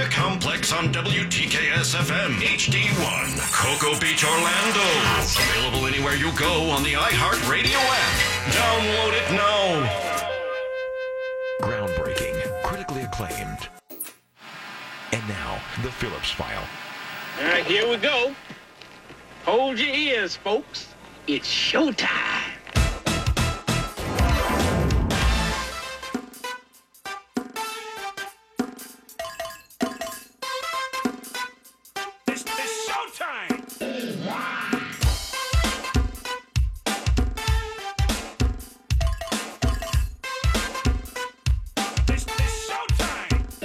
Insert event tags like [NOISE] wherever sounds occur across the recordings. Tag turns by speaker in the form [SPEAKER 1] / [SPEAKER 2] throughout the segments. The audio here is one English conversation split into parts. [SPEAKER 1] Weeknights on WTKS FM HD1, Cocoa Beach, Orlando. Available anywhere you go on the iHeartRadio app. Download it now.
[SPEAKER 2] Groundbreaking, critically acclaimed. And now, the Phillips File.
[SPEAKER 3] All right, here we go. Hold your ears, folks. It's showtime.
[SPEAKER 4] It's, it's showtime! It's, it's showtime!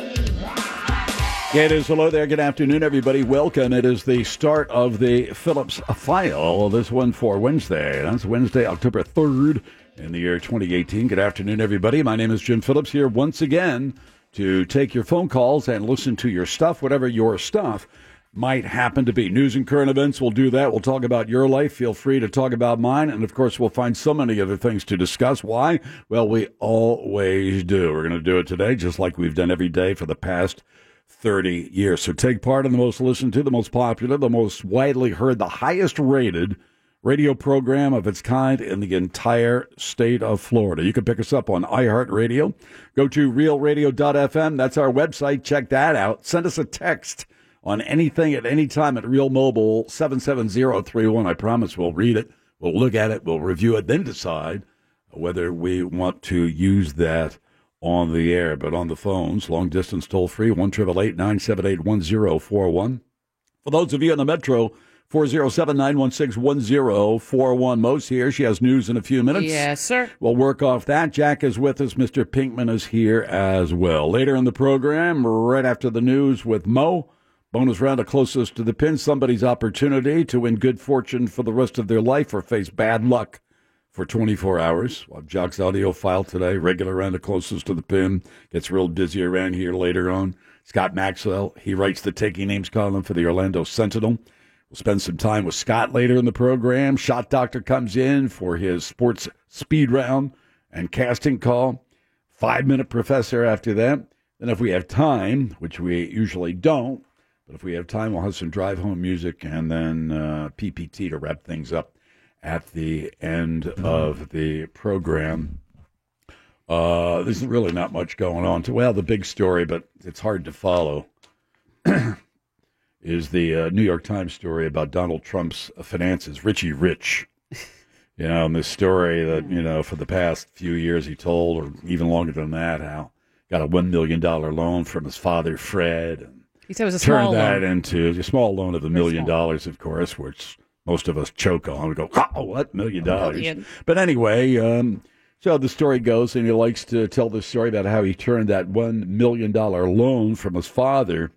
[SPEAKER 5] It is hello there. Good afternoon, everybody. Welcome. It is the start of the Phillips File. This one for Wednesday. That's Wednesday, October 3rd in the year 2018. Good afternoon, everybody. My name is Jim Phillips here once again to take your phone calls and listen to your stuff, whatever your stuff might happen to be. News and current events, we'll do that. We'll talk about your life. Feel free to talk about mine. And of course, we'll find so many other things to discuss. Why? Well, we always do. We're going to do it today, just like we've done every day for the past 30 years. So take part in the most listened to, the most popular, the most widely heard, the highest rated radio program of its kind in the entire state of Florida. You can pick us up on iHeartRadio. Go to realradio.fm. That's our website. Check that out. Send us a text on anything at any time at Real Mobile 77031. I promise we'll read it. We'll look at it. We'll review it, then decide whether we want to use that on the air, but on the phones, long distance toll free, 1 978 1041. For those of you in the metro, 407 916 Oh, 1041. Mo's here. She has news in a few minutes.
[SPEAKER 6] Yes, sir.
[SPEAKER 5] We'll work off that. Jack is with us. Mr. Pinkman is here as well. Later in the program, right after the news with Mo, bonus round of closest to the pin, somebody's opportunity to win good fortune for the rest of their life or face bad luck for 24 hours. We'll have Jock's audio file today, regular round of closest to the pin. Gets real busy around here later on. Scott Maxwell, he writes the taking names column for the Orlando Sentinel. We'll spend some time with Scott later in the program. Shot Doctor comes in for his sports speed round and casting call. Five minute professor after that. Then, if we have time, which we usually don't, but if we have time, we'll have some drive home music and then uh, PPT to wrap things up at the end of the program. Uh, there's really not much going on. To, well, the big story, but it's hard to follow, is the uh, New York Times story about Donald Trump's uh, finances. Richie Rich, you know, and this story that you know for the past few years he told, or even longer than that, how he got a one million dollar loan from his father Fred, and
[SPEAKER 6] He said it was a small
[SPEAKER 5] turned that
[SPEAKER 6] loan.
[SPEAKER 5] into a small loan of a million dollars, of course, which most of us choke on. We go, oh, what million dollars?
[SPEAKER 6] million.
[SPEAKER 5] But anyway, um, so the story goes, and he likes to tell the story about how he turned that one million dollar loan from his father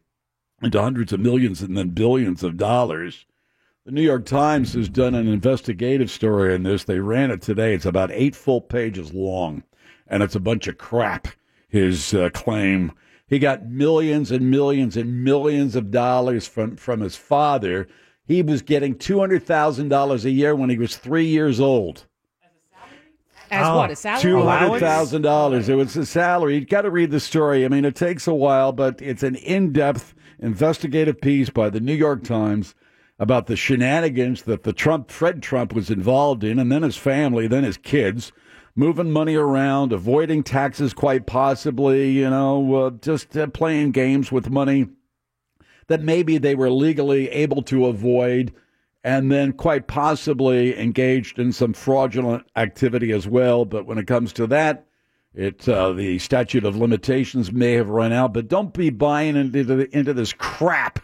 [SPEAKER 5] into hundreds of millions and then billions of dollars. The New York Times has done an investigative story on this. They ran it today. It's about eight full pages long, and it's a bunch of crap, his uh, claim. He got millions and millions and millions of dollars from, from his father. He was getting $200,000 a year when he was three years old.
[SPEAKER 6] As
[SPEAKER 7] Oh,
[SPEAKER 6] what? A salary?
[SPEAKER 5] Two hundred
[SPEAKER 7] Allowance?
[SPEAKER 5] thousand dollars. It was a salary. You've got to read the story. I mean, it takes a while, but it's an in-depth investigative piece by the New York Times about the shenanigans that the Trump Fred Trump was involved in, and then his family, then his kids, moving money around, avoiding taxes, quite possibly. You know, uh, just uh, playing games with money that maybe they were legally able to avoid and then quite possibly engaged in some fraudulent activity as well. But when it comes to that, it uh, the statute of limitations may have run out. But don't be buying into the, into this crap.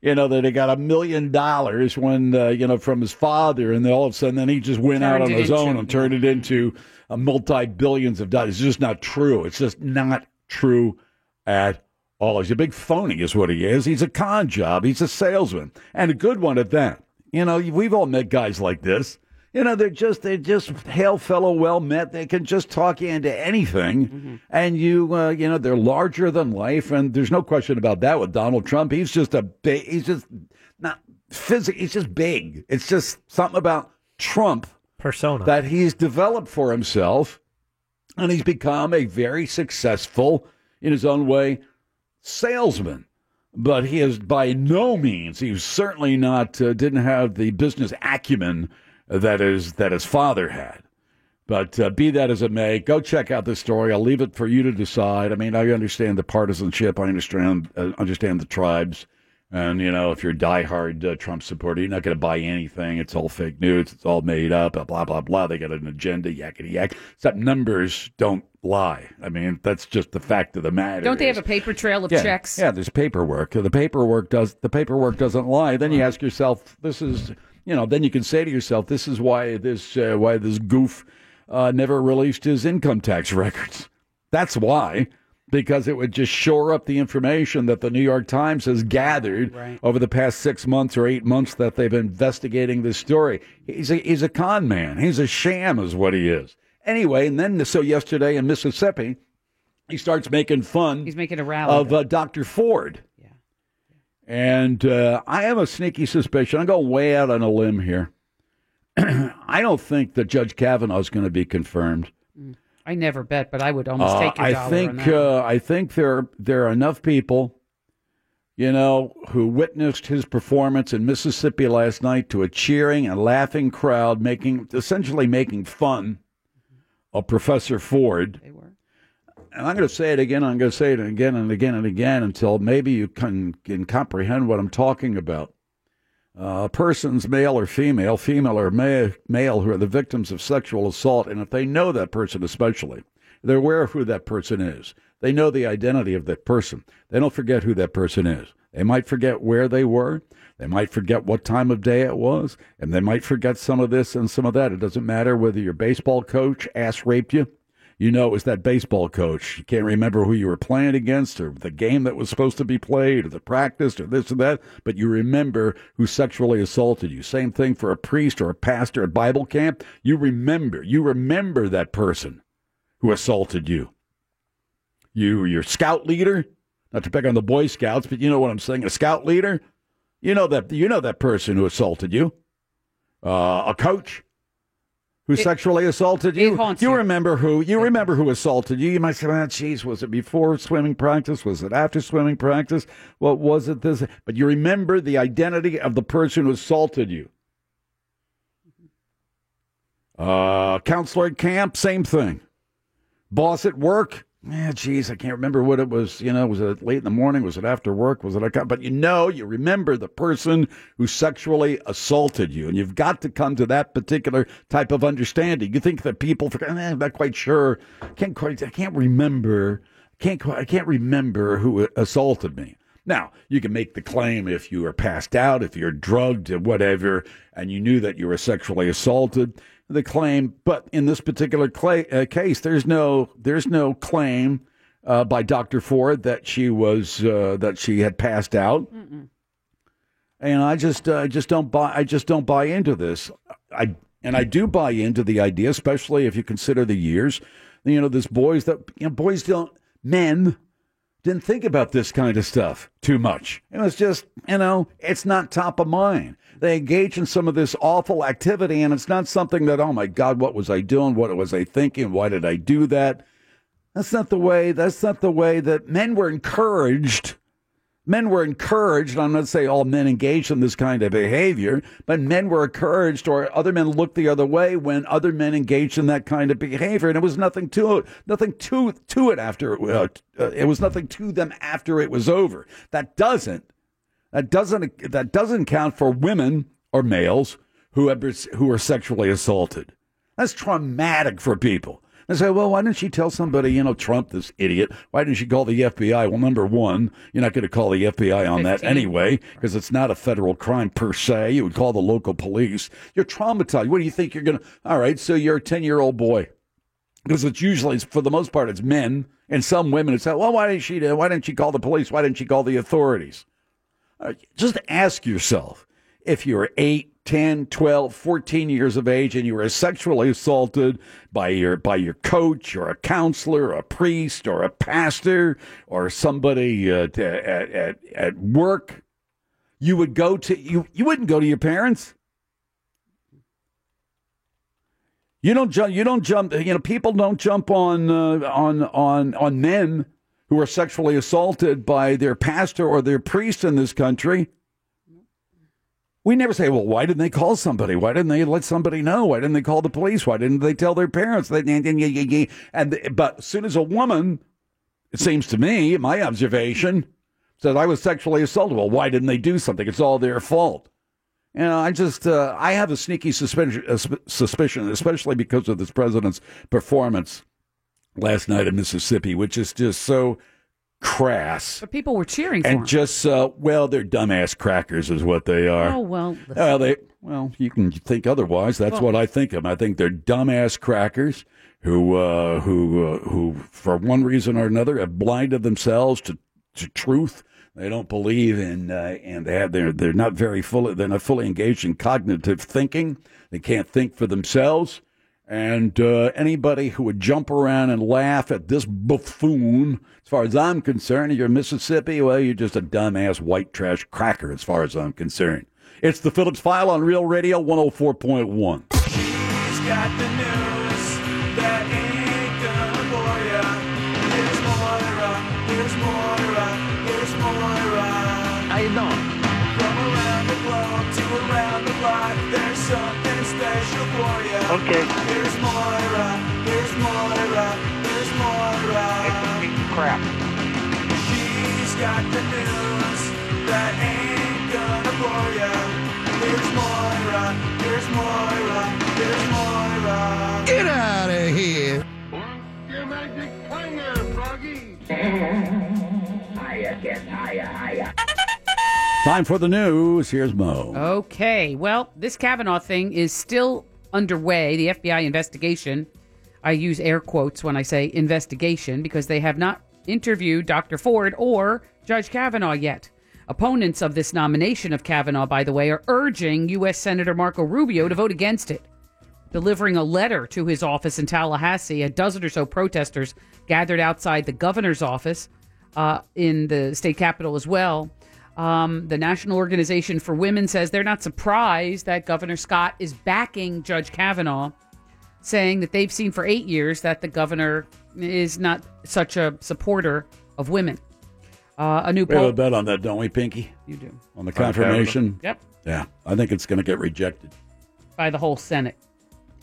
[SPEAKER 5] You know that he got a million dollars when uh, you know from his father, and then all of a sudden, then he just went out
[SPEAKER 6] Turned
[SPEAKER 5] on
[SPEAKER 6] it
[SPEAKER 5] his
[SPEAKER 6] into-
[SPEAKER 5] own and turned it into a multi billions of dollars. It's just not true. It's just not true at all. He's a big phony, is what he is. He's a con job. He's a salesman, and a good one at that. You know, we've all met guys like this. You know, they're just they're just hail fellow well met. They can just talk you into anything, and you uh, you know they're larger than life, and there's no question about that with Donald Trump. He's just a big. He's just not physic. He's just big. It's just something about Trump
[SPEAKER 7] Persona.
[SPEAKER 5] that he's developed for himself, and he's become a very successful, in his own way, salesman. but he is by no means. He was certainly not uh, didn't have the business acumen that is that his father had. But uh, be that as it may, go check out this story. I'll leave it for you to decide. I mean, I understand the partisanship. I understand uh, understand the tribes, and you know, if you're a diehard uh, Trump supporter, you're not going to buy anything. It's all fake news. It's all made up. Blah blah blah. blah. They got an agenda. Yakety yak. Except numbers don't lie. I mean, that's just the fact of the matter.
[SPEAKER 7] Don't they
[SPEAKER 5] is-
[SPEAKER 7] have a paper trail of
[SPEAKER 5] yeah,
[SPEAKER 7] checks?
[SPEAKER 5] Yeah, there's paperwork. The paperwork does the paperwork doesn't lie. Then you ask yourself, this is you know. Then you can say to yourself, this is why this uh, why this goof uh, never released his income tax [LAUGHS] records. That's why, because it would just shore up the information that the New York Times has gathered over the past six months or eight months that they've been investigating this story. He's a, he's a con man. He's a sham, is what he is. Anyway, and then so yesterday in Mississippi, he starts making fun.
[SPEAKER 7] He's making a rally.
[SPEAKER 5] of uh, Dr. Ford. Yeah. And uh, I have a sneaky suspicion. I'm going way out on a limb here. [CLEARS THROAT] I don't think that Judge Kavanaugh is going to be confirmed.
[SPEAKER 7] I never bet, but I would almost
[SPEAKER 5] Uh,
[SPEAKER 7] take your dollar
[SPEAKER 5] I
[SPEAKER 7] on
[SPEAKER 5] think
[SPEAKER 7] that.
[SPEAKER 5] uh, I think there there are enough people, you know, who witnessed his performance in Mississippi last night to a cheering and laughing crowd, making essentially making fun of Professor Ford. They
[SPEAKER 7] were.
[SPEAKER 5] And I'm going to say it again. I'm going to say it again and again and again until maybe you can can comprehend what I'm talking about. Uh, persons, male or female, female or ma- male, who are the victims of sexual assault, and if they know that person especially, they're aware of who that person is. They know the identity of that person. They don't forget who that person is. They might forget where they were. They might forget what time of day it was. And they might forget some of this and some of that. It doesn't matter whether your baseball coach ass raped you. You know, it was that baseball coach. You can't remember who you were playing against or the game that was supposed to be played or the practice or this and that, but you remember who sexually assaulted you. Same thing for a priest or a pastor at Bible camp. You remember, you remember that person who assaulted you. You, your scout leader, not to pick on the Boy Scouts, but you know what I'm saying. A scout leader, you know that you know that person who assaulted you. Uh, a coach who sexually assaulted you.
[SPEAKER 7] haunts
[SPEAKER 5] you
[SPEAKER 7] you.
[SPEAKER 5] remember who? You remember who assaulted you? You might say, "Ah, geez, was it before swimming practice? Was it after swimming practice? What was it?" This, but you remember the identity of the person who assaulted you. Uh, counselor at camp, same thing. Boss at work, man, geez, I can't remember what it was. You know, was it late in the morning? Was it after work? Was it? a- But you know, you remember the person who sexually assaulted you, and you've got to come to that particular type of understanding. You think that people, forget, "Eh, I'm not quite sure, can't quite, I can't remember, can't quite, I can't remember who assaulted me. Now, you can make the claim if you were passed out, if you're drugged, or whatever, and you knew that you were sexually assaulted. The claim, but in this particular cla uh, case, there's no there's no claim uh, by Dr. Ford that she was uh, that she had passed out and I just I just don't buy I just don't buy into this. I and I do buy into the idea, especially if you consider the years. You know, there's boys that you know boys don't men didn't think about this kind of stuff too much. It was just you know it's not top of mind. They engage in some of this awful activity, and it's not something that oh my God, what was I doing? What was I thinking? Why did I do that? That's not the way. That's not the way that men were encouraged men were encouraged, and I'm not saying all men engaged in this kind of behavior, but men were encouraged or other men looked the other way when other men engaged in that kind of behavior, and it was nothing to it, nothing to to it after it, uh, t- uh, it was nothing to them after it was over. That doesn't that doesn't that doesn't count for women or males who have, been- who are sexually assaulted. That's traumatic for people. They say, well, why didn't she tell somebody, you know, Trump, this idiot? Why didn't she call the FBI? Well, number one, you're not going to call the FBI on that
[SPEAKER 7] 15.
[SPEAKER 5] anyway because it's not a federal crime per se. You would call the local police. You're traumatized. What do you think you're going to? All right, so you're a 10 year old boy because it's usually for the most part it's men and some women. It's like, well, why didn't she? do- Why didn't she call the police? Why didn't she call the authorities? Uh, Just ask yourself if you're 8, 10, 12, 14 years of age and you were sexually assaulted by your by your coach or a counselor or a priest or a pastor or somebody uh, t- at, at, at work, you would go to you, you wouldn't go to your parents. You don't jump. You don't jump. You know, people don't jump on uh, on on on men who are sexually assaulted by their pastor or their priest in this country. We never say, well, why didn't they call somebody? Why didn't they let somebody know? Why didn't they call the police? Why didn't they tell their parents? They- and- and- and- And but as soon as a woman, it seems to me, my observation, says I was sexually assaulted. Well, why didn't they do something? It's all their fault. You know, I just uh, I have a sneaky suspicion, uh, sp- suspicion, especially because of this president's performance last night in Mississippi, which is just so crass
[SPEAKER 7] But people were cheering for
[SPEAKER 5] and
[SPEAKER 7] him.
[SPEAKER 5] just uh, well, they're dumbass crackers, is what they are.
[SPEAKER 7] Oh, well,
[SPEAKER 5] Uh, they well, you can think otherwise. That's
[SPEAKER 7] Well-
[SPEAKER 5] what I think of. I think they're dumbass crackers who uh, who uh, who, for one reason or another, have blinded themselves to, to truth. They don't believe in, uh, and they have, they're they're not very fully they're not fully engaged in cognitive thinking. They can't think for themselves. And uh, anybody who would jump around and laugh at this buffoon, as far as I'm concerned, you're Mississippi, well, you're just a dumbass white trash cracker, as far as I'm concerned. It's the Phillips File on Real Radio 104.1.
[SPEAKER 4] He's got the news that ain't gonna bore ya. Here's Moira, here's Moira, here's Moira. How you doing? From around the globe to around the block, there's something special for ya. Okay. Here's Moira, here's Moira, here's Moira. crap. She's got the news that ain't gonna bore ya. Here's Moira, here's Moira, here's Moira.
[SPEAKER 5] Time for the news. Here's Mo.
[SPEAKER 7] Okay. Well, this Kavanaugh thing is still underway. The FBI investigation. I use air quotes when I say investigation because they have not interviewed Dr. Ford or Judge Kavanaugh yet. Opponents of this nomination of Kavanaugh, by the way, are urging U.S. Senator Marco Rubio to vote against it. Delivering a letter to his office in Tallahassee, a dozen or so protesters gathered outside the governor's office uh, in the state capitol as well. Um, the National Organization for Women says they're not surprised that Governor Scott is backing Judge Kavanaugh, saying that they've seen for eight years that the governor is not such a supporter of women. Uh, a new
[SPEAKER 5] We have a
[SPEAKER 7] poll.
[SPEAKER 5] bet on that, don't we, Pinky?
[SPEAKER 7] You do.
[SPEAKER 5] On the confirmation?
[SPEAKER 7] Yep.
[SPEAKER 5] Yeah. I think it's going to get rejected.
[SPEAKER 7] By the whole Senate.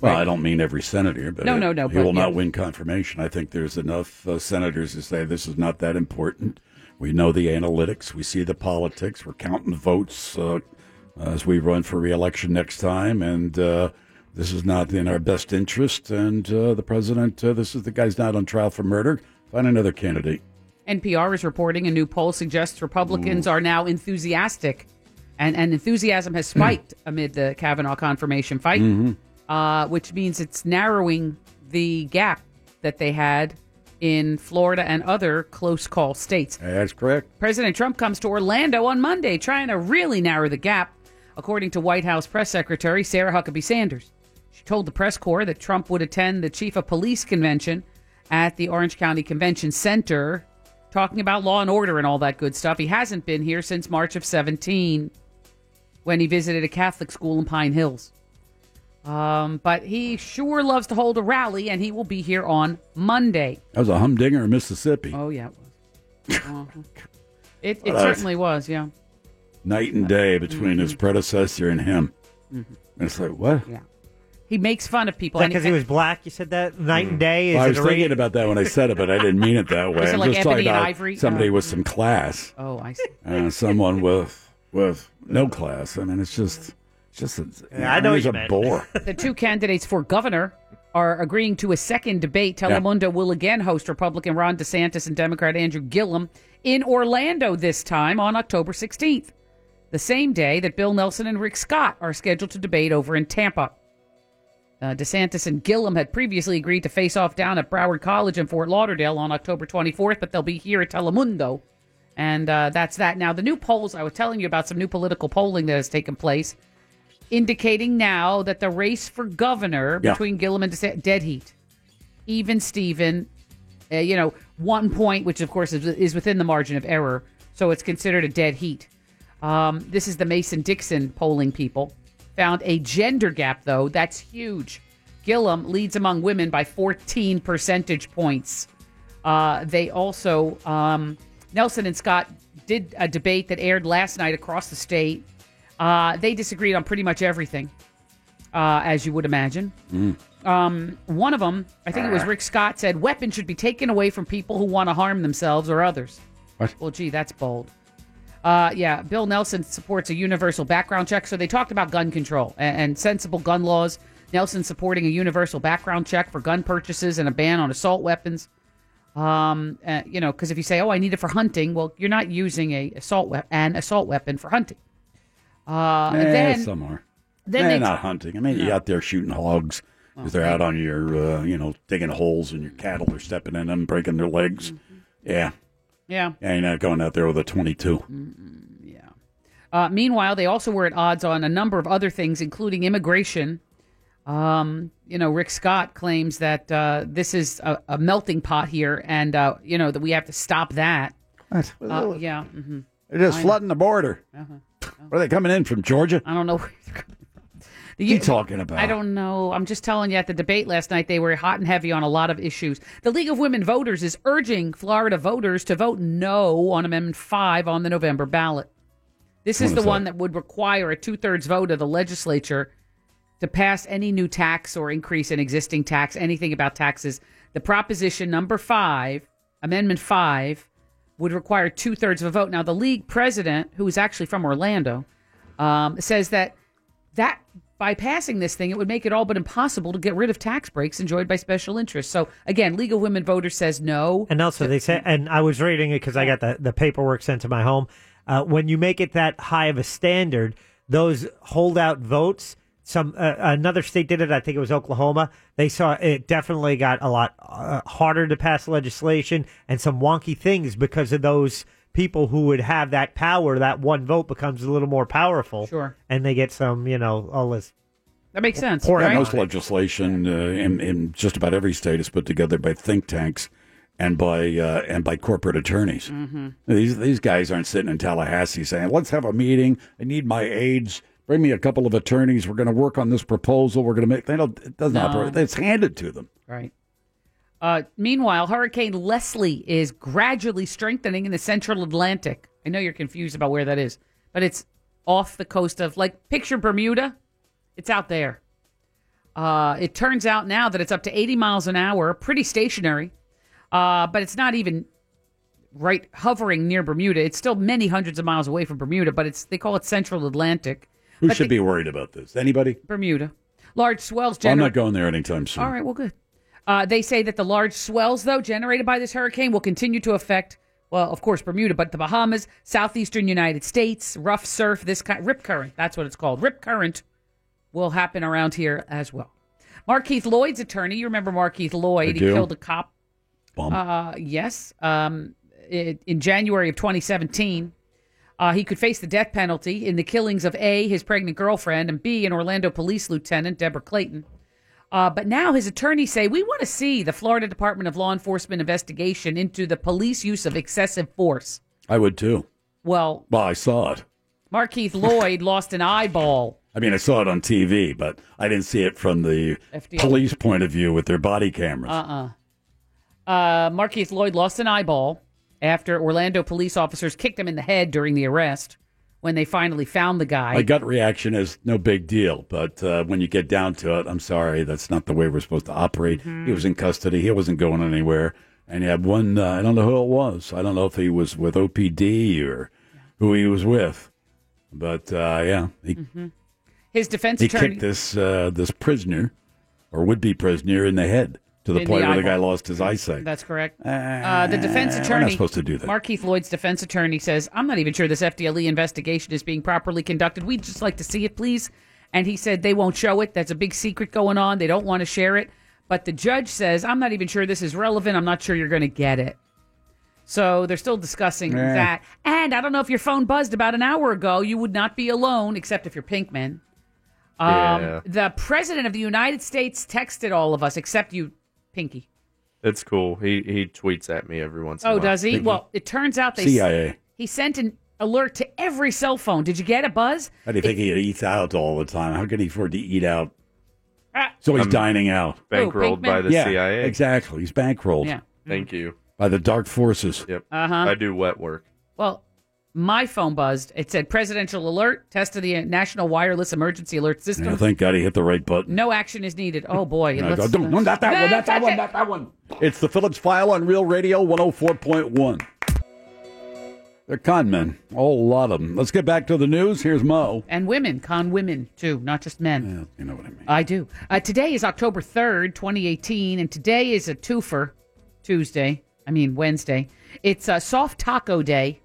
[SPEAKER 5] Well, I don't mean every senator, but
[SPEAKER 7] No,
[SPEAKER 5] it-
[SPEAKER 7] no, no,
[SPEAKER 5] He
[SPEAKER 7] but
[SPEAKER 5] will not
[SPEAKER 7] yeah.
[SPEAKER 5] win confirmation. I think there's enough uh, senators to say this is not that important. We know the analytics. We see the politics. We're counting votes uh, as we run for reelection next time, and uh, this is not in our best interest. And uh, the president, uh, this is the guy's not on trial for murder. Find another candidate.
[SPEAKER 7] NPR is reporting a new poll suggests Republicans are now enthusiastic, and, and enthusiasm has spiked amid the Kavanaugh confirmation fight,
[SPEAKER 8] Mm-hmm.
[SPEAKER 5] Mm-hmm.
[SPEAKER 7] uh, which means it's narrowing the gap that they had in Florida and other close call states.
[SPEAKER 5] That's correct.
[SPEAKER 7] President Trump comes to Orlando on Monday, trying to really narrow the gap, according to White House Press Secretary Sarah Huckabee Sanders. She told the press corps that Trump would attend the chief of police convention at the Orange County Convention Center, talking about law and order and all that good stuff. He hasn't been here since March of 17 when he visited a Catholic school in Pine Hills. Um, but he sure loves to hold a rally, and he will be here on
[SPEAKER 8] [LAUGHS]
[SPEAKER 7] Monday.
[SPEAKER 5] That was a humdinger in Mississippi.
[SPEAKER 7] Oh, yeah, it was. Uh-huh. It, it certainly was, yeah.
[SPEAKER 5] Night and day between his predecessor and him. And it's like, what?
[SPEAKER 7] Mm-hmm. Yeah. He makes fun of people. and
[SPEAKER 8] because he was black? You said that night and day. Is
[SPEAKER 5] Well, I was
[SPEAKER 8] it a
[SPEAKER 5] thinking
[SPEAKER 8] rating?
[SPEAKER 5] about that when I said it, but I didn't mean it
[SPEAKER 7] [LAUGHS]
[SPEAKER 5] that way.
[SPEAKER 7] it
[SPEAKER 5] I'm
[SPEAKER 7] like
[SPEAKER 5] just
[SPEAKER 7] ebony
[SPEAKER 5] talking
[SPEAKER 7] and
[SPEAKER 5] about
[SPEAKER 7] ivory?
[SPEAKER 5] somebody
[SPEAKER 7] Oh.
[SPEAKER 5] with some class,
[SPEAKER 7] Oh, I see.
[SPEAKER 5] uh, someone with with no class. I mean, it's just it's just a,
[SPEAKER 8] Yeah, I know what
[SPEAKER 5] he's
[SPEAKER 8] you
[SPEAKER 5] a
[SPEAKER 8] meant. [LAUGHS]
[SPEAKER 5] bore.
[SPEAKER 7] the two candidates for governor are agreeing to a second debate. Telemundo will again host Republican Ron DeSantis and Democrat Andrew Gillum in Orlando this time on October 16th, the same day that Bill Nelson and Rick Scott are scheduled to debate over in Tampa. Uh, DeSantis and Gillum had previously agreed to face off down at Broward College in Fort Lauderdale on October 24th, but they'll be here at Telemundo. And uh, that's that. Now, the new polls, I was telling you about some new political polling that has taken place, indicating now that the race for governor
[SPEAKER 5] Yeah.
[SPEAKER 7] between Gillum and DeSantis, dead heat. Even Steven, uh, you know, one point, which of course is, is within the margin of error. So it's considered a dead heat. Um, this is the Mason Dixon polling people. Found a gender gap, though. That's huge. Gillum leads among women by 14 percentage points. Uh, they also, um, Nelson and Scott did a debate that aired last night across the state. Uh, they disagreed on pretty much everything, uh, as you would imagine.
[SPEAKER 5] Mm.
[SPEAKER 7] Um, one of them, I think it
[SPEAKER 5] Uh.
[SPEAKER 7] was Rick Scott, said weapons should be taken away from people who want to harm themselves or others. Well, gee, that's bold. Uh, yeah, Bill Nelson supports a universal background check. So they talked about gun control and, and sensible gun laws. Nelson supporting a universal background check for gun purchases and a ban on assault weapons. Um, uh, you know, because if you say, "Oh, I need it for hunting," well, you're not using a assault we- an assault weapon for hunting. Uh,
[SPEAKER 5] Eh,
[SPEAKER 7] and then
[SPEAKER 5] some are.
[SPEAKER 7] then
[SPEAKER 5] they're
[SPEAKER 7] they- Oh,
[SPEAKER 5] not hunting. I mean, you're out there shooting hogs because they're out on your, uh, you know, digging holes and your cattle are stepping in them, breaking their legs.
[SPEAKER 7] Mm-hmm.
[SPEAKER 5] Yeah.
[SPEAKER 7] yeah.
[SPEAKER 5] Yeah, you're not going out there with a 22.
[SPEAKER 7] Uh, meanwhile, they also were at odds on a number of other things, including immigration. Um, you know, Rick Scott claims that uh, this is a, a melting pot here, and uh, you know that we have to stop that.
[SPEAKER 5] What?
[SPEAKER 7] Uh, yeah, mhm.
[SPEAKER 5] They're just
[SPEAKER 7] I know. Uh-huh,
[SPEAKER 5] flooding the border. Where are they coming in from, Georgia?
[SPEAKER 7] I don't know. Where
[SPEAKER 5] they're coming from. you talking about?
[SPEAKER 7] I don't know. I'm just telling you. At the debate last night, they were hot and heavy on a lot of issues. The League of Women Voters is urging Florida voters to vote no on Amendment Five on the November ballot. This is
[SPEAKER 9] What
[SPEAKER 7] the
[SPEAKER 9] is
[SPEAKER 7] one
[SPEAKER 9] that?
[SPEAKER 7] that would require a two-thirds vote of the legislature to pass any new tax or increase in existing tax, anything about taxes. The proposition number five, Amendment Five, would require two thirds of a vote. Now, the league president, who is actually from Orlando, um, says that that by passing this thing, it would make it all but impossible to get rid of tax breaks enjoyed by special interests. So again, League of Women Voters says no.
[SPEAKER 8] And also, they say, and I was reading it because I got the, the paperwork sent to my home. Uh, when you make it that high of a standard, those holdout votes, some uh, another state did it. I think it was Oklahoma. They saw it definitely got a lot uh, harder to pass legislation and some wonky things because of those people who would have that power. That one vote becomes a little more powerful. Sure. And they get some, you know, all this.
[SPEAKER 7] That makes sense.
[SPEAKER 5] Yeah,
[SPEAKER 7] right?
[SPEAKER 5] most legislation uh, in, in just about every state is put together by think tanks and by uh, and by corporate attorneys.
[SPEAKER 7] Mm.
[SPEAKER 10] Mhm.
[SPEAKER 5] These these guys aren't sitting in Tallahassee saying, "Let's have a meeting. I need my aides. Bring me a couple of attorneys. We're going to work on this proposal. We're going to make." They don't. It doesn't
[SPEAKER 7] No.
[SPEAKER 5] operate. It's handed to them.
[SPEAKER 7] Right. Uh, meanwhile, Hurricane Leslie is gradually strengthening in the central Atlantic. I know you're confused about where that is, but it's off the coast of, like, picture Bermuda. It's out there. Uh, it turns out now that it's up to 80 miles an hour, pretty stationary, uh, but it's not even right hovering near Bermuda. It's still many hundreds of miles away from Bermuda, but it's they call it central Atlantic.
[SPEAKER 5] Who
[SPEAKER 7] But
[SPEAKER 5] should
[SPEAKER 7] they-
[SPEAKER 5] be worried about this? Anybody?
[SPEAKER 7] Bermuda. Large swells
[SPEAKER 5] Well, I'm
[SPEAKER 7] generally.
[SPEAKER 5] not going there anytime soon.
[SPEAKER 7] All right, well, good. Uh, they say that the large swells, though, generated by this hurricane will continue to affect, well, of course, Bermuda, but the Bahamas, southeastern United States, rough surf, this kind, rip current, that's what it's called. Rip current will happen around here as well. Markeith Lloyd's attorney, you remember Markeith Lloyd,
[SPEAKER 5] I
[SPEAKER 7] he
[SPEAKER 5] do.
[SPEAKER 7] killed a cop. Uh, yes, um, i- in January of 2017. Uh, he could face the death penalty in the killings of A, his pregnant girlfriend, and B, an Orlando police lieutenant, Deborah Clayton. Uh, but now his attorneys say we want to see the Florida Department of Law Enforcement investigation into the police use of excessive force.
[SPEAKER 5] I would too.
[SPEAKER 7] Well,
[SPEAKER 5] Well, I saw it.
[SPEAKER 7] Markeith Lloyd [LAUGHS] lost an eyeball.
[SPEAKER 5] I mean, I saw it on TV, but I didn't see it from the
[SPEAKER 7] FDL.
[SPEAKER 5] police point of view with their body cameras.
[SPEAKER 7] Uh uh Marquise Lloyd lost an eyeball after Orlando police officers kicked him in the head during the arrest when they finally found the guy.
[SPEAKER 5] My gut reaction is no big deal, but uh, when you get down to it, I'm sorry, that's not the way we're supposed to operate.
[SPEAKER 7] Mm-hmm.
[SPEAKER 5] He was in custody, he wasn't going anywhere, and he had one. Uh, I don't know who it was. I don't know if he was with OPD or who he was with, but uh, yeah, he
[SPEAKER 7] Mm-hmm. His defense
[SPEAKER 5] he
[SPEAKER 7] attorney
[SPEAKER 5] kicked this uh, this prisoner or would be prisoner in the head to the
[SPEAKER 7] In the
[SPEAKER 5] point where the guy
[SPEAKER 7] eyeball.
[SPEAKER 5] lost his eyesight.
[SPEAKER 7] That's correct. Uh, the defense
[SPEAKER 5] we're not
[SPEAKER 7] attorney.
[SPEAKER 5] supposed to do that.
[SPEAKER 7] Markeith Lloyd's defense attorney says, I'm not even sure this FDLE E investigation is being properly conducted. We'd just like to see it, please. And he said, they won't show it. That's a big secret going on. They don't want to share it. But the judge says, I'm not even sure this is relevant. I'm not sure you're going to get it. So they're still discussing
[SPEAKER 9] Yeah.
[SPEAKER 7] that. And I don't know if your phone buzzed about an hour ago. You would not be alone, except if you're Pinkman. Um,
[SPEAKER 11] Yeah.
[SPEAKER 7] The president of the United States texted all of us, except you, Pinky.
[SPEAKER 11] It's cool. He he tweets at me every once. in a
[SPEAKER 7] Oh,
[SPEAKER 11] while.
[SPEAKER 7] does he? Well, it turns out they
[SPEAKER 5] CIA.
[SPEAKER 7] He sent an alert to every cell phone. Did you get a buzz?
[SPEAKER 5] How do you think he eats out all the time? How can he afford to eat out?
[SPEAKER 7] Ah.
[SPEAKER 5] So he's
[SPEAKER 11] Um,
[SPEAKER 5] dining out.
[SPEAKER 11] bankrolled Who, Pinkman? by the
[SPEAKER 5] Yeah,
[SPEAKER 11] CIA.
[SPEAKER 5] Exactly. He's bankrolled.
[SPEAKER 7] Yeah. Mm.
[SPEAKER 11] Thank you.
[SPEAKER 5] by the dark forces.
[SPEAKER 11] Yep.
[SPEAKER 7] Uh-huh.
[SPEAKER 11] I do wet work.
[SPEAKER 7] Well, my phone buzzed. It said presidential alert, test of the uh, National Wireless Emergency Alert System.
[SPEAKER 5] Yeah, thank God he hit the right button.
[SPEAKER 7] no action is needed. Oh
[SPEAKER 5] [LAUGHS]
[SPEAKER 7] boy,
[SPEAKER 5] No,
[SPEAKER 7] let's-
[SPEAKER 5] don't- no, not that
[SPEAKER 7] No,
[SPEAKER 5] one, not that
[SPEAKER 7] touch
[SPEAKER 5] one,
[SPEAKER 7] it.
[SPEAKER 5] not that one. It's the Phillips File on Real Radio 104.1. They're con men, a whole lot of them. Let's get back to the news. Here's Mo.
[SPEAKER 7] And women, con women too, not just men.
[SPEAKER 5] you know what I mean.
[SPEAKER 7] I do. Uh, today is October 3rd, 2018, and today is a twofer Tuesday. I mean, Wednesday. It's uh, Soft Taco Day,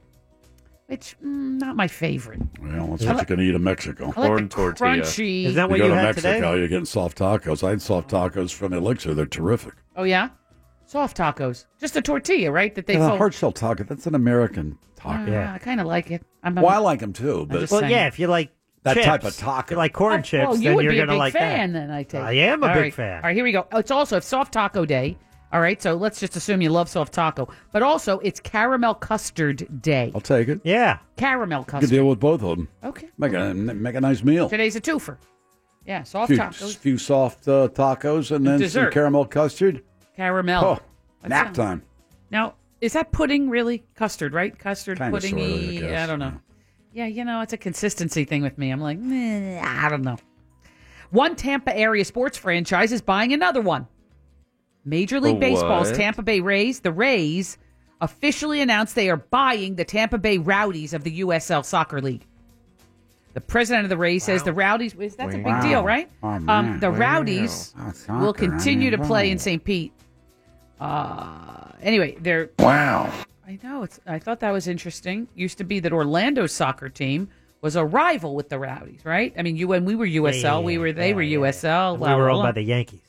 [SPEAKER 7] which, mm, not my favorite.
[SPEAKER 5] Well, that's what you're going to eat in Mexico.
[SPEAKER 7] I like Corn the tortilla. crunchy- Is that what
[SPEAKER 5] you go
[SPEAKER 7] you
[SPEAKER 5] to
[SPEAKER 7] had
[SPEAKER 5] Mexico,
[SPEAKER 7] today?
[SPEAKER 5] you're getting soft tacos. I had soft tacos from Elixir. They're terrific.
[SPEAKER 7] Oh, yeah? Soft tacos. Just a tortilla, right? That they
[SPEAKER 5] And a
[SPEAKER 7] fold-
[SPEAKER 5] hard shell taco, that's an American taco.
[SPEAKER 7] Ah, I kind of like it. I'm,
[SPEAKER 5] Well, I like them too, but
[SPEAKER 8] well, yeah, if you like
[SPEAKER 5] That
[SPEAKER 8] chips,
[SPEAKER 5] type of taco.
[SPEAKER 8] if you like corn chips,
[SPEAKER 7] Oh, well, you
[SPEAKER 8] then
[SPEAKER 7] would
[SPEAKER 8] you're
[SPEAKER 7] be a
[SPEAKER 8] gonna
[SPEAKER 7] big
[SPEAKER 8] like
[SPEAKER 7] fan.
[SPEAKER 8] that.
[SPEAKER 7] Then I take.
[SPEAKER 8] I am a
[SPEAKER 7] All
[SPEAKER 8] big
[SPEAKER 7] right.
[SPEAKER 8] fan.
[SPEAKER 7] All right, here we go. Oh, it's also it's Soft Taco Day. All right, so let's just assume you love soft taco, but also it's Caramel Custard Day.
[SPEAKER 5] I'll take it.
[SPEAKER 8] Yeah.
[SPEAKER 7] Caramel
[SPEAKER 5] You can
[SPEAKER 7] custard.
[SPEAKER 5] deal with both of them.
[SPEAKER 7] Okay.
[SPEAKER 5] Make a, make a nice meal.
[SPEAKER 7] Today's a twofer. Yeah, soft
[SPEAKER 5] few,
[SPEAKER 7] tacos,
[SPEAKER 5] few soft uh, tacos and then some
[SPEAKER 7] Dessert.
[SPEAKER 5] caramel custard.
[SPEAKER 7] caramel.
[SPEAKER 5] Oh,
[SPEAKER 7] That
[SPEAKER 5] nap
[SPEAKER 7] sounds-
[SPEAKER 5] time.
[SPEAKER 7] Now, is that pudding really custard? Right, custard
[SPEAKER 5] Kinda,
[SPEAKER 7] pudding.
[SPEAKER 5] sorta, I guess,
[SPEAKER 7] I don't know. Yeah, you know, it's a consistency thing with me. I'm like, "Meh, I don't know. One Tampa area sports franchise is buying another one. Major League
[SPEAKER 9] What?
[SPEAKER 7] Baseball's Tampa Bay Rays, the Rays, officially announced they are buying the Tampa Bay Rowdies of the USL Soccer League. The president of the Rays says the Rowdies, is- that's a big
[SPEAKER 9] Wow.
[SPEAKER 7] deal, right?
[SPEAKER 9] Oh,
[SPEAKER 7] um,
[SPEAKER 9] man.
[SPEAKER 7] the
[SPEAKER 9] Wow.
[SPEAKER 7] Rowdies
[SPEAKER 9] Oh, soccer,
[SPEAKER 7] will
[SPEAKER 9] I
[SPEAKER 7] continue to
[SPEAKER 9] mean,
[SPEAKER 7] play in
[SPEAKER 9] wow.
[SPEAKER 7] St. Pete. Uh, anyway, they're.
[SPEAKER 9] Wow.
[SPEAKER 7] I know. It's. I thought that was interesting. Used to be that Orlando's soccer team was a rival with the Rowdies, right? I mean, you when we were USL,
[SPEAKER 8] yeah,
[SPEAKER 7] we were they were USL.
[SPEAKER 8] We
[SPEAKER 7] la,
[SPEAKER 8] were
[SPEAKER 7] la,
[SPEAKER 8] owned
[SPEAKER 7] la.
[SPEAKER 8] by the Yankees.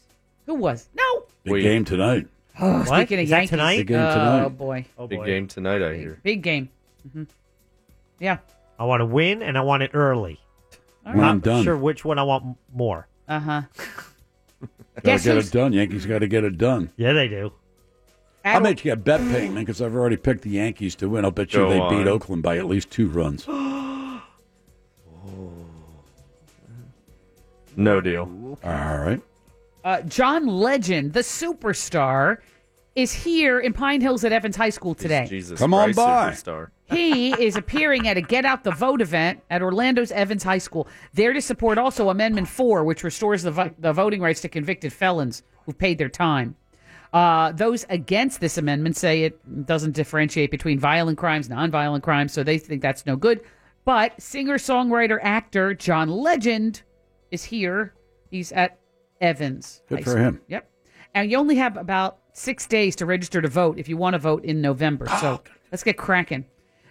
[SPEAKER 7] Who was? No.
[SPEAKER 5] Big game tonight.
[SPEAKER 7] Oh,
[SPEAKER 8] What?
[SPEAKER 7] Speaking of
[SPEAKER 8] Is that
[SPEAKER 7] Yankees,
[SPEAKER 8] tonight? Big game
[SPEAKER 7] oh
[SPEAKER 8] tonight.
[SPEAKER 7] boy,
[SPEAKER 11] Big game tonight, I hear.
[SPEAKER 7] big game. hmm Yeah.
[SPEAKER 8] I want to win, and I want it early.
[SPEAKER 5] right. When I'm
[SPEAKER 8] not
[SPEAKER 5] done.
[SPEAKER 8] sure which one I want m- more.
[SPEAKER 7] Uh huh.
[SPEAKER 5] [LAUGHS] Gotta
[SPEAKER 7] [LAUGHS]
[SPEAKER 8] Guess
[SPEAKER 5] get
[SPEAKER 8] who's-
[SPEAKER 5] it done. Yankees got to get it done.
[SPEAKER 8] Yeah, they do.
[SPEAKER 5] I'll make you a bet payment because I've already picked the Yankees to win. I'll bet you
[SPEAKER 11] Go
[SPEAKER 5] they beat
[SPEAKER 11] on. Oh.
[SPEAKER 5] Oakland by at least two
[SPEAKER 7] [GASPS]
[SPEAKER 5] runs.
[SPEAKER 11] No deal.
[SPEAKER 5] All right.
[SPEAKER 7] Uh, John Legend, the superstar, is here in Pine Hills at Evans High School today.
[SPEAKER 11] Jesus
[SPEAKER 5] Come on
[SPEAKER 11] Christ,
[SPEAKER 5] by.
[SPEAKER 11] Superstar.
[SPEAKER 7] He is appearing at a Get Out the Vote event at Orlando's Evans High School, there to support also Amendment 4, which restores the, vo- the voting rights to convicted felons who paid their time. Uh, those against this amendment say it doesn't differentiate between violent crimes, nonviolent crimes, so they think that's no good. But singer, songwriter, actor John Legend is here. He's at Evans.
[SPEAKER 5] Good
[SPEAKER 7] High
[SPEAKER 5] for
[SPEAKER 7] School.
[SPEAKER 5] him.
[SPEAKER 7] Yep. And you only have about six days to register to vote if you want to vote in November.
[SPEAKER 5] Oh,
[SPEAKER 7] So let's get cracking.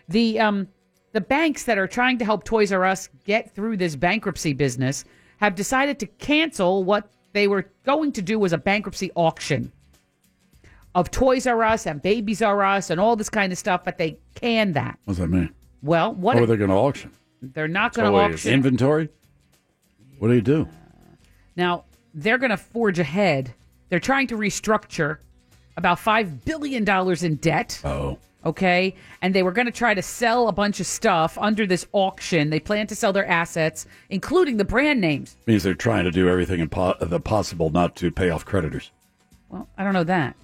[SPEAKER 7] The um the banks that are trying to help Toys R Us get through this bankruptcy business have decided to cancel what they were going to do was a bankruptcy auction of Toys R Us and Babies R Us and all this kind of stuff, but they canned that.
[SPEAKER 5] What's that mean?
[SPEAKER 7] Well, what
[SPEAKER 5] What are
[SPEAKER 7] if
[SPEAKER 5] they going to auction?
[SPEAKER 7] they're not going to auction
[SPEAKER 5] inventory. What do you do?
[SPEAKER 7] Now, they're going to forge ahead. They're trying to restructure about $5 billion in debt.
[SPEAKER 5] Oh.
[SPEAKER 7] Okay. And they were going to try to sell a bunch of stuff under this auction. They plan to sell their assets, including the brand names.
[SPEAKER 5] Means they're trying to do everything in po- the possible not to pay off creditors.
[SPEAKER 7] Well, I don't know that.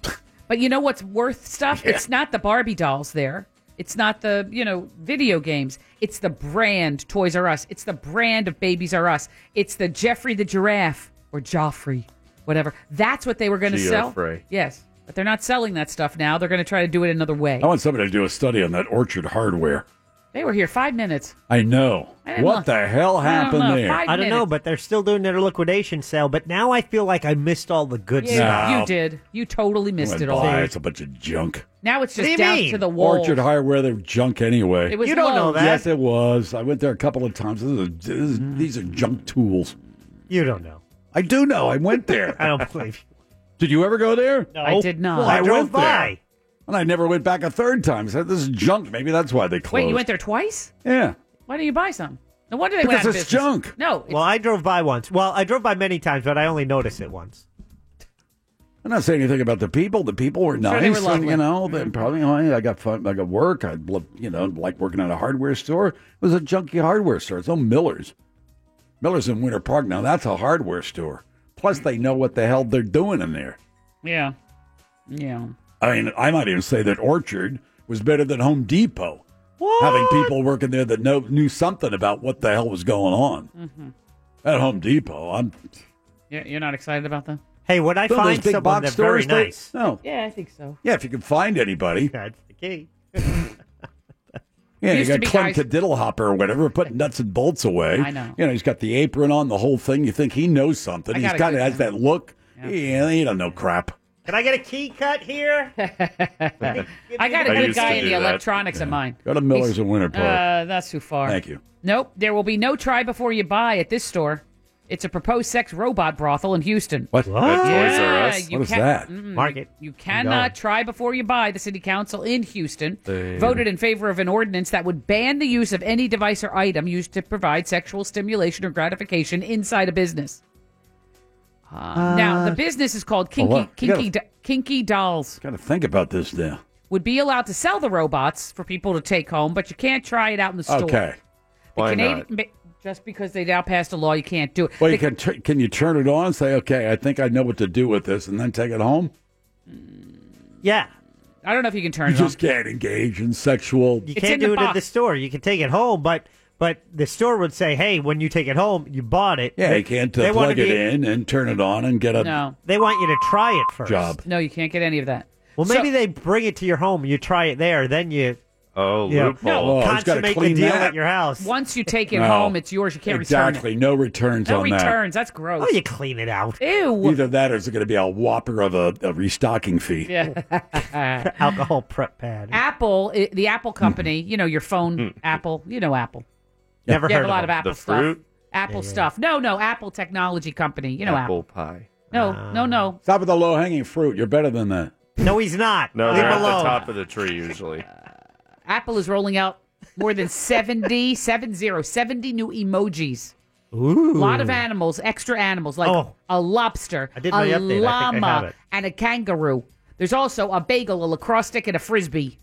[SPEAKER 7] But you know what's worth stuff? It's not the Barbie dolls there. It's not the, you know, video games. It's the brand Toys R Us. It's the brand of Babies R Us. It's the Jeffrey the Giraffe or Joffrey, whatever. That's what they were going to sell.
[SPEAKER 5] Geoffrey.
[SPEAKER 7] Yes. But they're not selling that stuff now. They're going to try to do it another way.
[SPEAKER 5] I want somebody to do a study on that Orchard Hardware.
[SPEAKER 7] They were here five minutes.
[SPEAKER 5] I know.
[SPEAKER 7] I didn't
[SPEAKER 5] what
[SPEAKER 7] look.
[SPEAKER 5] the hell
[SPEAKER 7] I don't
[SPEAKER 5] happened
[SPEAKER 7] know.
[SPEAKER 5] there?
[SPEAKER 7] Five
[SPEAKER 8] I don't know,
[SPEAKER 7] minutes.
[SPEAKER 8] but they're still doing their liquidation sale. But now I feel like I missed all the good
[SPEAKER 7] Yeah,
[SPEAKER 8] stuff.
[SPEAKER 7] you did. You totally missed
[SPEAKER 5] Went
[SPEAKER 7] it all.
[SPEAKER 5] by, It's a bunch of junk.
[SPEAKER 7] Now it's
[SPEAKER 8] What do
[SPEAKER 7] just
[SPEAKER 8] you
[SPEAKER 7] down
[SPEAKER 8] mean?
[SPEAKER 7] to the wall.
[SPEAKER 5] Orchard Hardware, they're junk anyway.
[SPEAKER 7] It was You don't know Lowe's. that.
[SPEAKER 5] Yes, it was. I went there a couple of times. This is this is- These are junk tools.
[SPEAKER 8] You don't know.
[SPEAKER 5] I do know. I went there.
[SPEAKER 8] [LAUGHS] I don't believe you.
[SPEAKER 5] Did you ever go there?
[SPEAKER 8] No. I
[SPEAKER 7] did not.
[SPEAKER 5] Well, I,
[SPEAKER 8] I drove
[SPEAKER 5] went there.
[SPEAKER 8] by.
[SPEAKER 5] And I never went back a third time. I said, this is junk. Maybe that's why they closed.
[SPEAKER 7] Wait, you went there twice?
[SPEAKER 5] Yeah.
[SPEAKER 7] Why didn't you buy some? No wonder they
[SPEAKER 5] Because
[SPEAKER 7] went out of
[SPEAKER 5] it's
[SPEAKER 7] business.
[SPEAKER 5] junk.
[SPEAKER 7] No,
[SPEAKER 8] Well, I drove by once. Well, I drove by many times, but I only noticed it once.
[SPEAKER 5] I'm not saying anything about the people. The people were
[SPEAKER 7] Sure,
[SPEAKER 5] nice.
[SPEAKER 7] they were
[SPEAKER 5] and,
[SPEAKER 7] lovely.
[SPEAKER 5] you know, they probably, oh, yeah, I got fun. I got work. I, love, you know, like working at a hardware store. It was a junky hardware store. It's on Miller's. Miller's in Winter Park. Now, that's a hardware store. Plus, they know what the hell they're doing in there.
[SPEAKER 7] Yeah. Yeah.
[SPEAKER 5] I mean, I might even say that Orchard was better than Home Depot. Having people working there that know, knew something about what the hell was going on
[SPEAKER 7] Mm-hmm.
[SPEAKER 5] at Home Depot. I'm
[SPEAKER 7] You're, you're not excited about them?
[SPEAKER 8] Hey, would I
[SPEAKER 5] Some of those
[SPEAKER 8] find
[SPEAKER 5] big
[SPEAKER 8] someone
[SPEAKER 5] box
[SPEAKER 8] that's
[SPEAKER 5] stores,
[SPEAKER 8] very
[SPEAKER 5] they-
[SPEAKER 8] nice?
[SPEAKER 5] No.
[SPEAKER 7] Yeah, I think so.
[SPEAKER 5] yeah, if you can find anybody,
[SPEAKER 8] That's the key.
[SPEAKER 5] Yeah, you
[SPEAKER 7] Used to
[SPEAKER 5] got
[SPEAKER 7] be
[SPEAKER 5] Clem
[SPEAKER 7] guys-
[SPEAKER 5] Cadiddlehopper or whatever
[SPEAKER 7] [LAUGHS]
[SPEAKER 5] putting nuts and bolts away.
[SPEAKER 7] I know.
[SPEAKER 5] You know, he's got the apron on, the whole thing. You think he knows something.
[SPEAKER 7] I
[SPEAKER 5] He's
[SPEAKER 7] got a
[SPEAKER 5] kind of
[SPEAKER 7] good
[SPEAKER 5] has that look. Yeah. he don't know
[SPEAKER 7] [LAUGHS]
[SPEAKER 5] crap.
[SPEAKER 8] Can I get a key cut here?
[SPEAKER 7] I got a
[SPEAKER 5] I
[SPEAKER 7] good
[SPEAKER 5] used to
[SPEAKER 7] guy in
[SPEAKER 5] do
[SPEAKER 7] the
[SPEAKER 5] that.
[SPEAKER 7] electronics of mine.
[SPEAKER 5] Go to Miller's in Winter Park.
[SPEAKER 7] Uh, that's too far.
[SPEAKER 5] Thank you.
[SPEAKER 7] Nope, there will be no try before you buy at this store. It's a proposed sex robot brothel in Houston.
[SPEAKER 5] What?
[SPEAKER 8] What? At Toys
[SPEAKER 7] Yeah,
[SPEAKER 8] R Us?
[SPEAKER 7] you
[SPEAKER 8] What is
[SPEAKER 7] can-
[SPEAKER 8] that?
[SPEAKER 7] Mm,
[SPEAKER 8] Mark it.
[SPEAKER 7] You cannot try before you buy. The city council in Houston voted in favor of an ordinance that would ban the use of any device or item used to provide sexual stimulation or gratification inside a business. Uh, now, the business is called Kinky
[SPEAKER 5] wow. You
[SPEAKER 7] Kinky Do- Kinky Dolls.
[SPEAKER 5] Got to think about this now.
[SPEAKER 7] Would be allowed to sell the robots for people to take home, but you can't try it out in the store.
[SPEAKER 5] Okay.
[SPEAKER 7] The Canadian, ma- Just because they now passed a law, you can't do it.
[SPEAKER 5] [LAUGHS] Well, you
[SPEAKER 7] The-
[SPEAKER 5] can, tr- can you turn it on and say, okay, I think I know what to do with this, and then take it home?
[SPEAKER 7] Uh-huh.
[SPEAKER 8] Yeah.
[SPEAKER 7] I don't know if you can turn
[SPEAKER 5] You
[SPEAKER 7] it on.
[SPEAKER 5] just can't engage in sexual.
[SPEAKER 8] You can't do it at the store. You can take it home, but but the store would say, "Hey, when you take it home, you bought it."
[SPEAKER 5] Yeah, you can't uh,
[SPEAKER 8] They want
[SPEAKER 5] plug
[SPEAKER 8] to
[SPEAKER 5] it
[SPEAKER 8] be-
[SPEAKER 5] in and turn it on and get a
[SPEAKER 7] No.
[SPEAKER 8] They want you to try it first.
[SPEAKER 5] job.
[SPEAKER 7] No, you can't get any of that.
[SPEAKER 8] Well,
[SPEAKER 7] So-
[SPEAKER 8] maybe they bring it to your home. You try it there, then you
[SPEAKER 11] Oh,
[SPEAKER 8] you know,
[SPEAKER 5] loophole. No. Oh, he's gotta
[SPEAKER 8] consummate the
[SPEAKER 5] clean
[SPEAKER 8] deal
[SPEAKER 5] that.
[SPEAKER 8] at your house.
[SPEAKER 7] Once you take it
[SPEAKER 5] No.
[SPEAKER 7] home, it's yours. You can't return
[SPEAKER 5] exactly.
[SPEAKER 7] it.
[SPEAKER 5] No returns
[SPEAKER 7] No
[SPEAKER 5] on
[SPEAKER 7] returns. That's gross.
[SPEAKER 8] Oh, you clean it out.
[SPEAKER 5] that.
[SPEAKER 7] Ew.
[SPEAKER 5] Either that or it's going to be a whopper of a, a restocking fee.
[SPEAKER 7] Yeah.
[SPEAKER 8] [LAUGHS] Alcohol prep pad.
[SPEAKER 7] [LAUGHS] Apple, i- the Apple company, you know, your phone, Apple, you know, Apple.
[SPEAKER 8] Never
[SPEAKER 7] You
[SPEAKER 8] heard
[SPEAKER 7] have a lot of
[SPEAKER 8] them.
[SPEAKER 11] Mm-hmm.
[SPEAKER 7] Apple
[SPEAKER 11] The
[SPEAKER 7] stuff.
[SPEAKER 11] fruit?
[SPEAKER 7] Apple stuff. No, no, Apple technology company. You know, Apple.
[SPEAKER 11] apple pie.
[SPEAKER 8] Oh.
[SPEAKER 7] No, no, no.
[SPEAKER 5] Stop with the low hanging fruit. You're better than that.
[SPEAKER 8] No, he's not.
[SPEAKER 11] No,
[SPEAKER 8] Leave
[SPEAKER 11] they're at
[SPEAKER 8] alone.
[SPEAKER 11] the top of the tree usually.
[SPEAKER 7] Apple is rolling out more than
[SPEAKER 8] [LAUGHS]
[SPEAKER 7] 70, 70, 70 new emojis.
[SPEAKER 8] Ooh.
[SPEAKER 7] A lot of animals, extra animals, like
[SPEAKER 8] Oh.
[SPEAKER 7] a lobster,
[SPEAKER 8] I did
[SPEAKER 7] a
[SPEAKER 8] my update. I think I have
[SPEAKER 7] llama,
[SPEAKER 8] it.
[SPEAKER 7] and a kangaroo. There's also a bagel, a lacrosse stick, and a frisbee.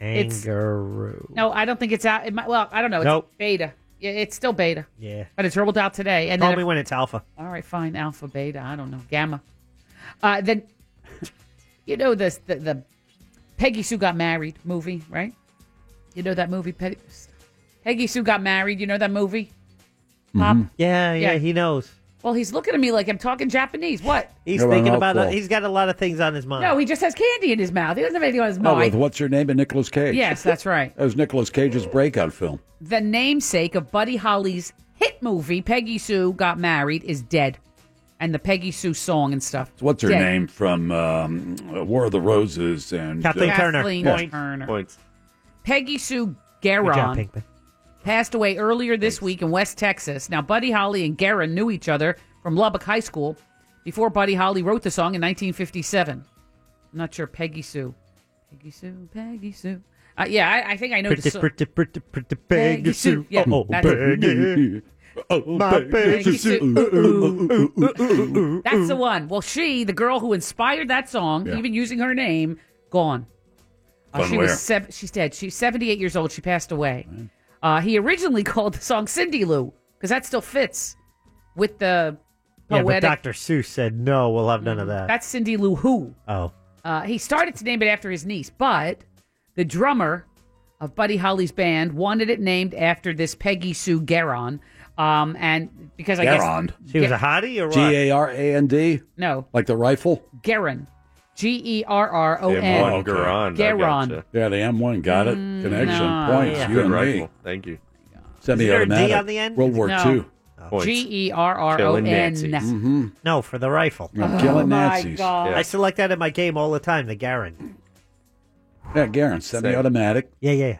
[SPEAKER 7] It's-
[SPEAKER 8] Kangaroo.
[SPEAKER 7] No, I don't think it's out. It might, well, I don't know. It's
[SPEAKER 8] Nope.
[SPEAKER 7] beta. Yeah, it's still beta,
[SPEAKER 8] Yeah.
[SPEAKER 7] but it's rolled out today. And
[SPEAKER 8] Call
[SPEAKER 7] then,
[SPEAKER 8] me when it's alpha.
[SPEAKER 7] all right, fine, alpha, beta. I don't know, gamma. Uh, then, [LAUGHS] you know this the, the Peggy Sue got married movie, right? You know that movie, Peggy, Peggy Sue got married. You know that movie? Pop?
[SPEAKER 5] Mm-hmm.
[SPEAKER 8] Yeah, yeah,
[SPEAKER 7] Yeah.
[SPEAKER 8] he knows.
[SPEAKER 7] Well, he's looking at me like I'm talking Japanese. What?
[SPEAKER 8] He's
[SPEAKER 5] You're an
[SPEAKER 8] thinking about.
[SPEAKER 5] outlaw.
[SPEAKER 8] he's got a lot of things on his mind.
[SPEAKER 7] No, he just has candy in his mouth. He doesn't have anything on his
[SPEAKER 5] No, Oh, with
[SPEAKER 7] mind.
[SPEAKER 5] what's your name and Nicolas Cage?
[SPEAKER 7] yes, that's right.
[SPEAKER 5] That was Nicolas Cage's breakout film.
[SPEAKER 7] The namesake of Buddy Holly's hit movie, Peggy Sue Got Married, is dead. And the Peggy Sue song and stuff.
[SPEAKER 5] What's her
[SPEAKER 7] Dead.
[SPEAKER 5] name from um, War of the Roses and
[SPEAKER 8] Kathleen
[SPEAKER 5] uh,
[SPEAKER 8] Turner.
[SPEAKER 7] Kathleen
[SPEAKER 5] Yeah.
[SPEAKER 7] Turner.
[SPEAKER 11] Points.
[SPEAKER 7] Peggy Sue
[SPEAKER 8] Good job,
[SPEAKER 7] Garon
[SPEAKER 8] Pinkman.
[SPEAKER 7] passed away earlier this week in West Texas. Now, Buddy Holly and Garon knew each other from Lubbock High School before Buddy Holly wrote the song in 1957. I'm not sure Peggy Sue. Peggy Sue, Peggy Sue. Uh, yeah, I, I think [LAUGHS] I know the
[SPEAKER 8] Pretty,
[SPEAKER 7] song.
[SPEAKER 8] pretty, pretty, pretty Peggy Sue.
[SPEAKER 7] Yeah,
[SPEAKER 8] Oh,
[SPEAKER 7] that's it.
[SPEAKER 8] Peggy.
[SPEAKER 5] Oh,
[SPEAKER 8] My
[SPEAKER 5] Peggy
[SPEAKER 8] Peggy
[SPEAKER 5] Sue.
[SPEAKER 7] Sue.
[SPEAKER 5] Ooh, ooh, ooh, ooh, ooh.
[SPEAKER 7] That's the one. Well, she, the girl who inspired that song,
[SPEAKER 5] Yeah.
[SPEAKER 7] even using her name, gone. Uh,
[SPEAKER 5] Gone
[SPEAKER 7] she
[SPEAKER 5] where?
[SPEAKER 7] was sev- she's dead. She's 78 years old. She passed away. Uh, he originally [LAUGHS] called the song Cindy Lou because that still fits with the
[SPEAKER 8] Yeah, but
[SPEAKER 7] poetic. Mm,
[SPEAKER 8] Dr. Seuss said no. We'll have none of that.
[SPEAKER 7] That's Cindy Lou Who.
[SPEAKER 8] oh,
[SPEAKER 7] Uh, he started to name it after his niece, but the drummer of Buddy Holly's band wanted it named after this Peggy Sue Garon. Um, and because I
[SPEAKER 5] Garand.
[SPEAKER 7] guess
[SPEAKER 8] she was a hottie or what?
[SPEAKER 5] G A R A N D,
[SPEAKER 7] no
[SPEAKER 5] like the rifle.
[SPEAKER 7] Garon, G E R R O
[SPEAKER 11] Damn,
[SPEAKER 7] N.
[SPEAKER 11] one Garon. I
[SPEAKER 7] Garon.
[SPEAKER 11] gotcha.
[SPEAKER 5] Yeah, the M1 got it.
[SPEAKER 7] Mm.
[SPEAKER 5] Connection
[SPEAKER 7] no.
[SPEAKER 5] points.
[SPEAKER 8] Yeah.
[SPEAKER 5] You
[SPEAKER 11] Good
[SPEAKER 5] and
[SPEAKER 11] rifle.
[SPEAKER 5] me.
[SPEAKER 11] Thank you.
[SPEAKER 8] Is
[SPEAKER 5] Semi-automatic.
[SPEAKER 8] there a D on the end? Oh,
[SPEAKER 5] World War Mm.
[SPEAKER 7] No.
[SPEAKER 5] II.
[SPEAKER 11] Points.
[SPEAKER 7] G E R R O
[SPEAKER 11] Killing Nazis.
[SPEAKER 7] N.
[SPEAKER 8] no, for the rifle.
[SPEAKER 5] You know, Mm-hmm.
[SPEAKER 7] Oh,
[SPEAKER 5] killing Nazis.
[SPEAKER 11] Yeah.
[SPEAKER 8] I select that in my game all the time. The Garin.
[SPEAKER 5] Yeah, Garen, semi-automatic.
[SPEAKER 8] Yeah, yeah. yeah.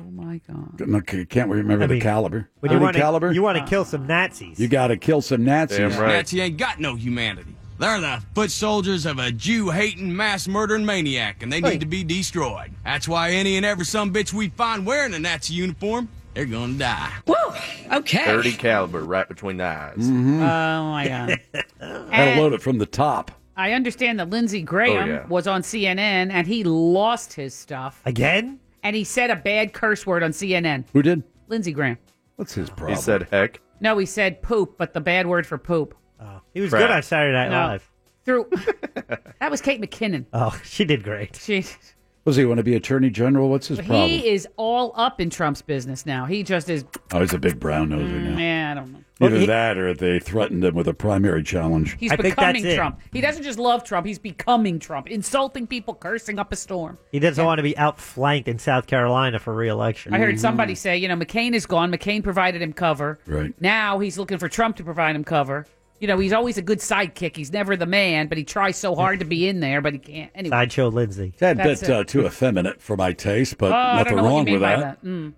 [SPEAKER 7] Oh my God.
[SPEAKER 5] No, c- Can't we remember
[SPEAKER 8] I
[SPEAKER 5] the
[SPEAKER 8] mean,
[SPEAKER 5] caliber?
[SPEAKER 8] When you
[SPEAKER 5] Any
[SPEAKER 8] want
[SPEAKER 5] caliber?
[SPEAKER 8] to, you want to kill some Nazis.
[SPEAKER 5] You got to kill some Nazis.
[SPEAKER 11] Damn right.
[SPEAKER 9] Nazi ain't got no humanity. They're the foot soldiers of a Jew-hating, mass-murdering maniac, and they need to be destroyed. That's why any and every some bitch we find wearing a Nazi uniform, they're gonna die.
[SPEAKER 7] Woo! Okay.
[SPEAKER 11] 30 caliber right between the eyes.
[SPEAKER 7] Oh my
[SPEAKER 5] [LAUGHS]
[SPEAKER 7] God.
[SPEAKER 5] Had to
[SPEAKER 7] And
[SPEAKER 5] Mm-hmm. load it from the top.
[SPEAKER 7] I understand that Lindsey Graham
[SPEAKER 11] Oh, yeah.
[SPEAKER 7] was on CNN and he lost his stuff
[SPEAKER 8] again?
[SPEAKER 7] and he said a bad curse word on CNN.
[SPEAKER 5] Who did?
[SPEAKER 7] Lindsey Graham.
[SPEAKER 5] What's his problem?
[SPEAKER 11] He said, heck.
[SPEAKER 7] No, he said poop, but the bad word for poop.
[SPEAKER 8] Oh, he was
[SPEAKER 11] Crap.
[SPEAKER 8] good on Saturday Night
[SPEAKER 7] No.
[SPEAKER 8] Live. [LAUGHS]
[SPEAKER 7] through. that was Kate McKinnon.
[SPEAKER 8] Oh, [LAUGHS] she did great.
[SPEAKER 7] She,
[SPEAKER 5] Does he want to be attorney general? What's his problem?
[SPEAKER 7] he is all up in Trump's business now. He just is.
[SPEAKER 5] oh, he's a big brown
[SPEAKER 7] Mm.
[SPEAKER 5] noser now.
[SPEAKER 7] Man, I don't know.
[SPEAKER 5] Either that or they threatened him with a primary challenge.
[SPEAKER 7] He's becoming Trump. He doesn't just love Trump. He's becoming Trump, insulting people, cursing up a storm.
[SPEAKER 8] He doesn't want to be outflanked in South Carolina for reelection.
[SPEAKER 7] I heard somebody say, you know, McCain is gone. McCain provided him cover.
[SPEAKER 8] Right.
[SPEAKER 7] Now he's looking for Trump to provide him cover. You know, he's always a good sidekick. He's never the man, but he tries so hard to be in there, but he can't. Anyway,
[SPEAKER 8] Sideshow Lindsay.
[SPEAKER 5] It's a
[SPEAKER 7] That's
[SPEAKER 5] bit
[SPEAKER 7] it.
[SPEAKER 5] uh, too effeminate for my taste, but
[SPEAKER 7] Oh, I
[SPEAKER 5] nothing
[SPEAKER 7] don't know what you
[SPEAKER 5] wrong
[SPEAKER 7] mean
[SPEAKER 5] with
[SPEAKER 7] by
[SPEAKER 5] that.
[SPEAKER 7] Mm.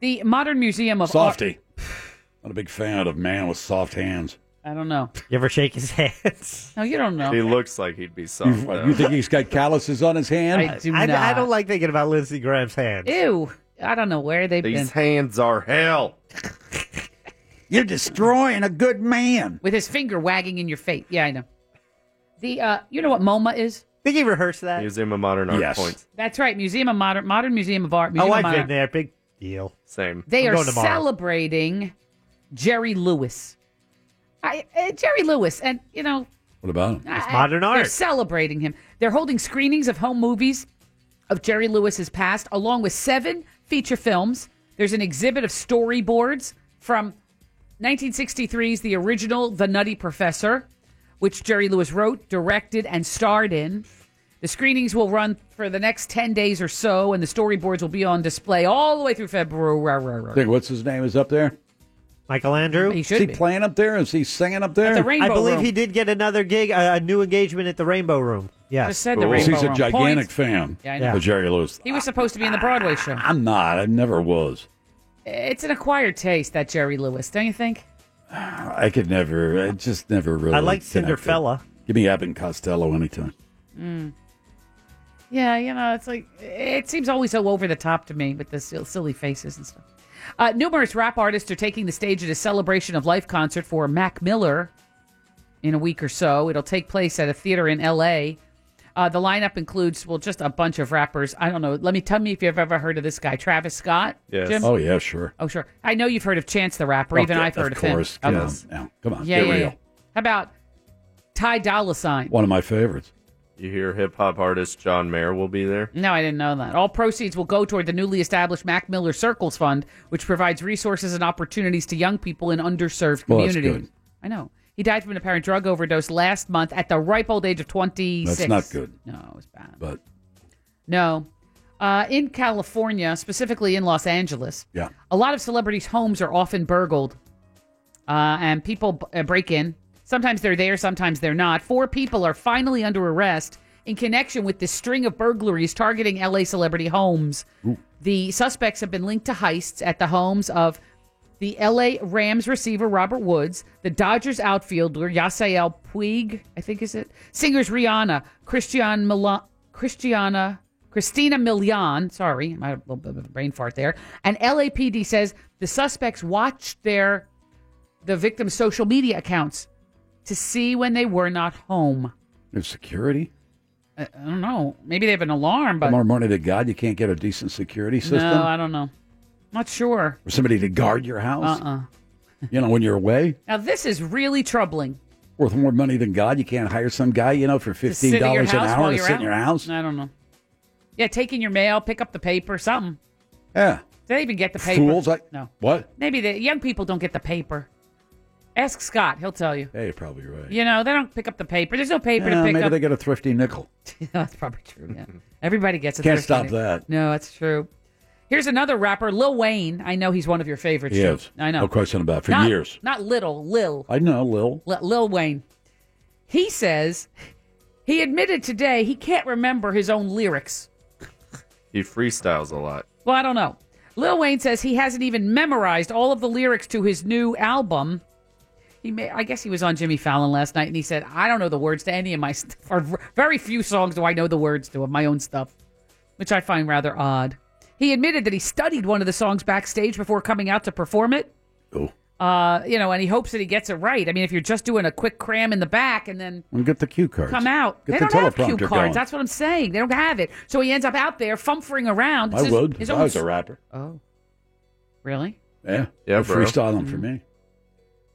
[SPEAKER 7] The Modern Museum of Art-
[SPEAKER 5] Softy. Not a big fan of man with soft hands.
[SPEAKER 7] I don't know.
[SPEAKER 8] You ever shake his hands?
[SPEAKER 7] No, you don't know.
[SPEAKER 11] He looks like he'd be
[SPEAKER 5] You,
[SPEAKER 11] soft. though.
[SPEAKER 5] you think he's got calluses on his hand?
[SPEAKER 7] I do
[SPEAKER 8] I,
[SPEAKER 7] not.
[SPEAKER 8] I don't like thinking about Lindsey Graham's hands.
[SPEAKER 7] Ew. I don't know where they've been.
[SPEAKER 11] These hands are hell.
[SPEAKER 5] You're destroying a good man.
[SPEAKER 7] With his finger wagging in your face. Yeah, I know. The uh, you know what MoMA is?
[SPEAKER 8] Think he rehearsed that?
[SPEAKER 11] Museum of Modern Art
[SPEAKER 8] Yes.
[SPEAKER 11] points.
[SPEAKER 7] That's right. Museum of Modern Modern Museum of Art.
[SPEAKER 8] Oh,
[SPEAKER 7] Museum of
[SPEAKER 8] I've
[SPEAKER 7] Modern
[SPEAKER 8] been there. Big deal.
[SPEAKER 11] Same.
[SPEAKER 7] They
[SPEAKER 8] I'm
[SPEAKER 7] are
[SPEAKER 8] going tomorrow.
[SPEAKER 7] celebrating Jerry Lewis. I, uh, Jerry Lewis, and you know,
[SPEAKER 5] What about him?
[SPEAKER 7] I- They're celebrating him. They're holding screenings of home movies of Jerry Lewis's past, along with seven feature films. There's an exhibit of storyboards from 1963's the original The Nutty Professor, which Jerry Lewis wrote, directed, and starred in. The screenings will run for the next 10 days or so, and the storyboards will be on display all the way through February.
[SPEAKER 5] Think what's his name is up there?
[SPEAKER 8] Michael Andrew.
[SPEAKER 7] He
[SPEAKER 5] is he playing up there? Is he singing up there?
[SPEAKER 8] I believe he did get another gig, a, a new engagement at the Rainbow Room. Yeah,
[SPEAKER 7] Just said the
[SPEAKER 5] Cool.
[SPEAKER 7] Rainbow
[SPEAKER 5] He's a
[SPEAKER 7] Room.
[SPEAKER 5] gigantic
[SPEAKER 7] Points.
[SPEAKER 5] fan
[SPEAKER 7] Yeah, I know.
[SPEAKER 5] of Jerry Lewis.
[SPEAKER 7] He was supposed to be in the Broadway show.
[SPEAKER 5] I'm not. I never was.
[SPEAKER 7] It's an acquired taste, that Jerry Lewis, don't you think?
[SPEAKER 5] I could never. I just never really.
[SPEAKER 8] I like
[SPEAKER 5] connected.
[SPEAKER 8] Cinderella.
[SPEAKER 5] Give me Abbott and Costello anytime.
[SPEAKER 7] Mm. Yeah, you know, it's like it seems always so over the top to me with the sil- silly faces and stuff. Uh, numerous rap artists are taking the stage at a celebration of life concert for Mac Miller in a week or so. It'll take place at a theater in L.A. Uh, the lineup includes well, just a bunch of rappers. I don't know. Let me tell me if you've ever heard of this guy, Travis Scott. Jim?
[SPEAKER 5] Oh yeah, sure.
[SPEAKER 7] Oh sure. I know you've heard of Chance the Rapper. Even
[SPEAKER 5] Okay,
[SPEAKER 7] I've heard of,
[SPEAKER 5] course.
[SPEAKER 7] him.
[SPEAKER 5] Come
[SPEAKER 7] Okay.
[SPEAKER 5] on, now. come on,
[SPEAKER 7] Yeah,
[SPEAKER 5] get
[SPEAKER 7] yeah,
[SPEAKER 5] real.
[SPEAKER 7] yeah. How about Ty Dolla Sign?
[SPEAKER 5] One of my favorites.
[SPEAKER 11] You hear hip hop artist John Mayer will be there.
[SPEAKER 7] No, I didn't know that. All proceeds will go toward the newly established Mac Miller Circles Fund, which provides resources and opportunities to young people in underserved
[SPEAKER 5] Well, that's good.
[SPEAKER 7] communities. I know. He died from an apparent drug overdose last month at the ripe old age of 26.
[SPEAKER 5] That's not good.
[SPEAKER 7] No, it's bad.
[SPEAKER 5] But
[SPEAKER 7] No. Uh, in California, specifically in Los Angeles,
[SPEAKER 5] yeah,
[SPEAKER 7] a lot of celebrities' homes are often burgled, uh, and people b- uh, break in. Sometimes they're there, sometimes they're not. Four people are finally under arrest in connection with this string of burglaries targeting LA celebrity homes. The suspects have been linked to heists at the homes of the LA Rams receiver Robert Woods, the Dodgers outfielder Yasiel Puig, I think is it, singers Rihanna, Christian Milan, Christiana, Christina Milian, sorry, my little bit of a brain fart there, and LAPD says the suspects watched their the victim's social media accounts to see when they were not home.
[SPEAKER 5] there's security.
[SPEAKER 7] I, I don't know. Maybe they have an alarm, but
[SPEAKER 5] Tomorrow morning to God, you can't get a decent security system
[SPEAKER 7] no, I don't know. Not sure.
[SPEAKER 5] or somebody to guard your house.
[SPEAKER 7] Uh-uh.
[SPEAKER 5] You know, when you're away,
[SPEAKER 7] Now this is really troubling.
[SPEAKER 5] worth more money than God. You can't hire some guy, you know, for
[SPEAKER 7] To sit
[SPEAKER 5] fifteen
[SPEAKER 7] at your
[SPEAKER 5] dollars an
[SPEAKER 7] house while
[SPEAKER 5] hour to
[SPEAKER 7] you're
[SPEAKER 5] sit
[SPEAKER 7] out.
[SPEAKER 5] in your house.
[SPEAKER 7] I don't know. Yeah, taking your mail, pick up the paper, something.
[SPEAKER 5] Yeah,
[SPEAKER 7] They don't even get the paper.
[SPEAKER 5] fools. I,
[SPEAKER 7] no.
[SPEAKER 5] What?
[SPEAKER 7] Maybe the young people don't get the paper. Ask Scott; he'll tell you.
[SPEAKER 5] Yeah, you're probably right.
[SPEAKER 7] You know, they don't pick up the paper. There's no paper
[SPEAKER 5] Yeah,
[SPEAKER 7] to pick
[SPEAKER 5] maybe
[SPEAKER 7] up.
[SPEAKER 5] they get a thrifty nickel.
[SPEAKER 7] That's probably true. Yeah. Everybody gets a
[SPEAKER 5] Can't
[SPEAKER 7] thirst
[SPEAKER 5] stop
[SPEAKER 7] headache.
[SPEAKER 5] that.
[SPEAKER 7] No, that's true. Here's another rapper, Lil Wayne. I know he's one of your favorites.
[SPEAKER 5] He
[SPEAKER 7] Jim.
[SPEAKER 5] is.
[SPEAKER 7] I know.
[SPEAKER 5] No question about it. For
[SPEAKER 7] Not-
[SPEAKER 5] years.
[SPEAKER 7] Not little, Lil.
[SPEAKER 5] I know, Lil.
[SPEAKER 7] Li- Lil Wayne. He says he admitted today he can't remember his own lyrics.
[SPEAKER 11] He freestyles a lot.
[SPEAKER 7] Well, I don't know. Lil Wayne says he hasn't even memorized all of the lyrics to his new album. He may, I guess he was on Jimmy Fallon last night and he said, I don't know the words to any of my stuff, [LAUGHS] or v- very few songs do I know the words to of my own stuff, which I find rather odd. He admitted that he studied one of the songs backstage before coming out to perform it.
[SPEAKER 5] Oh.
[SPEAKER 7] Uh, you know, and he hopes that he gets it right. I mean, if you're just doing a quick cram in the back and then
[SPEAKER 5] And get the cue cards.
[SPEAKER 7] come out.
[SPEAKER 5] Get
[SPEAKER 7] they
[SPEAKER 5] the
[SPEAKER 7] don't have
[SPEAKER 5] teleprompter
[SPEAKER 7] cue cards.
[SPEAKER 5] going.
[SPEAKER 7] That's what I'm saying. They don't have it. So he ends up out there fumfering around. It's
[SPEAKER 5] I
[SPEAKER 7] his-
[SPEAKER 5] would.
[SPEAKER 7] his
[SPEAKER 5] if I
[SPEAKER 7] own
[SPEAKER 5] was a
[SPEAKER 7] s-
[SPEAKER 5] rapper.
[SPEAKER 7] Oh. Really?
[SPEAKER 5] Yeah.
[SPEAKER 11] Yeah,
[SPEAKER 5] I
[SPEAKER 11] bro.
[SPEAKER 7] Mm-hmm.
[SPEAKER 5] freestyle them for me.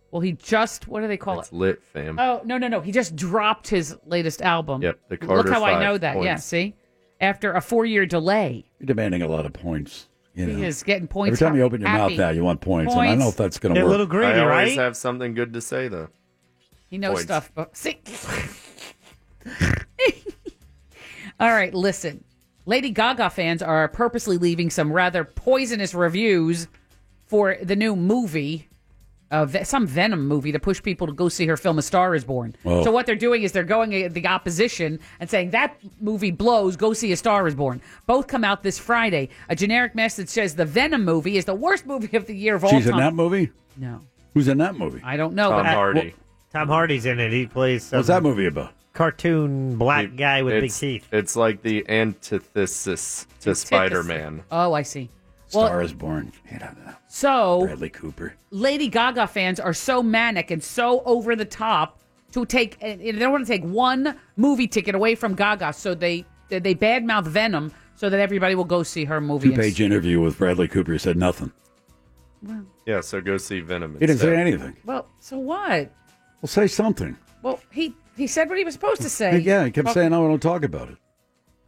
[SPEAKER 7] Well, he just what do they call
[SPEAKER 11] It's
[SPEAKER 7] it?
[SPEAKER 11] lit, fam.
[SPEAKER 7] Oh no no no! He just dropped his latest album.
[SPEAKER 11] Yep, the
[SPEAKER 7] Look
[SPEAKER 11] Carter
[SPEAKER 7] how I
[SPEAKER 11] Five
[SPEAKER 7] know that. Yeah,
[SPEAKER 11] points.
[SPEAKER 7] see, after a four-year delay,
[SPEAKER 5] You're demanding a lot of points. You know.
[SPEAKER 7] he is getting points.
[SPEAKER 5] Every time
[SPEAKER 7] for
[SPEAKER 5] you open your
[SPEAKER 7] happy.
[SPEAKER 5] mouth now, you want points, and I don't know if that's going to work.
[SPEAKER 11] I always have something good to say, though.
[SPEAKER 7] He
[SPEAKER 11] Points.
[SPEAKER 7] knows stuff. But see. [LAUGHS] All right, listen. Lady Gaga fans are purposely leaving some rather poisonous reviews for the new movie, uh, Ve- some Venom movie, to push people to go see her film A Star is Born.
[SPEAKER 10] Oh.
[SPEAKER 7] So, what they're doing is they're going at the opposition and saying, That movie blows, go see A Star is Born. Both come out this Friday. A generic message says the Venom movie is the worst movie of the year of all
[SPEAKER 5] She's
[SPEAKER 7] time.
[SPEAKER 5] in that movie?
[SPEAKER 7] No.
[SPEAKER 5] Who's in that movie?
[SPEAKER 7] I don't know. but I-
[SPEAKER 8] Tom Hardy's in it. He plays.
[SPEAKER 5] What's that movie about?
[SPEAKER 8] Cartoon black guy with big
[SPEAKER 11] It's-
[SPEAKER 8] teeth.
[SPEAKER 11] It's like the antithesis to Spider Man.
[SPEAKER 7] Oh, I see.
[SPEAKER 5] Star is Born.
[SPEAKER 7] So
[SPEAKER 5] Bradley Cooper.
[SPEAKER 7] Lady Gaga fans are so manic and so over the top to take and they don't want to take one movie ticket away from Gaga, so they they badmouth Venom so that everybody will go see her movie.
[SPEAKER 5] Two page interview with Bradley Cooper said nothing.
[SPEAKER 11] Yeah, so go see Venom.
[SPEAKER 5] He didn't say
[SPEAKER 11] instead.
[SPEAKER 5] anything.
[SPEAKER 7] Well, so what?
[SPEAKER 5] Well, say something.
[SPEAKER 7] Well, he he said what he was supposed to say.
[SPEAKER 5] yeah, he kept
[SPEAKER 7] Well,
[SPEAKER 5] saying, "Oh, I don't talk about it."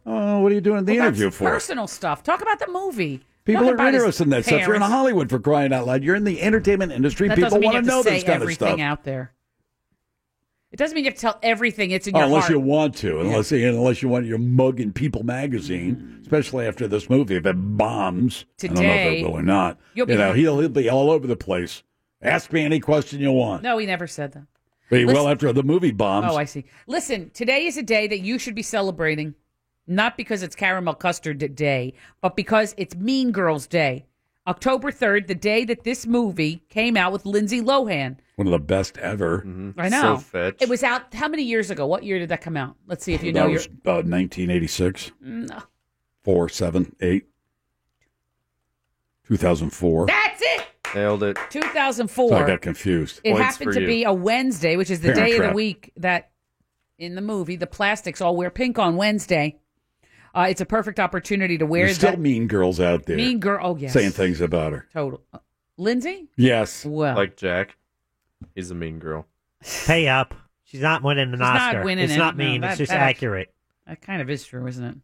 [SPEAKER 5] Oh, what are you doing in the
[SPEAKER 7] well, that's
[SPEAKER 5] interview for?
[SPEAKER 7] personal stuff. Talk about the movie.
[SPEAKER 5] People
[SPEAKER 7] Talk
[SPEAKER 5] are
[SPEAKER 7] about his
[SPEAKER 5] interested in that stuff. You're in
[SPEAKER 7] parents.
[SPEAKER 5] Hollywood for crying out loud. You're in the entertainment industry.
[SPEAKER 7] That
[SPEAKER 5] People
[SPEAKER 7] doesn't mean
[SPEAKER 5] want to
[SPEAKER 7] you have
[SPEAKER 5] know
[SPEAKER 7] to
[SPEAKER 5] this
[SPEAKER 7] say
[SPEAKER 5] kind of
[SPEAKER 7] everything
[SPEAKER 5] stuff.
[SPEAKER 7] out there. It doesn't mean you have to tell everything. It's in
[SPEAKER 5] Oh,
[SPEAKER 7] your
[SPEAKER 5] unless
[SPEAKER 7] heart.
[SPEAKER 5] you want to, unless unless you want your mug in People magazine,
[SPEAKER 7] Mm.
[SPEAKER 5] especially after this movie, if it bombs. I don't know if
[SPEAKER 7] Today,
[SPEAKER 5] it will or not.
[SPEAKER 7] you'll
[SPEAKER 5] you
[SPEAKER 7] be-
[SPEAKER 5] know, he'll he'll be all over the place. Ask me any question you want,
[SPEAKER 7] No, he never said that.
[SPEAKER 5] but he will
[SPEAKER 7] Listen-
[SPEAKER 5] after the movie bombs.
[SPEAKER 7] Oh, I see. Listen, today is a day that you should be celebrating, not because it's caramel custard d- day, but because it's Mean Girls Day. October 3rd, the day that this movie came out with Lindsay Lohan.
[SPEAKER 5] One of the best ever.
[SPEAKER 11] Mm-hmm.
[SPEAKER 7] I know. It was out how many years ago? What year did that come out? Let's see if you know
[SPEAKER 5] that
[SPEAKER 7] your
[SPEAKER 5] was uh, 1986,
[SPEAKER 7] No.
[SPEAKER 5] four, seven, eight, 2004.
[SPEAKER 7] That's it.
[SPEAKER 11] Nailed it.
[SPEAKER 7] 2004.
[SPEAKER 5] So I got confused.
[SPEAKER 7] It happened to be a Wednesday, which is the
[SPEAKER 5] Parent
[SPEAKER 7] day of
[SPEAKER 5] trap.
[SPEAKER 7] the week that in the movie the plastics all wear pink on Wednesday. Uh, it's a perfect opportunity to wear
[SPEAKER 5] There's still
[SPEAKER 7] that
[SPEAKER 5] mean girls out there
[SPEAKER 7] mean girl. Oh yes,
[SPEAKER 5] saying things about her.
[SPEAKER 7] Total. Uh, Lindsay?
[SPEAKER 5] Yes.
[SPEAKER 7] Well.
[SPEAKER 11] Like Jack. He's a mean girl.
[SPEAKER 8] Pay up. She's not winning an
[SPEAKER 7] She's not
[SPEAKER 8] Oscar.
[SPEAKER 7] winning
[SPEAKER 8] it's
[SPEAKER 7] it.
[SPEAKER 8] not
[SPEAKER 7] No,
[SPEAKER 8] mean.
[SPEAKER 7] that-
[SPEAKER 8] it's just
[SPEAKER 7] that-
[SPEAKER 8] accurate.
[SPEAKER 7] That kind of is true, isn't it?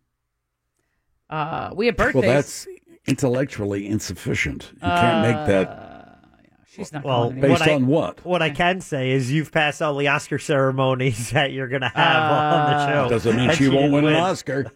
[SPEAKER 7] Uh, we have birthdays.
[SPEAKER 5] Well, that's intellectually insufficient. You can't make that.
[SPEAKER 7] She's not
[SPEAKER 8] Well,
[SPEAKER 7] going anywhere.
[SPEAKER 5] Based on what?
[SPEAKER 8] What I can say is you've passed all the Oscar ceremonies [LAUGHS] that you're going to Uh, have on the show.
[SPEAKER 5] That doesn't mean
[SPEAKER 8] And
[SPEAKER 5] she won't
[SPEAKER 8] didn't
[SPEAKER 5] win an Oscar.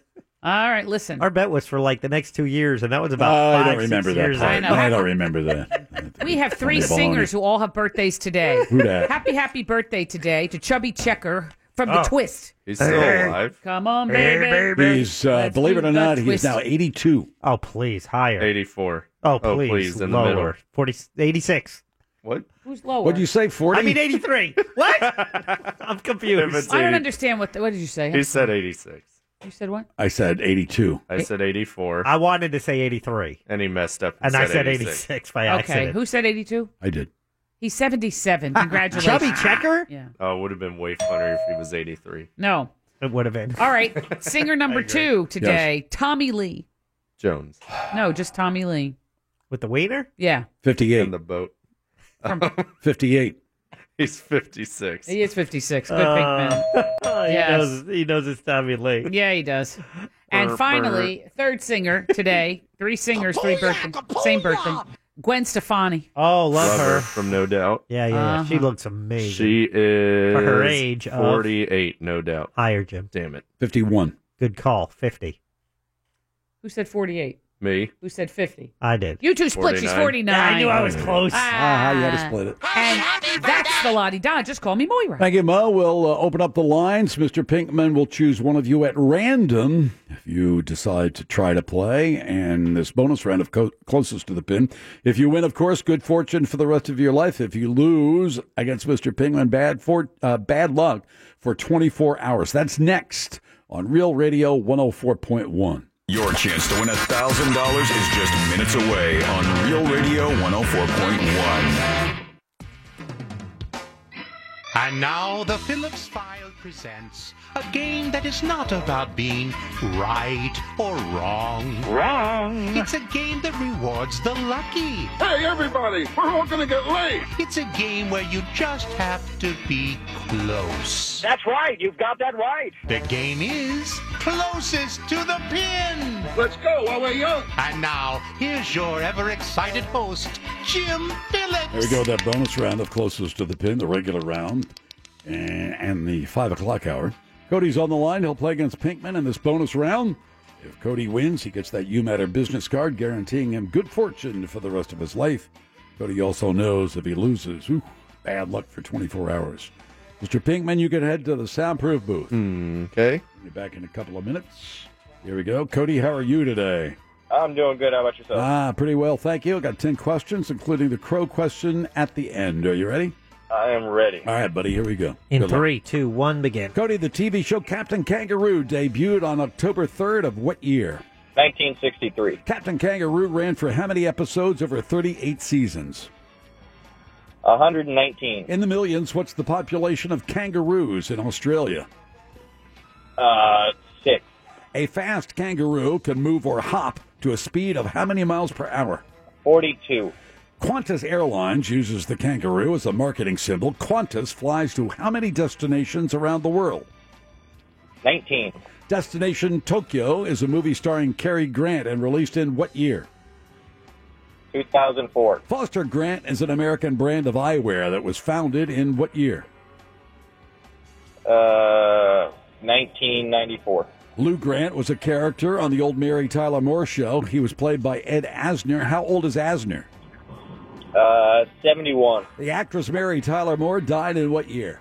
[SPEAKER 7] Ah. All right, listen.
[SPEAKER 8] Our bet was for like the next two years, and that was about
[SPEAKER 5] I
[SPEAKER 8] five,
[SPEAKER 5] don't remember
[SPEAKER 8] six
[SPEAKER 5] that
[SPEAKER 8] years
[SPEAKER 5] part.
[SPEAKER 8] ago.
[SPEAKER 5] I don't remember that.
[SPEAKER 7] We have three
[SPEAKER 5] Baloney.
[SPEAKER 7] singers who all have birthdays today.
[SPEAKER 5] [LAUGHS] Who dat?
[SPEAKER 7] Happy, happy birthday today to Chubby Checker from The
[SPEAKER 5] Oh.
[SPEAKER 7] Twist.
[SPEAKER 11] He's still alive.
[SPEAKER 7] Come on, baby.
[SPEAKER 5] He's, uh, believe it or not, he is now 82.
[SPEAKER 8] Oh, please, higher.
[SPEAKER 11] 84.
[SPEAKER 8] Oh, please,
[SPEAKER 11] in
[SPEAKER 8] lower.
[SPEAKER 11] the middle.
[SPEAKER 8] 40, 86.
[SPEAKER 11] What?
[SPEAKER 7] Who's lower?
[SPEAKER 5] What'd you say, 40?
[SPEAKER 8] I
[SPEAKER 5] [LAUGHS]
[SPEAKER 8] mean, 83. what? I'm
[SPEAKER 11] If
[SPEAKER 8] confused.
[SPEAKER 11] it's
[SPEAKER 7] I don't
[SPEAKER 11] 80
[SPEAKER 7] understand what. what did you say?
[SPEAKER 11] He said 86.
[SPEAKER 7] You said what?
[SPEAKER 5] I said 82.
[SPEAKER 11] I said 84.
[SPEAKER 8] I wanted to say 83.
[SPEAKER 11] and he messed up.
[SPEAKER 8] And I said 86 by
[SPEAKER 7] Okay, who said 82?
[SPEAKER 5] I did.
[SPEAKER 7] He's 77.
[SPEAKER 5] [LAUGHS]
[SPEAKER 7] Congratulations.
[SPEAKER 8] Chubby Checker?
[SPEAKER 7] Yeah.
[SPEAKER 11] Oh, it would have been way funner if he was 83.
[SPEAKER 7] No.
[SPEAKER 8] It would have been.
[SPEAKER 7] All right, singer number two today, Tommy Lee.
[SPEAKER 11] Jones.
[SPEAKER 7] No, just Tommy Lee.
[SPEAKER 8] With the wiener?
[SPEAKER 7] Yeah.
[SPEAKER 5] 58.
[SPEAKER 11] the boat. [LAUGHS]
[SPEAKER 7] From-
[SPEAKER 5] 58.
[SPEAKER 11] He's 56.
[SPEAKER 7] He is 56. Good pink man.
[SPEAKER 8] Uh, [LAUGHS] he,
[SPEAKER 7] Yes.
[SPEAKER 8] knows, he knows it's Tommy Lee.
[SPEAKER 7] Yeah, he does. And
[SPEAKER 8] Burr,
[SPEAKER 7] finally, third singer today, three singers, three birthday, same birthday. Gwen Stefani.
[SPEAKER 8] Oh,
[SPEAKER 11] Love her from No Doubt.
[SPEAKER 8] Yeah, yeah, yeah.
[SPEAKER 7] Uh-huh.
[SPEAKER 8] She looks amazing.
[SPEAKER 11] She is
[SPEAKER 8] For her age of-
[SPEAKER 11] 48, no doubt.
[SPEAKER 8] Higher, Jim.
[SPEAKER 11] Damn it.
[SPEAKER 5] 51.
[SPEAKER 8] Good call. 50.
[SPEAKER 7] Who said 48?
[SPEAKER 11] Me.
[SPEAKER 7] Who said 50?
[SPEAKER 8] I did.
[SPEAKER 7] You two split. She's 49.
[SPEAKER 8] I knew I was close.
[SPEAKER 5] Ah, you had to split it.
[SPEAKER 7] And that's the la di da. Just call me Moira.
[SPEAKER 5] Thank you, Mo. We'll uh, open up the lines. Mr. Pinkman will choose one of you at random if you decide to try to play. And this bonus round of co- closest to the pin. If you win, of course, good fortune for the rest of your life. If you lose against Mr. Pinkman, bad for uh, bad luck for 24 hours. That's next on Real Radio 104.1.
[SPEAKER 1] Your chance to win $1,000 is just minutes away
[SPEAKER 5] oh
[SPEAKER 1] on Real Radio 104.1.
[SPEAKER 10] And now the Phillips File presents a game that is not about being right or wrong. Wrong. It's a game that rewards the lucky. Hey, everybody, we're all going to get late. It's a game where you just have to be close. That's right. You've got that right. The game is closest to the pin. Let's go while we're young. And now, here's your ever excited host, Jim Phillips.
[SPEAKER 5] There we go, that bonus round of closest to the pin, the regular round, and, and the five o'clock hour. Cody's on the line. He'll play against Pinkman in this bonus round. If Cody wins, he gets that You Matter business card, guaranteeing him good fortune for the rest of his life. Cody also knows if he loses, ooh, bad luck for 24 hours. Mr. Pinkman, you can head to the soundproof booth.
[SPEAKER 11] Okay.
[SPEAKER 5] Be back in a couple of minutes. Here we go. Cody, how are you today?
[SPEAKER 12] I'm doing good. How about yourself?
[SPEAKER 5] Ah, pretty well, thank you. I got 10 questions, including the crow question at the end. Are you ready?
[SPEAKER 12] I am ready.
[SPEAKER 5] All right, buddy, here we go.
[SPEAKER 8] In
[SPEAKER 5] Good luck.
[SPEAKER 8] three, two, one, begin.
[SPEAKER 5] Cody, the TV show Captain Kangaroo debuted on October 3rd of what year?
[SPEAKER 12] 1963.
[SPEAKER 5] Captain Kangaroo ran for how many episodes over 38 seasons?
[SPEAKER 12] 119.
[SPEAKER 5] In the millions, what's the population of kangaroos in Australia?
[SPEAKER 12] Uh, six.
[SPEAKER 5] A fast kangaroo can move or hop to a speed of how many miles per hour?
[SPEAKER 12] 42.
[SPEAKER 5] Qantas Airlines uses the kangaroo as a marketing symbol. Qantas flies to how many destinations around the world?
[SPEAKER 12] 19.
[SPEAKER 5] Destination Tokyo is a movie starring Cary Grant and released in what year?
[SPEAKER 12] 2004.
[SPEAKER 5] Foster Grant is an American brand of eyewear that was founded in what year?
[SPEAKER 12] Uh, 1994.
[SPEAKER 5] Lou Grant was a character on the old Mary Tyler Moore show. He was played by Ed Asner. How old is Asner?
[SPEAKER 12] Uh, 71.
[SPEAKER 5] The actress Mary Tyler Moore died in what year?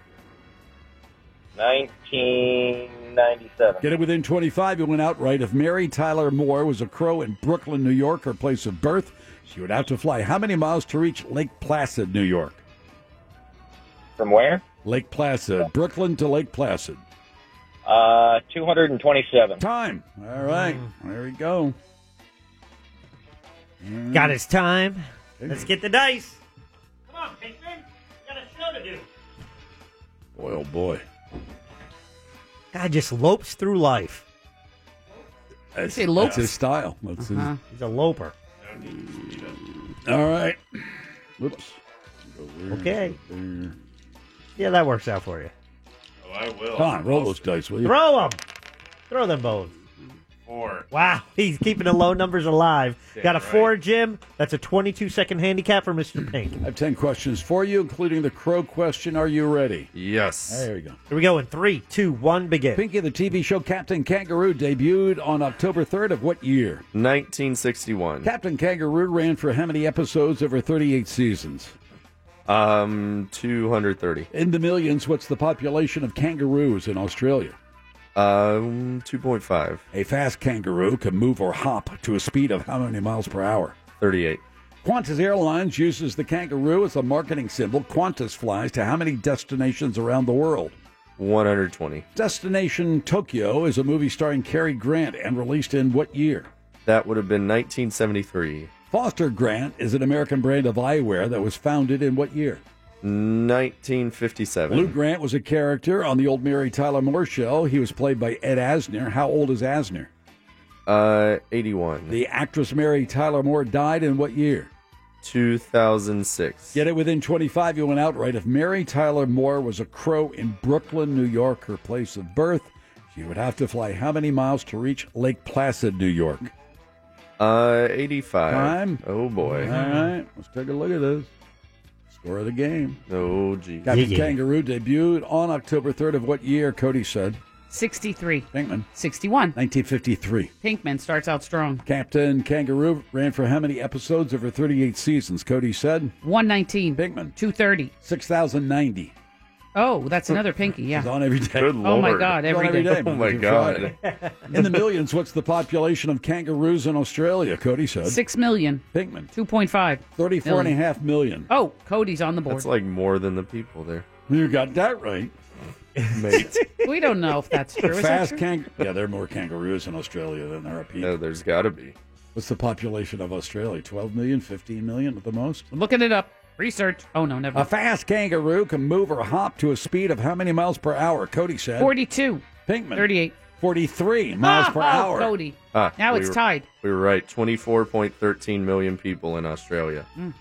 [SPEAKER 12] 1997.
[SPEAKER 5] Get it within 25, you went outright. If Mary Tyler Moore was a crow in Brooklyn, New York, her place of birth, she would have to fly how many miles to reach Lake Placid, New York?
[SPEAKER 12] From where?
[SPEAKER 5] Lake Placid, Brooklyn to Lake Placid.
[SPEAKER 12] Uh, 227.
[SPEAKER 5] Time. All right,
[SPEAKER 4] Hmm.
[SPEAKER 5] there we go. Mm.
[SPEAKER 8] Got his time. Let's get the dice.
[SPEAKER 4] Come on, Pinkman. Got a show to do.
[SPEAKER 5] Boy, oh boy.
[SPEAKER 8] God just lopes through life.
[SPEAKER 5] That's,
[SPEAKER 8] say lopes?
[SPEAKER 5] that's his style. That's his-
[SPEAKER 8] Uh-huh. He's a loper.
[SPEAKER 5] All right. Whoops. Go there,
[SPEAKER 8] Okay.
[SPEAKER 5] go there.
[SPEAKER 8] Yeah, that works out for you.
[SPEAKER 13] Oh, I will.
[SPEAKER 5] Come on, roll those dice, will you?
[SPEAKER 8] Throw them. Throw them both.
[SPEAKER 13] Four.
[SPEAKER 8] Wow, [LAUGHS] he's keeping the low numbers alive.
[SPEAKER 13] Damn
[SPEAKER 8] Got a
[SPEAKER 13] right.
[SPEAKER 8] four, Jim. That's a 22 second handicap for Mr. Pink.
[SPEAKER 5] I have 10 questions for you, including the crow question. Are you ready?
[SPEAKER 11] Yes.
[SPEAKER 5] There we go.
[SPEAKER 8] Here we go in three, two, one, begin.
[SPEAKER 5] Pinky, the TV show Captain Kangaroo debuted on October 3rd of what year?
[SPEAKER 11] 1961.
[SPEAKER 5] Captain Kangaroo ran for how many episodes over 38 seasons?
[SPEAKER 11] Um, 230.
[SPEAKER 5] In the millions, what's the population of kangaroos in Australia?
[SPEAKER 11] Um, 2.5.
[SPEAKER 5] A fast kangaroo can move or hop to a speed of how many miles per hour?
[SPEAKER 11] 38.
[SPEAKER 5] Qantas Airlines uses the kangaroo as a marketing symbol. Qantas flies to how many destinations around the world?
[SPEAKER 11] 120.
[SPEAKER 5] Destination Tokyo is a movie starring Cary Grant and released in what year?
[SPEAKER 11] That would have been 1973.
[SPEAKER 5] Foster Grant is an American brand of eyewear that was founded in what year?
[SPEAKER 11] 1957.
[SPEAKER 5] Lou Grant was a character on the old Mary Tyler Moore show. He was played by Ed Asner. How old is Asner?
[SPEAKER 11] Uh, 81.
[SPEAKER 5] The actress Mary Tyler Moore died in what year?
[SPEAKER 11] 2006.
[SPEAKER 5] Get it within 25, you went outright. If Mary Tyler Moore was a crow in Brooklyn, New York, her place of birth, she would have to fly how many miles to reach Lake Placid, New York?
[SPEAKER 11] Uh, 85.
[SPEAKER 5] Time?
[SPEAKER 11] Oh boy.
[SPEAKER 5] All right, let's take a look at this. Score of the game.
[SPEAKER 11] Oh gee.
[SPEAKER 5] Captain Kangaroo debuted on October 3rd of what year, Cody said?
[SPEAKER 7] 63.
[SPEAKER 5] Pinkman.
[SPEAKER 7] 61.
[SPEAKER 5] 1953.
[SPEAKER 7] Pinkman starts out strong.
[SPEAKER 5] Captain Kangaroo ran for how many episodes over 38 seasons? Cody said
[SPEAKER 7] 119.
[SPEAKER 5] Bigman.
[SPEAKER 7] 230.
[SPEAKER 5] 6,090.
[SPEAKER 7] Oh, that's another Pinky, yeah.
[SPEAKER 5] It's on every day.
[SPEAKER 11] Good
[SPEAKER 7] Oh, my Lord. God,
[SPEAKER 5] It's on
[SPEAKER 7] every
[SPEAKER 5] every
[SPEAKER 7] day.
[SPEAKER 5] day.
[SPEAKER 11] Oh, my
[SPEAKER 5] Monday through
[SPEAKER 11] God.
[SPEAKER 7] [LAUGHS]
[SPEAKER 5] Friday. In the millions, what's the population of kangaroos in Australia? Cody said
[SPEAKER 7] 6 million.
[SPEAKER 5] Pinkman.
[SPEAKER 7] 2.5.
[SPEAKER 5] 34 and a
[SPEAKER 7] Million.
[SPEAKER 5] half million.
[SPEAKER 7] Oh, Cody's on the board.
[SPEAKER 11] That's like more than the people there.
[SPEAKER 5] You got that right.
[SPEAKER 11] Mate.
[SPEAKER 7] [LAUGHS] we don't know if that's true. Is that
[SPEAKER 5] Fast
[SPEAKER 7] true? [LAUGHS]
[SPEAKER 5] kang. Yeah, there are more kangaroos in Australia than there are people.
[SPEAKER 11] no, there's gotta be.
[SPEAKER 5] What's the population of Australia? 12 million, 15 million at the most?
[SPEAKER 7] I'm looking it up. Research. Oh, no, never.
[SPEAKER 5] A fast kangaroo can move or hop to a speed of how many miles per hour? Cody said.
[SPEAKER 7] 42.
[SPEAKER 5] Pinkman.
[SPEAKER 7] 38.
[SPEAKER 5] 43 miles per
[SPEAKER 7] [LAUGHS] Oh,
[SPEAKER 5] hour.
[SPEAKER 7] Cody.
[SPEAKER 11] Ah,
[SPEAKER 7] now
[SPEAKER 11] we
[SPEAKER 7] it's
[SPEAKER 11] were-
[SPEAKER 7] tied.
[SPEAKER 11] We were right. 24.13 million people in Australia.
[SPEAKER 7] Mm.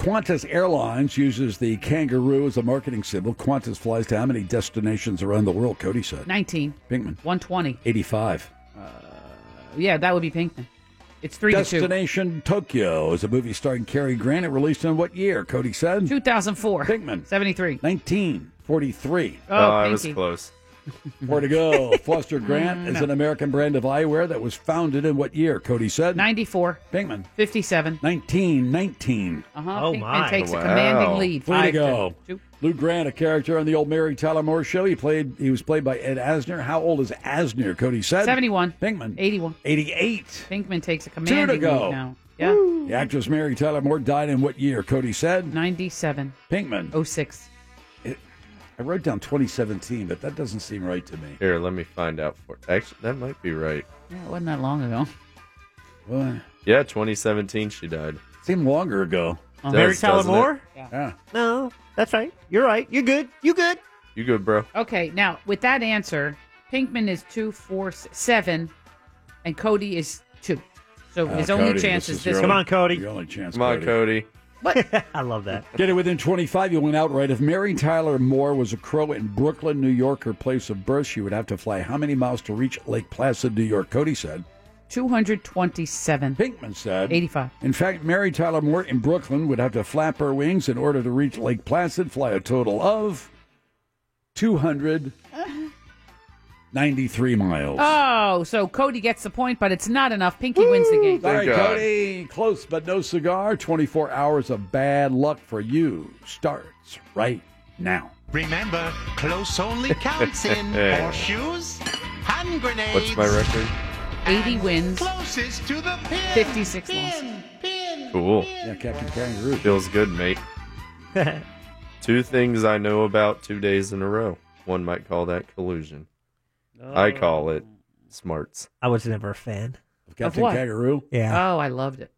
[SPEAKER 5] Qantas Airlines uses the kangaroo as a marketing symbol. Qantas flies to how many destinations around the world? Cody said.
[SPEAKER 7] 19.
[SPEAKER 5] Pinkman.
[SPEAKER 7] 120.
[SPEAKER 5] 85.
[SPEAKER 7] Uh, Yeah, that would be Pinkman. It's 3 to 2.
[SPEAKER 5] Destination Tokyo is a movie starring Cary Grant. It released in what year? Cody said.
[SPEAKER 7] 2004.
[SPEAKER 5] Pinkman.
[SPEAKER 7] 73.
[SPEAKER 5] 1943.
[SPEAKER 7] Oh, Oh, I was Pinky.
[SPEAKER 11] close.
[SPEAKER 5] More to
[SPEAKER 7] Mm.
[SPEAKER 5] go. Foster Grant is
[SPEAKER 7] No.
[SPEAKER 5] an American brand of eyewear that was founded in what year? Cody said.
[SPEAKER 7] 94.
[SPEAKER 5] Pinkman.
[SPEAKER 7] 57.
[SPEAKER 5] 1919.
[SPEAKER 7] Uh-huh. Oh, Pinkman my. takes a commanding
[SPEAKER 5] Way
[SPEAKER 7] lead.
[SPEAKER 5] to
[SPEAKER 7] Five to
[SPEAKER 5] go. Lou Grant, a character on the old Mary Tyler Moore show. He played. He was played by Ed Asner. How old is Asner? Cody said.
[SPEAKER 7] 71.
[SPEAKER 5] Pinkman.
[SPEAKER 7] 81.
[SPEAKER 5] 88.
[SPEAKER 7] Pinkman takes a
[SPEAKER 5] Two
[SPEAKER 7] commanding
[SPEAKER 5] to go.
[SPEAKER 7] lead now. Yeah.
[SPEAKER 5] The actress Mary Tyler Moore died in what year? Cody said.
[SPEAKER 7] 97.
[SPEAKER 5] Pinkman.
[SPEAKER 7] 06.
[SPEAKER 5] It, I wrote down 2017, but that doesn't seem right to me.
[SPEAKER 11] Here, let me find out for. Actually, that might be right.
[SPEAKER 7] Yeah, it wasn't that long ago.
[SPEAKER 5] Well,
[SPEAKER 11] Yeah, 2017 she died.
[SPEAKER 5] seemed longer ago.
[SPEAKER 11] Does,
[SPEAKER 8] Mary Tyler
[SPEAKER 11] doesn't it?
[SPEAKER 8] Moore?
[SPEAKER 5] yeah.
[SPEAKER 8] No, that's right. You're right. You're good. You good.
[SPEAKER 11] You good, bro?
[SPEAKER 7] Okay, now with that answer, Pinkman is two, four, s- seven, and Cody is two. So
[SPEAKER 8] [LAUGHS]
[SPEAKER 5] Oh,
[SPEAKER 7] his only
[SPEAKER 5] Cody,
[SPEAKER 7] chance is this.
[SPEAKER 5] your
[SPEAKER 7] one.
[SPEAKER 5] only- Your only chance.
[SPEAKER 11] Come on, Cody.
[SPEAKER 8] What? I love that.
[SPEAKER 5] Get it within 25, you went outright. If Mary Tyler Moore was a crow in Brooklyn, New York, her place of birth, she would have to fly how many miles to reach Lake Placid, New York? Cody said.
[SPEAKER 7] 227.
[SPEAKER 5] Pinkman said.
[SPEAKER 7] 85.
[SPEAKER 5] In fact, Mary Tyler Moore in Brooklyn would have to flap her wings in order to reach Lake Placid, fly a total of 293 miles.
[SPEAKER 7] Oh, so Cody gets the point, but it's not enough. Pinky wins the game.
[SPEAKER 5] All right,
[SPEAKER 11] [LAUGHS]
[SPEAKER 5] Cody, close but no cigar. 24 hours of bad luck for you starts right now.
[SPEAKER 10] Remember, close only counts
[SPEAKER 11] [LAUGHS]
[SPEAKER 10] in horseshoes, hand grenades.
[SPEAKER 11] What's my record?
[SPEAKER 7] 80 wins.
[SPEAKER 10] Closest to the pin.
[SPEAKER 7] 56
[SPEAKER 10] pin, pin.
[SPEAKER 11] Cool.
[SPEAKER 5] Yeah, Captain Kangaroo.
[SPEAKER 11] Feels good,
[SPEAKER 5] [LAUGHS]
[SPEAKER 11] mate. two things I know about two days in a row. One might call that collusion. I
[SPEAKER 5] Oh.
[SPEAKER 11] call it smarts.
[SPEAKER 8] I was never a fan.
[SPEAKER 5] Captain
[SPEAKER 8] what?
[SPEAKER 5] Kangaroo?
[SPEAKER 8] Yeah.
[SPEAKER 7] Oh, I loved it.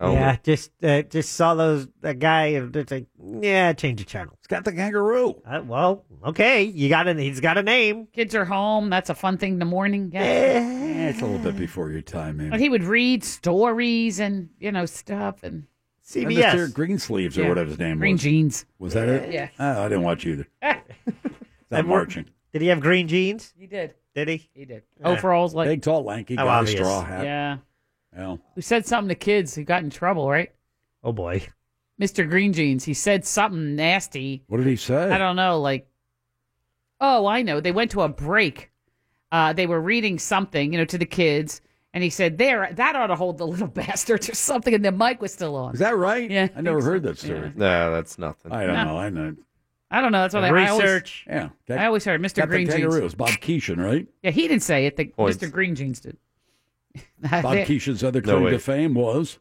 [SPEAKER 11] Oh.
[SPEAKER 8] yeah. Just uh, just saw those that guy and it's like yeah, change the channel.
[SPEAKER 5] It's got the kangaroo.
[SPEAKER 8] Uh, well, okay, you got an. He's got a
[SPEAKER 7] [LAUGHS]
[SPEAKER 8] name.
[SPEAKER 7] Kids are home. That's a fun thing in the morning. Yeah.
[SPEAKER 5] Eh, it's a little bit before your time, man.
[SPEAKER 7] But he would read stories and, you know, stuff. And
[SPEAKER 5] And Mr. Greensleeves or
[SPEAKER 7] Yeah.
[SPEAKER 5] whatever his name
[SPEAKER 7] Green
[SPEAKER 5] was.
[SPEAKER 7] Jeans.
[SPEAKER 5] Was that it?
[SPEAKER 7] Yeah.
[SPEAKER 5] Oh, I didn't watch either. Not
[SPEAKER 8] And we're-
[SPEAKER 5] marching.
[SPEAKER 8] Did he have green jeans?
[SPEAKER 7] He did.
[SPEAKER 8] Did he?
[SPEAKER 7] He did.
[SPEAKER 8] Yeah.
[SPEAKER 7] Overalls, like.
[SPEAKER 5] Big, tall, lanky
[SPEAKER 8] How
[SPEAKER 5] guy,
[SPEAKER 8] obvious.
[SPEAKER 5] straw hat.
[SPEAKER 7] Yeah.
[SPEAKER 5] Well,
[SPEAKER 7] Who said something to kids who got in trouble, right?
[SPEAKER 8] Oh boy.
[SPEAKER 7] Mr. Green Jeans. He said something nasty.
[SPEAKER 5] what did he say?
[SPEAKER 7] I don't know, like, oh, I know. They went to a break. Uh, they were reading something, you know, to the kids, and he said, "There, that ought to hold the little [LAUGHS] bastards or something." And the mic was still on.
[SPEAKER 5] Is that right?
[SPEAKER 7] Yeah,
[SPEAKER 5] I never heard that story.
[SPEAKER 11] Nah, that's nothing.
[SPEAKER 5] I don't
[SPEAKER 7] No.
[SPEAKER 5] know. I know.
[SPEAKER 7] I don't know. That's what I, I always.
[SPEAKER 5] yeah.
[SPEAKER 7] I always heard Mr.
[SPEAKER 5] Captain
[SPEAKER 7] Green Jeans.
[SPEAKER 5] Kangaroo. It's Bob Keeshan, right?
[SPEAKER 7] Yeah, he didn't say it. The,
[SPEAKER 5] Points.
[SPEAKER 7] Mr. Green Jeans did. [LAUGHS]
[SPEAKER 5] Bob
[SPEAKER 7] They-
[SPEAKER 5] Keeshan's other
[SPEAKER 11] No
[SPEAKER 5] claim
[SPEAKER 11] way.
[SPEAKER 5] to fame was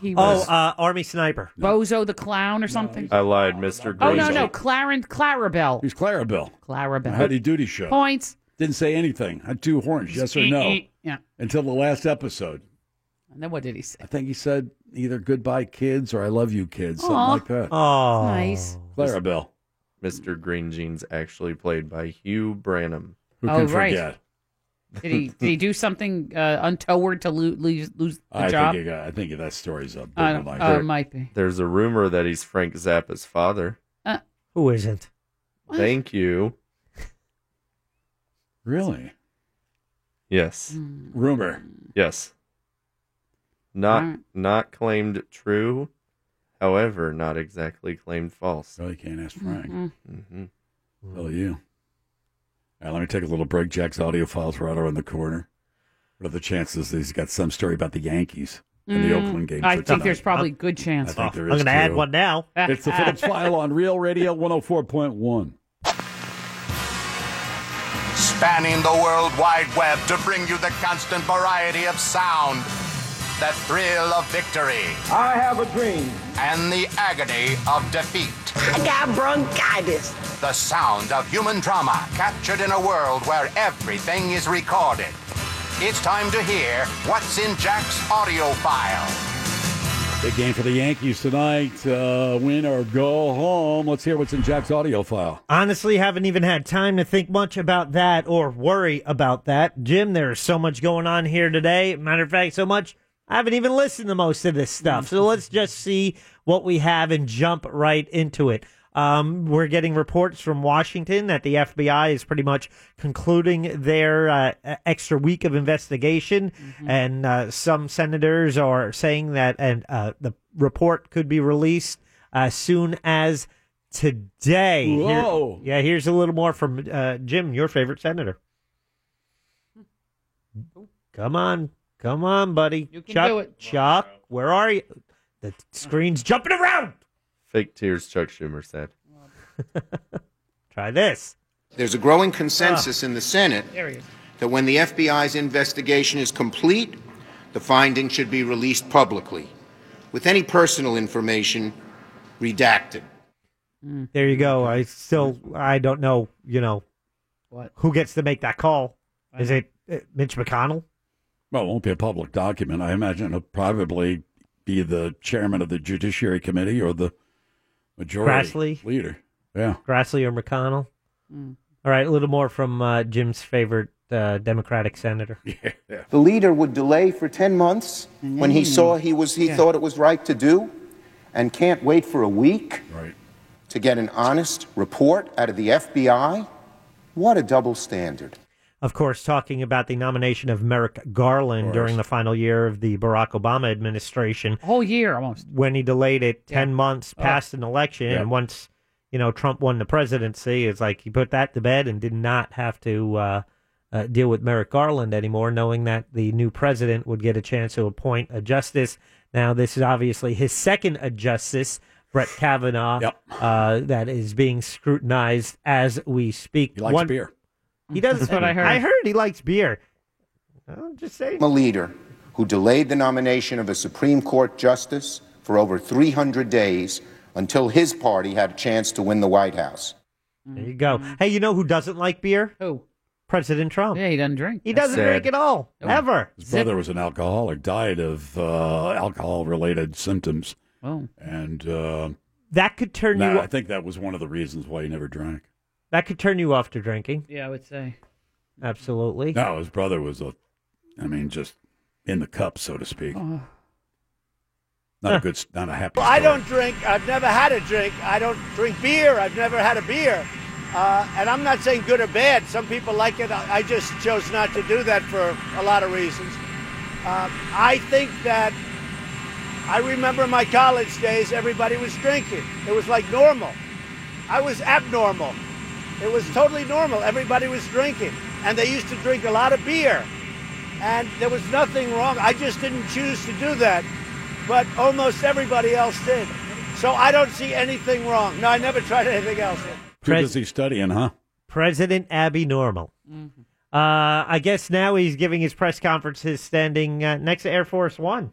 [SPEAKER 7] He
[SPEAKER 8] Oh,
[SPEAKER 7] was
[SPEAKER 8] uh, army sniper.
[SPEAKER 7] Bozo the clown or something.
[SPEAKER 11] I lied, Mr.
[SPEAKER 7] oh
[SPEAKER 11] Green.
[SPEAKER 7] no, no, Clarence Clarabelle.
[SPEAKER 5] he's Clarabelle.
[SPEAKER 7] Clarabelle.
[SPEAKER 5] Howdy Doody show.
[SPEAKER 7] Points.
[SPEAKER 5] Didn't say anything. Had two horns, yes or no,
[SPEAKER 7] Yeah.
[SPEAKER 5] until the last episode.
[SPEAKER 7] And then what did he say?
[SPEAKER 5] I think he said either goodbye kids or I love you kids, something
[SPEAKER 7] Aw.
[SPEAKER 5] like that.
[SPEAKER 8] Oh,
[SPEAKER 7] Nice.
[SPEAKER 5] Clarabelle,
[SPEAKER 11] Mr. Green Jeans actually played by Hugh Branham.
[SPEAKER 5] who
[SPEAKER 7] Oh,
[SPEAKER 5] can
[SPEAKER 7] right.
[SPEAKER 5] forget?
[SPEAKER 7] Did he did he do something uh, untoward to lo- lose lose the
[SPEAKER 5] I
[SPEAKER 7] job?
[SPEAKER 5] think he got, I think that story's up.
[SPEAKER 7] I don't- uh, it might be.
[SPEAKER 11] There's a rumor that he's Frank Zappa's father.
[SPEAKER 8] Who isn't?
[SPEAKER 11] Thank you.
[SPEAKER 5] really?
[SPEAKER 11] Yes.
[SPEAKER 7] Hmm.
[SPEAKER 5] Rumor.
[SPEAKER 11] Yes. Not
[SPEAKER 7] Alright.
[SPEAKER 11] not claimed true, however, not exactly claimed false.
[SPEAKER 5] Really can't ask Frank.
[SPEAKER 7] Mm.
[SPEAKER 11] hmm
[SPEAKER 5] Tell you. All right, let me take a little break. Jack's audio files right around the corner. What are the chances that he's got some story about the Yankees and the
[SPEAKER 7] Mm,
[SPEAKER 5] Oakland game?
[SPEAKER 7] I
[SPEAKER 5] for
[SPEAKER 7] think there's
[SPEAKER 5] tonight?
[SPEAKER 7] probably a good
[SPEAKER 5] I
[SPEAKER 7] chance. Ah,
[SPEAKER 5] think there
[SPEAKER 8] I'm
[SPEAKER 5] is
[SPEAKER 8] gonna add
[SPEAKER 5] too.
[SPEAKER 8] one now.
[SPEAKER 5] It's the
[SPEAKER 7] [LAUGHS]
[SPEAKER 5] Phillips File on Real Radio 104.1.
[SPEAKER 14] spanning the World Wide Web to bring you the constant variety of sound, the thrill of victory. I have a dream. And the agony of defeat. I got bronchitis. The sound of human drama captured in a world where everything is recorded. It's time to hear what's in Jack's audio file.
[SPEAKER 5] Big game for the Yankees tonight. Uh, win or go home. Let's hear what's in Jack's audio file.
[SPEAKER 8] Honestly, haven't even had time to think much about that or worry about that. Jim, there's so much going on here today. Matter of fact, so much I haven't even listened to most of this stuff. So let's just see what we have and jump right into it. Um, we're getting reports from Washington that the FBI is pretty much concluding their uh, extra week of investigation, and uh, some senators are saying that and uh, the report could be released as soon as today. Here-
[SPEAKER 5] Whoa.
[SPEAKER 8] yeah, here's a little more from uh, Jim, your favorite senator. Come on, come on, buddy.
[SPEAKER 7] You can
[SPEAKER 8] Chuck,
[SPEAKER 7] do it.
[SPEAKER 8] Chuck, where are you? The screen's jumping around.
[SPEAKER 11] Fake tears, Chuck Schumer said.
[SPEAKER 8] [LAUGHS] Try this. Ah.
[SPEAKER 15] There's a growing consensus in the Senate
[SPEAKER 7] There he is.
[SPEAKER 15] that when the FBI's investigation is complete, the findings should be released publicly, with any personal information redacted.
[SPEAKER 7] Mm.
[SPEAKER 8] There you go. I still, I don't know, you know,
[SPEAKER 7] What?
[SPEAKER 8] who gets to make that call? Is it uh, Mitch McConnell?
[SPEAKER 5] Well, it won't be a public document. I imagine it'll probably be the chairman of the Judiciary Committee or the majority
[SPEAKER 8] Grassley?
[SPEAKER 5] leader. Yeah.
[SPEAKER 8] Grassley or McConnell?
[SPEAKER 7] Mm.
[SPEAKER 8] All right, a little more from uh, Jim's favorite uh,
[SPEAKER 5] [LAUGHS]
[SPEAKER 8] Democratic senator. Yeah.
[SPEAKER 16] The leader would delay for 10 months when he
[SPEAKER 8] Mm.
[SPEAKER 16] saw he was he
[SPEAKER 8] Yeah.
[SPEAKER 16] thought it was right to do and can't wait for a week
[SPEAKER 5] Right.
[SPEAKER 16] to get an honest report out of the FBI. What a double standard.
[SPEAKER 8] Of course, talking about the nomination of Merrick Garland
[SPEAKER 16] course.
[SPEAKER 8] during the final year of the Barack Obama administration.
[SPEAKER 7] Whole year almost.
[SPEAKER 8] When he delayed it 10 months
[SPEAKER 7] Oh.
[SPEAKER 8] past an election,
[SPEAKER 7] Yeah.
[SPEAKER 8] and once, you know, Trump won the presidency, it's like he put that to bed and did not have to uh, uh, deal with Merrick Garland anymore, knowing that the new president would get a chance to appoint a justice. Now, this is obviously his second a justice. Brett Kavanaugh, uh, that is being scrutinized as we speak. He
[SPEAKER 5] likes beer.
[SPEAKER 8] He does.
[SPEAKER 16] That's what I heard.
[SPEAKER 8] I heard he likes beer. I'm just saying.
[SPEAKER 16] I'm a leader who delayed the nomination of a Supreme Court justice for over 300 days until his party had a chance to win the White House.
[SPEAKER 8] There you go. Hey, you know who doesn't like beer?
[SPEAKER 7] Mm. Who?
[SPEAKER 8] President Trump.
[SPEAKER 7] Yeah, he doesn't drink. Oh.
[SPEAKER 8] He
[SPEAKER 5] That's
[SPEAKER 8] doesn't
[SPEAKER 5] sad.
[SPEAKER 8] drink at all, ever.
[SPEAKER 5] His brother was an alcoholic, died of uh, alcohol related symptoms.
[SPEAKER 7] Oh.
[SPEAKER 5] And uh,
[SPEAKER 8] that could turn
[SPEAKER 5] nah,
[SPEAKER 8] you.
[SPEAKER 5] I think that was one of the reasons why he never drank.
[SPEAKER 8] That could turn you off to drinking.
[SPEAKER 7] Yeah, I would say.
[SPEAKER 8] Absolutely.
[SPEAKER 5] No, his brother was a, I mean, just in the cup, so to speak.
[SPEAKER 8] Oh. [LAUGHS]
[SPEAKER 5] Not a good, s- not a happy.
[SPEAKER 17] Well, I
[SPEAKER 5] story.
[SPEAKER 17] don't drink. I've never had a drink. I don't drink beer. I've never had a beer. Uh, and I'm not saying good or bad. Some people like it. I I just chose not to do that for a lot of reasons. Uh, I think that I remember my college days, everybody was drinking. It was like normal. I was abnormal. It was totally normal. Everybody was drinking. And they used to drink a lot of beer. And there was nothing wrong. I just didn't choose to do that. But almost everybody else did. So I don't see anything wrong. No, I never tried anything else.
[SPEAKER 5] Too busy studying, huh?
[SPEAKER 8] President Abby Normal.
[SPEAKER 7] Mm-hmm.
[SPEAKER 8] Uh, I guess now he's giving his press conferences standing uh, next to Air Force One.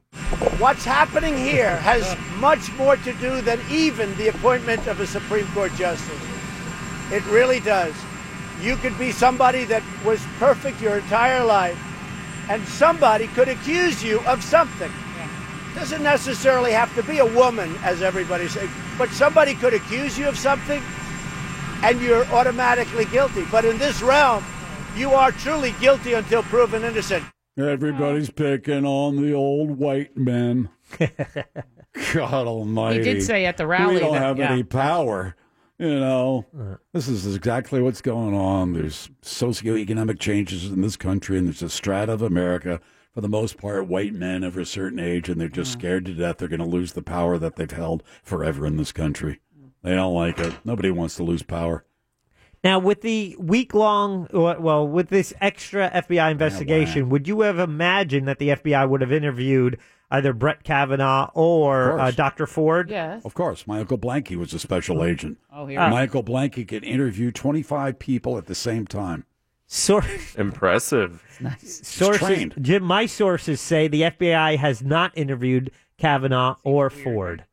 [SPEAKER 17] What's happening here has much more to do than even the appointment of a Supreme Court justice. It really does. You could be somebody that was perfect your entire life, and somebody could accuse you of something. Doesn't necessarily have to be a woman, as everybody says, but somebody could accuse you of something, and you're automatically guilty. But in this realm, you are truly guilty until proven innocent.
[SPEAKER 7] Oh.
[SPEAKER 5] Everybody's picking on the old white
[SPEAKER 7] [LAUGHS]
[SPEAKER 5] men. God Almighty!
[SPEAKER 7] say at the rally
[SPEAKER 5] we don't
[SPEAKER 7] that-
[SPEAKER 5] have any
[SPEAKER 7] yeah. Uh.
[SPEAKER 5] power. You know, this is exactly what's going on. There's socioeconomic changes in this country, and there's a strata of America, for the most part, white men over a certain age, and they're just
[SPEAKER 7] Mm.
[SPEAKER 5] scared to death. They're going to lose the power that they've held forever in this country. They don't like it. Nobody wants to lose power.
[SPEAKER 8] Now, with the week long, well, with this extra FBI investigation, would you have imagined that the FBI would have interviewed either Brett Kavanaugh or uh,
[SPEAKER 5] course. Oh,
[SPEAKER 8] Dr. Ford?
[SPEAKER 7] Yes.
[SPEAKER 5] Of course, my Uncle Blanky was a special agent.
[SPEAKER 7] Oh,
[SPEAKER 8] here we go.
[SPEAKER 5] Michael Blanky could interview 25 people at the same time.
[SPEAKER 8] Sor-
[SPEAKER 5] [LAUGHS]
[SPEAKER 11] Impressive.
[SPEAKER 8] sources, Jim, my sources say the FBI has not interviewed Kavanaugh or Ford.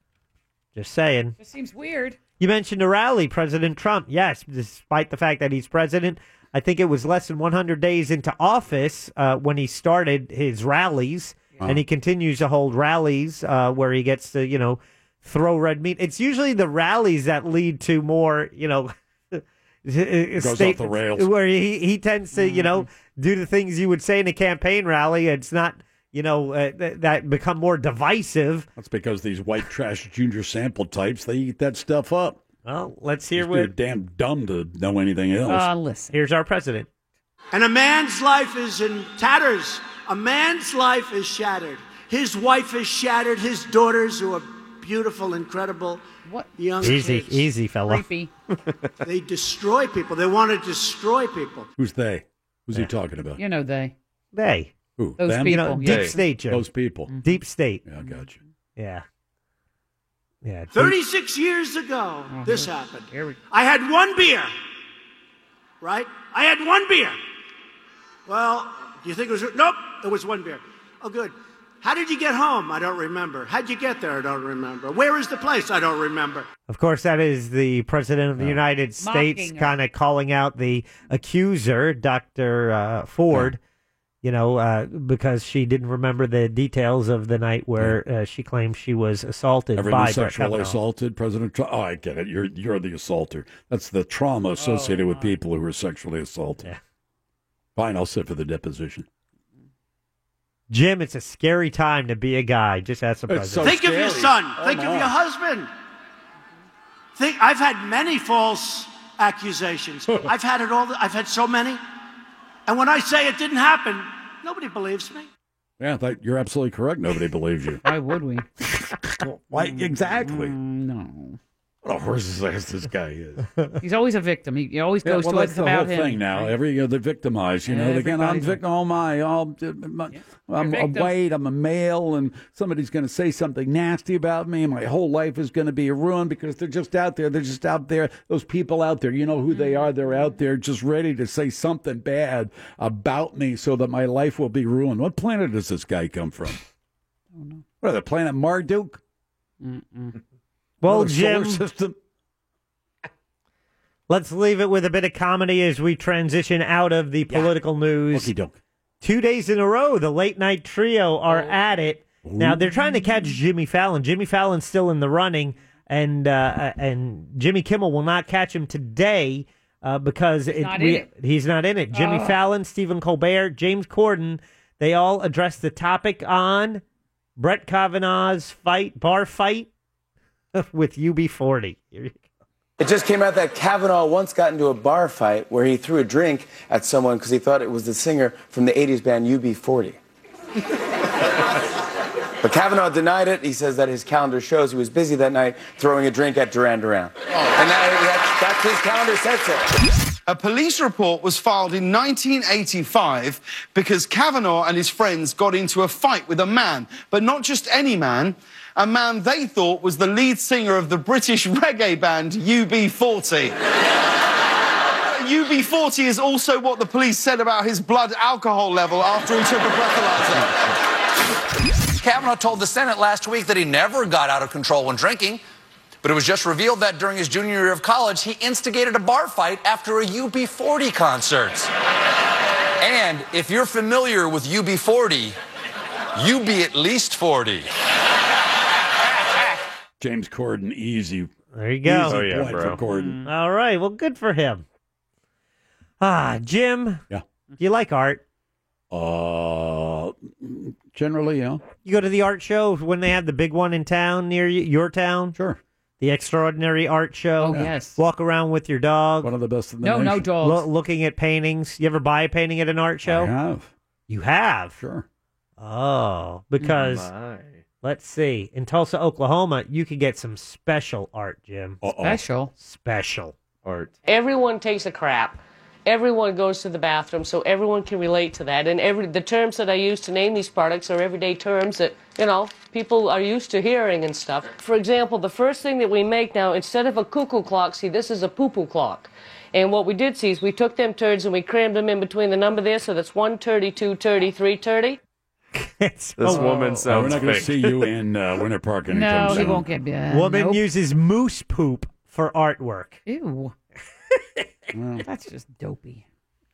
[SPEAKER 8] Just saying.
[SPEAKER 7] This seems weird.
[SPEAKER 8] You mentioned a rally, President Trump. Yes, despite the fact that he's president, I think it was less than 100 days into office uh, when he started his rallies. And he continues to hold rallies uh, where he gets to, you know, throw red meat. It's usually the rallies that lead to more, you know, [LAUGHS] goes
[SPEAKER 5] off the rails. Mm-hmm.
[SPEAKER 8] where he, he tends to, you know, do the things you would say in a campaign rally. It's not, you know, uh, th- that become more divisive.
[SPEAKER 5] That's because these white trash junior sample types, they eat that stuff up.
[SPEAKER 8] Well, let's hear
[SPEAKER 5] They're
[SPEAKER 8] what.
[SPEAKER 5] damn dumb to know anything
[SPEAKER 7] Uh,
[SPEAKER 5] else.
[SPEAKER 17] Uh,
[SPEAKER 8] listen. Here's our president.
[SPEAKER 17] And a man's life is in tatters. A man's life is shattered. His wife is shattered. His daughters, who are beautiful, incredible, what? young
[SPEAKER 8] Easy,
[SPEAKER 17] kids,
[SPEAKER 8] easy, fella.
[SPEAKER 17] Creepy. [LAUGHS] they destroy people. They want to destroy people.
[SPEAKER 5] Who's they? Who's he talking about?
[SPEAKER 7] You know they.
[SPEAKER 8] They.
[SPEAKER 5] Who?
[SPEAKER 7] Those
[SPEAKER 5] them?
[SPEAKER 7] people, You know, yeah. Mm-hmm.
[SPEAKER 8] deep state, Jim.
[SPEAKER 5] Those people.
[SPEAKER 8] Deep state.
[SPEAKER 5] Yeah, I got you.
[SPEAKER 8] Yeah. Yeah. deep-
[SPEAKER 17] 36 years ago, this happened. I had one beer, right? I had one beer. Well, do you think it was? Nope, it was one beer. Oh, good. How did you get home? I don't remember. How'd you get there? I don't remember. Where is the place? I don't remember.
[SPEAKER 8] Of course, that is the president of the United States
[SPEAKER 17] Mocking her.
[SPEAKER 8] kind of calling out the accuser, Dr. Uh, Ford, you know, uh, because she didn't remember the details of the night where uh, she claimed she was assaulted
[SPEAKER 5] Ever
[SPEAKER 8] by
[SPEAKER 5] been
[SPEAKER 8] Brett
[SPEAKER 5] sexually
[SPEAKER 8] Kavanaugh.
[SPEAKER 5] assaulted, President Trump? Oh, I get it. You're you're the assaulter. That's the trauma associated with people who were sexually assaulted. Fine, I'll sit for the deposition.
[SPEAKER 8] Jim, it's a scary time to be a guy. Just ask the
[SPEAKER 5] It's so
[SPEAKER 8] president.
[SPEAKER 17] Think of your son.
[SPEAKER 14] Oh,
[SPEAKER 17] Think of your husband. Think. I've had many false
[SPEAKER 14] [LAUGHS]
[SPEAKER 17] accusations. I've had it all. I've had so many. And when I say it didn't happen, nobody believes me.
[SPEAKER 5] Yeah, that, you're absolutely correct. Nobody believes you.
[SPEAKER 7] [LAUGHS] Why would we?
[SPEAKER 5] Why exactly?
[SPEAKER 7] Mm, no.
[SPEAKER 5] What a horse's ass this guy is.
[SPEAKER 7] He's always a victim. He, he always
[SPEAKER 5] Yeah,
[SPEAKER 7] goes
[SPEAKER 5] well,
[SPEAKER 7] to
[SPEAKER 5] that's
[SPEAKER 7] us
[SPEAKER 5] the
[SPEAKER 7] about
[SPEAKER 5] whole
[SPEAKER 7] him.
[SPEAKER 5] thing now. Every you know, they victimize. You know, they can't. I'm
[SPEAKER 7] Everybody's
[SPEAKER 5] victim. Oh my! All, my I'm
[SPEAKER 7] You're
[SPEAKER 5] a
[SPEAKER 7] victim.
[SPEAKER 5] white. I'm a male, and somebody's going to say something nasty about me, and my whole life is going to be ruined because they're just out there. They're just out there. Those people out there. You know who they are. They're out there just ready to say something bad about me so that my life will be ruined. What planet does this guy come from? What the planet Marduk?
[SPEAKER 7] Mm-mm.
[SPEAKER 8] Well,
[SPEAKER 5] Another solar
[SPEAKER 8] Jim,
[SPEAKER 5] system?
[SPEAKER 8] [LAUGHS] Let's leave it with a bit of comedy as we transition out of the political news. Two days in a row, the late night trio are
[SPEAKER 5] Oh.
[SPEAKER 8] at it. Now they're trying to catch Jimmy Fallon. Jimmy Fallon's still in the running, and uh, and Jimmy Kimmel will not catch him today uh, because it,
[SPEAKER 7] not in
[SPEAKER 8] we,
[SPEAKER 7] it.
[SPEAKER 8] he's not in it. Jimmy
[SPEAKER 7] Oh.
[SPEAKER 8] Fallon, Stephen Colbert, James Corden, they all address the topic on Brett Kavanaugh's fight, bar fight [LAUGHS] with UB40. Here you
[SPEAKER 18] It just came out that Kavanaugh once got into a bar fight where he threw a drink at someone because he thought it was the singer from the 80s band UB40. but Kavanaugh denied it. He says that his calendar shows he was busy that night throwing a drink at Duran Duran.
[SPEAKER 19] Oh. And that, that, that's his calendar said so. A police report was filed in 1985 because Kavanaugh and his friends got into a fight with a man, but not just any man, a man they thought was the lead singer of the British [LAUGHS] reggae band UB40. UB40 is also what the police said about his blood alcohol level after he took a breathalyzer.
[SPEAKER 20] Kavanaugh told the Senate last week that he never got out of control when drinking, but it was just revealed that during his junior year of college, he instigated a bar fight after a UB40 concert. And if you're familiar with UB40, you be at least 40.
[SPEAKER 5] James Corden, easy.
[SPEAKER 8] There you go.
[SPEAKER 11] Oh,
[SPEAKER 5] Easy point for Corden.
[SPEAKER 8] [LAUGHS] Mm, All right. Well, good for him. Ah, Jim.
[SPEAKER 5] Yeah.
[SPEAKER 8] You like art?
[SPEAKER 5] Uh, generally, yeah.
[SPEAKER 8] You go to the art show when they have the big one in town near you, your town.
[SPEAKER 5] Sure.
[SPEAKER 8] The extraordinary art show.
[SPEAKER 7] Oh, Yeah. yes.
[SPEAKER 8] Walk around with your dog.
[SPEAKER 5] One of the best in
[SPEAKER 7] the No, no nation. dogs.
[SPEAKER 8] looking at paintings. You ever buy a painting at an art show? I
[SPEAKER 5] have.
[SPEAKER 8] You have.
[SPEAKER 5] Sure.
[SPEAKER 8] Oh, because
[SPEAKER 11] My.
[SPEAKER 8] let's see. In Tulsa, Oklahoma, you could get some special art, Jim.
[SPEAKER 7] Special?
[SPEAKER 8] Special
[SPEAKER 11] art.
[SPEAKER 21] Everyone takes a crap. Everyone goes to the bathroom, so everyone can relate to that. And every the terms that I use to name these products are everyday terms that you know people are used to hearing and stuff. For example, the first thing that we make now, instead of a cuckoo clock, see this is a poo-poo clock. And what we did see is we took them turds and we crammed them in between the number there, so that's 132, 33, 30.
[SPEAKER 8] This
[SPEAKER 5] Oh,
[SPEAKER 11] woman sounds
[SPEAKER 5] We're not going to
[SPEAKER 11] fake.
[SPEAKER 5] see you in
[SPEAKER 8] [LAUGHS]
[SPEAKER 5] uh, Winter Park anytime
[SPEAKER 7] No, he
[SPEAKER 5] soon.
[SPEAKER 7] won't get uh,
[SPEAKER 8] Woman
[SPEAKER 7] nope.
[SPEAKER 8] uses moose poop for artwork.
[SPEAKER 7] Ew. That's just dopey.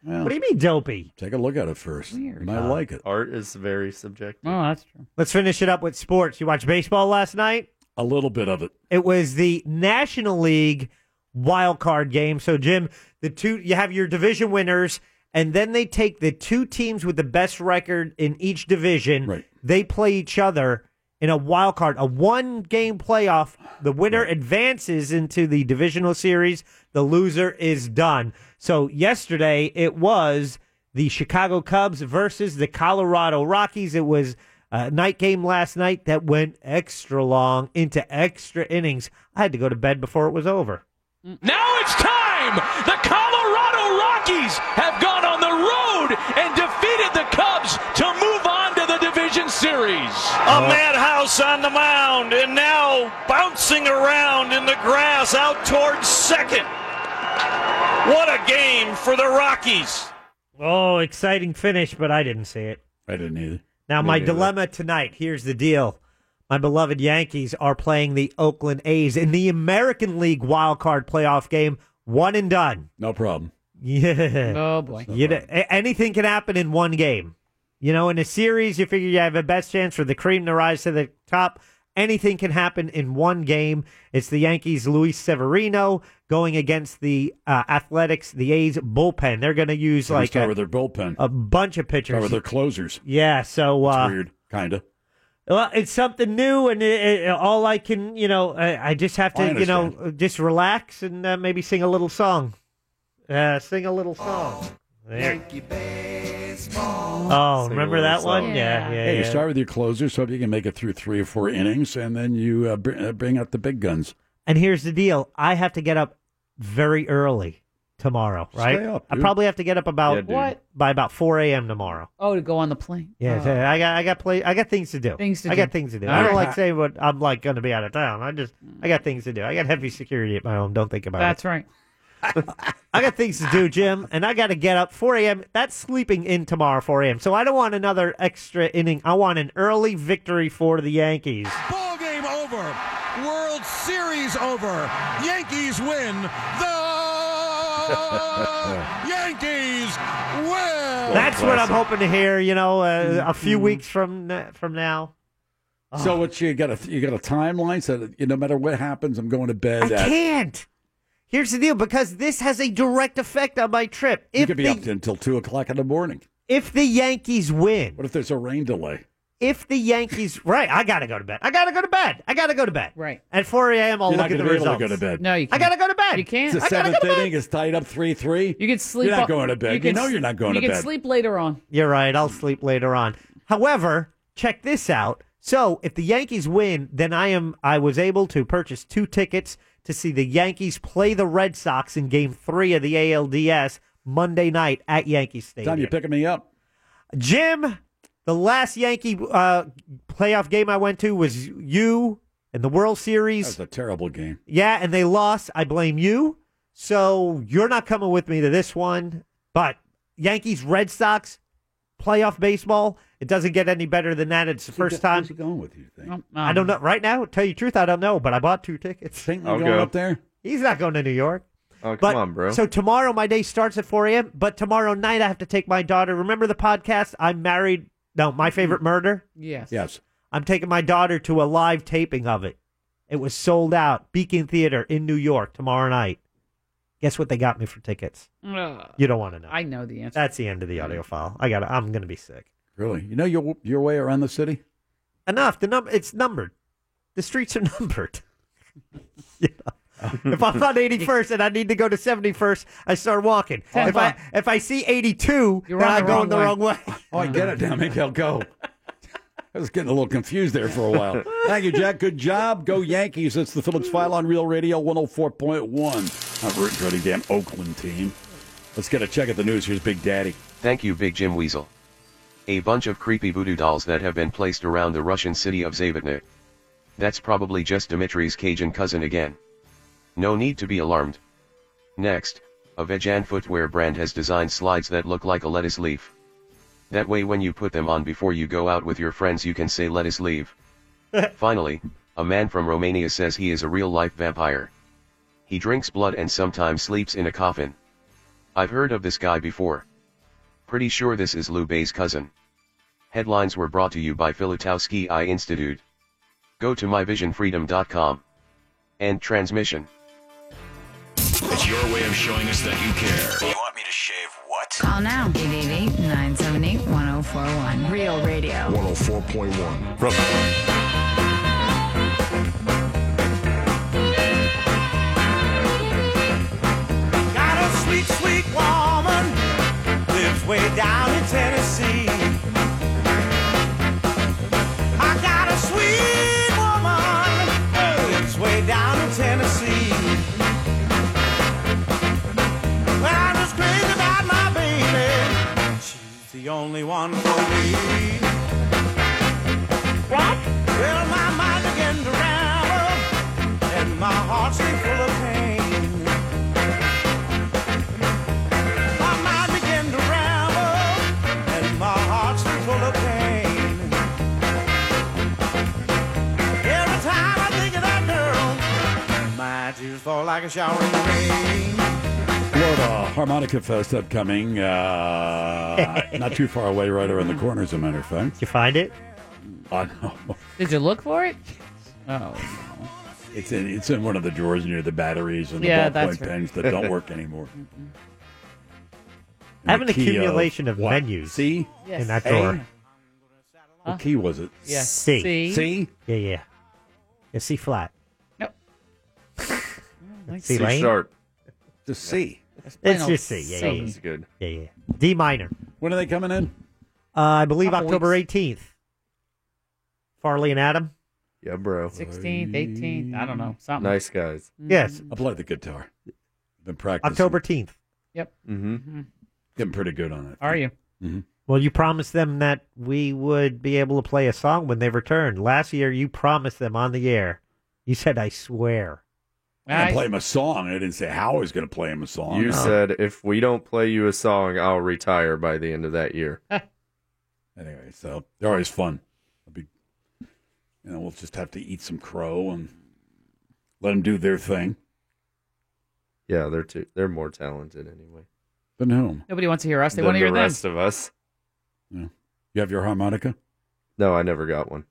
[SPEAKER 5] Yeah.
[SPEAKER 8] What do you mean dopey?
[SPEAKER 5] Take a look at it first. You might like it.
[SPEAKER 11] Art is very subjective.
[SPEAKER 7] Oh, that's true.
[SPEAKER 8] Let's finish it up with sports. You watched baseball last night?
[SPEAKER 5] A little bit of it.
[SPEAKER 8] It was the National League wild card game. So Jim, the two you have your division winners and then they take the two teams with the best record in each division. Right. They play each other in a wild card, a one game playoff. The winner advances into the divisional series. The loser is done. So yesterday it was the Chicago Cubs versus the Colorado Rockies. It was a night game last night that went extra long into extra innings. I had to go to bed before it was over.
[SPEAKER 2] Now it's time! The Colorado Rockies have gone on the road and defeated the Cubs to move on to the division series.
[SPEAKER 3] A madhouse on the mound, and now bouncing around in the grass out towards second. What a game for the Rockies.
[SPEAKER 8] Oh, exciting finish, but I didn't see it.
[SPEAKER 5] I didn't either.
[SPEAKER 8] Now, my
[SPEAKER 5] Me neither.
[SPEAKER 8] dilemma tonight here's the deal. My beloved Yankees are playing the Oakland A's in the American League wild card playoff game, one and done.
[SPEAKER 5] No problem.
[SPEAKER 8] [LAUGHS] Yeah.
[SPEAKER 7] Oh, boy.
[SPEAKER 8] You know, a- anything can happen in one game. You know, in a series, you figure you have a best chance for the cream to rise to the top. Anything can happen in one game. It's the Yankees' Luis Severino going against the uh, Athletics, the A's bullpen. They're going to use
[SPEAKER 5] Let me
[SPEAKER 8] like
[SPEAKER 5] start
[SPEAKER 8] a,
[SPEAKER 5] with their bullpen.
[SPEAKER 8] a bunch of pitchers.
[SPEAKER 5] Start with their closers.
[SPEAKER 8] Yeah, so uh,
[SPEAKER 5] Weird, kind of.
[SPEAKER 8] well, it's something new, and it, it, all I can, you know, I, I just have
[SPEAKER 5] I
[SPEAKER 8] to, you know, just relax and uh, maybe sing a little song. Uh, sing a little song. There. Oh, remember that one? Yeah, yeah,
[SPEAKER 5] Hey, you
[SPEAKER 8] yeah.
[SPEAKER 5] start with your closers, so you can make it through three or four innings, and then you uh, br- uh, bring out the big guns.
[SPEAKER 8] And here's the deal: I have to
[SPEAKER 5] [LAUGHS]
[SPEAKER 8] get up [LAUGHS] very early tomorrow, right?
[SPEAKER 5] Stay up,
[SPEAKER 8] I
[SPEAKER 5] dude.
[SPEAKER 8] probably have to get up
[SPEAKER 5] Yeah,
[SPEAKER 8] about
[SPEAKER 5] dude. What?
[SPEAKER 8] by about four a.m. tomorrow.
[SPEAKER 7] Oh, to go on the plane.
[SPEAKER 8] Yeah,
[SPEAKER 7] Oh.
[SPEAKER 8] so I got I got play I got things to do.
[SPEAKER 7] Things to
[SPEAKER 8] I got
[SPEAKER 7] do.
[SPEAKER 8] things to do.
[SPEAKER 7] All
[SPEAKER 8] I don't
[SPEAKER 7] right.
[SPEAKER 8] like saying what I'm like going to be out of town. I just I got things to do. I got heavy security at my home. Don't think about
[SPEAKER 7] That's
[SPEAKER 8] it.
[SPEAKER 7] right.
[SPEAKER 8] [LAUGHS] I got things to do, Jim, and I got to get up 4 a.m. That's sleeping in tomorrow 4 a.m. So I don't want another extra inning. I want an early victory for the Yankees.
[SPEAKER 22] Ball game over. World Series over. Yankees win. The Yankees
[SPEAKER 7] Oh,
[SPEAKER 22] win.
[SPEAKER 8] That's what I'm hoping to hear. You know, uh, a
[SPEAKER 7] Mm-hmm.
[SPEAKER 8] few weeks from from now. Ah.
[SPEAKER 5] So what you got a you got a timeline so that you, no matter what happens, I'm going to bed.
[SPEAKER 8] I
[SPEAKER 5] at,
[SPEAKER 8] can't. Here's the deal, because this has a direct effect on my trip.
[SPEAKER 5] You
[SPEAKER 8] If
[SPEAKER 5] could be
[SPEAKER 8] the,
[SPEAKER 5] up until two o'clock in the morning.
[SPEAKER 8] If the Yankees win,
[SPEAKER 5] what if there's a rain delay?
[SPEAKER 8] if the Yankees, [LAUGHS] right, I gotta go to bed. I gotta go to bed. I gotta go to bed. Right at 4 a.m. I'll
[SPEAKER 5] You're not
[SPEAKER 8] look at
[SPEAKER 5] gonna
[SPEAKER 8] the
[SPEAKER 5] be able to
[SPEAKER 8] results.
[SPEAKER 5] go to bed. No,
[SPEAKER 7] you
[SPEAKER 8] I gotta go to bed.
[SPEAKER 7] You can't.
[SPEAKER 5] It's the seventh inning. It's tied up three three.
[SPEAKER 7] You could sleep.
[SPEAKER 5] You're not
[SPEAKER 7] all-
[SPEAKER 5] going to bed. You,
[SPEAKER 7] can
[SPEAKER 5] know
[SPEAKER 7] s-
[SPEAKER 5] you're not going
[SPEAKER 7] you
[SPEAKER 5] to
[SPEAKER 7] can
[SPEAKER 5] bed.
[SPEAKER 7] sleep later on.
[SPEAKER 8] You're right. I'll sleep later on. However, check this out. So if the Yankees win, then I am I was able to purchase two tickets to see the Yankees play the Red Sox in Game Three of the ALDS Monday night at Yankee Stadium.
[SPEAKER 5] Tom, you're picking me up,
[SPEAKER 8] Jim. The last Yankee uh, playoff game I went to was you in the World Series.
[SPEAKER 5] That was a terrible game.
[SPEAKER 8] Yeah, and they lost. I blame you. So you're not coming with me to this one. But Yankees, Red Sox, playoff baseball. It doesn't get any better than that. It's the first time.
[SPEAKER 5] going with you? Think?
[SPEAKER 8] I don't know. Right now, tell you the truth, I don't know. But I bought two tickets.
[SPEAKER 5] Think I'll going go. up there?
[SPEAKER 8] He's not going to New York.
[SPEAKER 11] Oh, come
[SPEAKER 8] But-
[SPEAKER 11] on, bro.
[SPEAKER 8] So tomorrow my day starts at 4 a.m. But tomorrow night I have to take my daughter. Remember the podcast? I'm married. No, my favorite murder.
[SPEAKER 7] Yes.
[SPEAKER 5] Yes.
[SPEAKER 8] I'm taking my daughter to a live taping of it. It was sold out, Beacon Theater in New York tomorrow night. Guess what they got me for tickets?
[SPEAKER 7] Ugh.
[SPEAKER 8] You don't want to know.
[SPEAKER 7] I know the answer.
[SPEAKER 8] That's the end of the audio file. I got. to I'm going to be sick.
[SPEAKER 5] Really? You know your your way around the city?
[SPEAKER 8] Enough. The num. It's numbered. The streets are [LAUGHS] numbered.
[SPEAKER 5] [LAUGHS]
[SPEAKER 8] You know? If I'm on 81st and I need to go to 71st, I start walking.
[SPEAKER 5] Ten
[SPEAKER 8] if I
[SPEAKER 5] blocks.
[SPEAKER 8] if I see 82, then I go in the wrong way.
[SPEAKER 5] Oh, I get it now. Maybe I'll go. I was getting a little confused there for a
[SPEAKER 8] [LAUGHS]
[SPEAKER 5] while. Thank you, Jack. Good job. Go Yankees. It's the Phillips File on Real Radio 104.1. I'm rooting for the damn Oakland team. Let's get a check at the news. Here's Big Daddy.
[SPEAKER 23] Thank you, Big Jim Weasel. A bunch of creepy voodoo dolls that have been placed around the Russian city of Zavodnik. That's probably just Dmitri's Cajun cousin again. No need to be alarmed. Next, a Vegan footwear brand has designed slides that look like a lettuce leaf. That way, when you put them on before you go out with your friends, you can say lettuce
[SPEAKER 5] [LAUGHS]
[SPEAKER 23] leave. Finally, a man from Romania says he is a real life vampire. He drinks blood and sometimes sleeps in a coffin. I've heard of this guy before. Pretty sure this is Lou Bay's cousin. Headlines were brought to you by Filatowski Eye Institute. Go to myvisionfreedom.com. End transmission.
[SPEAKER 1] It's your way of showing us that you care. You want me to shave what?
[SPEAKER 6] Call now. 888 978 1041. Real radio.
[SPEAKER 1] 104.1. Brooklyn.
[SPEAKER 9] Got a sweet, sweet woman, lives way down in Tennessee. I got a sweet woman, lives way down in Tennessee. Well, I'm just crazy about my baby, she's the only one for me. What? Well, my mind began to ramble, and my heart's been full of pain. My mind began to ramble, and my heart's been full of pain. Every time I think of that girl, my tears fall like a showering rain.
[SPEAKER 5] Florida Harmonica Fest upcoming.
[SPEAKER 8] [LAUGHS]
[SPEAKER 5] Uh, not too far away, right around the corner, as a matter of fact.
[SPEAKER 8] You find it?
[SPEAKER 5] I know.
[SPEAKER 7] Did you look for it?
[SPEAKER 5] [LAUGHS] Oh. It's in, it's in one of the drawers near the batteries and the
[SPEAKER 7] Yeah,
[SPEAKER 5] ballpoint
[SPEAKER 7] that's right.
[SPEAKER 5] pens that don't
[SPEAKER 7] [LAUGHS]
[SPEAKER 5] work anymore.
[SPEAKER 8] I have an
[SPEAKER 5] The key
[SPEAKER 8] accumulation of
[SPEAKER 5] what?
[SPEAKER 8] menus
[SPEAKER 5] C?
[SPEAKER 8] in that
[SPEAKER 5] A?
[SPEAKER 8] drawer.
[SPEAKER 5] What key was it?
[SPEAKER 8] Yeah.
[SPEAKER 5] Yeah.
[SPEAKER 8] C.
[SPEAKER 5] C. C?
[SPEAKER 8] Yeah, yeah. Yeah, C flat.
[SPEAKER 7] Like
[SPEAKER 8] C lane?
[SPEAKER 11] sharp.
[SPEAKER 5] The C.
[SPEAKER 8] It's just C. Yeah, yeah, yeah.
[SPEAKER 11] Sounds good.
[SPEAKER 8] Yeah, yeah. D minor.
[SPEAKER 5] When are they coming in?
[SPEAKER 8] Uh, I believe
[SPEAKER 7] Couple
[SPEAKER 8] October 18th. Farley and Adam.
[SPEAKER 11] Yeah, bro.
[SPEAKER 7] 16th, 18th. I don't know. Something.
[SPEAKER 11] Nice guys.
[SPEAKER 8] Yes.
[SPEAKER 5] I played the guitar. Been practicing.
[SPEAKER 8] October 10th.
[SPEAKER 7] Yep.
[SPEAKER 5] Mm-hmm. Getting pretty good on it.
[SPEAKER 7] Are you?
[SPEAKER 5] Mm-hmm.
[SPEAKER 8] Well, you promised them that we would be able to play a song when they returned. Last year, you promised them on the air. You said, I swear.
[SPEAKER 5] I didn't play him a song. I didn't say how I was going to play him a song.
[SPEAKER 11] You said if we don't play you a song, I'll retire by the end of that year.
[SPEAKER 5] Anyway, so they're always fun. I'll be, you know, we'll just have to eat some crow and let them do their thing.
[SPEAKER 11] Yeah, they're too, they're more talented anyway.
[SPEAKER 5] Then who?
[SPEAKER 7] Nobody wants to hear us. They
[SPEAKER 11] than
[SPEAKER 7] want to hear
[SPEAKER 11] the
[SPEAKER 7] them.
[SPEAKER 11] rest of us.
[SPEAKER 5] You have your harmonica.
[SPEAKER 11] No, I never got one.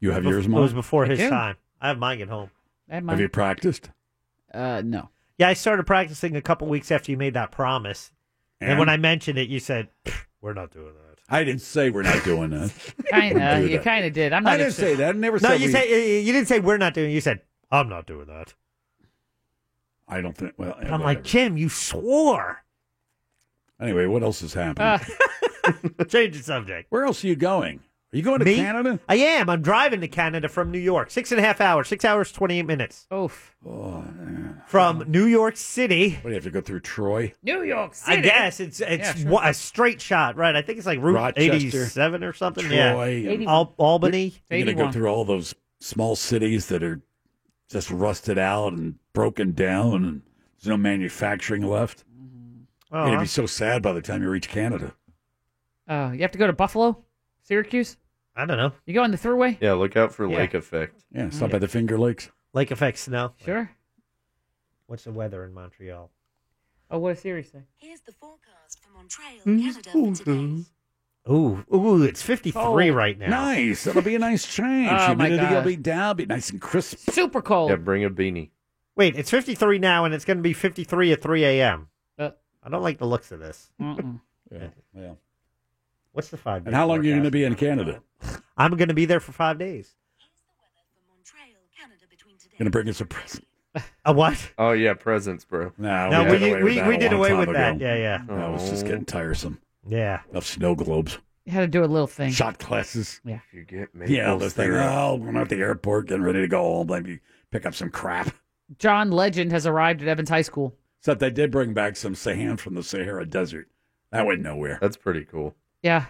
[SPEAKER 5] You have yours,
[SPEAKER 8] It
[SPEAKER 5] Mom.
[SPEAKER 8] was before
[SPEAKER 7] I
[SPEAKER 8] his
[SPEAKER 7] do.
[SPEAKER 8] time. I have mine at home.
[SPEAKER 7] I have
[SPEAKER 5] Have you practiced?
[SPEAKER 7] Uh, no.
[SPEAKER 8] Yeah, I started practicing a couple weeks after you made that promise. And,
[SPEAKER 5] And?
[SPEAKER 8] when I mentioned it, you said, "Pfft, we're not doing that.
[SPEAKER 5] I didn't say we're not doing that.
[SPEAKER 8] [LAUGHS]
[SPEAKER 7] Kinda.
[SPEAKER 5] do
[SPEAKER 7] you
[SPEAKER 5] that.
[SPEAKER 7] kinda did. I'm not.
[SPEAKER 5] I didn't
[SPEAKER 7] interested.
[SPEAKER 5] say that. I never
[SPEAKER 8] No,
[SPEAKER 5] said
[SPEAKER 8] you
[SPEAKER 5] we-
[SPEAKER 8] say you didn't say we're not doing. it. You said I'm not doing that.
[SPEAKER 5] I don't think. Well,
[SPEAKER 8] I'm like Jim. You swore.
[SPEAKER 5] anyway, what else is happening?
[SPEAKER 7] Ah.
[SPEAKER 8] [LAUGHS] Change the subject.
[SPEAKER 5] Where else are you going? Are you going to Canada?
[SPEAKER 8] I am. I'm driving to Canada from New York. Six and a half hours. Six hours twenty eight minutes.
[SPEAKER 7] Oof.
[SPEAKER 8] From New York City.
[SPEAKER 5] Oh, What do you have to go through Troy?
[SPEAKER 7] New York City.
[SPEAKER 8] I guess it's it's
[SPEAKER 7] Yeah, sure.
[SPEAKER 8] wa- a straight shot, right? I think it's like Route
[SPEAKER 5] Rochester,
[SPEAKER 8] eighty seven or something.
[SPEAKER 5] Troy,
[SPEAKER 8] yeah,
[SPEAKER 5] and-
[SPEAKER 8] Al- Albany.
[SPEAKER 5] You're going to go through all those small cities that are just rusted out and broken down, and there's no manufacturing left.
[SPEAKER 8] Mm-hmm.
[SPEAKER 5] You're going to
[SPEAKER 7] Uh-huh.
[SPEAKER 5] be so sad by the time you reach Canada.
[SPEAKER 7] Uh, you have to go to Buffalo, Syracuse.
[SPEAKER 8] I don't know.
[SPEAKER 7] You go on the throughway.
[SPEAKER 11] Yeah, look out for
[SPEAKER 7] Yeah.
[SPEAKER 11] lake effect.
[SPEAKER 5] Yeah, stop by the Finger Lakes.
[SPEAKER 8] Mm. Lake Effect snow.
[SPEAKER 7] Sure.
[SPEAKER 8] What's the weather in Montreal?
[SPEAKER 7] Oh, what does Siri say?
[SPEAKER 5] Hmm?
[SPEAKER 8] Ooh, ooh, it's fifty three
[SPEAKER 5] Cold.
[SPEAKER 8] right now.
[SPEAKER 5] Oh, Nice. That'll be a nice change.
[SPEAKER 8] Oh, my
[SPEAKER 5] Humidity will
[SPEAKER 8] God.
[SPEAKER 5] be down, be nice and crisp.
[SPEAKER 7] Uh, Super cold.
[SPEAKER 11] Yeah, bring a beanie.
[SPEAKER 8] Wait, it's 53 now, and it's going to be 53 at 3 a.m.
[SPEAKER 7] Uh,
[SPEAKER 8] I don't like the looks of this. [LAUGHS]
[SPEAKER 5] Yeah, yeah.
[SPEAKER 8] What's the five?
[SPEAKER 5] And how long are you going to be in Canada?
[SPEAKER 8] [LAUGHS] I'm going to be there for five days.
[SPEAKER 5] Going to bring us a present.
[SPEAKER 8] A what?
[SPEAKER 11] Oh yeah, presents, bro.
[SPEAKER 5] No,
[SPEAKER 8] No, we-
[SPEAKER 5] did away with
[SPEAKER 8] we-
[SPEAKER 5] that
[SPEAKER 8] we
[SPEAKER 5] a
[SPEAKER 8] did
[SPEAKER 5] long
[SPEAKER 8] away
[SPEAKER 5] time
[SPEAKER 8] with
[SPEAKER 5] ago.
[SPEAKER 8] that. Yeah, yeah.
[SPEAKER 5] That was just
[SPEAKER 8] Oh.
[SPEAKER 5] getting tiresome.
[SPEAKER 8] Yeah.
[SPEAKER 5] Enough snow globes,
[SPEAKER 7] You had to do a little thing.
[SPEAKER 5] shot classes.
[SPEAKER 7] Yeah.
[SPEAKER 11] You get me.
[SPEAKER 5] Yeah, all those things. Oh, we're at the airport, getting ready to go home. Maybe pick up some crap. [LAUGHS]
[SPEAKER 7] John Legend has arrived at Evans High School.
[SPEAKER 5] Except they did bring back some sand from the Sahara Desert. That went nowhere.
[SPEAKER 11] That's pretty cool.
[SPEAKER 7] Yeah.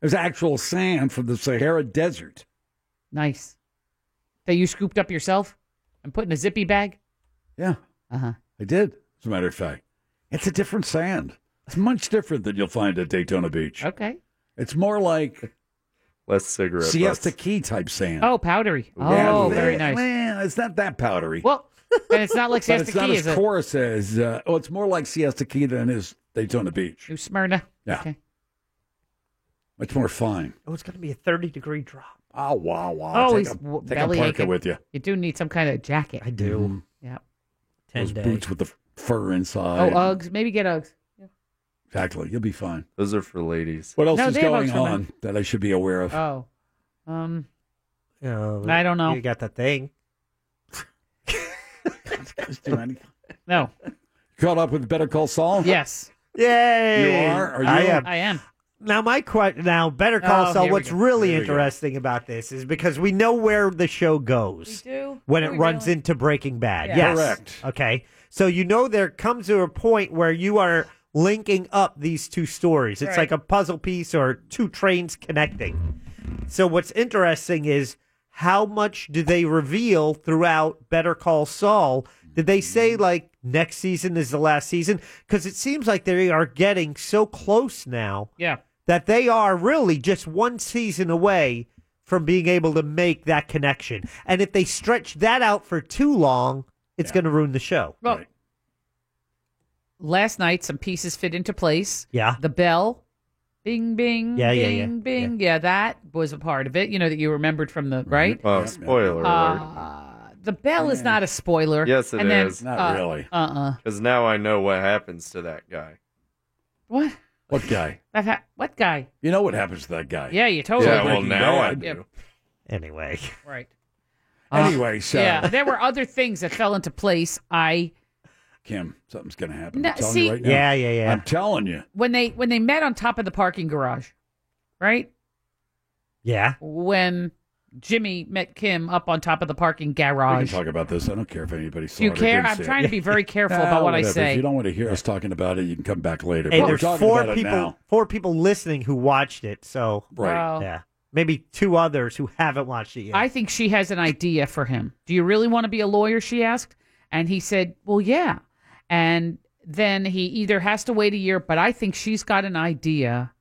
[SPEAKER 5] There's actual sand from the Sahara Desert.
[SPEAKER 7] Nice. That you scooped up yourself and put in a zippy bag.
[SPEAKER 5] Yeah.
[SPEAKER 7] Uh huh.
[SPEAKER 5] I did, as a matter of fact. It's a different sand. It's much different than you'll find at Daytona Beach.
[SPEAKER 7] Okay.
[SPEAKER 5] It's more like
[SPEAKER 11] Less cigarette.
[SPEAKER 5] siesta
[SPEAKER 11] butts.
[SPEAKER 5] key type sand.
[SPEAKER 7] Oh, powdery. Oh,
[SPEAKER 5] Yeah,
[SPEAKER 7] very
[SPEAKER 5] that-
[SPEAKER 7] nice.
[SPEAKER 5] Man, it's not that powdery.
[SPEAKER 7] Well, And it's not like
[SPEAKER 5] [LAUGHS] But
[SPEAKER 7] Siesta
[SPEAKER 5] it's not
[SPEAKER 7] Key,
[SPEAKER 5] as
[SPEAKER 7] is it?
[SPEAKER 5] chorus as uh, well. It's more like Siesta Key than is Daytona Beach.
[SPEAKER 7] New Smyrna.
[SPEAKER 5] Yeah,
[SPEAKER 7] Okay.
[SPEAKER 5] much more fine.
[SPEAKER 8] Oh, it's going to be a 30 degree drop.
[SPEAKER 5] Oh, wow, wow.
[SPEAKER 7] oh,
[SPEAKER 5] take
[SPEAKER 7] he's
[SPEAKER 5] a,
[SPEAKER 7] w-
[SPEAKER 5] take
[SPEAKER 7] belly
[SPEAKER 5] a parka
[SPEAKER 7] aching.
[SPEAKER 5] with you.
[SPEAKER 7] You do need some kind of jacket. I
[SPEAKER 5] do. Mhm.
[SPEAKER 7] Yeah.
[SPEAKER 5] Those boots with the fur
[SPEAKER 7] Oh,
[SPEAKER 5] inside.
[SPEAKER 7] Uggs. Maybe get Uggs.
[SPEAKER 5] exactly. You'll be fine.
[SPEAKER 11] Those are for ladies.
[SPEAKER 5] What else
[SPEAKER 7] No,
[SPEAKER 5] is
[SPEAKER 7] they have
[SPEAKER 5] going
[SPEAKER 7] Oxford
[SPEAKER 5] on that I should be aware of?
[SPEAKER 7] Oh. Um.
[SPEAKER 5] I don't know.
[SPEAKER 8] You got
[SPEAKER 5] [LAUGHS]
[SPEAKER 8] the thing.
[SPEAKER 7] No.
[SPEAKER 5] Caught up with Better Call Saul?
[SPEAKER 7] Yes.
[SPEAKER 8] Yay!
[SPEAKER 5] You are? Are you?
[SPEAKER 8] I am.
[SPEAKER 7] I am.
[SPEAKER 8] Now my question. Now, Better Call
[SPEAKER 7] Oh,
[SPEAKER 8] Saul.
[SPEAKER 7] here we
[SPEAKER 8] What's
[SPEAKER 7] go.
[SPEAKER 8] really
[SPEAKER 7] Here we go.
[SPEAKER 8] interesting about this is because we know where the show goes.
[SPEAKER 7] We do?
[SPEAKER 8] when
[SPEAKER 7] Do
[SPEAKER 8] it
[SPEAKER 7] we
[SPEAKER 8] runs
[SPEAKER 7] really?
[SPEAKER 8] into Breaking Bad.
[SPEAKER 7] Yeah.
[SPEAKER 8] Yes.
[SPEAKER 7] Correct.
[SPEAKER 8] Okay. So you know there comes to a point where you are linking up these two stories. It's
[SPEAKER 7] Right.
[SPEAKER 8] like a puzzle piece or two trains connecting. So what's interesting is how much do they reveal throughout Better Call Saul? Did they say like next season is the last season? Because it seems like they are getting so close now
[SPEAKER 7] Yeah.
[SPEAKER 8] that they are really just one season away from being able to make that connection. And if they stretch that out for too long, it's going to ruin the show.
[SPEAKER 7] Well, last night some pieces fit into place.
[SPEAKER 8] Yeah.
[SPEAKER 7] The bell, bing, bing,
[SPEAKER 8] Yeah, yeah,
[SPEAKER 7] bing,
[SPEAKER 8] yeah,
[SPEAKER 7] bing. Yeah. that was a part of it. You know that you remembered from the right.
[SPEAKER 11] Oh, spoiler alert.
[SPEAKER 7] Uh, the bell is not a spoiler.
[SPEAKER 11] Yes, it
[SPEAKER 7] and then,
[SPEAKER 11] is.
[SPEAKER 7] uh, Uh-uh.
[SPEAKER 11] Because now I know what happens to that guy.
[SPEAKER 7] What?
[SPEAKER 5] What guy?
[SPEAKER 7] That ha- what guy?
[SPEAKER 5] You know what happens to that guy?
[SPEAKER 7] Yeah, you totally.
[SPEAKER 11] Yeah, well,
[SPEAKER 5] Breaking
[SPEAKER 11] now I
[SPEAKER 5] Bad.
[SPEAKER 11] do.
[SPEAKER 7] Yep.
[SPEAKER 8] Anyway.
[SPEAKER 7] Right.
[SPEAKER 5] Anyway, so
[SPEAKER 7] Uh, Yeah, there were other things that fell into place. I
[SPEAKER 5] Kim, something's going to happen.
[SPEAKER 7] No,
[SPEAKER 5] I'm telling
[SPEAKER 7] see-
[SPEAKER 5] you right now.
[SPEAKER 8] Yeah, yeah, yeah.
[SPEAKER 5] I'm telling you.
[SPEAKER 7] when they when they met on top of the parking garage, right?
[SPEAKER 8] Yeah.
[SPEAKER 7] When Jimmy met Kim up on top of the parking garage.
[SPEAKER 5] We can talk about this. I don't care if anybody saw
[SPEAKER 7] Do you
[SPEAKER 5] it or
[SPEAKER 7] care?
[SPEAKER 5] didn't
[SPEAKER 7] I'm
[SPEAKER 5] see it.
[SPEAKER 7] trying
[SPEAKER 5] [LAUGHS]
[SPEAKER 7] to be very careful about
[SPEAKER 5] Ah,
[SPEAKER 7] what I
[SPEAKER 5] whatever.
[SPEAKER 7] say.
[SPEAKER 5] If you don't want to hear us talking about it, you can come back later.
[SPEAKER 8] Hey,
[SPEAKER 5] But we're
[SPEAKER 8] there's
[SPEAKER 5] talking
[SPEAKER 8] four
[SPEAKER 5] about it
[SPEAKER 8] people
[SPEAKER 5] now.
[SPEAKER 8] four people listening who watched it, so
[SPEAKER 5] Right. Wow.
[SPEAKER 8] Yeah. Maybe two others who haven't watched it yet.
[SPEAKER 7] I think she has an idea for him. Do you really want to be a lawyer? She asked. And he said, Well, yeah. And then he either has to wait a year, but I think she's got an idea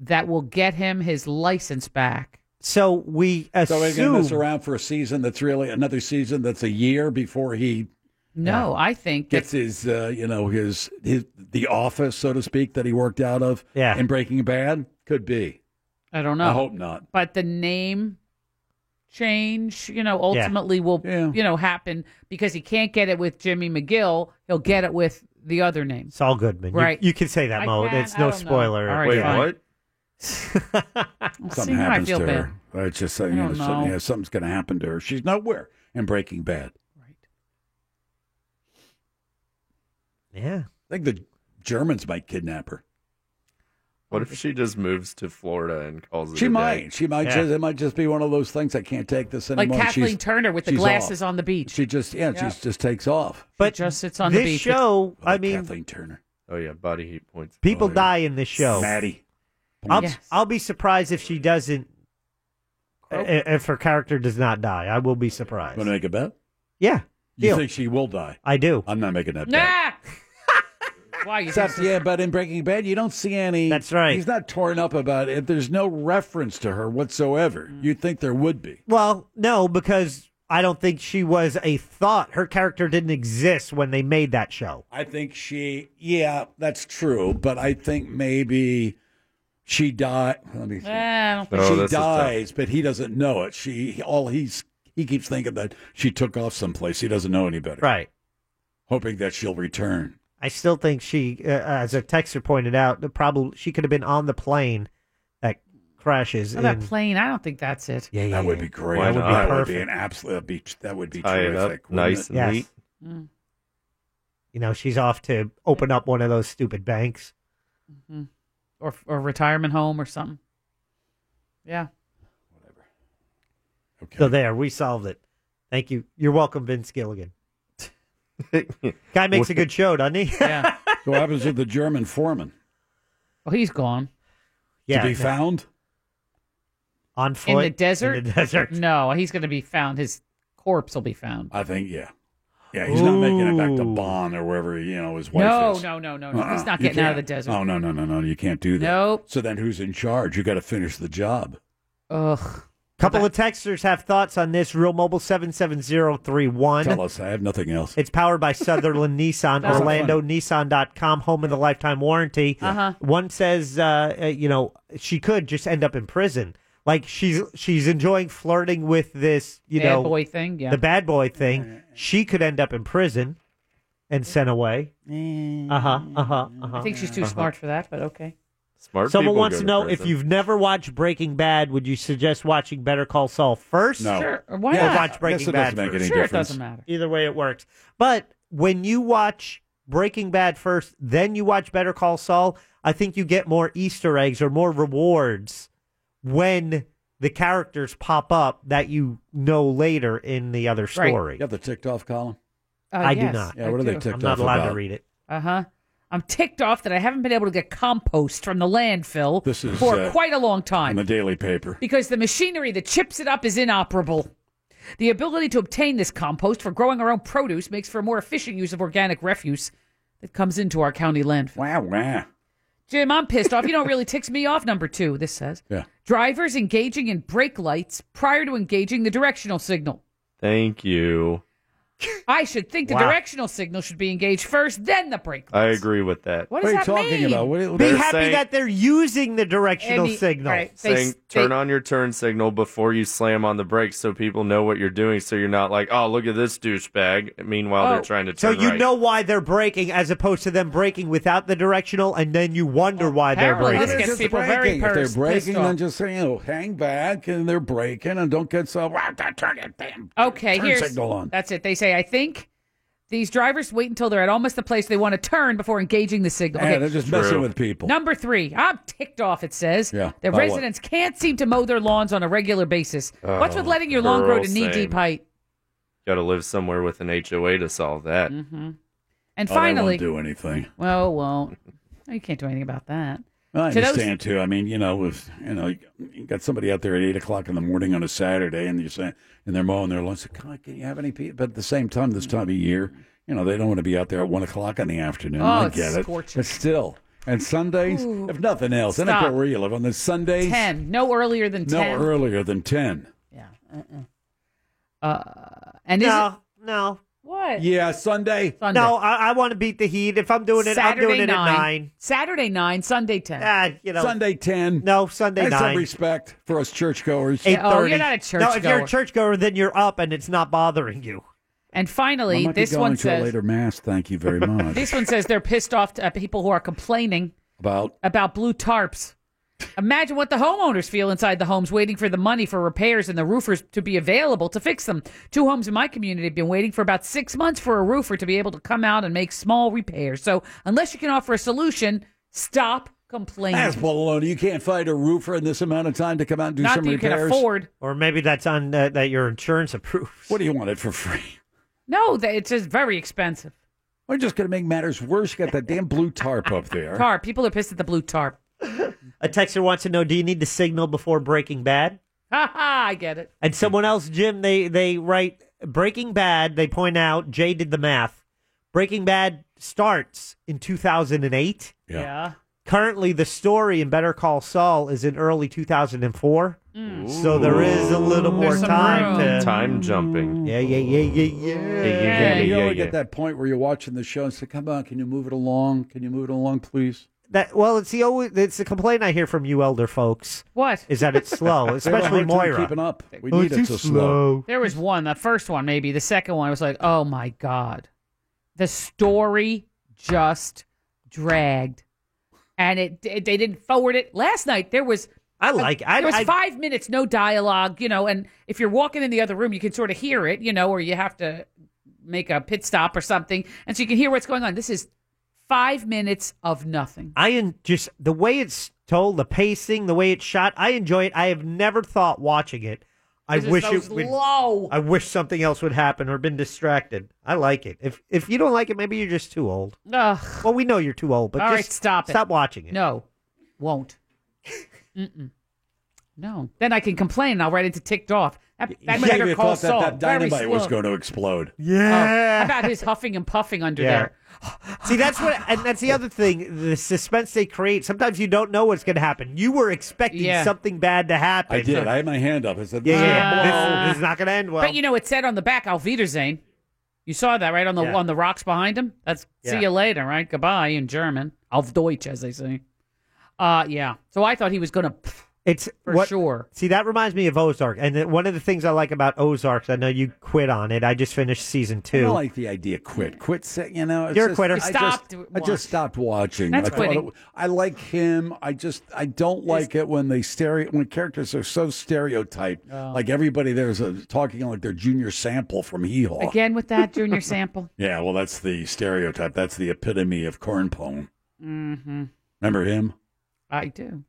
[SPEAKER 7] that will get him his license back.
[SPEAKER 8] So we
[SPEAKER 5] So we're going to mess
[SPEAKER 7] assume-
[SPEAKER 5] around for a season that's really another season that's a year before he
[SPEAKER 7] No, I think
[SPEAKER 5] gets his, uh, you know, his his the office, so to speak, that he worked out of.
[SPEAKER 8] Yeah.
[SPEAKER 5] In Breaking Bad, could be.
[SPEAKER 7] I don't know.
[SPEAKER 5] I hope not.
[SPEAKER 7] But the name change, you know, ultimately will you know happen because he can't get it with Jimmy McGill. He'll get it with the other name.
[SPEAKER 8] Saul Goodman. You-
[SPEAKER 7] Right.
[SPEAKER 8] You, can say that,
[SPEAKER 7] I
[SPEAKER 8] Mo.
[SPEAKER 7] can,
[SPEAKER 8] it's
[SPEAKER 7] I
[SPEAKER 8] no
[SPEAKER 7] don't know.
[SPEAKER 8] spoiler.
[SPEAKER 7] All right, Wait, fine. [LAUGHS] what?
[SPEAKER 5] Something
[SPEAKER 7] now I
[SPEAKER 5] happens
[SPEAKER 7] feel
[SPEAKER 5] to
[SPEAKER 7] bad.
[SPEAKER 5] her. I was just
[SPEAKER 7] I
[SPEAKER 5] saying, you know,
[SPEAKER 7] don't
[SPEAKER 5] something-
[SPEAKER 7] know.
[SPEAKER 5] yeah, something's going to happen to her. She's nowhere in Breaking Bad.
[SPEAKER 8] Yeah.
[SPEAKER 5] I think the Germans might kidnap her.
[SPEAKER 11] What if she just moves to Florida and calls it
[SPEAKER 5] She
[SPEAKER 11] a day?
[SPEAKER 5] might. She might just. It might just be one of those things. I can't take this
[SPEAKER 7] Like
[SPEAKER 5] anymore.
[SPEAKER 7] Kathleen
[SPEAKER 5] She's-
[SPEAKER 7] Turner with the
[SPEAKER 5] she's
[SPEAKER 7] glasses
[SPEAKER 5] off.
[SPEAKER 7] on the beach.
[SPEAKER 5] She just. Yeah.
[SPEAKER 7] Yeah.
[SPEAKER 5] She just takes off.
[SPEAKER 8] But
[SPEAKER 7] just sits on the
[SPEAKER 8] this
[SPEAKER 7] beach.
[SPEAKER 8] show, I mean,
[SPEAKER 5] Kathleen Turner.
[SPEAKER 11] Oh yeah, body heat points.
[SPEAKER 8] People
[SPEAKER 11] Oh, yeah.
[SPEAKER 8] die in this show.
[SPEAKER 5] Maddie.
[SPEAKER 8] I'll,
[SPEAKER 11] Yes.
[SPEAKER 8] I'll be surprised if she doesn't. i- If her character does not die, I will be surprised.
[SPEAKER 5] Want to make a bet?
[SPEAKER 8] Yeah.
[SPEAKER 5] You
[SPEAKER 8] Deal.
[SPEAKER 5] think she will die?
[SPEAKER 8] I do.
[SPEAKER 5] I'm not making that bet.
[SPEAKER 7] Nah. [LAUGHS] Why you think
[SPEAKER 5] Except, yeah, but in Breaking Bad, you don't see any. That's
[SPEAKER 8] right.
[SPEAKER 5] He's not torn up about it. There's no reference to her whatsoever.
[SPEAKER 7] Mm.
[SPEAKER 5] You'd think there would be.
[SPEAKER 8] Well, no, because I don't think she was a thought. Her character didn't exist when they made that show.
[SPEAKER 5] I think she, yeah, that's true. But I think maybe she died. Let me see.
[SPEAKER 7] Eh, I don't think
[SPEAKER 11] Oh,
[SPEAKER 5] she
[SPEAKER 11] this is tough.
[SPEAKER 5] dies, but he doesn't know it. She, all he's, he keeps thinking that she took off someplace. He doesn't know any better.
[SPEAKER 8] Right.
[SPEAKER 5] Hoping that she'll return.
[SPEAKER 8] I still think she, uh, as a texter pointed out, the probably she could have been on the plane that crashes.
[SPEAKER 7] Oh, that
[SPEAKER 8] in-
[SPEAKER 7] plane, I don't think that's it.
[SPEAKER 8] yeah, yeah,
[SPEAKER 5] That would
[SPEAKER 8] yeah.
[SPEAKER 5] be great.
[SPEAKER 8] That would be
[SPEAKER 5] that would
[SPEAKER 8] perfect.
[SPEAKER 5] be an absolute. That'd be, that would be
[SPEAKER 11] Tie it up
[SPEAKER 5] terrific. wouldn't
[SPEAKER 11] nice
[SPEAKER 5] it?
[SPEAKER 11] and Yes. neat.
[SPEAKER 7] Mm.
[SPEAKER 8] You know, she's off to open up one of those stupid banks.
[SPEAKER 7] Mhm. Or or retirement home or something. Yeah.
[SPEAKER 8] So there, we solved it. Thank you. You're welcome, Vince
[SPEAKER 5] [LAUGHS]
[SPEAKER 8] Gilligan. Guy makes a good show, doesn't he?
[SPEAKER 7] Yeah.
[SPEAKER 5] So what happens with the German foreman?
[SPEAKER 7] Well, Oh, he's gone.
[SPEAKER 8] [LAUGHS] Yeah,
[SPEAKER 5] to be
[SPEAKER 8] no.
[SPEAKER 5] found.
[SPEAKER 8] On
[SPEAKER 7] In
[SPEAKER 8] foot
[SPEAKER 11] [LAUGHS]
[SPEAKER 7] the desert?
[SPEAKER 8] In the [LAUGHS] desert.
[SPEAKER 7] No, he's going to be found. His corpse will be found.
[SPEAKER 5] I think yeah, yeah. He's not making it back to Bonn or wherever you know his wife
[SPEAKER 7] No,
[SPEAKER 5] is.
[SPEAKER 7] no, no, no, no.
[SPEAKER 5] Uh-uh.
[SPEAKER 7] He's not
[SPEAKER 5] You
[SPEAKER 7] getting out of
[SPEAKER 5] can't.
[SPEAKER 7] the desert.
[SPEAKER 5] Oh no, no, no, no. You can't do that.
[SPEAKER 7] Nope.
[SPEAKER 5] So then, who's in charge? You got to finish the job.
[SPEAKER 7] Ugh.
[SPEAKER 8] couple of texters have thoughts on this. Real Mobile 77031.
[SPEAKER 5] Tell us. I have nothing else.
[SPEAKER 8] It's powered
[SPEAKER 7] [LAUGHS]
[SPEAKER 8] by Sutherland Nissan,
[SPEAKER 5] That's
[SPEAKER 8] Orlando Nissan.com, home of the lifetime warranty.
[SPEAKER 5] Yeah. Uh-huh.
[SPEAKER 8] One says, uh, uh, you know, she could just end up in prison. Like she's she's enjoying flirting with this, you
[SPEAKER 7] Bad
[SPEAKER 8] know,
[SPEAKER 7] boy thing, yeah.
[SPEAKER 8] the bad boy thing. She could end up in prison and sent away. Uh huh. Uh huh. Uh-huh.
[SPEAKER 7] Eh. I think she's too
[SPEAKER 8] Uh-huh.
[SPEAKER 7] smart for that, but okay.
[SPEAKER 11] Smart
[SPEAKER 8] Someone
[SPEAKER 11] people
[SPEAKER 8] wants
[SPEAKER 11] go
[SPEAKER 8] to
[SPEAKER 11] to
[SPEAKER 8] know if
[SPEAKER 11] prison.
[SPEAKER 8] you've never watched Breaking Bad, would you suggest watching Better Call Saul first?
[SPEAKER 5] No.
[SPEAKER 7] Sure, why
[SPEAKER 8] Or
[SPEAKER 7] not?
[SPEAKER 8] watch Breaking
[SPEAKER 5] Guess it
[SPEAKER 8] Bad
[SPEAKER 5] doesn't make
[SPEAKER 8] first?
[SPEAKER 5] any Sure, it difference. doesn't
[SPEAKER 7] matter.
[SPEAKER 8] Either way, it works. But when you watch Breaking Bad first, then you watch Better Call Saul, I think you get more Easter eggs or more rewards when the characters pop up that you know later in the other
[SPEAKER 5] Right.
[SPEAKER 8] story.
[SPEAKER 5] You have the ticked off column?
[SPEAKER 7] Uh,
[SPEAKER 8] I
[SPEAKER 7] yes,
[SPEAKER 8] do not.
[SPEAKER 5] Yeah, what I are they do. ticked
[SPEAKER 8] I'm not
[SPEAKER 5] off
[SPEAKER 8] allowed to
[SPEAKER 5] about?
[SPEAKER 8] read it.
[SPEAKER 7] Uh huh. I'm ticked off that I haven't been able to get compost from the landfill
[SPEAKER 5] This is,
[SPEAKER 7] for
[SPEAKER 5] uh,
[SPEAKER 7] quite a long
[SPEAKER 5] In
[SPEAKER 7] time
[SPEAKER 5] the daily paper.
[SPEAKER 7] because the machinery that chips it up is inoperable. The ability to obtain this compost for growing our own produce makes for a more efficient use of organic refuse that comes into our county landfill.
[SPEAKER 5] Wow, wow.
[SPEAKER 7] Jim, I'm pissed off. You know what really ticks me off? Number two, this says
[SPEAKER 5] Yeah.
[SPEAKER 7] drivers engaging in brake lights prior to engaging the directional signal.
[SPEAKER 11] Thank you.
[SPEAKER 7] I should think the
[SPEAKER 11] Wow.
[SPEAKER 7] directional signal should be engaged first, then the brake.
[SPEAKER 11] I agree with that.
[SPEAKER 7] What does What are you that talking mean? about? What are you-
[SPEAKER 8] Be
[SPEAKER 11] They're
[SPEAKER 8] happy
[SPEAKER 11] saying-
[SPEAKER 8] that they're using the directional
[SPEAKER 7] Any-
[SPEAKER 8] signal.
[SPEAKER 7] right, they
[SPEAKER 11] saying turn on your turn signal before you slam on the brakes so people know what you're doing so you're not like oh look at this douchebag meanwhile
[SPEAKER 7] Oh,
[SPEAKER 11] they're trying to
[SPEAKER 8] so
[SPEAKER 11] turn
[SPEAKER 8] you
[SPEAKER 11] right.
[SPEAKER 8] know why they're braking as opposed to them braking without the directional and then you wonder why they're
[SPEAKER 5] Apparently,
[SPEAKER 8] braking
[SPEAKER 5] this gets people very If they're breaking, then just say, you know, hang back and they're breaking and don't get so, wow, turn it, bam.
[SPEAKER 7] Okay,
[SPEAKER 5] turn
[SPEAKER 7] here's
[SPEAKER 5] signal on.
[SPEAKER 7] that's it. They say I think these drivers wait until they're at almost the place they want to turn before engaging the signal.
[SPEAKER 5] Yeah,
[SPEAKER 7] Okay.
[SPEAKER 5] they're just messing with people.
[SPEAKER 7] Number three, I'm ticked off. It says
[SPEAKER 5] Yeah,
[SPEAKER 7] that
[SPEAKER 5] about what?
[SPEAKER 7] residents can't seem to mow their lawns on a regular basis. What's with
[SPEAKER 11] Oh,
[SPEAKER 7] letting your lawn grow
[SPEAKER 11] girl,
[SPEAKER 7] to knee deep
[SPEAKER 11] same.
[SPEAKER 7] height?
[SPEAKER 11] gotta live somewhere with an hoa to solve that
[SPEAKER 7] hmm And
[SPEAKER 11] Oh, they won't
[SPEAKER 7] finally,
[SPEAKER 11] do
[SPEAKER 5] anything.
[SPEAKER 7] well, it won't you can't do anything about that.
[SPEAKER 5] I
[SPEAKER 7] To those-
[SPEAKER 5] understand too. I mean, you know, if you know, you got somebody out there at eight o'clock in the morning on a Saturday, and you're saying, and they're mowing their lawn. So, God, can you have any people? But at the same time, this time of year, you know, they don't want to be out there at one o'clock in the afternoon.
[SPEAKER 7] Oh,
[SPEAKER 5] I
[SPEAKER 7] it's
[SPEAKER 5] get it,
[SPEAKER 7] scorching.
[SPEAKER 5] but still, and Sundays,
[SPEAKER 7] Ooh.
[SPEAKER 5] if nothing else, I don't
[SPEAKER 7] Stop.
[SPEAKER 5] care where you live on the Sundays,
[SPEAKER 7] ten, no earlier than
[SPEAKER 5] no
[SPEAKER 7] ten.
[SPEAKER 5] earlier than ten.
[SPEAKER 7] Uh, and is
[SPEAKER 8] no, no.
[SPEAKER 7] What?
[SPEAKER 5] Yeah, Sunday.
[SPEAKER 7] Sunday.
[SPEAKER 8] No, I, I want to beat the heat. If I'm doing it,
[SPEAKER 7] Saturday
[SPEAKER 8] I'm doing it
[SPEAKER 7] nine,
[SPEAKER 8] at nine.
[SPEAKER 7] Saturday nine, Sunday ten.
[SPEAKER 8] Ah, you know,
[SPEAKER 5] Sunday ten.
[SPEAKER 8] No, Sunday
[SPEAKER 5] Have some
[SPEAKER 8] nine.
[SPEAKER 5] respect for us churchgoers.
[SPEAKER 7] oh,
[SPEAKER 8] Eight thirty. No, if you're
[SPEAKER 7] churchgoer.
[SPEAKER 8] a churchgoer, then you're up and it's not bothering you.
[SPEAKER 7] And
[SPEAKER 5] I
[SPEAKER 7] finally,
[SPEAKER 5] might be
[SPEAKER 7] this
[SPEAKER 5] going
[SPEAKER 7] one
[SPEAKER 5] to a
[SPEAKER 7] says
[SPEAKER 5] later mass. Thank you
[SPEAKER 7] [LAUGHS]
[SPEAKER 5] very much.
[SPEAKER 7] this one says they're pissed off at people who are complaining
[SPEAKER 5] About
[SPEAKER 7] about blue tarps. Imagine what the homeowners feel inside the homes waiting for the money for repairs and the roofers to be available to fix them. Two homes in my community have been waiting for about six months for a roofer to be able to come out and make small repairs. So, unless you can offer a solution, stop complaining.
[SPEAKER 5] that's baloney. You can't find a roofer in this amount of time to come out and do
[SPEAKER 7] Not
[SPEAKER 5] some
[SPEAKER 7] that you can
[SPEAKER 5] repairs.
[SPEAKER 7] afford.
[SPEAKER 8] Or maybe that's on uh, that your insurance approves.
[SPEAKER 5] What do you want it for free?
[SPEAKER 7] No, that- it's just very expensive. [LAUGHS]
[SPEAKER 5] We're just going to make matters worse. You got that damn blue tarp up
[SPEAKER 7] [LAUGHS]
[SPEAKER 5] there.
[SPEAKER 7] Tarp. People are pissed at the blue tarp.
[SPEAKER 8] [LAUGHS] A texter wants to know: Do you need to signal before Breaking Bad?
[SPEAKER 7] Ha ha! I get it.
[SPEAKER 8] And someone else, Jim, they they write Breaking Bad. They point out Jay did the math. Breaking Bad starts in 2008.
[SPEAKER 7] Yeah.
[SPEAKER 8] Currently, the story in Better Call Saul is in early 2004.
[SPEAKER 7] Mm.
[SPEAKER 8] So there is a little
[SPEAKER 11] Ooh.
[SPEAKER 8] more
[SPEAKER 11] There's some
[SPEAKER 8] time
[SPEAKER 11] room.
[SPEAKER 8] to
[SPEAKER 11] Time
[SPEAKER 7] Mm-hmm.
[SPEAKER 11] jumping.
[SPEAKER 8] Yeah, yeah, yeah, yeah, yeah.
[SPEAKER 11] yeah,
[SPEAKER 5] you
[SPEAKER 11] yeah,
[SPEAKER 5] ever
[SPEAKER 11] yeah.
[SPEAKER 5] get that point where you're watching the show and say, "Come on, can you move it along? Can you move it along, please?"
[SPEAKER 8] That well, it's the always, it's the complaint I hear from you elder folks.
[SPEAKER 7] What
[SPEAKER 8] is that? It's
[SPEAKER 5] [LAUGHS]
[SPEAKER 8] slow,
[SPEAKER 5] They have a
[SPEAKER 8] especially
[SPEAKER 5] hard time
[SPEAKER 8] Moira.
[SPEAKER 5] keeping up. We
[SPEAKER 8] Oh,
[SPEAKER 5] need
[SPEAKER 8] too
[SPEAKER 5] it to slow.
[SPEAKER 7] There was one, the first one maybe, the second one I was like, "Oh my god." The story just dragged. And it they didn't forward it. Last night there was
[SPEAKER 8] I like- I-
[SPEAKER 7] there was
[SPEAKER 8] I-
[SPEAKER 7] 5 minutes no dialogue, you know, and if you're walking in the other room you can sort of hear it, you know, or you have to make a pit stop or something and so you can hear what's going on. This is 5 minutes of nothing.
[SPEAKER 8] I en- just the way it's told, the pacing, the way it's shot. I enjoy it. I have never thought watching it. I
[SPEAKER 7] This is
[SPEAKER 8] wish
[SPEAKER 7] so
[SPEAKER 8] it would.
[SPEAKER 7] slow.
[SPEAKER 8] I wish something else would happen or been distracted. I like it. If if you don't like it, maybe you're just too old.
[SPEAKER 7] Ugh.
[SPEAKER 8] Well, we know you're too old, but
[SPEAKER 7] All
[SPEAKER 8] just
[SPEAKER 7] right, stop it.
[SPEAKER 8] Stop watching it.
[SPEAKER 7] No. Won't. Mm-mm. No. Then I can complain and I'll write into ticked off. That, that
[SPEAKER 5] You
[SPEAKER 7] beggar
[SPEAKER 5] never
[SPEAKER 7] Cole
[SPEAKER 5] thought that
[SPEAKER 7] Saul,
[SPEAKER 5] that
[SPEAKER 7] very
[SPEAKER 5] dynamite was
[SPEAKER 7] slow.
[SPEAKER 5] going to explode.
[SPEAKER 7] Oh, how about his huffing and puffing under
[SPEAKER 5] Yeah.
[SPEAKER 7] there?
[SPEAKER 8] See, that's what, and that's the other thing the suspense they create. Sometimes you don't know what's going to happen. You were expecting
[SPEAKER 7] Yeah.
[SPEAKER 8] something bad to happen.
[SPEAKER 5] I did. I had my hand up. I said,
[SPEAKER 8] yeah, yeah.
[SPEAKER 5] "Blow."
[SPEAKER 8] this, this is not going to end well.
[SPEAKER 7] but you know, it said on the back, "Auf Wiedersehen." You saw that right on the
[SPEAKER 8] Yeah.
[SPEAKER 7] on the rocks behind him. That's see
[SPEAKER 8] Yeah.
[SPEAKER 7] you later, right? Goodbye in German, auf Deutsch, as they say. Uh yeah. So I thought he was going to.
[SPEAKER 8] It's
[SPEAKER 7] for sure.
[SPEAKER 8] See, that reminds me of Ozark, and that- one of the things I like about Ozarks, I know you quit on it. I just finished season
[SPEAKER 5] I
[SPEAKER 8] two.
[SPEAKER 5] don't like the idea. Quit. Quit. Say, you know, it's
[SPEAKER 8] You're a
[SPEAKER 5] just-
[SPEAKER 8] quitter.
[SPEAKER 5] I
[SPEAKER 8] Stop
[SPEAKER 5] just,
[SPEAKER 8] to
[SPEAKER 5] I
[SPEAKER 8] watch.
[SPEAKER 5] just stopped watching. I,
[SPEAKER 8] That's
[SPEAKER 5] thought
[SPEAKER 8] quitting.
[SPEAKER 5] it- I like him. I just I don't like it when they stereo when characters are so stereotyped. Like everybody there's a, talking like their junior sample from Hee Haw.
[SPEAKER 7] Again with
[SPEAKER 5] [LAUGHS]
[SPEAKER 7] that junior sample.
[SPEAKER 5] Yeah, well, that's the stereotype. That's the epitome of cornpone.
[SPEAKER 7] Mm-hmm.
[SPEAKER 5] Remember him?
[SPEAKER 7] I do.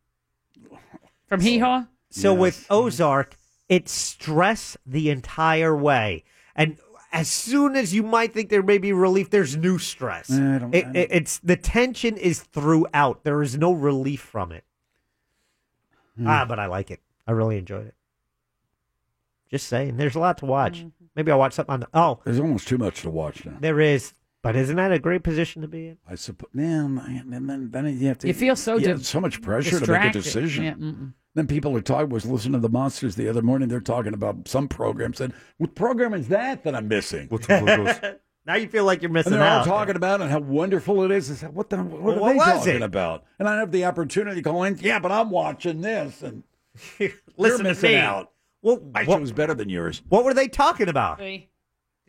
[SPEAKER 7] From Hee Haw.
[SPEAKER 8] So with Ozark, it's stress the entire way, and as soon as you might think there may be relief, there's new stress.
[SPEAKER 5] Eh, I don't- I
[SPEAKER 8] It- it- it's the tension is throughout. There is no relief from it.
[SPEAKER 5] Hmm.
[SPEAKER 8] Ah, but I like it. I really enjoyed it. Just saying, there's a lot to watch.
[SPEAKER 7] Mm-hmm.
[SPEAKER 8] Maybe I'll watch something on the. Oh,
[SPEAKER 5] there's almost too much to watch now.
[SPEAKER 8] There is, but isn't that a great position to be in?
[SPEAKER 5] I suppose. Man, man, and then then you have to.
[SPEAKER 7] You feel so
[SPEAKER 5] yeah,
[SPEAKER 7] di-
[SPEAKER 5] so much pressure to make
[SPEAKER 7] distracted.
[SPEAKER 5] a decision.
[SPEAKER 7] Yeah, mm-mm.
[SPEAKER 5] Then people are talking. Was listening to the monsters the other morning. They're talking about some program. Said, "What program is that that I'm missing?"
[SPEAKER 8] [LAUGHS] now you feel like you're missing
[SPEAKER 5] and they're all
[SPEAKER 8] out.
[SPEAKER 5] talking about it and how wonderful it is. I said, "What the? What, are
[SPEAKER 8] What
[SPEAKER 5] they
[SPEAKER 8] was
[SPEAKER 5] talking
[SPEAKER 8] it?
[SPEAKER 5] about?" And I have the opportunity to call in. Yeah, but I'm watching this and
[SPEAKER 8] [LAUGHS] Listen to
[SPEAKER 5] you're missing
[SPEAKER 8] me.
[SPEAKER 5] out.
[SPEAKER 8] Well,
[SPEAKER 5] I chose better than yours.
[SPEAKER 8] What were they talking about?
[SPEAKER 7] Did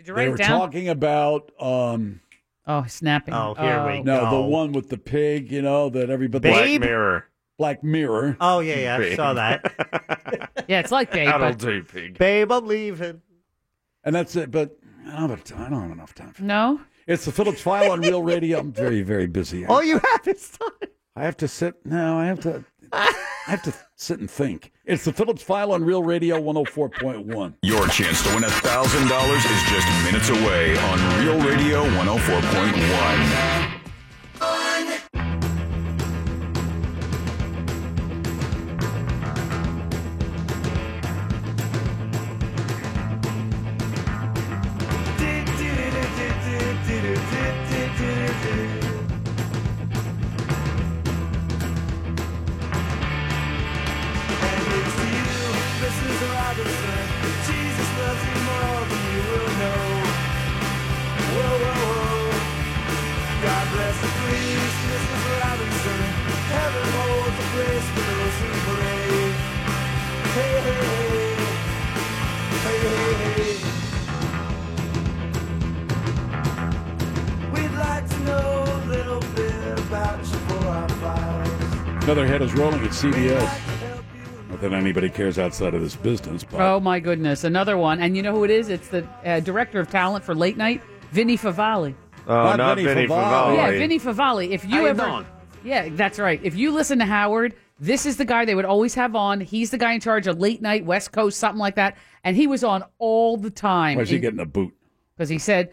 [SPEAKER 7] you write
[SPEAKER 5] Ah. They
[SPEAKER 7] it
[SPEAKER 5] were
[SPEAKER 7] down?
[SPEAKER 5] talking about. um
[SPEAKER 7] Oh, snapping.
[SPEAKER 8] Oh, here we
[SPEAKER 5] No,
[SPEAKER 8] go.
[SPEAKER 5] the one with the pig. You know that everybody.
[SPEAKER 8] Black Babe? Mirror.
[SPEAKER 5] Black Mirror.
[SPEAKER 8] Oh yeah, yeah, I
[SPEAKER 5] [LAUGHS]
[SPEAKER 8] saw that.
[SPEAKER 7] yeah, it's like Babe.
[SPEAKER 5] That'll
[SPEAKER 7] but-
[SPEAKER 5] do,
[SPEAKER 11] pig.
[SPEAKER 8] Babe, I'm leaving.
[SPEAKER 5] And that's it. But I don't have, t- I don't have enough time. For
[SPEAKER 7] No.
[SPEAKER 5] It's the Phillips File on Real Radio. I'm very, very busy. I,
[SPEAKER 8] [LAUGHS] All you have is time.
[SPEAKER 5] I have to sit. No, I have to. I have to sit and think. It's the Phillips File on Real Radio 104.1.
[SPEAKER 1] Your chance to win $1,000 is just minutes away on Real Radio 104.1.
[SPEAKER 9] We'd like to know a little bit about you for our files.
[SPEAKER 5] Another head is rolling at CBS. Not that anybody cares outside of this business, but
[SPEAKER 7] Oh my goodness, another one. And you know who it is? It's the uh, director of talent for late night, Vinny Favalli.
[SPEAKER 11] Oh, not, Vinny Favalli.
[SPEAKER 7] Yeah, Vinny Favalli. If you
[SPEAKER 11] How you
[SPEAKER 7] ever,
[SPEAKER 11] doing?
[SPEAKER 7] yeah, that's right. If you listen to Howard, this is the guy they would always have on. He's the guy in charge of late night West Coast, something like that, and he was on all the time.
[SPEAKER 5] why is he getting a boot?
[SPEAKER 7] Because he said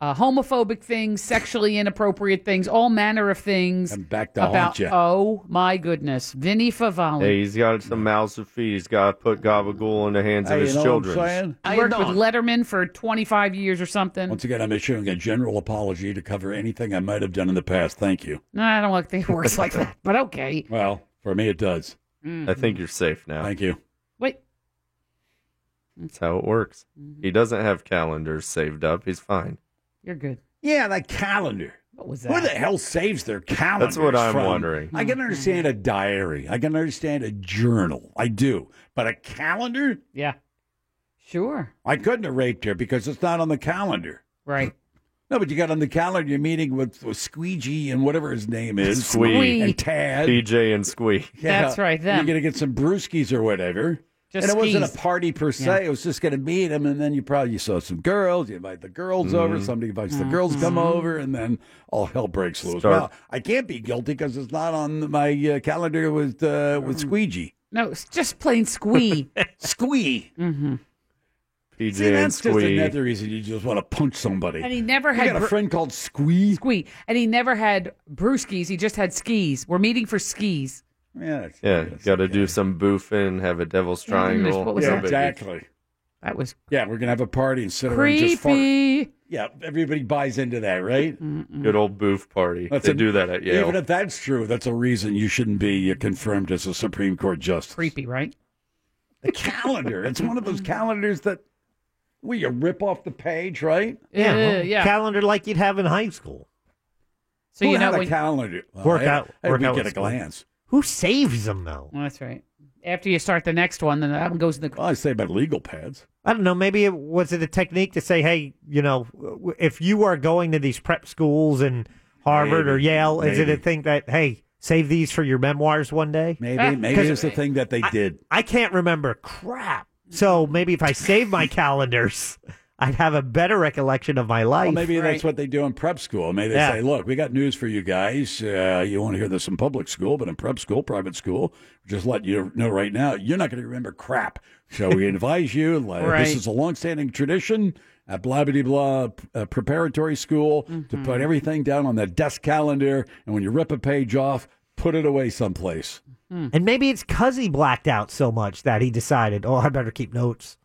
[SPEAKER 7] uh, homophobic things, sexually inappropriate things, all manner of things.
[SPEAKER 5] And back to
[SPEAKER 7] about
[SPEAKER 5] haunt ya.
[SPEAKER 7] oh my goodness, Vinny Favalli.
[SPEAKER 11] Hey, he's got some mouths to feed. He's got to put gabagool in the hands
[SPEAKER 5] Hey,
[SPEAKER 11] of
[SPEAKER 5] you
[SPEAKER 11] his
[SPEAKER 5] know what I'm
[SPEAKER 11] children.
[SPEAKER 5] saying?
[SPEAKER 7] I worked with Letterman for 25 years or something.
[SPEAKER 5] Once again, I'm issuing a general apology to cover anything I might have done in the past. Thank you.
[SPEAKER 7] No, I don't [LAUGHS] like think it works like that, but okay.
[SPEAKER 5] Well, for me, it does.
[SPEAKER 7] Mm.
[SPEAKER 11] I think you're safe now.
[SPEAKER 5] Thank you.
[SPEAKER 7] Wait. Mm-hmm.
[SPEAKER 11] That's how it works. He doesn't have calendars saved up. He's fine.
[SPEAKER 7] You're good.
[SPEAKER 5] Yeah, that calendar.
[SPEAKER 7] What was
[SPEAKER 5] Who
[SPEAKER 7] that?
[SPEAKER 5] the hell saves their calendar?
[SPEAKER 11] That's what I'm wondering.
[SPEAKER 5] I can understand a diary. I can understand a journal. I do. But a calendar?
[SPEAKER 7] Yeah. Sure.
[SPEAKER 5] I couldn't have raped her because it's not on the calendar.
[SPEAKER 7] Right.
[SPEAKER 5] No, but you got on the calendar, you're meeting with, with Squeegee and whatever his name is.
[SPEAKER 11] Squee. Squee.
[SPEAKER 5] And Tad.
[SPEAKER 11] PJ and Squee.
[SPEAKER 5] [LAUGHS] Yeah.
[SPEAKER 7] That's right, them.
[SPEAKER 5] You're going to get some brewskis or whatever.
[SPEAKER 7] Just
[SPEAKER 5] and it wasn't
[SPEAKER 7] skis.
[SPEAKER 5] a party per se.
[SPEAKER 7] Yeah.
[SPEAKER 5] It was just going to meet him, and then you probably you saw some girls. You invite the girls over.
[SPEAKER 11] Mhm.
[SPEAKER 5] Somebody invites
[SPEAKER 7] Mm-hmm.
[SPEAKER 5] the girls to come over, and then all hell breaks loose.
[SPEAKER 11] Start-
[SPEAKER 5] Well, I can't be guilty because it's not on my uh, calendar with uh, with
[SPEAKER 11] Mm-hmm.
[SPEAKER 5] squeegee.
[SPEAKER 7] No, it's just plain squee.
[SPEAKER 5] squee.
[SPEAKER 7] Mm-hmm.
[SPEAKER 11] PJ
[SPEAKER 5] See,
[SPEAKER 11] and
[SPEAKER 5] that's just
[SPEAKER 11] Squee.
[SPEAKER 5] another reason you just want to punch somebody.
[SPEAKER 7] And he never
[SPEAKER 5] You
[SPEAKER 7] had
[SPEAKER 5] got
[SPEAKER 7] br-
[SPEAKER 5] a friend called Squee.
[SPEAKER 7] Squee. And he never had brewskis. He just had skis. We're meeting for skis.
[SPEAKER 5] Yeah.
[SPEAKER 11] Yeah, got to do some boofing, have a devil's
[SPEAKER 7] Oh, goodness,
[SPEAKER 11] triangle.
[SPEAKER 7] what was
[SPEAKER 11] no
[SPEAKER 7] that?
[SPEAKER 11] biggie.
[SPEAKER 5] Exactly.
[SPEAKER 7] That was
[SPEAKER 5] Yeah, we're gonna have a party and sit around and just fart.
[SPEAKER 7] creepy.
[SPEAKER 5] Yeah, everybody buys into that, right?
[SPEAKER 7] Mm-hmm.
[SPEAKER 11] Good old booth party. they
[SPEAKER 5] a-
[SPEAKER 11] do that at Yale.
[SPEAKER 5] Even if that's true, that's a reason you shouldn't be uh, confirmed as a Supreme Court justice.
[SPEAKER 7] Creepy, right?
[SPEAKER 5] The calendar. it's one of
[SPEAKER 7] [LAUGHS]
[SPEAKER 5] those calendars that we you rip off the page, right?
[SPEAKER 8] Yeah, well, calendar like you'd have in high school.
[SPEAKER 5] So Who you know had a when- calendar? Well,
[SPEAKER 8] workout,
[SPEAKER 5] I- I- we
[SPEAKER 8] workout
[SPEAKER 5] get
[SPEAKER 8] was
[SPEAKER 5] a
[SPEAKER 8] cool.
[SPEAKER 5] glance.
[SPEAKER 8] Who saves them though?
[SPEAKER 7] Well, that's right. After you start the next one, then that one goes in the.
[SPEAKER 5] I say about legal pads.
[SPEAKER 8] I don't know. Maybe it was it a technique to say, hey, you know, w- if you are going to these prep schools in Harvard or
[SPEAKER 5] Maybe.
[SPEAKER 8] Yale, is it a
[SPEAKER 5] Maybe.
[SPEAKER 8] thing that hey, save these for your memoirs one day?
[SPEAKER 7] Ah,
[SPEAKER 5] Maybe maybe it's the thing that they
[SPEAKER 8] I-
[SPEAKER 5] did.
[SPEAKER 8] I can't remember crap. So maybe if I save my calendars, [LAUGHS] I'd have a better recollection of my life.
[SPEAKER 5] Well, maybe that's what they do in prep school. Maybe they
[SPEAKER 8] Yeah.
[SPEAKER 5] say, "Look, we got news for you guys. Uh, you won't hear this in public school, but in prep school, private school, just let you know right now, you're not going to remember crap. So
[SPEAKER 7] [LAUGHS]
[SPEAKER 5] we advise you. like,
[SPEAKER 1] Right.
[SPEAKER 5] This is a longstanding tradition at blah blah blah uh, preparatory school to
[SPEAKER 7] Mm-hmm.
[SPEAKER 5] put everything down on the desk calendar, and when you rip a page off, put it away someplace.
[SPEAKER 7] Hmm.
[SPEAKER 8] And maybe it's because he blacked out so much that he decided, oh, I better keep notes.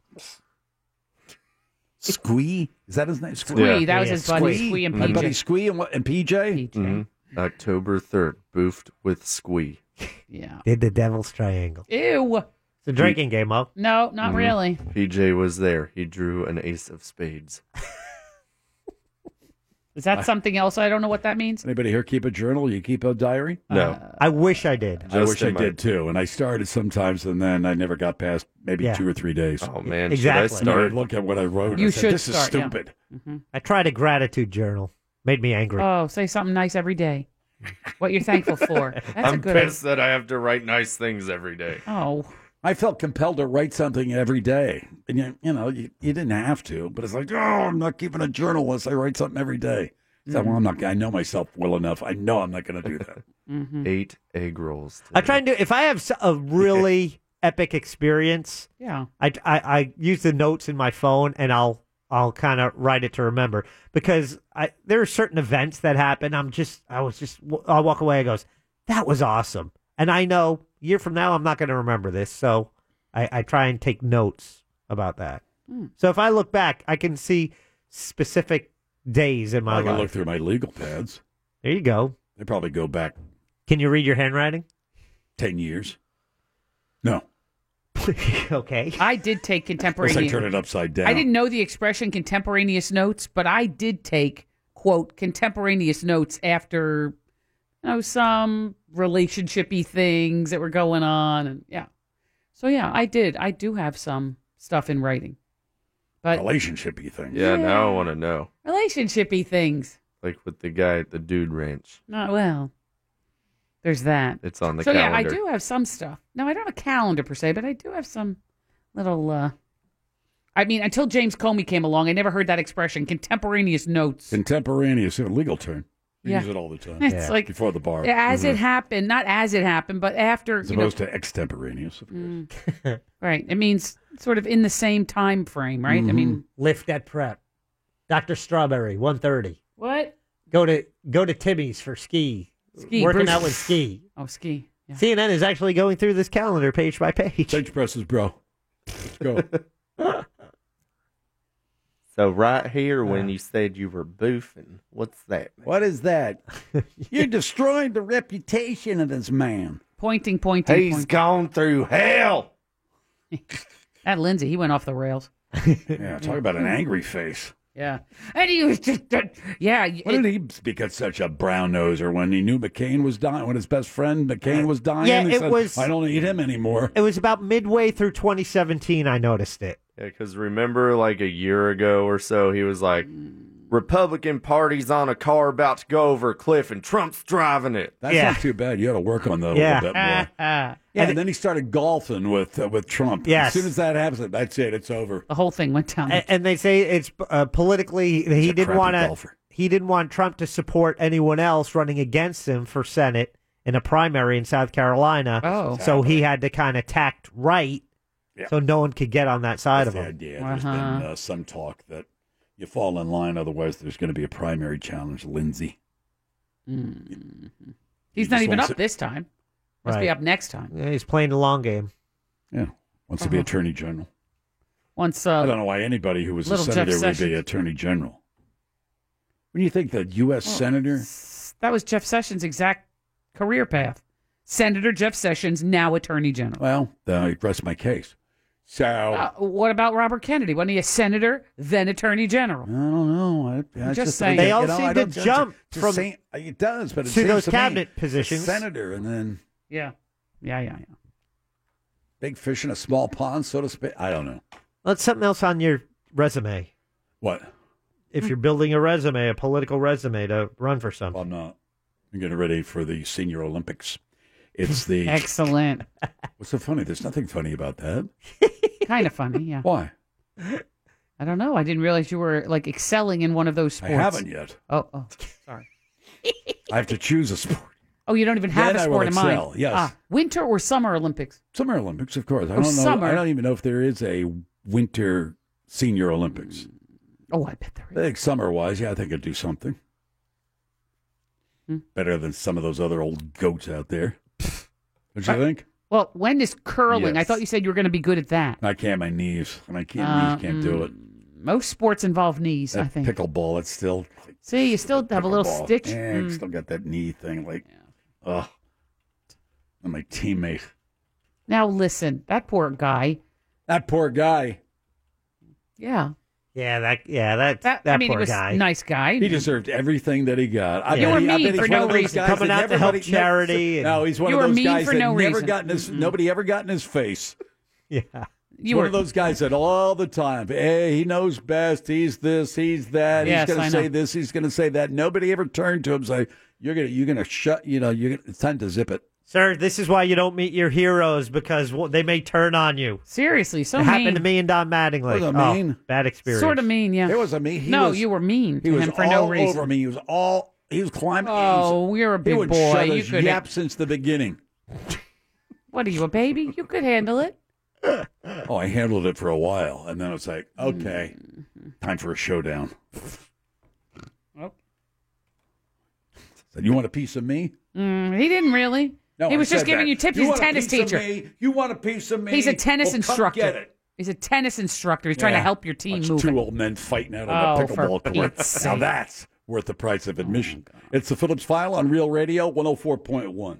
[SPEAKER 5] Squee? Is that his name?
[SPEAKER 7] Squee, Yeah. that was his buddy, Squee and
[SPEAKER 5] My
[SPEAKER 7] PJ.
[SPEAKER 5] buddy Squee and, what- and PJ.
[SPEAKER 11] Mhm. October 3rd, boofed with squee.
[SPEAKER 7] [LAUGHS] Yeah.
[SPEAKER 8] Did the Devil's Triangle.
[SPEAKER 7] Ew.
[SPEAKER 8] It's a drinking game, huh?
[SPEAKER 7] No, not
[SPEAKER 11] Mhm.
[SPEAKER 5] Mm-hmm.
[SPEAKER 7] really.
[SPEAKER 11] PJ was there. He drew an ace of spades.
[SPEAKER 7] Is that
[SPEAKER 5] I-
[SPEAKER 7] something else? I don't know what that means.
[SPEAKER 5] Anybody here keep a journal? You keep a diary?
[SPEAKER 11] No.
[SPEAKER 8] I wish I did.
[SPEAKER 5] I wish I did too. And I started sometimes, and then I never got past maybe
[SPEAKER 8] Yeah.
[SPEAKER 5] two or three days.
[SPEAKER 11] Oh man,
[SPEAKER 8] should I Exactly.
[SPEAKER 5] And then I'd
[SPEAKER 8] start?
[SPEAKER 5] Look at what I wrote. and
[SPEAKER 7] You
[SPEAKER 5] I said,
[SPEAKER 7] should
[SPEAKER 5] This
[SPEAKER 7] start,
[SPEAKER 5] is
[SPEAKER 7] yeah. Mm-hmm.
[SPEAKER 5] stupid.
[SPEAKER 8] I tried a gratitude journal. Made me angry.
[SPEAKER 7] Oh, say something nice every day. What you're
[SPEAKER 11] [LAUGHS]
[SPEAKER 7] thankful for.
[SPEAKER 5] [LAUGHS]
[SPEAKER 7] That's
[SPEAKER 11] I'm
[SPEAKER 7] a good.
[SPEAKER 11] pissed that I have to write nice things every day.
[SPEAKER 7] Oh.
[SPEAKER 5] I felt compelled to write something every day, and you, you know, you, you didn't have to, but it's like, oh, I'm not keeping a journal unless I write something every day. It's
[SPEAKER 7] Mm-hmm.
[SPEAKER 5] like,
[SPEAKER 8] Mhm.
[SPEAKER 5] well, I'm not. I know myself well enough. I know I'm not going to do that.
[SPEAKER 7] Mm-hmm.
[SPEAKER 11] Eight egg rolls.
[SPEAKER 8] I try and do if I have s- a really [LAUGHS] epic experience.
[SPEAKER 7] Yeah.
[SPEAKER 8] I, I I use the notes in my phone and I'll I'll kind of write it to remember because I there are certain events that happen. I'm just I was just I'll walk away and goes that was awesome, and I know a year from now I'm not going to remember this, so I, I try and take notes about that.
[SPEAKER 7] Hmm.
[SPEAKER 8] So if I look back, I can see specific days in my
[SPEAKER 5] I can
[SPEAKER 8] life.
[SPEAKER 5] look through my legal pads.
[SPEAKER 8] There you go.
[SPEAKER 5] They probably go back
[SPEAKER 8] Can you read your handwriting?
[SPEAKER 5] ten years.
[SPEAKER 8] [LAUGHS] okay.
[SPEAKER 7] I
[SPEAKER 5] [LAUGHS]
[SPEAKER 7] did take
[SPEAKER 5] Unless I
[SPEAKER 7] contemporary.
[SPEAKER 5] turn it upside down.
[SPEAKER 7] I didn't know the expression contemporaneous notes, but I did take quote contemporaneous notes after you know some relationshipy things that were going on and yeah. So yeah, I did. I do have some stuff in writing. But
[SPEAKER 5] relationshipy things.
[SPEAKER 11] Yeah, now I
[SPEAKER 7] Yeah.
[SPEAKER 11] want to know.
[SPEAKER 7] relationshipy things.
[SPEAKER 11] Like with the guy at the Dude Ranch.
[SPEAKER 7] Not well. There's that.
[SPEAKER 11] It's on the
[SPEAKER 7] so
[SPEAKER 11] calendar.
[SPEAKER 7] yeah, I do have some stuff. No, I don't have a calendar per se, but I do have some little. uh I mean, until James Comey came along, I never heard that expression. Contemporaneous notes.
[SPEAKER 5] Contemporaneous, a legal term. We
[SPEAKER 7] Yeah.
[SPEAKER 5] use it all the time.
[SPEAKER 7] It's Yeah. like-
[SPEAKER 5] before the bar.
[SPEAKER 7] As it
[SPEAKER 5] Mhm.
[SPEAKER 7] happened, not as it happened, but after.
[SPEAKER 5] As
[SPEAKER 7] you know-
[SPEAKER 5] opposed to extemporaneous. [LAUGHS]
[SPEAKER 7] Mm. right. It means sort of in the same time frame, right? I
[SPEAKER 5] Mm-hmm.
[SPEAKER 7] mean,
[SPEAKER 8] lift at prep. Dr. Strawberry, 130.
[SPEAKER 7] what?
[SPEAKER 8] Go to go to Timmy's for ski.
[SPEAKER 7] Ski,
[SPEAKER 8] Working
[SPEAKER 7] Bruce.
[SPEAKER 8] out with ski.
[SPEAKER 7] Oh, ski.
[SPEAKER 8] CNN is actually going through this calendar page by page.
[SPEAKER 5] Bench presses, bro.
[SPEAKER 8] [LAUGHS]
[SPEAKER 5] Go.
[SPEAKER 11] So right here, when you said you were boofing, what's that?
[SPEAKER 5] What is
[SPEAKER 8] [LAUGHS]
[SPEAKER 5] that? You're destroying the reputation of this man.
[SPEAKER 7] Pointing, pointing.
[SPEAKER 11] He's
[SPEAKER 7] pointing.
[SPEAKER 11] gone through hell.
[SPEAKER 7] That Lindsay, he went off the rails.
[SPEAKER 5] Yeah,
[SPEAKER 8] Mm-hmm.
[SPEAKER 5] talk about an angry face.
[SPEAKER 7] Yeah. And he was just. Yeah.
[SPEAKER 5] Why did he become such a brown noser when he knew McCain was dying, when his best friend McCain was dying?
[SPEAKER 8] Yeah,
[SPEAKER 5] he
[SPEAKER 8] it
[SPEAKER 5] said,
[SPEAKER 8] was-
[SPEAKER 5] I don't need him anymore.
[SPEAKER 8] It was about midway through 2017 I noticed it.
[SPEAKER 11] Yeah, because remember, like a year ago or so, he was like, "Republican Party's on a car about to go over a cliff, and Trump's driving it."
[SPEAKER 5] That's not too bad. You got to work on that a
[SPEAKER 11] Yeah.
[SPEAKER 5] little bit more.
[SPEAKER 8] Ah,
[SPEAKER 5] Yeah,
[SPEAKER 7] yeah,
[SPEAKER 5] and, then he started golfing with uh, with Trump.
[SPEAKER 8] Yes.
[SPEAKER 5] As soon as that happens, that's it. It's over.
[SPEAKER 7] The whole thing went down.
[SPEAKER 8] A- and they say it's uh, politically he
[SPEAKER 5] a
[SPEAKER 8] didn't
[SPEAKER 5] crappy
[SPEAKER 8] want to
[SPEAKER 5] golfer.
[SPEAKER 8] he didn't want Trump to support anyone else running against him for Senate in a primary in South Carolina. Oh. So he had to kind of tact right so no one could get on that side
[SPEAKER 5] That's
[SPEAKER 8] of
[SPEAKER 5] the
[SPEAKER 8] him.
[SPEAKER 5] idea. There's
[SPEAKER 7] Uh-huh.
[SPEAKER 5] been uh, some talk that you fall in line, otherwise there's going to be a primary challenge, Lindsay.
[SPEAKER 7] He's
[SPEAKER 5] He
[SPEAKER 7] not
[SPEAKER 5] just
[SPEAKER 7] even
[SPEAKER 5] wants
[SPEAKER 7] up
[SPEAKER 5] it-
[SPEAKER 7] this time. Must be
[SPEAKER 8] Right.
[SPEAKER 7] up next time.
[SPEAKER 8] Yeah, he's playing the long game.
[SPEAKER 7] Uh-huh.
[SPEAKER 5] Yeah, wants to be attorney general.
[SPEAKER 7] once uh,
[SPEAKER 5] I don't know why anybody who was a
[SPEAKER 7] Little Jeff
[SPEAKER 5] senator would be
[SPEAKER 7] Sessions.
[SPEAKER 5] attorney general. When you think the U.S.
[SPEAKER 7] Well,
[SPEAKER 5] senator,
[SPEAKER 7] that was Jeff Sessions' exact career path. Senator Jeff Sessions, now Attorney General.
[SPEAKER 5] well, then I rest my case. So
[SPEAKER 7] Uh, what about Robert Kennedy? Wasn't he a senator, then Attorney General? I
[SPEAKER 5] don't know.
[SPEAKER 7] am
[SPEAKER 5] that's
[SPEAKER 7] just
[SPEAKER 5] just the
[SPEAKER 7] saying.
[SPEAKER 5] way- They all you know, seem I to don't judge jump it. Just from- saying- it does, but it
[SPEAKER 8] to
[SPEAKER 5] seems
[SPEAKER 8] those
[SPEAKER 5] to me
[SPEAKER 8] cabinet
[SPEAKER 5] a
[SPEAKER 8] positions.
[SPEAKER 5] senator, and then
[SPEAKER 7] yeah, yeah, yeah, yeah.
[SPEAKER 5] Big fish in a small pond, so to speak. I don't know.
[SPEAKER 8] Let's something else on your resume.
[SPEAKER 5] What?
[SPEAKER 8] If you're building a resume, a political resume to run for something.
[SPEAKER 5] I'm not. I'm getting ready for the Senior Olympics. It's
[SPEAKER 7] [LAUGHS]
[SPEAKER 5] the
[SPEAKER 7] excellent.
[SPEAKER 5] [LAUGHS] What's so funny? There's nothing funny about that. [LAUGHS]
[SPEAKER 7] kind of funny, yeah.
[SPEAKER 5] Why?
[SPEAKER 7] I don't know. I didn't realize you were like excelling in one of those
[SPEAKER 5] I
[SPEAKER 7] sports.
[SPEAKER 5] haven't yet.
[SPEAKER 7] Oh, oh, sorry.
[SPEAKER 5] I have to choose a sport.
[SPEAKER 7] Oh, you don't even have
[SPEAKER 5] Then
[SPEAKER 7] a
[SPEAKER 5] I will
[SPEAKER 7] sport in mind.
[SPEAKER 5] excel, yes.
[SPEAKER 7] Ah, winter or summer Olympics?
[SPEAKER 5] Summer Olympics, of course. I
[SPEAKER 7] Oh,
[SPEAKER 5] don't know.
[SPEAKER 7] summer.
[SPEAKER 5] I don't even know if there is a winter Senior Olympics.
[SPEAKER 7] Oh, I bet there
[SPEAKER 5] I think summer wise, yeah, I think I'd do something.
[SPEAKER 7] Hmm.
[SPEAKER 5] Better than some of those other old goats out
[SPEAKER 7] [LAUGHS]
[SPEAKER 5] there. Don't you think?
[SPEAKER 7] Well, when is curling? I
[SPEAKER 5] Yes.
[SPEAKER 7] thought you said you were going to be good at that.
[SPEAKER 5] I can't. My knees. My can't,
[SPEAKER 7] Uh,
[SPEAKER 5] knees can't do it.
[SPEAKER 7] Most sports involve knees, I
[SPEAKER 5] That
[SPEAKER 7] think.
[SPEAKER 5] pickleball. It's still
[SPEAKER 7] See, you still have a little
[SPEAKER 5] Ball.
[SPEAKER 7] stitch.
[SPEAKER 5] Yeah, I
[SPEAKER 7] Mm.
[SPEAKER 5] still got that knee thing. Like, ugh. And my teammate.
[SPEAKER 7] Now listen, that poor guy.
[SPEAKER 5] That poor guy.
[SPEAKER 7] Yeah.
[SPEAKER 8] Yeah, that yeah that
[SPEAKER 7] that, I mean, he was a nice guy.
[SPEAKER 5] He deserved everything that he got. I
[SPEAKER 7] You
[SPEAKER 5] bet
[SPEAKER 7] were
[SPEAKER 5] he- I
[SPEAKER 7] mean
[SPEAKER 5] bet he's
[SPEAKER 7] for
[SPEAKER 5] one
[SPEAKER 7] no
[SPEAKER 5] of those
[SPEAKER 7] reason.
[SPEAKER 5] guys
[SPEAKER 7] Coming
[SPEAKER 5] that
[SPEAKER 7] out to
[SPEAKER 5] never-
[SPEAKER 7] help
[SPEAKER 5] never-
[SPEAKER 7] charity and- Mm-hmm.
[SPEAKER 5] No, he's one
[SPEAKER 7] You
[SPEAKER 5] of
[SPEAKER 7] were
[SPEAKER 5] those
[SPEAKER 7] mean
[SPEAKER 5] guys
[SPEAKER 7] for
[SPEAKER 5] that
[SPEAKER 7] no
[SPEAKER 5] never
[SPEAKER 7] reason.
[SPEAKER 5] got in his. Nobody ever got in his
[SPEAKER 7] [LAUGHS]
[SPEAKER 5] face.
[SPEAKER 8] Yeah.
[SPEAKER 5] You
[SPEAKER 7] You
[SPEAKER 5] one
[SPEAKER 7] were-
[SPEAKER 5] of those guys that all the time, hey, he knows best. He's this, he's that.
[SPEAKER 7] Yes,
[SPEAKER 5] he's going
[SPEAKER 7] I
[SPEAKER 5] to say
[SPEAKER 7] know.
[SPEAKER 5] this, he's going to say that. Nobody ever turned to him and say, you're going to you're gonna shut, you know, you're gonna, it's time to zip it.
[SPEAKER 8] Sir, this is why you don't meet your heroes because well, they may turn on you.
[SPEAKER 7] Seriously, so
[SPEAKER 8] it
[SPEAKER 7] mean.
[SPEAKER 8] happened to me and Don Mattingly.
[SPEAKER 5] Wasn't
[SPEAKER 8] Oh,
[SPEAKER 5] mean.
[SPEAKER 8] bad experience.
[SPEAKER 7] Sort of mean, yeah.
[SPEAKER 5] It was a mean. he
[SPEAKER 7] no,
[SPEAKER 5] was-
[SPEAKER 7] you were mean
[SPEAKER 5] He
[SPEAKER 7] Mm-hmm. to
[SPEAKER 5] was
[SPEAKER 7] him for
[SPEAKER 5] all
[SPEAKER 7] no reason.
[SPEAKER 5] over me. He was all, he was climbing. he was-
[SPEAKER 7] Oh, you're a
[SPEAKER 5] he
[SPEAKER 7] big
[SPEAKER 5] would
[SPEAKER 7] boy.
[SPEAKER 5] Shut
[SPEAKER 7] You
[SPEAKER 5] his
[SPEAKER 7] couldn't-
[SPEAKER 5] yap since the beginning.
[SPEAKER 7] What are you, a baby? You could handle it.
[SPEAKER 5] Oh, I handled it for a while, and then it's like, okay, time for a showdown.
[SPEAKER 7] Oh.
[SPEAKER 5] Said, you want a piece of me?
[SPEAKER 7] Mm, he didn't really.
[SPEAKER 5] No,
[SPEAKER 7] he
[SPEAKER 5] I
[SPEAKER 7] was just
[SPEAKER 5] said
[SPEAKER 7] giving
[SPEAKER 5] that.
[SPEAKER 7] you tips.
[SPEAKER 5] You
[SPEAKER 7] He's a
[SPEAKER 5] want a
[SPEAKER 7] tennis
[SPEAKER 5] piece of
[SPEAKER 7] teacher.
[SPEAKER 5] me? You want a piece of me?
[SPEAKER 7] He's a tennis
[SPEAKER 5] Well, come
[SPEAKER 7] instructor.
[SPEAKER 5] get it.
[SPEAKER 7] He's a tennis instructor. He's trying
[SPEAKER 5] Yeah.
[SPEAKER 7] to help your team
[SPEAKER 5] Watch
[SPEAKER 7] move.
[SPEAKER 5] Two old men fighting out on
[SPEAKER 7] Oh,
[SPEAKER 5] a
[SPEAKER 7] for
[SPEAKER 5] pickleball court.
[SPEAKER 7] Pete's
[SPEAKER 5] Now
[SPEAKER 7] sake. Oh,
[SPEAKER 5] that's worth the price of admission. it's the Phillips File on Real Radio 104.1.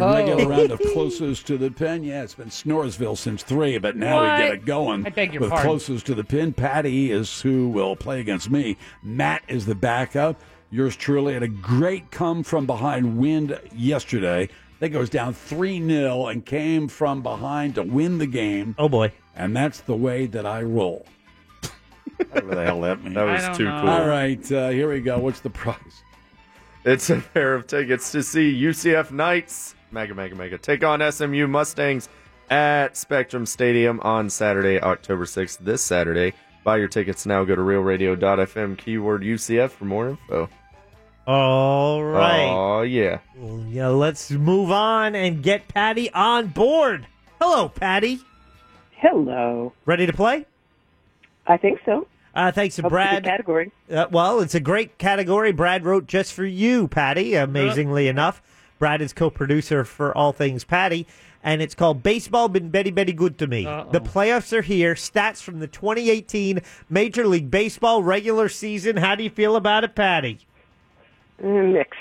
[SPEAKER 4] Oh.
[SPEAKER 5] regular round
[SPEAKER 7] [LAUGHS]
[SPEAKER 5] of closest to the pin. Yeah, it's been Snoresville since three, but now we get
[SPEAKER 7] What?
[SPEAKER 5] it going.
[SPEAKER 7] I beg your
[SPEAKER 5] with
[SPEAKER 7] pardon.
[SPEAKER 5] closest to the pin, Patty is who will play against me. Matt is the backup. Yours truly had a great come from behind wind yesterday. I think it was down 3 0 and came from behind to win the game.
[SPEAKER 8] Oh, boy.
[SPEAKER 5] And that's the way that I roll. Whatever the hell that means.
[SPEAKER 11] That was I don't too know. cool.
[SPEAKER 5] All right, uh, here we go. What's the prize?
[SPEAKER 11] It's a pair of tickets to see UCF Knights, mega, mega, mega, take on SMU Mustangs at Spectrum Stadium on Saturday, October 6th, this Saturday. Buy your tickets now. Go to realradio.fm, keyword UCF for more info.
[SPEAKER 8] All right.
[SPEAKER 11] Oh, yeah.
[SPEAKER 8] Well, yeah, let's move on and get Patty on board. Hello, Patty.
[SPEAKER 10] Hello.
[SPEAKER 8] Ready to play?
[SPEAKER 10] I think so.
[SPEAKER 8] Uh, thanks to
[SPEAKER 10] Up to the
[SPEAKER 8] Brad.
[SPEAKER 10] category.
[SPEAKER 8] Uh, well, it's a great category. Brad wrote just for you, Patty. Amazingly enough, Brad is co-producer for all things Patty, and it's called "Baseball Been Betty Betty Good to Me." The playoffs are here. Stats from the 2018 Major League Baseball regular season. How do you feel about it, Patty?
[SPEAKER 10] Mixed.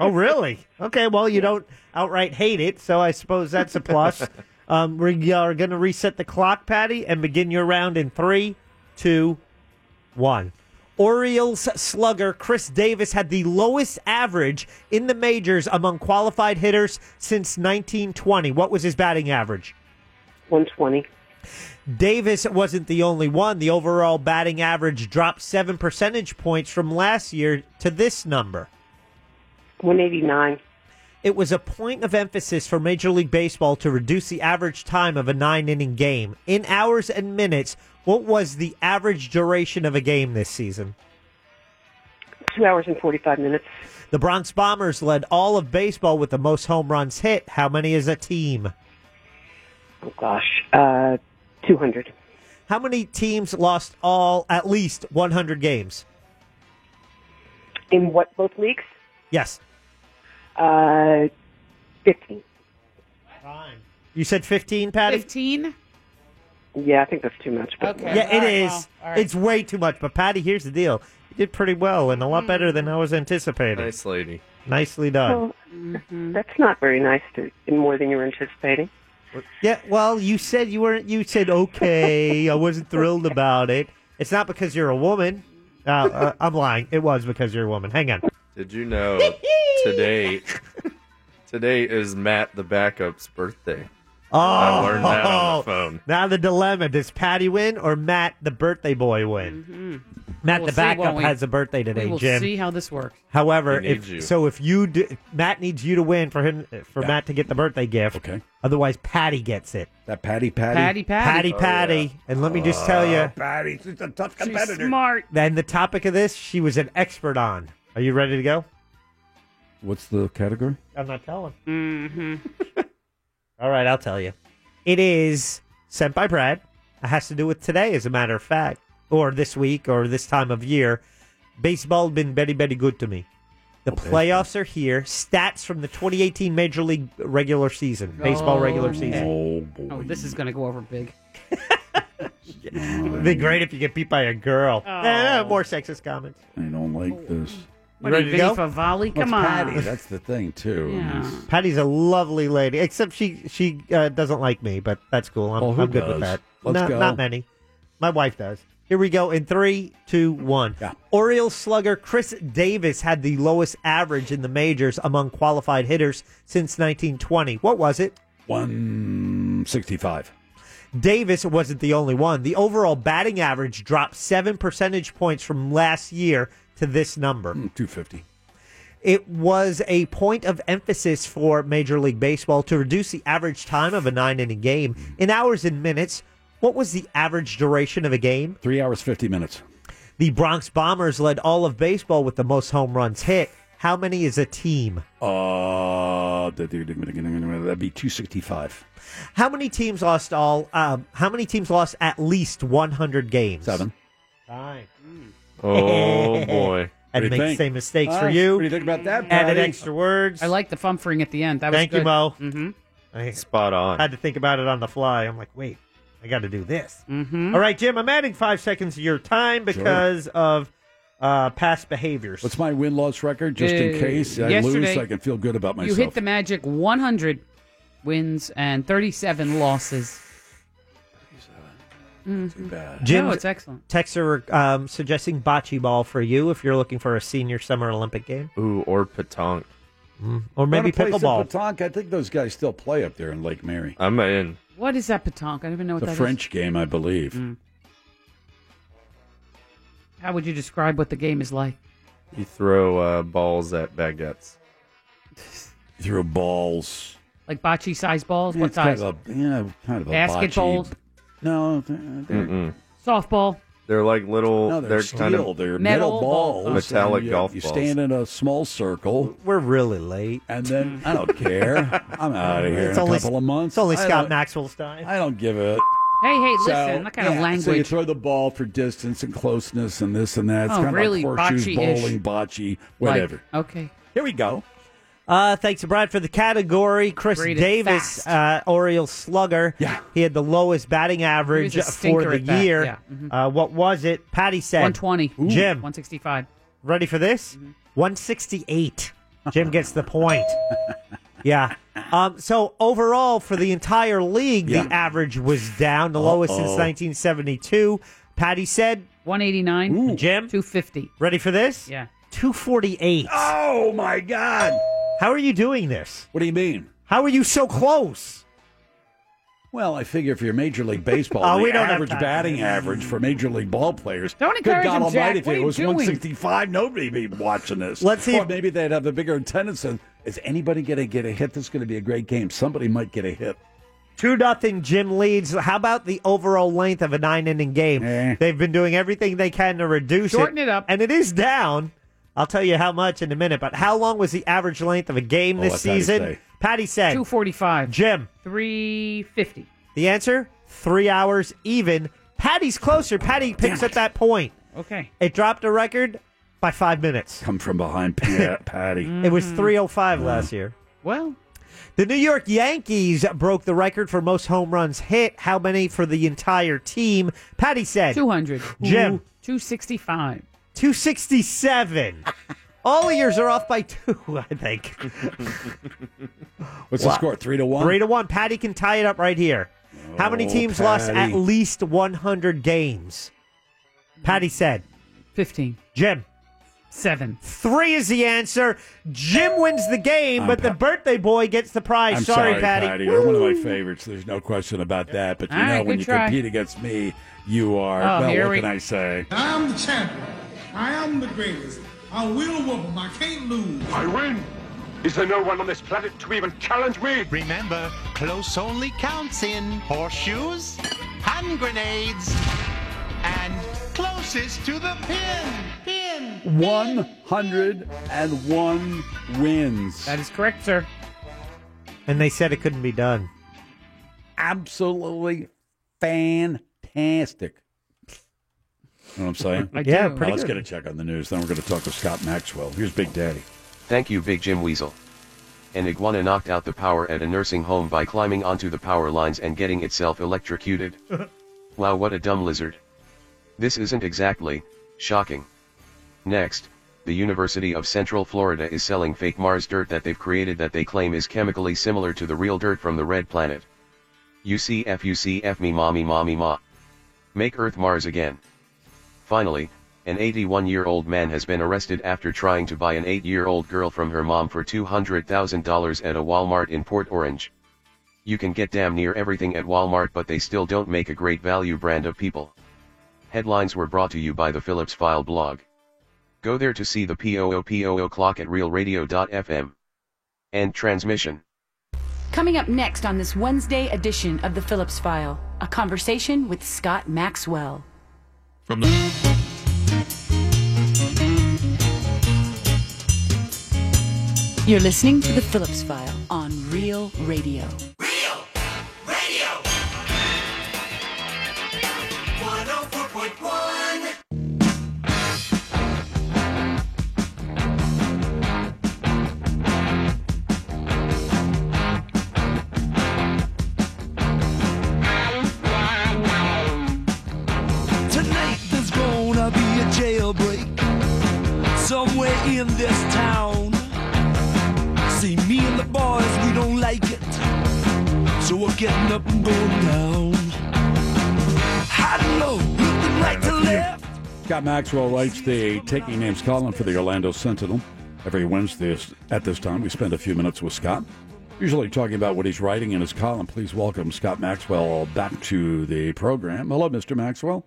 [SPEAKER 8] oh, really? Okay. Well, you don't outright hate it, so I suppose that's a plus. um, we are going to reset the clock, Patty, and begin your round in three, two, one. Orioles slugger Chris Davis had the lowest average in the majors among qualified hitters since 1920. What was his batting average?
[SPEAKER 10] 120.
[SPEAKER 8] Davis wasn't the only one. The overall batting average dropped seven percentage points from last year to this number.
[SPEAKER 10] 189.
[SPEAKER 8] it was a point of emphasis for Major League Baseball to reduce the average time of a nine inning game. In hours and minutes, what was the average duration of a game this season?
[SPEAKER 10] Two hours and 45 minutes.
[SPEAKER 8] The Bronx Bombers led all of baseball with the most home runs hit. How many is a team?
[SPEAKER 10] Oh, gosh. Uh, 200.
[SPEAKER 8] How many teams lost all at least 100 games?
[SPEAKER 10] In what, both leagues?
[SPEAKER 8] Yes.
[SPEAKER 10] Uh, 15.
[SPEAKER 8] You said 15, Patty?
[SPEAKER 7] 15?
[SPEAKER 10] Yeah, I think that's too much. But
[SPEAKER 7] Okay.
[SPEAKER 8] Yeah,
[SPEAKER 7] All
[SPEAKER 8] it
[SPEAKER 7] right,
[SPEAKER 8] is.
[SPEAKER 7] well, all right.
[SPEAKER 8] It's way too much. But Patty, here's the deal. You did pretty well and a
[SPEAKER 7] Hmm.
[SPEAKER 8] lot better than I was anticipating.
[SPEAKER 11] Nice lady.
[SPEAKER 8] Nicely done.
[SPEAKER 21] Oh.
[SPEAKER 10] Well, Mm-hmm. That's not very nice to more than you were anticipating.
[SPEAKER 8] Yeah, well, you said you weren't you said okay, I wasn't thrilled about it. It's not because you're a woman. Uh, uh, I'm lying. It was because you're a woman. Hang on.
[SPEAKER 11] Did you know today [LAUGHS] today is Matt the backup's birthday?
[SPEAKER 8] Oh,
[SPEAKER 11] I learned that on the
[SPEAKER 8] [LAUGHS]
[SPEAKER 11] phone.
[SPEAKER 8] Now the dilemma: Does Patty win or Matt the birthday boy win? Matt
[SPEAKER 7] Mm-hmm. Hmm. We'll
[SPEAKER 8] the
[SPEAKER 7] see, won't
[SPEAKER 8] backup
[SPEAKER 7] we?
[SPEAKER 8] has a birthday today,
[SPEAKER 7] we will
[SPEAKER 8] Jim.
[SPEAKER 7] see how this works.
[SPEAKER 8] However,
[SPEAKER 7] He needs
[SPEAKER 8] if
[SPEAKER 7] you.
[SPEAKER 8] so, if you do, Matt needs you to win for him for Matt to get the birthday gift. Okay. Otherwise, Patty gets it.
[SPEAKER 5] That Patty Patty. Oh, Uh,
[SPEAKER 8] Patty Patty. Patty Patty. And let me just tell you,
[SPEAKER 5] Patty, she's a tough competitor.
[SPEAKER 7] smart.
[SPEAKER 8] then the topic of this, she was an expert on. Are you ready to go?
[SPEAKER 5] What's the category?
[SPEAKER 8] I'm not telling. Mm-hmm. All right, I'll tell you. It is sent by Brad. It has to do with today, as a matter of fact, or this week, or this time of year. Baseball been very, very good to me. The playoffs are here. Stats from the 2018 Major League regular season, baseball regular season.
[SPEAKER 5] Oh, boy.
[SPEAKER 7] Oh, this is going to go over big.
[SPEAKER 8] It'd be great if you get beat by a girl.
[SPEAKER 7] Oh.
[SPEAKER 8] Eh, more sexist comments.
[SPEAKER 5] I don't like this.
[SPEAKER 8] You ready to go?
[SPEAKER 7] Favali?
[SPEAKER 5] Well,
[SPEAKER 7] Come
[SPEAKER 5] it's
[SPEAKER 7] on.
[SPEAKER 5] Patty. That's the thing too. It's-
[SPEAKER 8] Patty's a lovely lady, except she she uh, doesn't like me, but that's cool. I'm,
[SPEAKER 5] Oh, who
[SPEAKER 8] I'm good
[SPEAKER 5] does?
[SPEAKER 8] with that.
[SPEAKER 5] Let's
[SPEAKER 8] not,
[SPEAKER 5] go.
[SPEAKER 8] not many. My wife does. Here we go in three, two, one. Orioles slugger Chris Davis had the lowest average in the majors among qualified hitters since 1920. What was it?
[SPEAKER 5] 165.
[SPEAKER 8] Davis wasn't the only one. The overall batting average dropped seven percentage points from last year to this number
[SPEAKER 5] Hmm, 250.
[SPEAKER 8] It was a point of emphasis for Major League Baseball to reduce the average time of a nine inning game in hours and minutes. What was the average duration of a game?
[SPEAKER 5] Three hours, 50 minutes.
[SPEAKER 8] The Bronx Bombers led all of baseball with the most home runs hit. How many is a team?
[SPEAKER 5] Uh, that'd be 265.
[SPEAKER 8] How many teams lost all? Um, how many teams lost at least 100 games? [LAUGHS]
[SPEAKER 5] Seven.
[SPEAKER 8] Fine.
[SPEAKER 11] Oh boy.
[SPEAKER 8] I'd make the same mistakes for you. Added extra words.
[SPEAKER 7] I like the fumfering at the end. That was
[SPEAKER 8] Thank you,
[SPEAKER 7] good.
[SPEAKER 8] Mo.
[SPEAKER 7] Mm-hmm.
[SPEAKER 8] I
[SPEAKER 11] Spot on.
[SPEAKER 8] had to think about it on the fly. I'm like, wait, I got to do this. Mm-hmm. right, Jim, I'm adding five seconds of your time because of uh, past behaviors.
[SPEAKER 5] What's my win loss record? Just in
[SPEAKER 7] Uh,
[SPEAKER 5] case I
[SPEAKER 7] yesterday,
[SPEAKER 5] lose, I can feel good about
[SPEAKER 7] You
[SPEAKER 5] myself.
[SPEAKER 7] hit the magic 100 wins and 37 losses. Mm-hmm.
[SPEAKER 5] Too bad.
[SPEAKER 8] Jim,
[SPEAKER 7] no, it's excellent.
[SPEAKER 8] Texter um, suggesting bocce ball for you if you're looking for a senior summer Olympic game,
[SPEAKER 11] Ooh, or Patonk.
[SPEAKER 8] Mm-hmm. or maybe
[SPEAKER 5] Wanna play some
[SPEAKER 8] pickleball.
[SPEAKER 5] Petanque? I think those guys still play up there in Lake Mary.
[SPEAKER 11] I'm in.
[SPEAKER 7] What is that petanque? I don't even know what
[SPEAKER 5] It's
[SPEAKER 7] that
[SPEAKER 5] a
[SPEAKER 7] is. Mm.
[SPEAKER 5] French game, I believe.
[SPEAKER 7] How would you describe what the game is like?
[SPEAKER 11] You throw uh, balls at baguettes.
[SPEAKER 5] You throw balls.
[SPEAKER 7] Like bocce size balls?
[SPEAKER 5] Yeah,
[SPEAKER 7] what
[SPEAKER 5] it's kind
[SPEAKER 7] size?
[SPEAKER 5] of a, yeah, kind of a
[SPEAKER 7] Basketball?
[SPEAKER 5] bocce.
[SPEAKER 14] uh,
[SPEAKER 5] No, they're, they're-
[SPEAKER 11] Mm-mm.
[SPEAKER 7] Softball?
[SPEAKER 11] They're like little.
[SPEAKER 5] no, they're,
[SPEAKER 11] they're,
[SPEAKER 5] steel.
[SPEAKER 11] kind of
[SPEAKER 5] they're metal,
[SPEAKER 7] Metal balls.
[SPEAKER 5] balls. and
[SPEAKER 11] Metallic
[SPEAKER 5] you,
[SPEAKER 11] golf
[SPEAKER 5] You
[SPEAKER 11] balls.
[SPEAKER 5] stand in a small circle,
[SPEAKER 8] We're really late.
[SPEAKER 5] and then I don't
[SPEAKER 8] [LAUGHS]
[SPEAKER 5] care. I'm out of here
[SPEAKER 8] It's
[SPEAKER 5] in a
[SPEAKER 8] only-
[SPEAKER 5] couple of months.
[SPEAKER 8] It's only
[SPEAKER 5] I
[SPEAKER 8] Scott
[SPEAKER 5] don't-
[SPEAKER 8] Maxwell's time.
[SPEAKER 5] I don't give a.
[SPEAKER 7] Hey, hey,
[SPEAKER 5] So,
[SPEAKER 7] listen. What kind
[SPEAKER 5] yeah,
[SPEAKER 7] of
[SPEAKER 5] So you
[SPEAKER 7] language?
[SPEAKER 5] throw the ball for distance and closeness and this and that. It's
[SPEAKER 7] Oh,
[SPEAKER 5] kind
[SPEAKER 7] really?
[SPEAKER 5] of like horseshoes,
[SPEAKER 7] Bocce-ish.
[SPEAKER 5] bowling, bocce, whatever.
[SPEAKER 7] okay.
[SPEAKER 5] Here we go.
[SPEAKER 8] Uh, thanks to Brad for the category. Chris
[SPEAKER 7] Read it
[SPEAKER 8] Davis, uh, Orioles slugger. Yeah. He had the lowest batting average
[SPEAKER 7] He was a
[SPEAKER 8] for
[SPEAKER 7] stinker
[SPEAKER 8] the
[SPEAKER 7] at that,
[SPEAKER 8] year.
[SPEAKER 7] yeah, mhm.
[SPEAKER 8] uh, what was it? Patty said
[SPEAKER 7] 120.
[SPEAKER 8] Jim,
[SPEAKER 7] 165.
[SPEAKER 8] ready for this?
[SPEAKER 7] Mm-hmm.
[SPEAKER 8] 168. Jim gets the point. yeah. Um, so overall, for the entire league,
[SPEAKER 5] Yeah.
[SPEAKER 8] the average was down, the lowest since
[SPEAKER 5] Uh-oh.
[SPEAKER 8] 1972. Patty said
[SPEAKER 7] 189.
[SPEAKER 8] Jim?
[SPEAKER 7] 250.
[SPEAKER 8] Ready for this?
[SPEAKER 7] Yeah.
[SPEAKER 8] 248.
[SPEAKER 5] Oh my God!
[SPEAKER 8] How are you doing this?
[SPEAKER 5] What do you mean?
[SPEAKER 8] How are you so close?
[SPEAKER 5] Well, I figure if you're Major League
[SPEAKER 7] [LAUGHS]
[SPEAKER 5] Baseball,
[SPEAKER 8] Oh,
[SPEAKER 5] the
[SPEAKER 8] we don't have
[SPEAKER 5] average
[SPEAKER 8] time.
[SPEAKER 5] batting average for Major League ball players.
[SPEAKER 7] Don't
[SPEAKER 5] Good
[SPEAKER 7] encourage
[SPEAKER 5] God
[SPEAKER 7] him,
[SPEAKER 5] Almighty,
[SPEAKER 7] Jack.
[SPEAKER 5] if
[SPEAKER 7] What are
[SPEAKER 5] it
[SPEAKER 7] you
[SPEAKER 5] was
[SPEAKER 7] doing?
[SPEAKER 5] 165, nobody'd be watching this.
[SPEAKER 8] Let's see
[SPEAKER 5] Or
[SPEAKER 8] if-
[SPEAKER 5] maybe they'd have a bigger attendance and Is anybody going to get a hit? This is going to be a great game. Somebody might get a hit.
[SPEAKER 8] Two nothing. Jim leads. How about the overall length of a nine inning game?
[SPEAKER 5] Eh.
[SPEAKER 8] They've been doing everything they can to reduce
[SPEAKER 7] Shorten
[SPEAKER 8] it up, and it is down. I'll tell you how much in a minute. But how long was the average length of a game
[SPEAKER 7] Oh,
[SPEAKER 8] this
[SPEAKER 7] what Patty
[SPEAKER 8] season?
[SPEAKER 7] say?
[SPEAKER 8] Patty said two
[SPEAKER 7] forty five.
[SPEAKER 8] Jim,
[SPEAKER 7] 350.
[SPEAKER 8] the answer three hours even. Patty's closer. Patty picks up that point.
[SPEAKER 7] Okay.
[SPEAKER 8] It dropped a record by five minutes.
[SPEAKER 5] Come from behind, Pat, Patty.
[SPEAKER 8] [LAUGHS] It was 305 last year.
[SPEAKER 7] Well,
[SPEAKER 8] the New York Yankees broke the record for most home runs hit. How many for the entire team? Patty said
[SPEAKER 7] 200.
[SPEAKER 8] Jim
[SPEAKER 7] 265.
[SPEAKER 8] 267. All of yours are off by two, I think.
[SPEAKER 5] What's
[SPEAKER 8] Wow.
[SPEAKER 5] the score? Three to one.
[SPEAKER 8] Three to one. Patty can tie it up right here. How many
[SPEAKER 5] Oh,
[SPEAKER 8] teams lost at
[SPEAKER 5] Patty.
[SPEAKER 8] least 100 games? Patty said
[SPEAKER 7] 15.
[SPEAKER 8] Jim.
[SPEAKER 7] Seven.
[SPEAKER 8] Three is the answer. Jim wins the game,
[SPEAKER 5] I'm
[SPEAKER 8] but the birthday boy gets the prize.
[SPEAKER 5] I'm
[SPEAKER 8] sorry, Patty.
[SPEAKER 5] You're one of my favorites. There's no question about that. But you
[SPEAKER 8] All
[SPEAKER 5] know,
[SPEAKER 8] right,
[SPEAKER 5] when
[SPEAKER 8] good
[SPEAKER 5] you
[SPEAKER 8] try.
[SPEAKER 5] compete against me, you are.
[SPEAKER 8] Oh,
[SPEAKER 5] well,
[SPEAKER 8] here
[SPEAKER 5] what
[SPEAKER 8] we-
[SPEAKER 5] can I say?
[SPEAKER 12] I am the champion. I am the greatest. I will whoop them. I can't lose. I win. Is there no one on this planet to even challenge me?
[SPEAKER 4] Remember, close only counts in horseshoes, hand grenades, and closest to the pin. Pin.
[SPEAKER 5] 101 wins. That
[SPEAKER 7] is correct, sir.
[SPEAKER 8] And they said it couldn't be done.
[SPEAKER 5] Absolutely fantastic. You know what I'm saying?
[SPEAKER 8] I Yeah, do.
[SPEAKER 5] Now
[SPEAKER 8] pretty
[SPEAKER 5] let's
[SPEAKER 8] good.
[SPEAKER 5] get a check on the news. Then we're going to talk to Scott Maxwell. Here's Big Daddy.
[SPEAKER 23] Thank you, Big Jim Weasel. An iguana knocked out the power at a nursing home by climbing onto the power lines and getting itself electrocuted. wow, what a dumb lizard. This isn't exactly shocking. Next, the University of Central Florida is selling fake Mars dirt that they've created that they claim is chemically similar to the real dirt from the red planet. UCF UCF me mommy mommy ma. Make Earth Mars again. Finally, an 81 year old man has been arrested after trying to buy an 8 year old girl from her mom for $200,000 at a Walmart in Port Orange. You can get damn near everything at Walmart, but they still don't make a great value brand of people. Headlines were brought to you by the Phillips File blog. Go there to see the POOPOO clock at realradio.fm. End transmission.
[SPEAKER 13] Coming up next on this Wednesday edition of the Phillips File, a conversation with Scott Maxwell.
[SPEAKER 14] From the
[SPEAKER 13] You're listening to the Phillips File on Real Radio.
[SPEAKER 9] Radio. 104.1.
[SPEAKER 22] Tonight there's gonna be a jailbreak somewhere in this town. See, me and the boys, we don't like it. So we're getting up and going down. High and low, looking right to left.
[SPEAKER 5] Scott Maxwell writes the Taking Names column for the Orlando Sentinel. Every Wednesday at this time, we spend a few minutes with Scott, usually talking about what he's writing in his column. Please welcome Scott Maxwell back to the program. Hello, Mr. Maxwell.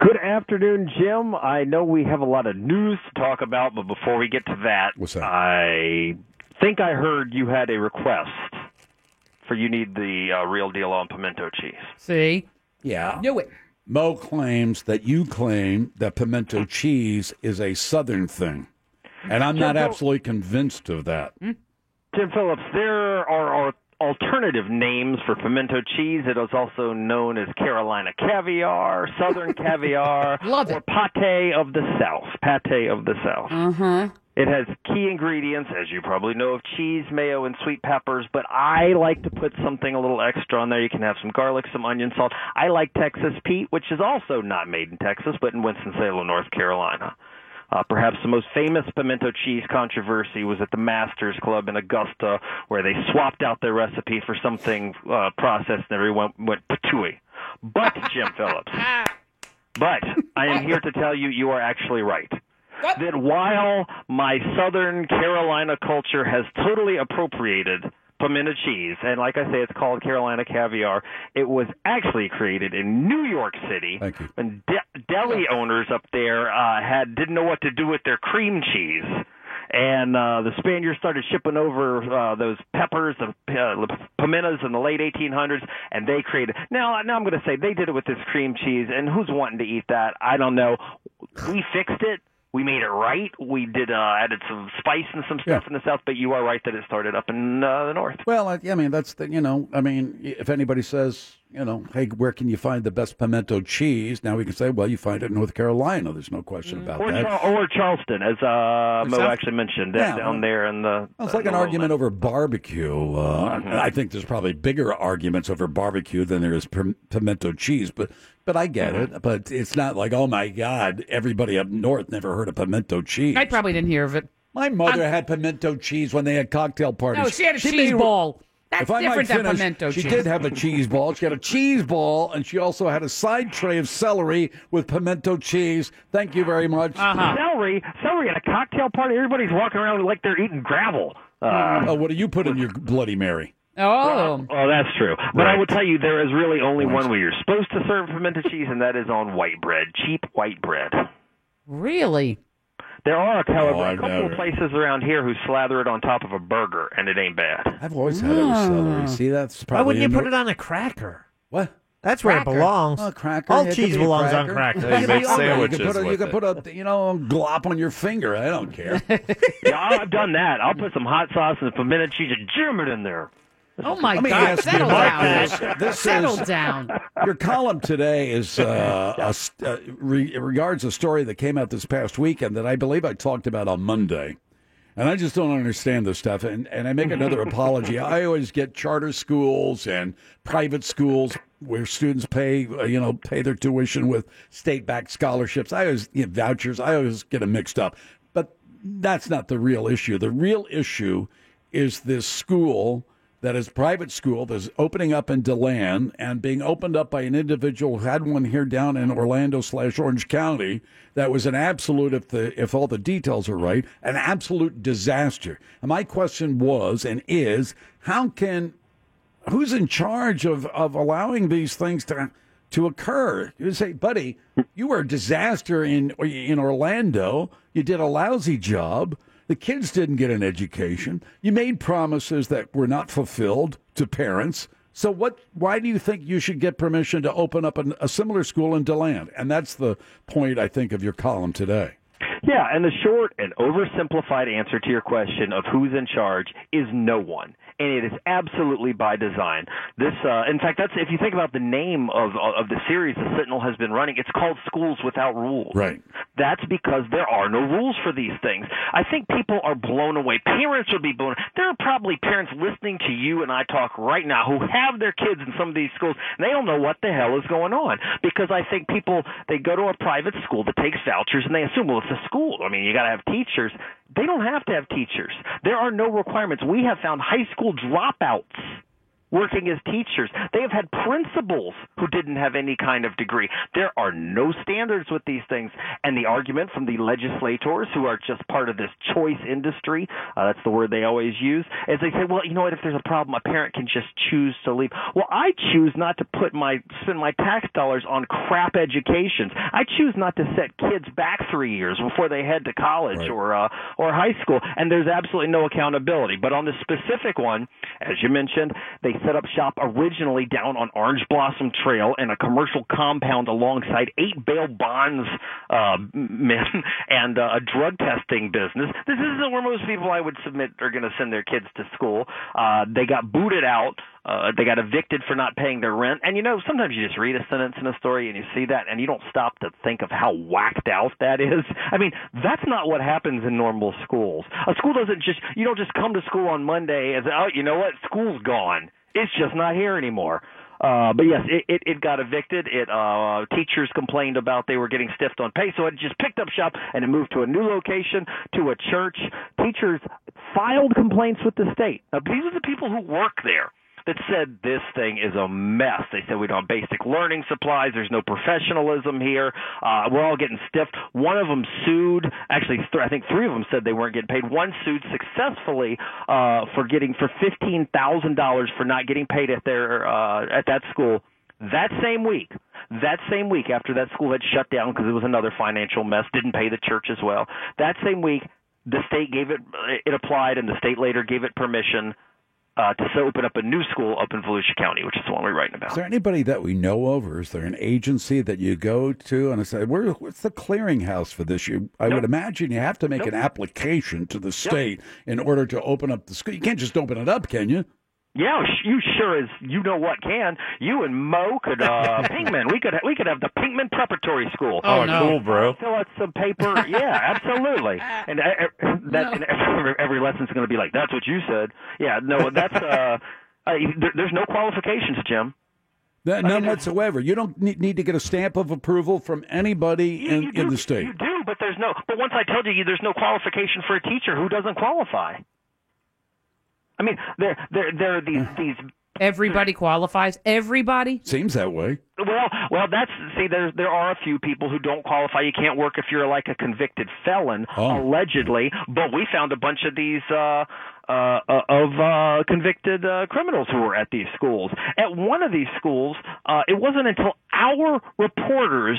[SPEAKER 24] Good afternoon, Jim. I know we have a lot of news to talk about, but before we get to that, I think I heard you had a request for you need the uh, real deal on pimento cheese.
[SPEAKER 7] See?
[SPEAKER 5] Yeah.
[SPEAKER 7] Knew it.
[SPEAKER 5] Mo claims that you claim that pimento cheese is a Southern thing, and I'm not
[SPEAKER 24] Jim, no-
[SPEAKER 5] absolutely convinced of that.
[SPEAKER 24] Jim Phillips, there are, are alternative names for pimento cheese. It is also known as Carolina caviar, Southern caviar, or pate of the South. Pate of the South.
[SPEAKER 7] Uh huh.
[SPEAKER 24] It has key ingredients, as you probably know, of cheese, mayo, and sweet peppers, but I like to put something a little extra on there. You can have some garlic, some onion salt. I like Texas Pete, which is also not made in Texas, but in Winston-Salem, North Carolina. Uh, perhaps the most famous pimento cheese controversy was at the Masters Club in Augusta, where they swapped out their recipe for something uh, processed, and everyone went patooey. But, Jim Phillips, but I am here to tell you you are actually right. That while my Southern Carolina culture has totally appropriated pimento cheese, and like I say, it's called Carolina caviar, it was actually created in New York City when de- deli owners up there uh, had didn't know what to do with their cream cheese. and uh, the Spaniards started shipping over uh, those peppers and uh, pimentas in the late 1800s, and they created. Now, now I'm going to say they did it with this cream cheese, and who's wanting to eat that? I don't know. We fixed it. We made it right. We did uh, added some spice and some stuff in the south, but you are right that it started up in uh, the north.
[SPEAKER 5] Well, I, I mean, that's the, you know, I mean, if anybody says, you know, hey, where can you find the best pimento cheese? Now we can say, well, you find it in North Carolina. There's no question about
[SPEAKER 24] Or,
[SPEAKER 5] that.
[SPEAKER 24] Char- or Charleston, as uh, Mo
[SPEAKER 5] South-
[SPEAKER 24] actually mentioned,
[SPEAKER 5] Yeah,
[SPEAKER 24] down
[SPEAKER 5] well,
[SPEAKER 24] there in the. uh,
[SPEAKER 5] Well, it's like
[SPEAKER 24] the
[SPEAKER 5] an
[SPEAKER 24] lower
[SPEAKER 5] argument over barbecue. Uh, I think there's probably bigger arguments over barbecue than there is pim- pimento cheese, but but I get it. But it's not like, oh my God, everybody up north never heard of pimento cheese.
[SPEAKER 7] I probably didn't hear of it.
[SPEAKER 5] My mother had pimento cheese when they had cocktail parties.
[SPEAKER 7] No, she had a cheese
[SPEAKER 5] made-
[SPEAKER 7] ball. That's
[SPEAKER 5] If I might
[SPEAKER 7] different than
[SPEAKER 5] finish,
[SPEAKER 7] pimento
[SPEAKER 5] she
[SPEAKER 7] cheese.
[SPEAKER 5] did have a cheese ball. She had a cheese ball, and she also had a side tray of celery with pimento cheese. Thank you very much.
[SPEAKER 7] Uh-huh.
[SPEAKER 24] Celery, celery at a cocktail party. Everybody's walking around like they're eating gravel.
[SPEAKER 5] oh, what do you put in your Bloody Mary?
[SPEAKER 7] Oh.
[SPEAKER 24] Oh, that's true. But I will tell you, there is really only one way you're supposed to serve fermented cheese, and that is on white bread, cheap white bread.
[SPEAKER 7] Really?
[SPEAKER 24] There are, however,
[SPEAKER 7] Oh,
[SPEAKER 24] a
[SPEAKER 7] I've
[SPEAKER 24] couple
[SPEAKER 7] never-
[SPEAKER 24] of places around here who slather it on top of a burger, and it ain't
[SPEAKER 8] [LAUGHS]
[SPEAKER 24] bad.
[SPEAKER 5] I've always had it with celery. See, that's
[SPEAKER 24] Why
[SPEAKER 5] probably.
[SPEAKER 24] wouldn't you
[SPEAKER 5] in
[SPEAKER 24] put
[SPEAKER 5] Nor-
[SPEAKER 8] Put it on a cracker.
[SPEAKER 5] What?
[SPEAKER 8] That's where it belongs.
[SPEAKER 5] Well, cracker.
[SPEAKER 8] All
[SPEAKER 5] yeah, it could
[SPEAKER 8] cheese
[SPEAKER 5] be a
[SPEAKER 8] belongs
[SPEAKER 5] cracker.
[SPEAKER 8] on cracker.
[SPEAKER 5] [LAUGHS] It could be all- You could put a, you could put a you know a glop on your finger. I don't [LAUGHS] care.
[SPEAKER 24] yeah, I- I've done that. I'll put some hot sauce and fermented cheese and jam it in there.
[SPEAKER 7] Oh my
[SPEAKER 24] Let me
[SPEAKER 7] God!
[SPEAKER 24] ask you
[SPEAKER 7] Settle
[SPEAKER 24] about
[SPEAKER 7] down.
[SPEAKER 24] this.
[SPEAKER 5] This
[SPEAKER 7] settle
[SPEAKER 5] is-
[SPEAKER 7] down.
[SPEAKER 5] Your column today is uh, a s uh, re- regards a story that came out this past weekend that I believe I talked about on Monday. And I just don't understand this stuff. And, and I make another apology. I always get charter schools and private schools where students pay, uh, you know, pay their tuition with state-backed scholarships. I always you know, vouchers. I always get them mixed up. But that's not the real issue. The real issue is this school that is private school that's opening up in Deland and being opened up by an individual who had one here down in Orlando slash Orange County that was an absolute if the if all the details are right, an absolute disaster. And my question was and is how can who's in charge of, of allowing these things to to occur? You say, buddy, you were a disaster in in Orlando. You did a lousy job. The kids didn't get an education. You made promises that were not fulfilled to parents. So what? Why do you think you should get permission to open up an, a similar school in Deland? And that's the point I think of your column today.
[SPEAKER 24] Yeah, and the short and oversimplified answer to your question of who's in charge is no one. And it is absolutely by design. This, uh, in fact, that's if you think about the name of uh, of the series the Sentinel has been running. It's called Schools Without Rules.
[SPEAKER 5] Right.
[SPEAKER 24] That's because there are no rules for these things. I think people are blown away. Parents would be blown. There are probably parents listening to you and I talk right now who have their kids in some of these schools and they don't know what the hell is going on because I think people they go to a private school that takes vouchers and they assume well it's a school. I mean you got to have teachers. They don't have to have teachers. There are no requirements. We have found high school dropouts working as teachers. They have had principals who didn't have any kind of degree. There are no standards with these things. And the argument from the legislators who are just part of this choice industry, uh, that's the word they always use, is they say, well, you know what, if there's a problem, a parent can just choose to leave. Well, I choose not to put my, spend my tax dollars on crap educations. I choose not to set kids back three years before they head to college or, uh, or high school. And there's absolutely no accountability. But on this specific one, as you mentioned, they set up shop originally down on Orange Blossom Trail in a commercial compound alongside eight bail bonds uh, men [LAUGHS] and uh, a drug testing business. This isn't where most people I would submit are going to send their kids to school. Uh, they got booted out. Uh, they got evicted for not paying their rent. And you know, sometimes you just read a sentence in a story and you see that and you don't stop to think of how whacked out that is. [LAUGHS] I mean, that's not what happens in normal schools. A school doesn't just, you don't just come to school on Monday and say, oh, you know what? School's gone. It's just not here anymore. Uh, but yes, it, it, it got evicted. It, uh, teachers complained about they were getting stiffed on pay. So it just picked up shop and it moved to a new location, to a church. Teachers filed complaints with the state. Now, these are the people who work there that said this thing is a mess. They said we don't have basic learning supplies. There's no professionalism here. Uh, we're all getting stiffed. One of them sued. Actually, th- I think three of them said they weren't getting paid. One sued successfully uh, for getting for fifteen thousand dollars for not getting paid at their uh, at that school. That same week, that same week after that school had shut down because it was another financial mess, didn't pay the church as well. That same week, the state gave it it applied, and the state later gave it permission uh, to so open up a new school up in Volusia County, which is the one we're writing about.
[SPEAKER 5] Is there anybody that we know of, or is there an agency that you go to and say, Where, "What's the clearinghouse for this?" You, I would imagine you have to make an
[SPEAKER 24] Nope.
[SPEAKER 5] application to the state in order to open up the school. You can't just open it up, can you?
[SPEAKER 24] Yeah, sh- you sure as you know what can. You and Mo could
[SPEAKER 11] [LAUGHS]
[SPEAKER 24] uh Pinkman. We could ha- we could have the Pinkman Preparatory School.
[SPEAKER 11] Oh, Oh, no. cool, bro.
[SPEAKER 24] Fill out some paper.
[SPEAKER 11] [LAUGHS]
[SPEAKER 24] yeah, absolutely. And, uh, uh, that and every, every lesson's going to be like, that's what you said. Yeah, no, that's uh, uh there, there's no qualifications, Jim.
[SPEAKER 5] That, none whatsoever. You don't need, need to get a stamp of approval from anybody in, in the state.
[SPEAKER 24] You do, but there's no. But once I told you, there's no qualification for a teacher who doesn't qualify. I mean, there there there are
[SPEAKER 11] [SIGHS]
[SPEAKER 24] these these
[SPEAKER 7] Everybody qualifies. Everybody.
[SPEAKER 5] Seems that way.
[SPEAKER 24] Well, well, that's see. There, there are a few people who don't qualify. You can't work if you're like a convicted felon, allegedly. But we found a bunch of these uh, uh, uh, of uh, convicted uh, criminals who were at these schools. At one of these schools, uh, it wasn't until our reporters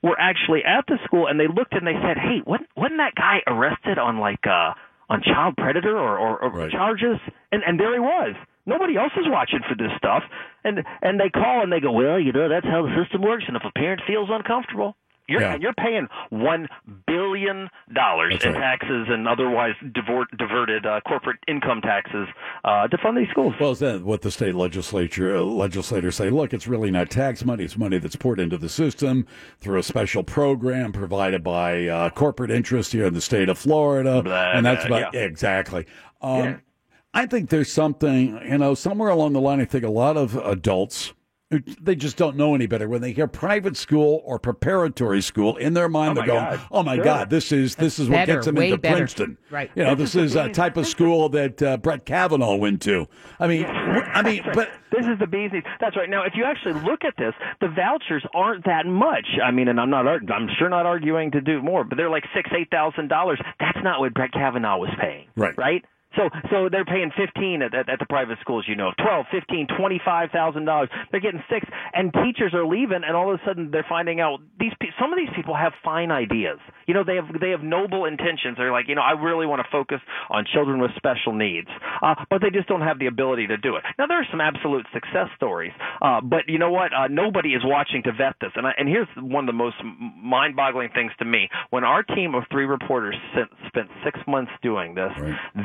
[SPEAKER 24] were actually at the school and they looked and they said, "Hey, wasn't, wasn't that guy arrested on like uh, on child predator or, or, or charges?" And and there he was. Nobody else is watching for this stuff. And and they call and they go, "Well, you know that's how the system works." And if a parent feels uncomfortable. You're,
[SPEAKER 14] Yeah.
[SPEAKER 24] and you're paying one billion dollars in taxes and otherwise divor- diverted uh, corporate income taxes uh, to fund these schools.
[SPEAKER 5] Well, is that what the state legislature uh, legislators say? Look, it's really not tax money; it's money that's poured into the system through a special program provided by uh, corporate interest here in the state of Florida, and that's
[SPEAKER 1] blah,
[SPEAKER 5] about
[SPEAKER 1] yeah.
[SPEAKER 5] exactly. Um,
[SPEAKER 1] Yeah.
[SPEAKER 5] I think there's something, you know, somewhere along the line. I think a lot of adults. They just don't know any better. When they hear private school or preparatory school, in their mind
[SPEAKER 1] Oh,
[SPEAKER 5] they're
[SPEAKER 1] my
[SPEAKER 5] going,
[SPEAKER 1] God.
[SPEAKER 5] "Oh my
[SPEAKER 1] Sure.
[SPEAKER 5] God, this is this is what
[SPEAKER 1] Better,
[SPEAKER 5] gets them
[SPEAKER 1] way
[SPEAKER 5] into
[SPEAKER 1] better.
[SPEAKER 5] Princeton."
[SPEAKER 1] Right.
[SPEAKER 5] You know, this is a type of school that uh, Brett Kavanaugh went to. I mean, I mean,
[SPEAKER 24] That's
[SPEAKER 5] but
[SPEAKER 24] right. this is the bee's knees. That's right. Now, if you actually look at this, the vouchers aren't that much. I mean, and I'm not, arg- I'm sure not arguing to do more, but they're like six, eight thousand dollars. That's not what Brett Kavanaugh was paying,
[SPEAKER 5] right?
[SPEAKER 24] Right. So, so they're paying fifteen at, at, at the private schools. You know, of twelve, fifteen, twenty-five thousand dollars. They're getting six, and teachers are leaving, and all of a sudden they're finding out these. pe- Some of these people have fine ideas. You know, they have they have noble intentions. They're like, you know, I really want to focus on children with special needs, uh, but they just don't have the ability to do it. Now there are some absolute success stories, uh, but you know what? Uh, nobody is watching to vet this. And I, and here's one of the most mind-boggling things to me: when our team of three reporters sent, spent six months doing this,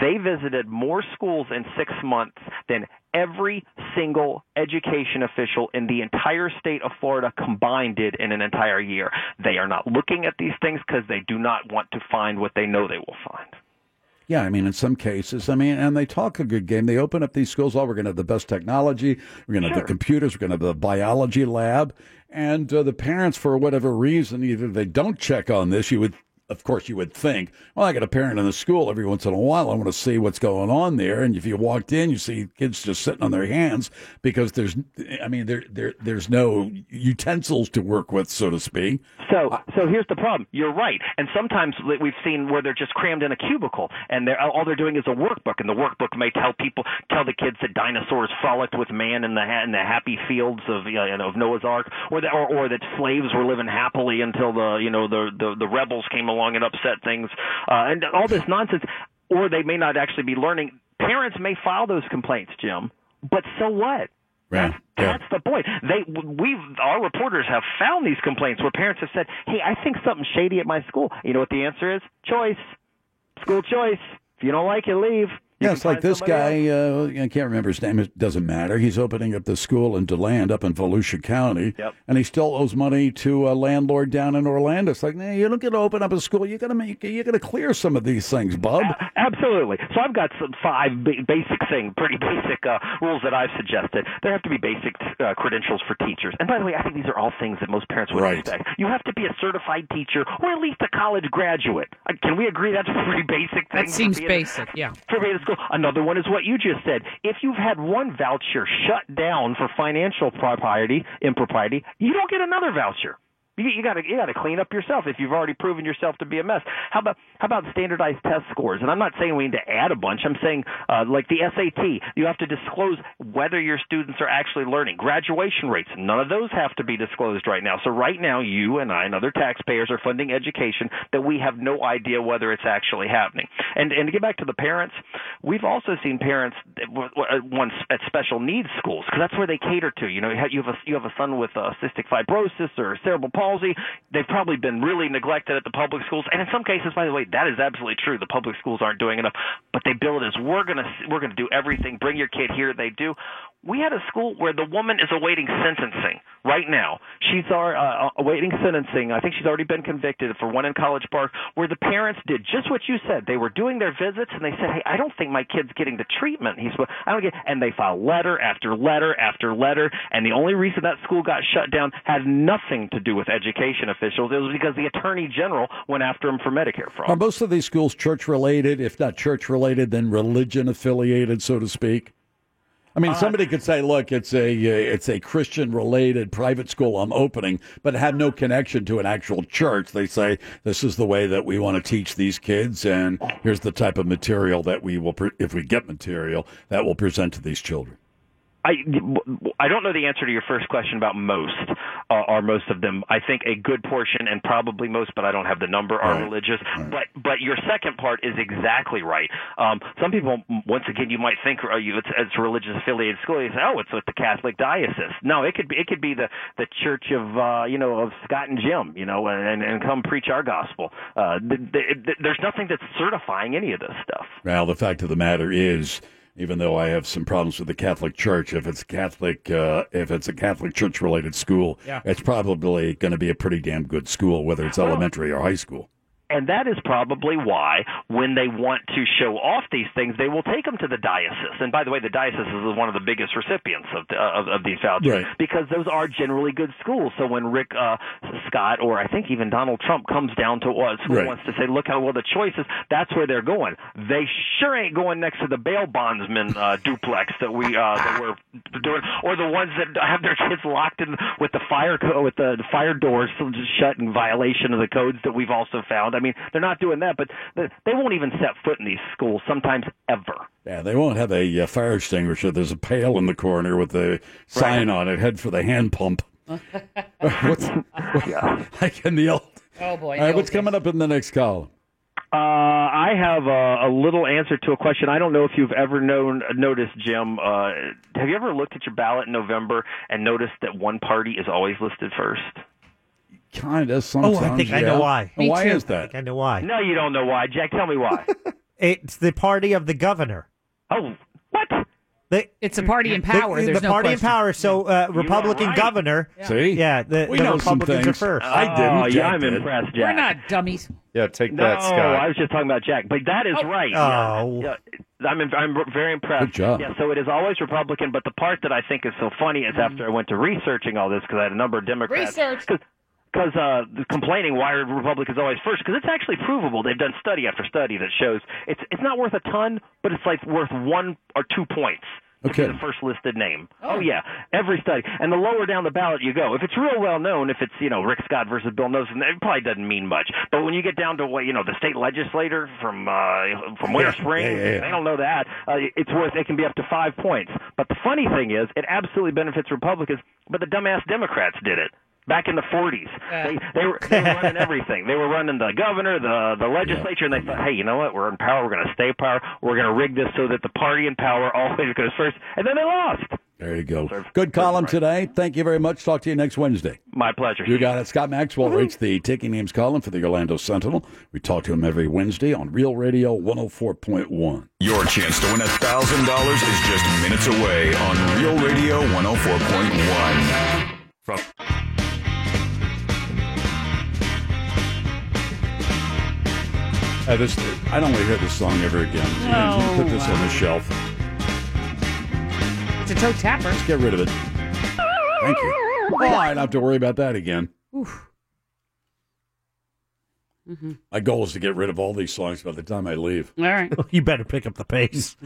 [SPEAKER 24] they visited more schools in six months than every single education official in the entire state of Florida combined did in an entire year. They are not looking at these things because they do not want to find what they know they will find.
[SPEAKER 5] Yeah, I mean, in some cases, I mean, and they talk a good game. They open up these schools. Oh, we're going to have the best technology. We're going to have the computers. We're going to have the biology lab. And uh, the parents, for whatever reason, either they don't check on this. You would, of course, you would think, well, I got a parent in the school every once in a while. I want to see what's going on there. And if you walked in, you see kids just sitting on their hands because there's, I mean, there, there, there's no utensils to work with, so to speak.
[SPEAKER 24] So, so here's the problem. You're right, and sometimes li- we've seen where they're just crammed in a cubicle, and they're all they're doing is a workbook, and the workbook may tell people, tell the kids that dinosaurs frolicked with man in the ha- in the happy fields of you know of Noah's Ark, or that or, or that slaves were living happily until the you know the the, the rebels came along and upset things, uh, and all this nonsense. Or they may not actually be learning. Parents may file those complaints, Jim, but so what? That's the point. They we our reporters have found these complaints where parents have said, "Hey, I think something's shady at my school." You know what the answer is? Choice, school choice. If you don't like it, leave.
[SPEAKER 5] Yeah, it's like this guy. Uh, I can't remember his name. It doesn't matter. He's opening up the school in Deland up in Volusia County,
[SPEAKER 1] Yep.
[SPEAKER 5] and he still owes money to a landlord down in Orlando. It's like, nah, you don't get to open up a school. You got to make. You got to clear some of these things, bub.
[SPEAKER 24] Absolutely. So I've got some five ba- basic thing, pretty [LAUGHS] basic uh, rules that I've suggested. There have to be basic uh, credentials for teachers. And by the way, I think these are all things that most parents would
[SPEAKER 1] Right.
[SPEAKER 24] expect. You have to be a certified teacher or at least a college graduate. Uh, Can we agree that's [LAUGHS] a pretty basic thing?
[SPEAKER 7] That seems
[SPEAKER 24] for being-
[SPEAKER 7] basic. Yeah.
[SPEAKER 24] for being at school. Another one is what you just said. If you've had one voucher shut down for financial propriety, impropriety, you don't get another voucher. You, you gotta you gotta clean up yourself if you've already proven yourself to be a mess. How about how about standardized test scores? And I'm not saying we need to add a bunch. I'm saying uh, like the SAT, you have to disclose whether your students are actually learning. Graduation rates, none of those have to be disclosed right now. So right now, you and I and other taxpayers are funding education that we have no idea whether it's actually happening. And and to get back to the parents, we've also seen parents that w- w- once at special needs schools because that's where they cater to. You know, you have- you have a you have a son with uh, cystic fibrosis or cerebral palsy. They've probably been really neglected at the public schools, and in some cases, by the way, that is absolutely true. The public schools aren't doing enough, but they bill it as we're gonna we're gonna do everything. Bring your kid here. They do. We had a school where the woman is awaiting sentencing right now. She's our, uh, awaiting sentencing. I think she's already been convicted for one in College Park, where the parents did just what you said. They were doing their visits and they said, "Hey, I don't think my kid's getting the treatment he's. supposed- I don't get." And they filed letter after letter after letter, and the only reason that school got shut down had nothing to do with education officials. It was because the attorney general went after him for Medicare fraud.
[SPEAKER 5] Are most of these schools church related? If not church related, then religion affiliated, so to speak. I mean, somebody could say, "Look, it's a uh, it's a Christian related private school I'm opening, but have no connection to an actual church." They say this is the way that we want to teach these kids, and here's the type of material that we will, pre- if we get material, that will present to these children.
[SPEAKER 24] I, I don't know the answer to your first question about most. Uh, are most of them? I think a good portion, and probably most, but I don't have the number, are religious. But but your second part is exactly right. Um, some people, once again, you might think, are you? It's, it's a religious affiliated school. You say, oh, it's with the Catholic diocese. No, it could be it could be the the Church of uh, you know of Scott and Jim, you know, and and come preach our gospel. Uh, th- th- th- there's nothing that's certifying any of this stuff.
[SPEAKER 5] Well, the fact of the matter is, even though I have some problems with the Catholic Church, if it's Catholic, uh, if it's a Catholic Church-related school,
[SPEAKER 24] Yeah.
[SPEAKER 5] it's probably going to be a pretty damn good school, whether it's elementary or high school.
[SPEAKER 24] And that is probably why, when they want to show off these things, they will take them to the diocese. And by the way, the diocese is one of the biggest recipients of the, of, of these vouchers
[SPEAKER 14] Right.
[SPEAKER 24] because those are generally good schools. So when Rick uh, Scott or I think even Donald Trump comes down to us who
[SPEAKER 14] Right.
[SPEAKER 24] wants to say, look how well the choice is, that's where they're going. They sure ain't going next to the bail bondsman uh, [LAUGHS] duplex that we uh, that we're doing, or the ones that have their kids locked in with the fire co- with the fire doors shut in violation of the codes that we've also found. I mean, they're not doing that, but they they won't even set foot in these schools sometimes ever.
[SPEAKER 5] Yeah, they won't have a uh, fire extinguisher. There's a pail in the corner with a sign on it, head for the hand pump. what's, [LAUGHS] like in the old.
[SPEAKER 7] Oh boy.
[SPEAKER 5] All right, what's coming up in the next column?
[SPEAKER 24] Uh, I have a, a little answer to a question. I don't know if you've ever known noticed, Jim. Uh, have you ever looked at your ballot in November and noticed that one party is always listed first?
[SPEAKER 5] Kind of
[SPEAKER 8] Oh,
[SPEAKER 5] sometimes.
[SPEAKER 8] I think I
[SPEAKER 5] yeah.
[SPEAKER 8] know why.
[SPEAKER 5] And Why is
[SPEAKER 8] I
[SPEAKER 5] that?
[SPEAKER 8] think I know why.
[SPEAKER 24] No, you don't know why, Jack. Tell me
[SPEAKER 8] [LAUGHS]
[SPEAKER 24] why.
[SPEAKER 8] It's the party of the governor.
[SPEAKER 24] Oh,
[SPEAKER 8] The,
[SPEAKER 7] it's a party in power.
[SPEAKER 8] The,
[SPEAKER 7] There's no
[SPEAKER 8] party
[SPEAKER 7] question.
[SPEAKER 8] in power. So uh,
[SPEAKER 7] are
[SPEAKER 8] Republican
[SPEAKER 7] right.
[SPEAKER 8] governor.
[SPEAKER 7] Yeah.
[SPEAKER 5] See?
[SPEAKER 8] Yeah, the,
[SPEAKER 5] We
[SPEAKER 8] the
[SPEAKER 5] know some
[SPEAKER 8] Republicans are
[SPEAKER 5] things.
[SPEAKER 8] first.
[SPEAKER 5] I didn't.
[SPEAKER 24] Oh, yeah,
[SPEAKER 5] Jack
[SPEAKER 24] I'm
[SPEAKER 5] did.
[SPEAKER 24] impressed,
[SPEAKER 7] We're
[SPEAKER 24] Jack.
[SPEAKER 7] not dummies.
[SPEAKER 11] Yeah, take
[SPEAKER 24] no,
[SPEAKER 11] that, Scott.
[SPEAKER 24] I was just talking about Jack, but that is right.
[SPEAKER 11] Oh.
[SPEAKER 24] Yeah, yeah, I'm, I'm very impressed.
[SPEAKER 11] Good job.
[SPEAKER 24] Yeah, so it is always Republican, but the part that I think is so funny is after I went to researching all this because I had a number of Democrats.
[SPEAKER 7] Research.
[SPEAKER 24] because uh, complaining why are Republicans always first? Because it's actually provable. They've done study after study that shows it's it's not worth a ton, but it's like worth one or two points. To
[SPEAKER 5] Okay.
[SPEAKER 24] be the first listed name.
[SPEAKER 5] Oh.
[SPEAKER 24] Oh. yeah, every study. And the lower down the ballot you go, if it's real well known, if it's you know Rick Scott versus Bill Nelson, it probably doesn't mean much. But when you get down to what you know, the state legislator from uh, from Winter
[SPEAKER 5] Yeah,
[SPEAKER 24] Springs,
[SPEAKER 5] yeah, yeah, yeah.
[SPEAKER 24] they don't know that. Uh, it's worth it can be up to five points. But the funny thing is, it absolutely benefits Republicans. But the dumbass Democrats did it back in the 40s. They, they, were, they were running everything. They were running the governor, the the legislature, and they thought, hey, you know what? We're in power. We're going to stay in power. We're going to rig this so that the party in power always goes first. And then they lost.
[SPEAKER 5] There you go. Good column today. Thank you very much. Talk to you next Wednesday.
[SPEAKER 24] My pleasure.
[SPEAKER 5] You got it. Scott Maxwell writes the Taking Names column for the Orlando Sentinel. We talk to him every Wednesday on Real Radio 104.1.
[SPEAKER 1] Your chance to win $1,000 is just minutes away on Real Radio 104.1. From
[SPEAKER 5] Uh, this, I don't want to hear this song ever again.
[SPEAKER 7] No.
[SPEAKER 5] Put this on the shelf.
[SPEAKER 7] It's a toe tapper.
[SPEAKER 5] Let's get rid of it. Thank you. Oh, I don't have to worry about that again.
[SPEAKER 7] Oof. [LAUGHS] Mm-hmm.
[SPEAKER 5] My goal is to get rid of all these songs by the time I leave. [LAUGHS]
[SPEAKER 7] All right.
[SPEAKER 8] You better pick up the
[SPEAKER 7] [LAUGHS]
[SPEAKER 8] pace.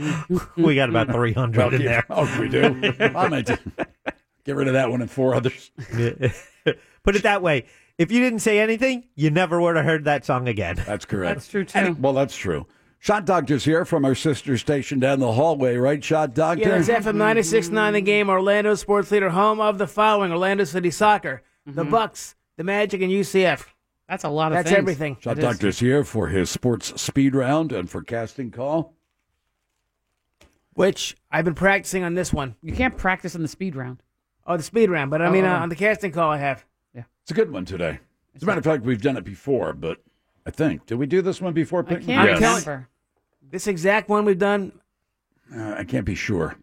[SPEAKER 8] we got about 300
[SPEAKER 5] Well,
[SPEAKER 8] in
[SPEAKER 5] yeah.
[SPEAKER 8] there.
[SPEAKER 5] Oh, we do.
[SPEAKER 8] [LAUGHS]
[SPEAKER 5] I'm gonna do- get rid of that one and four others.
[SPEAKER 8] [LAUGHS] Put it that way. If you didn't say anything, you never would have heard that song again.
[SPEAKER 5] That's correct.
[SPEAKER 8] That's true, too.
[SPEAKER 5] Well, that's true. Shot Doctor's here from our sister station down the hallway, right, Shot Doctor?
[SPEAKER 14] Yeah, that's FM 96.9 The Game, Orlando Sports Leader, home of the following, Orlando City Soccer, the Bucks, the Magic, and UCF.
[SPEAKER 7] Mm-hmm. That's a lot
[SPEAKER 14] That's everything.
[SPEAKER 5] Shot Doctor's here for his sports speed round and for casting call.
[SPEAKER 14] Which I've been practicing on this one.
[SPEAKER 7] You can't practice on the speed round.
[SPEAKER 14] Oh, the speed round, but I mean
[SPEAKER 5] Oh.
[SPEAKER 14] uh, on the casting call I have.
[SPEAKER 5] It's a good one today. As a matter of fact, we've done it before, but I think. Did we do this one before? I
[SPEAKER 14] I'm telling- This exact one we've done,
[SPEAKER 5] Uh, I can't be sure.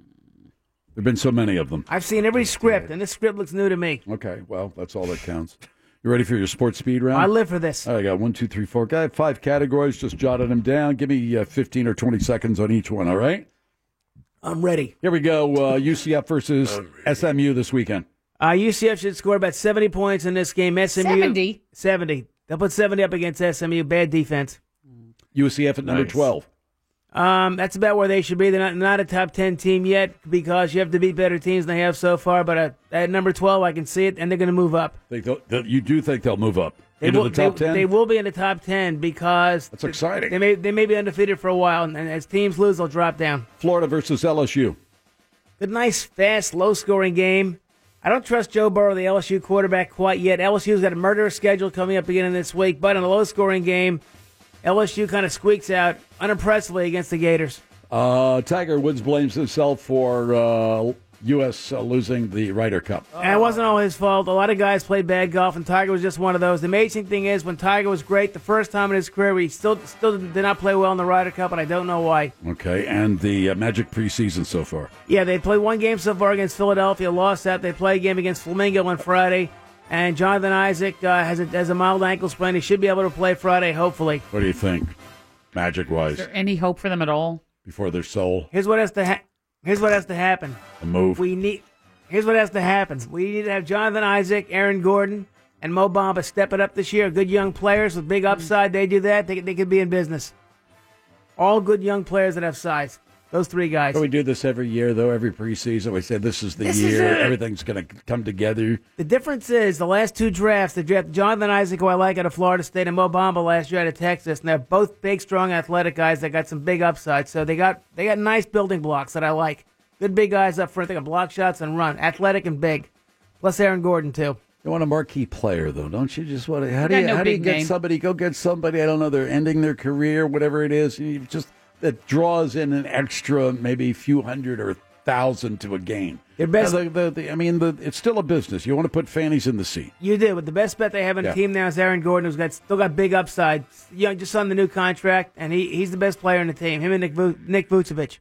[SPEAKER 5] There have been so many of them.
[SPEAKER 14] I've seen every script, and this script looks new to me.
[SPEAKER 5] Okay, well, that's all that counts. You ready for your sports speed round?
[SPEAKER 14] I live for this.
[SPEAKER 5] All right, I got one, two, three, four. I have five categories. Just jotted them down. Give me uh, 15 or 20 seconds on each one, all right?
[SPEAKER 14] I'm ready.
[SPEAKER 5] Here we go. Uh, UCF versus SMU this weekend.
[SPEAKER 14] Uh, UCF should score about 70 points in this game. SMU.
[SPEAKER 7] 70?
[SPEAKER 14] 70. They'll put 70 up against SMU. Bad defense.
[SPEAKER 5] UCF at number 12.
[SPEAKER 14] Um, that's about where they should be. They're not, not a top 10 team yet because you have to beat better teams than they have so far. But uh, at number 12, I can see it, and they're going to move up.
[SPEAKER 5] Think they'll- that you do think they'll move up
[SPEAKER 14] They
[SPEAKER 5] into the
[SPEAKER 14] will,
[SPEAKER 5] top
[SPEAKER 14] they,
[SPEAKER 5] 10?
[SPEAKER 14] they will be in the top 10 because. That's
[SPEAKER 5] exciting.
[SPEAKER 14] They may, they may be undefeated for a while, and, and as teams lose, they'll drop down.
[SPEAKER 5] Florida versus LSU.
[SPEAKER 14] Good, nice, fast, low scoring game. I don't trust Joe Burrow, the LSU quarterback, quite yet. LSU's got a murderous schedule coming up beginning this week, but in a low scoring game, LSU kind of squeaks out unimpressively against the Gators.
[SPEAKER 5] Uh, Tiger Woods blames himself for uh, U.S. Uh, losing the Ryder Cup.
[SPEAKER 14] And it wasn't all his fault. A lot of guys played bad golf, and Tiger was just one of those. The amazing thing is, when Tiger was great the first time in his career, he still still did not play well in the Ryder Cup, and I don't know why.
[SPEAKER 5] Okay, and the uh, Magic preseason so far.
[SPEAKER 14] Yeah, they played one game so far against Philadelphia, lost that. They play a game against Flamingo on Friday, and Jonathan Isaac uh, has, a, has a mild ankle sprain. He should be able to play Friday, hopefully.
[SPEAKER 5] What do you think, Magic
[SPEAKER 7] Is
[SPEAKER 5] wise,
[SPEAKER 7] there any hope for them at all?
[SPEAKER 5] before their soul
[SPEAKER 14] Here's what has to ha- here's what has to happen.
[SPEAKER 5] a move?
[SPEAKER 14] We need here's what has to happen. We need to have Jonathan Isaac, Aaron Gordon, and Mo Bamba step it up this year. Good young players with big upside. They do that, they, they could be in business. All good young players that have size. Those three guys.
[SPEAKER 5] we do this every year, though. Every preseason, we say this is the
[SPEAKER 14] This is
[SPEAKER 5] year.
[SPEAKER 14] it.
[SPEAKER 5] Everything's going to come together.
[SPEAKER 14] The difference is the last two drafts, they drafted Jonathan Isaac, who I like out of Florida State, and Mo Bamba last year out of Texas, and they're both big, strong, athletic guys that got some big upside. So they got they got nice building blocks that I like. Good big guys up front. They can block shots and run, athletic and big. Plus Aaron Gordon too.
[SPEAKER 5] You want a marquee player, though, don't you? Just want to. How do
[SPEAKER 14] We got
[SPEAKER 5] you?
[SPEAKER 14] no
[SPEAKER 5] how do you
[SPEAKER 14] big
[SPEAKER 5] get
[SPEAKER 14] name.
[SPEAKER 5] somebody? Go get somebody. I don't know. They're ending their career, whatever it is. You just that draws in an extra, maybe few hundred or thousand to a game.
[SPEAKER 14] Your best-
[SPEAKER 5] Uh, the- the- the- I mean, the, it's still a business. You want to put fannies in the seat.
[SPEAKER 14] You do, but the best bet they have on
[SPEAKER 5] Yeah.
[SPEAKER 14] the team now is Aaron Gordon, who's got still got big upside. Young, just signed the new contract, and he, he's the best player in the team. Him and Nick, Vu- Nick Vucevic.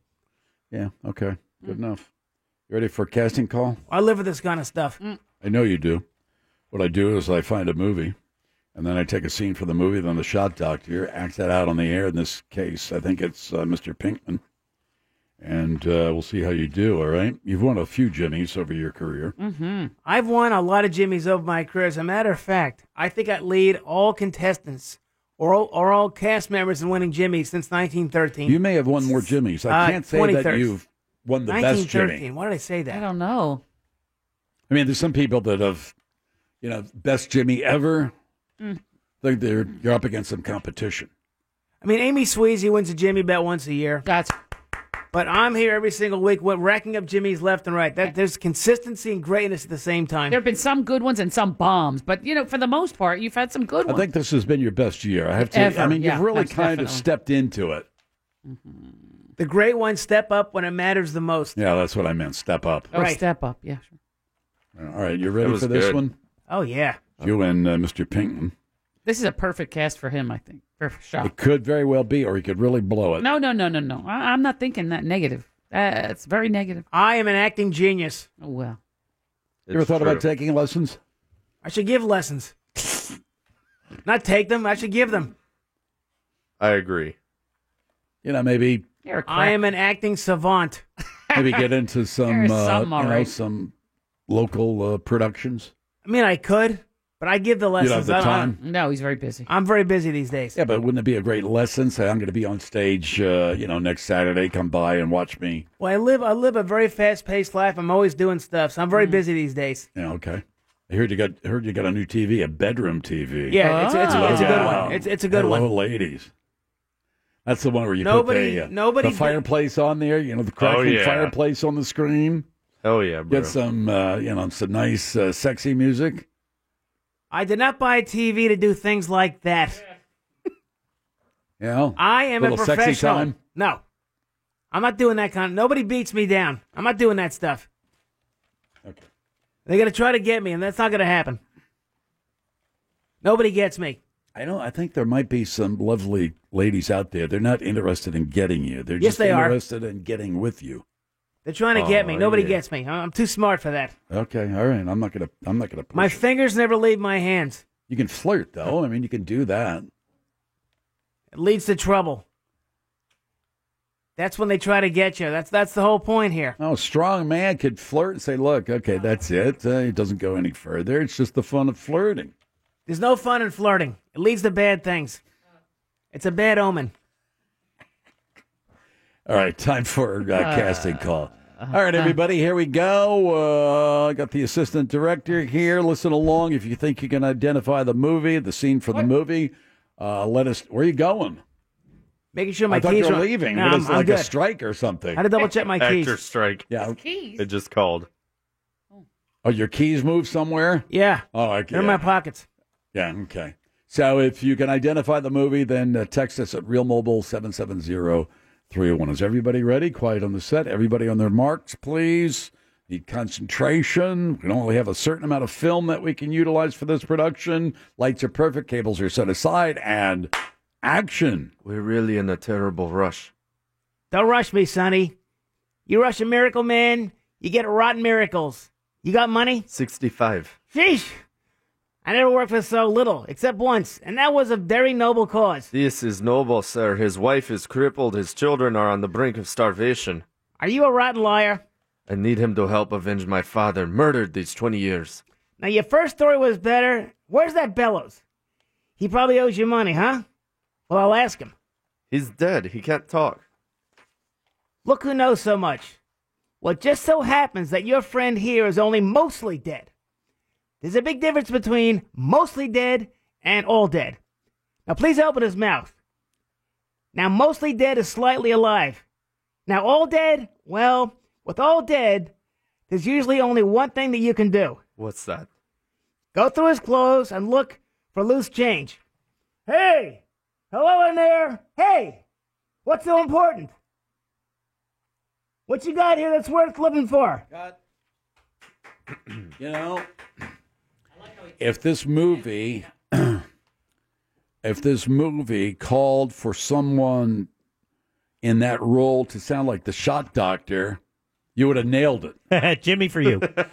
[SPEAKER 5] Yeah. Okay. Good
[SPEAKER 14] Mm.
[SPEAKER 5] enough. You ready for a casting call?
[SPEAKER 14] I live for this kind of stuff.
[SPEAKER 5] I know you do. What I do is I find a movie, and then I take a scene from the movie, then the shot doctor acts that out on the air. In this case, I think it's uh, Mr. Pinkman, and uh, we'll see how you do. All right, you've won a few Jimmys over your career.
[SPEAKER 14] Mm-hmm. I've won a lot of Jimmys over my career. As a matter of fact, I think I lead all contestants or all, or all cast members in winning Jimmys since 1913.
[SPEAKER 5] You may have won more Jimmys. I
[SPEAKER 14] Uh,
[SPEAKER 5] can't say that
[SPEAKER 14] 23rd.
[SPEAKER 5] you've won the best Jimmy.
[SPEAKER 14] 1913. Why did I say that? I don't
[SPEAKER 7] know.
[SPEAKER 5] I mean, there's some people that have, you know, best Jimmy ever.
[SPEAKER 14] Mm.
[SPEAKER 5] Think they're you're up against some competition.
[SPEAKER 14] I mean, Amy Sweezy wins a Jimmy bet once a year.
[SPEAKER 7] That's.
[SPEAKER 14] But I'm here every single week, with- racking up Jimmys left and right. That there's consistency and greatness at the same time.
[SPEAKER 7] There have been some good ones and some bombs, but you know, for the most part, you've had some good
[SPEAKER 5] I
[SPEAKER 7] ones.
[SPEAKER 5] think this has been your best year. I have to. I
[SPEAKER 14] Ever,
[SPEAKER 5] mean,
[SPEAKER 14] yeah,
[SPEAKER 5] you've really
[SPEAKER 14] most
[SPEAKER 5] kind of
[SPEAKER 14] definitely.
[SPEAKER 5] stepped into it.
[SPEAKER 14] The great ones step up when it matters the most.
[SPEAKER 5] Yeah, that's what I meant. Step up.
[SPEAKER 14] Oh,
[SPEAKER 7] Or step up, yeah.
[SPEAKER 5] All right, you ready
[SPEAKER 14] That was
[SPEAKER 5] for this
[SPEAKER 14] good.
[SPEAKER 5] one?
[SPEAKER 14] Oh yeah,
[SPEAKER 5] You and uh, Mr. Pinkman.
[SPEAKER 7] this is a perfect cast for him. I think perfect shot.
[SPEAKER 5] It could very well be, or he could really blow it.
[SPEAKER 7] No, no, no, no, no. I, I'm not thinking that negative. Uh, it's very negative.
[SPEAKER 14] I am an acting genius.
[SPEAKER 7] Oh well,
[SPEAKER 5] you ever thought about
[SPEAKER 14] true.
[SPEAKER 5] taking lessons?
[SPEAKER 14] I should give lessons. Not take them. I should give them.
[SPEAKER 5] I agree. You know, maybe
[SPEAKER 14] I am an acting savant.
[SPEAKER 5] maybe get
[SPEAKER 14] [LAUGHS]
[SPEAKER 5] into some,
[SPEAKER 14] There's
[SPEAKER 5] uh,
[SPEAKER 14] some,
[SPEAKER 5] you
[SPEAKER 14] all
[SPEAKER 5] know,
[SPEAKER 14] right.
[SPEAKER 5] some local uh, productions.
[SPEAKER 14] I mean, I could, but I give the
[SPEAKER 5] don't have
[SPEAKER 14] lessons.
[SPEAKER 5] the
[SPEAKER 14] I don't-
[SPEAKER 5] time.
[SPEAKER 7] No, he's very busy.
[SPEAKER 14] I'm very busy these days.
[SPEAKER 5] Yeah, but wouldn't it be a great lesson? Say, I'm going to be on stage, uh, you know, next Saturday. Come by and watch me.
[SPEAKER 7] Mm.
[SPEAKER 14] Well, I live I live a very fast paced life. I'm always doing stuff, so I'm very busy these days.
[SPEAKER 5] Yeah, okay. I heard you got heard you got a new TV, a bedroom TV.
[SPEAKER 14] Yeah, it's-
[SPEAKER 11] Oh.
[SPEAKER 14] it's a- it's a good one.
[SPEAKER 5] Wow.
[SPEAKER 14] It's- it's a good
[SPEAKER 5] Hello,
[SPEAKER 14] one.
[SPEAKER 5] ladies. That's the one where you
[SPEAKER 14] Nobody-
[SPEAKER 5] put the, uh,
[SPEAKER 14] nobody
[SPEAKER 5] the
[SPEAKER 14] did-
[SPEAKER 5] fireplace on there. You know the crackling
[SPEAKER 11] Oh, yeah.
[SPEAKER 5] fireplace on the screen.
[SPEAKER 11] Oh yeah, bro.
[SPEAKER 5] Get some uh, you know some nice uh, sexy music.
[SPEAKER 14] I did not buy a TV to do things like that.
[SPEAKER 5] You know,
[SPEAKER 14] I am a
[SPEAKER 5] Little sexy
[SPEAKER 14] professional.
[SPEAKER 5] time.
[SPEAKER 14] No, I'm not doing that kind. nobody beats me down. I'm not doing that stuff. Okay. They're gonna try to get me, and that's not gonna happen. Nobody gets me.
[SPEAKER 5] I know. I think there might be some lovely ladies out there. They're not interested in getting you. They're
[SPEAKER 14] Yes,
[SPEAKER 5] just
[SPEAKER 14] they are.
[SPEAKER 5] interested in getting with you.
[SPEAKER 14] They're trying to get me.
[SPEAKER 5] Oh,
[SPEAKER 14] Nobody
[SPEAKER 5] yeah.
[SPEAKER 14] gets me. I- I'm too smart for that.
[SPEAKER 5] Okay, all right. I'm not gonna. I'm not gonna. Push
[SPEAKER 14] My
[SPEAKER 5] it.
[SPEAKER 14] fingers never leave my hands.
[SPEAKER 5] You can flirt though. I mean, you can do that.
[SPEAKER 14] It leads to trouble. That's when they try to get you. That's that's the whole point here.
[SPEAKER 5] Oh, a strong man could flirt and say, "Look, okay, that's it. Uh, it doesn't go any further. It's just the fun of flirting."
[SPEAKER 14] There's no fun in flirting. It leads to bad things. It's a bad omen.
[SPEAKER 5] All right, time for uh,
[SPEAKER 14] Uh, uh-huh.
[SPEAKER 5] casting call. All right, everybody, here we go. Uh, I got the assistant director here. Listen along if you think you can identify the movie, the scene from the movie. Uh, let us. Where are you going?
[SPEAKER 14] Making sure my
[SPEAKER 5] I thought
[SPEAKER 14] keys
[SPEAKER 5] you were
[SPEAKER 14] are
[SPEAKER 5] leaving.
[SPEAKER 14] No,
[SPEAKER 5] What
[SPEAKER 14] I'm,
[SPEAKER 5] is it,
[SPEAKER 14] I'm
[SPEAKER 5] like
[SPEAKER 14] good.
[SPEAKER 5] a strike or something?
[SPEAKER 14] I had to double check my keys.
[SPEAKER 11] Actor strike.
[SPEAKER 5] Yeah.
[SPEAKER 14] keys?
[SPEAKER 11] It just called.
[SPEAKER 14] Oh,
[SPEAKER 5] Are your keys moved somewhere?
[SPEAKER 14] Yeah.
[SPEAKER 5] Oh, okay.
[SPEAKER 14] They're in my pockets.
[SPEAKER 5] Yeah, okay. So if you can identify the movie, then uh, text us at Real Mobile 770-301. Is everybody ready? Quiet on the set. Everybody on their marks, please. Need concentration. We only have a certain amount of film that we can utilize for this production. Lights are perfect. Cables are set aside. And action.
[SPEAKER 11] We're really in a terrible rush.
[SPEAKER 14] Don't rush me, Sonny. You rush a miracle, man, you get rotten miracles. You got money?
[SPEAKER 11] Sixty-five.
[SPEAKER 14] Sheesh. I never worked for so little, except once, and that was a very noble cause.
[SPEAKER 11] This is noble, sir. His wife is crippled. His children are on the brink of starvation.
[SPEAKER 14] Are you a rotten liar?
[SPEAKER 11] I need him to help avenge my father, murdered these twenty years.
[SPEAKER 14] Now, your first story was better. Where's that Bellows? He probably owes you money, huh? Well, I'll ask him.
[SPEAKER 11] He's dead. He can't talk.
[SPEAKER 14] Look who knows so much. Well, it just so happens that your friend here is only mostly dead. There's a big difference between mostly dead and all dead. Now, please open his mouth. Now, mostly dead is slightly alive. Now, all dead, well, with all dead, there's usually only one thing that you can do
[SPEAKER 11] What's that?
[SPEAKER 14] go through his clothes and look for loose change. Hey! Hello in there! Hey! What's so important? What you got here that's worth living for?
[SPEAKER 5] You know, if this movie if this movie called for someone in that role to sound like the shot doctor, you would have nailed
[SPEAKER 14] [LAUGHS]
[SPEAKER 5] it. Jimmy for [LAUGHS] you. but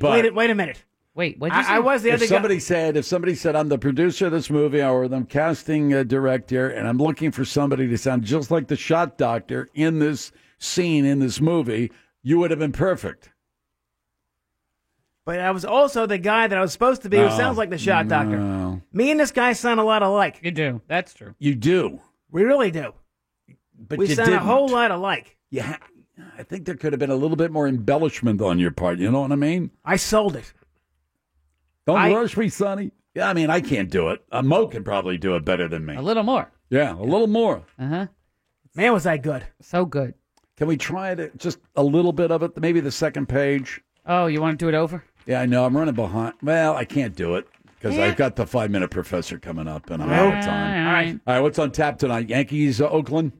[SPEAKER 14] wait, a- wait a minute.
[SPEAKER 7] Wait, what?
[SPEAKER 14] I, I was the
[SPEAKER 5] if
[SPEAKER 14] other
[SPEAKER 5] somebody
[SPEAKER 14] guy.
[SPEAKER 5] said if somebody said I'm the producer of this movie or the casting uh, director and I'm looking for somebody to sound just like the shot doctor in this scene in this movie, you would have been perfect.
[SPEAKER 14] But I was also the guy that I was supposed to be who
[SPEAKER 5] Oh, No.
[SPEAKER 14] sounds like the shot doctor.
[SPEAKER 5] No.
[SPEAKER 14] Me and this guy sound a lot alike.
[SPEAKER 7] You do. That's true.
[SPEAKER 5] You do.
[SPEAKER 14] We really do.
[SPEAKER 5] But
[SPEAKER 14] we
[SPEAKER 5] you
[SPEAKER 14] sound
[SPEAKER 5] didn't.
[SPEAKER 14] a whole lot alike.
[SPEAKER 5] You ha- I think there could have been a little bit more embellishment on your part. You know what I mean?
[SPEAKER 14] I sold it.
[SPEAKER 5] Don't
[SPEAKER 14] I-
[SPEAKER 5] rush me, Sonny. Yeah, I mean, I can't do it. Uh, Mo can probably do it better than me.
[SPEAKER 7] A little more.
[SPEAKER 5] Yeah, a little more.
[SPEAKER 7] Uh huh.
[SPEAKER 14] Man, was I good.
[SPEAKER 7] So good.
[SPEAKER 5] Can we try it? Just a little bit of it, maybe the second page.
[SPEAKER 7] Oh, you want to do it over?
[SPEAKER 5] Yeah, I know. I'm running behind. Well, I can't do it because I've got the five minute professor coming up, and I'm out of time.
[SPEAKER 14] All right.
[SPEAKER 5] All right, what's on tap tonight? Yankees, uh, Oakland.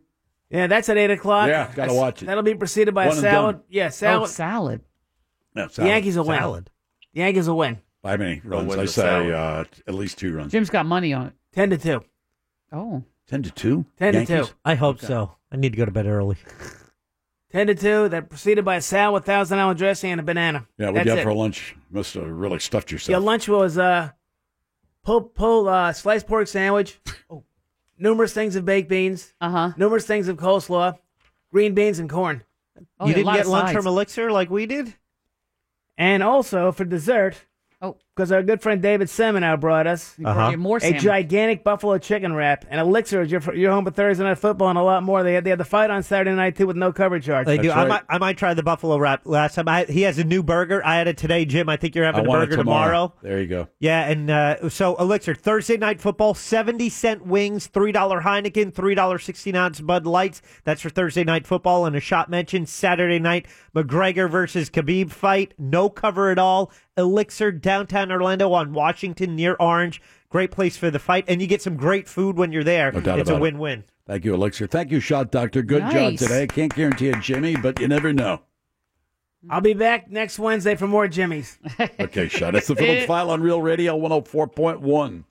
[SPEAKER 14] Yeah, that's at 8 o'clock.
[SPEAKER 5] Yeah, gotta
[SPEAKER 14] That's-
[SPEAKER 5] watch it.
[SPEAKER 14] That'll be preceded by
[SPEAKER 5] One
[SPEAKER 14] a
[SPEAKER 5] and
[SPEAKER 14] salad.
[SPEAKER 5] done.
[SPEAKER 14] Yeah, salad.
[SPEAKER 7] Oh, salad.
[SPEAKER 5] No,
[SPEAKER 14] The
[SPEAKER 5] salad.
[SPEAKER 14] Yankees will win. The Yankees will win.
[SPEAKER 5] By many runs,
[SPEAKER 11] win
[SPEAKER 5] I
[SPEAKER 11] the
[SPEAKER 5] say
[SPEAKER 11] salad.
[SPEAKER 5] uh, t- at least two runs.
[SPEAKER 7] Jim's got money on it.
[SPEAKER 14] 10 to 2.
[SPEAKER 7] Oh.
[SPEAKER 5] Ten to two.
[SPEAKER 14] 10 to
[SPEAKER 5] Yankees?
[SPEAKER 14] two.
[SPEAKER 8] I hope
[SPEAKER 14] Okay.
[SPEAKER 8] so. I need to go to bed early.
[SPEAKER 14] 10 to 2. They're preceded by a salad with thousand island dressing and a banana.
[SPEAKER 5] Yeah,
[SPEAKER 14] That's
[SPEAKER 5] what'd you have
[SPEAKER 14] it.
[SPEAKER 5] for lunch? Must have really stuffed yourself.
[SPEAKER 14] Your lunch was uh, pull, pull, uh, sliced pork
[SPEAKER 8] [LAUGHS]
[SPEAKER 14] sandwich,
[SPEAKER 8] Oh.
[SPEAKER 14] numerous things of baked beans,
[SPEAKER 7] uh-huh.
[SPEAKER 14] numerous things of coleslaw, green beans, and corn.
[SPEAKER 7] Oh,
[SPEAKER 8] you didn't get lunch from Elixir like we did?
[SPEAKER 14] And also for dessert,
[SPEAKER 7] oh,
[SPEAKER 14] because our good friend David Seminow brought us
[SPEAKER 7] brought Uh-huh. you more
[SPEAKER 14] a
[SPEAKER 7] salmon.
[SPEAKER 14] gigantic buffalo chicken wrap, an elixir is your, your home for Thursday night football, and a lot more. They had, they had the fight on Saturday night too with no cover charge.
[SPEAKER 8] They do. I, might, I might try the buffalo wrap last time. I, he has a new burger. I had it today, Jim. I think you're having
[SPEAKER 5] I
[SPEAKER 8] a
[SPEAKER 5] want it
[SPEAKER 8] burger tomorrow.
[SPEAKER 5] There you go.
[SPEAKER 8] Yeah, and uh, so Elixir Thursday night football, seventy cent wings, three dollar Heineken, three dollar sixteen ounce Bud Lights. That's for Thursday night football. And a shot mentioned Saturday night McGregor versus Khabib fight, no cover at all. Elixir downtown Orlando on Washington near Orange. Great place for the fight, and you get some great food when you're there.
[SPEAKER 5] No doubt
[SPEAKER 8] it's
[SPEAKER 5] about
[SPEAKER 8] a
[SPEAKER 5] it.
[SPEAKER 8] win-win.
[SPEAKER 5] Thank you, Elixir. Thank you, Shot Doctor. Good job
[SPEAKER 14] Nice.
[SPEAKER 5] today. Can't guarantee a Jimmy, but you never know.
[SPEAKER 14] I'll be back next Wednesday for more
[SPEAKER 7] [LAUGHS]
[SPEAKER 14] Jimmy's.
[SPEAKER 5] Okay, Shot. It's the Phillips File on Real Radio 104.1.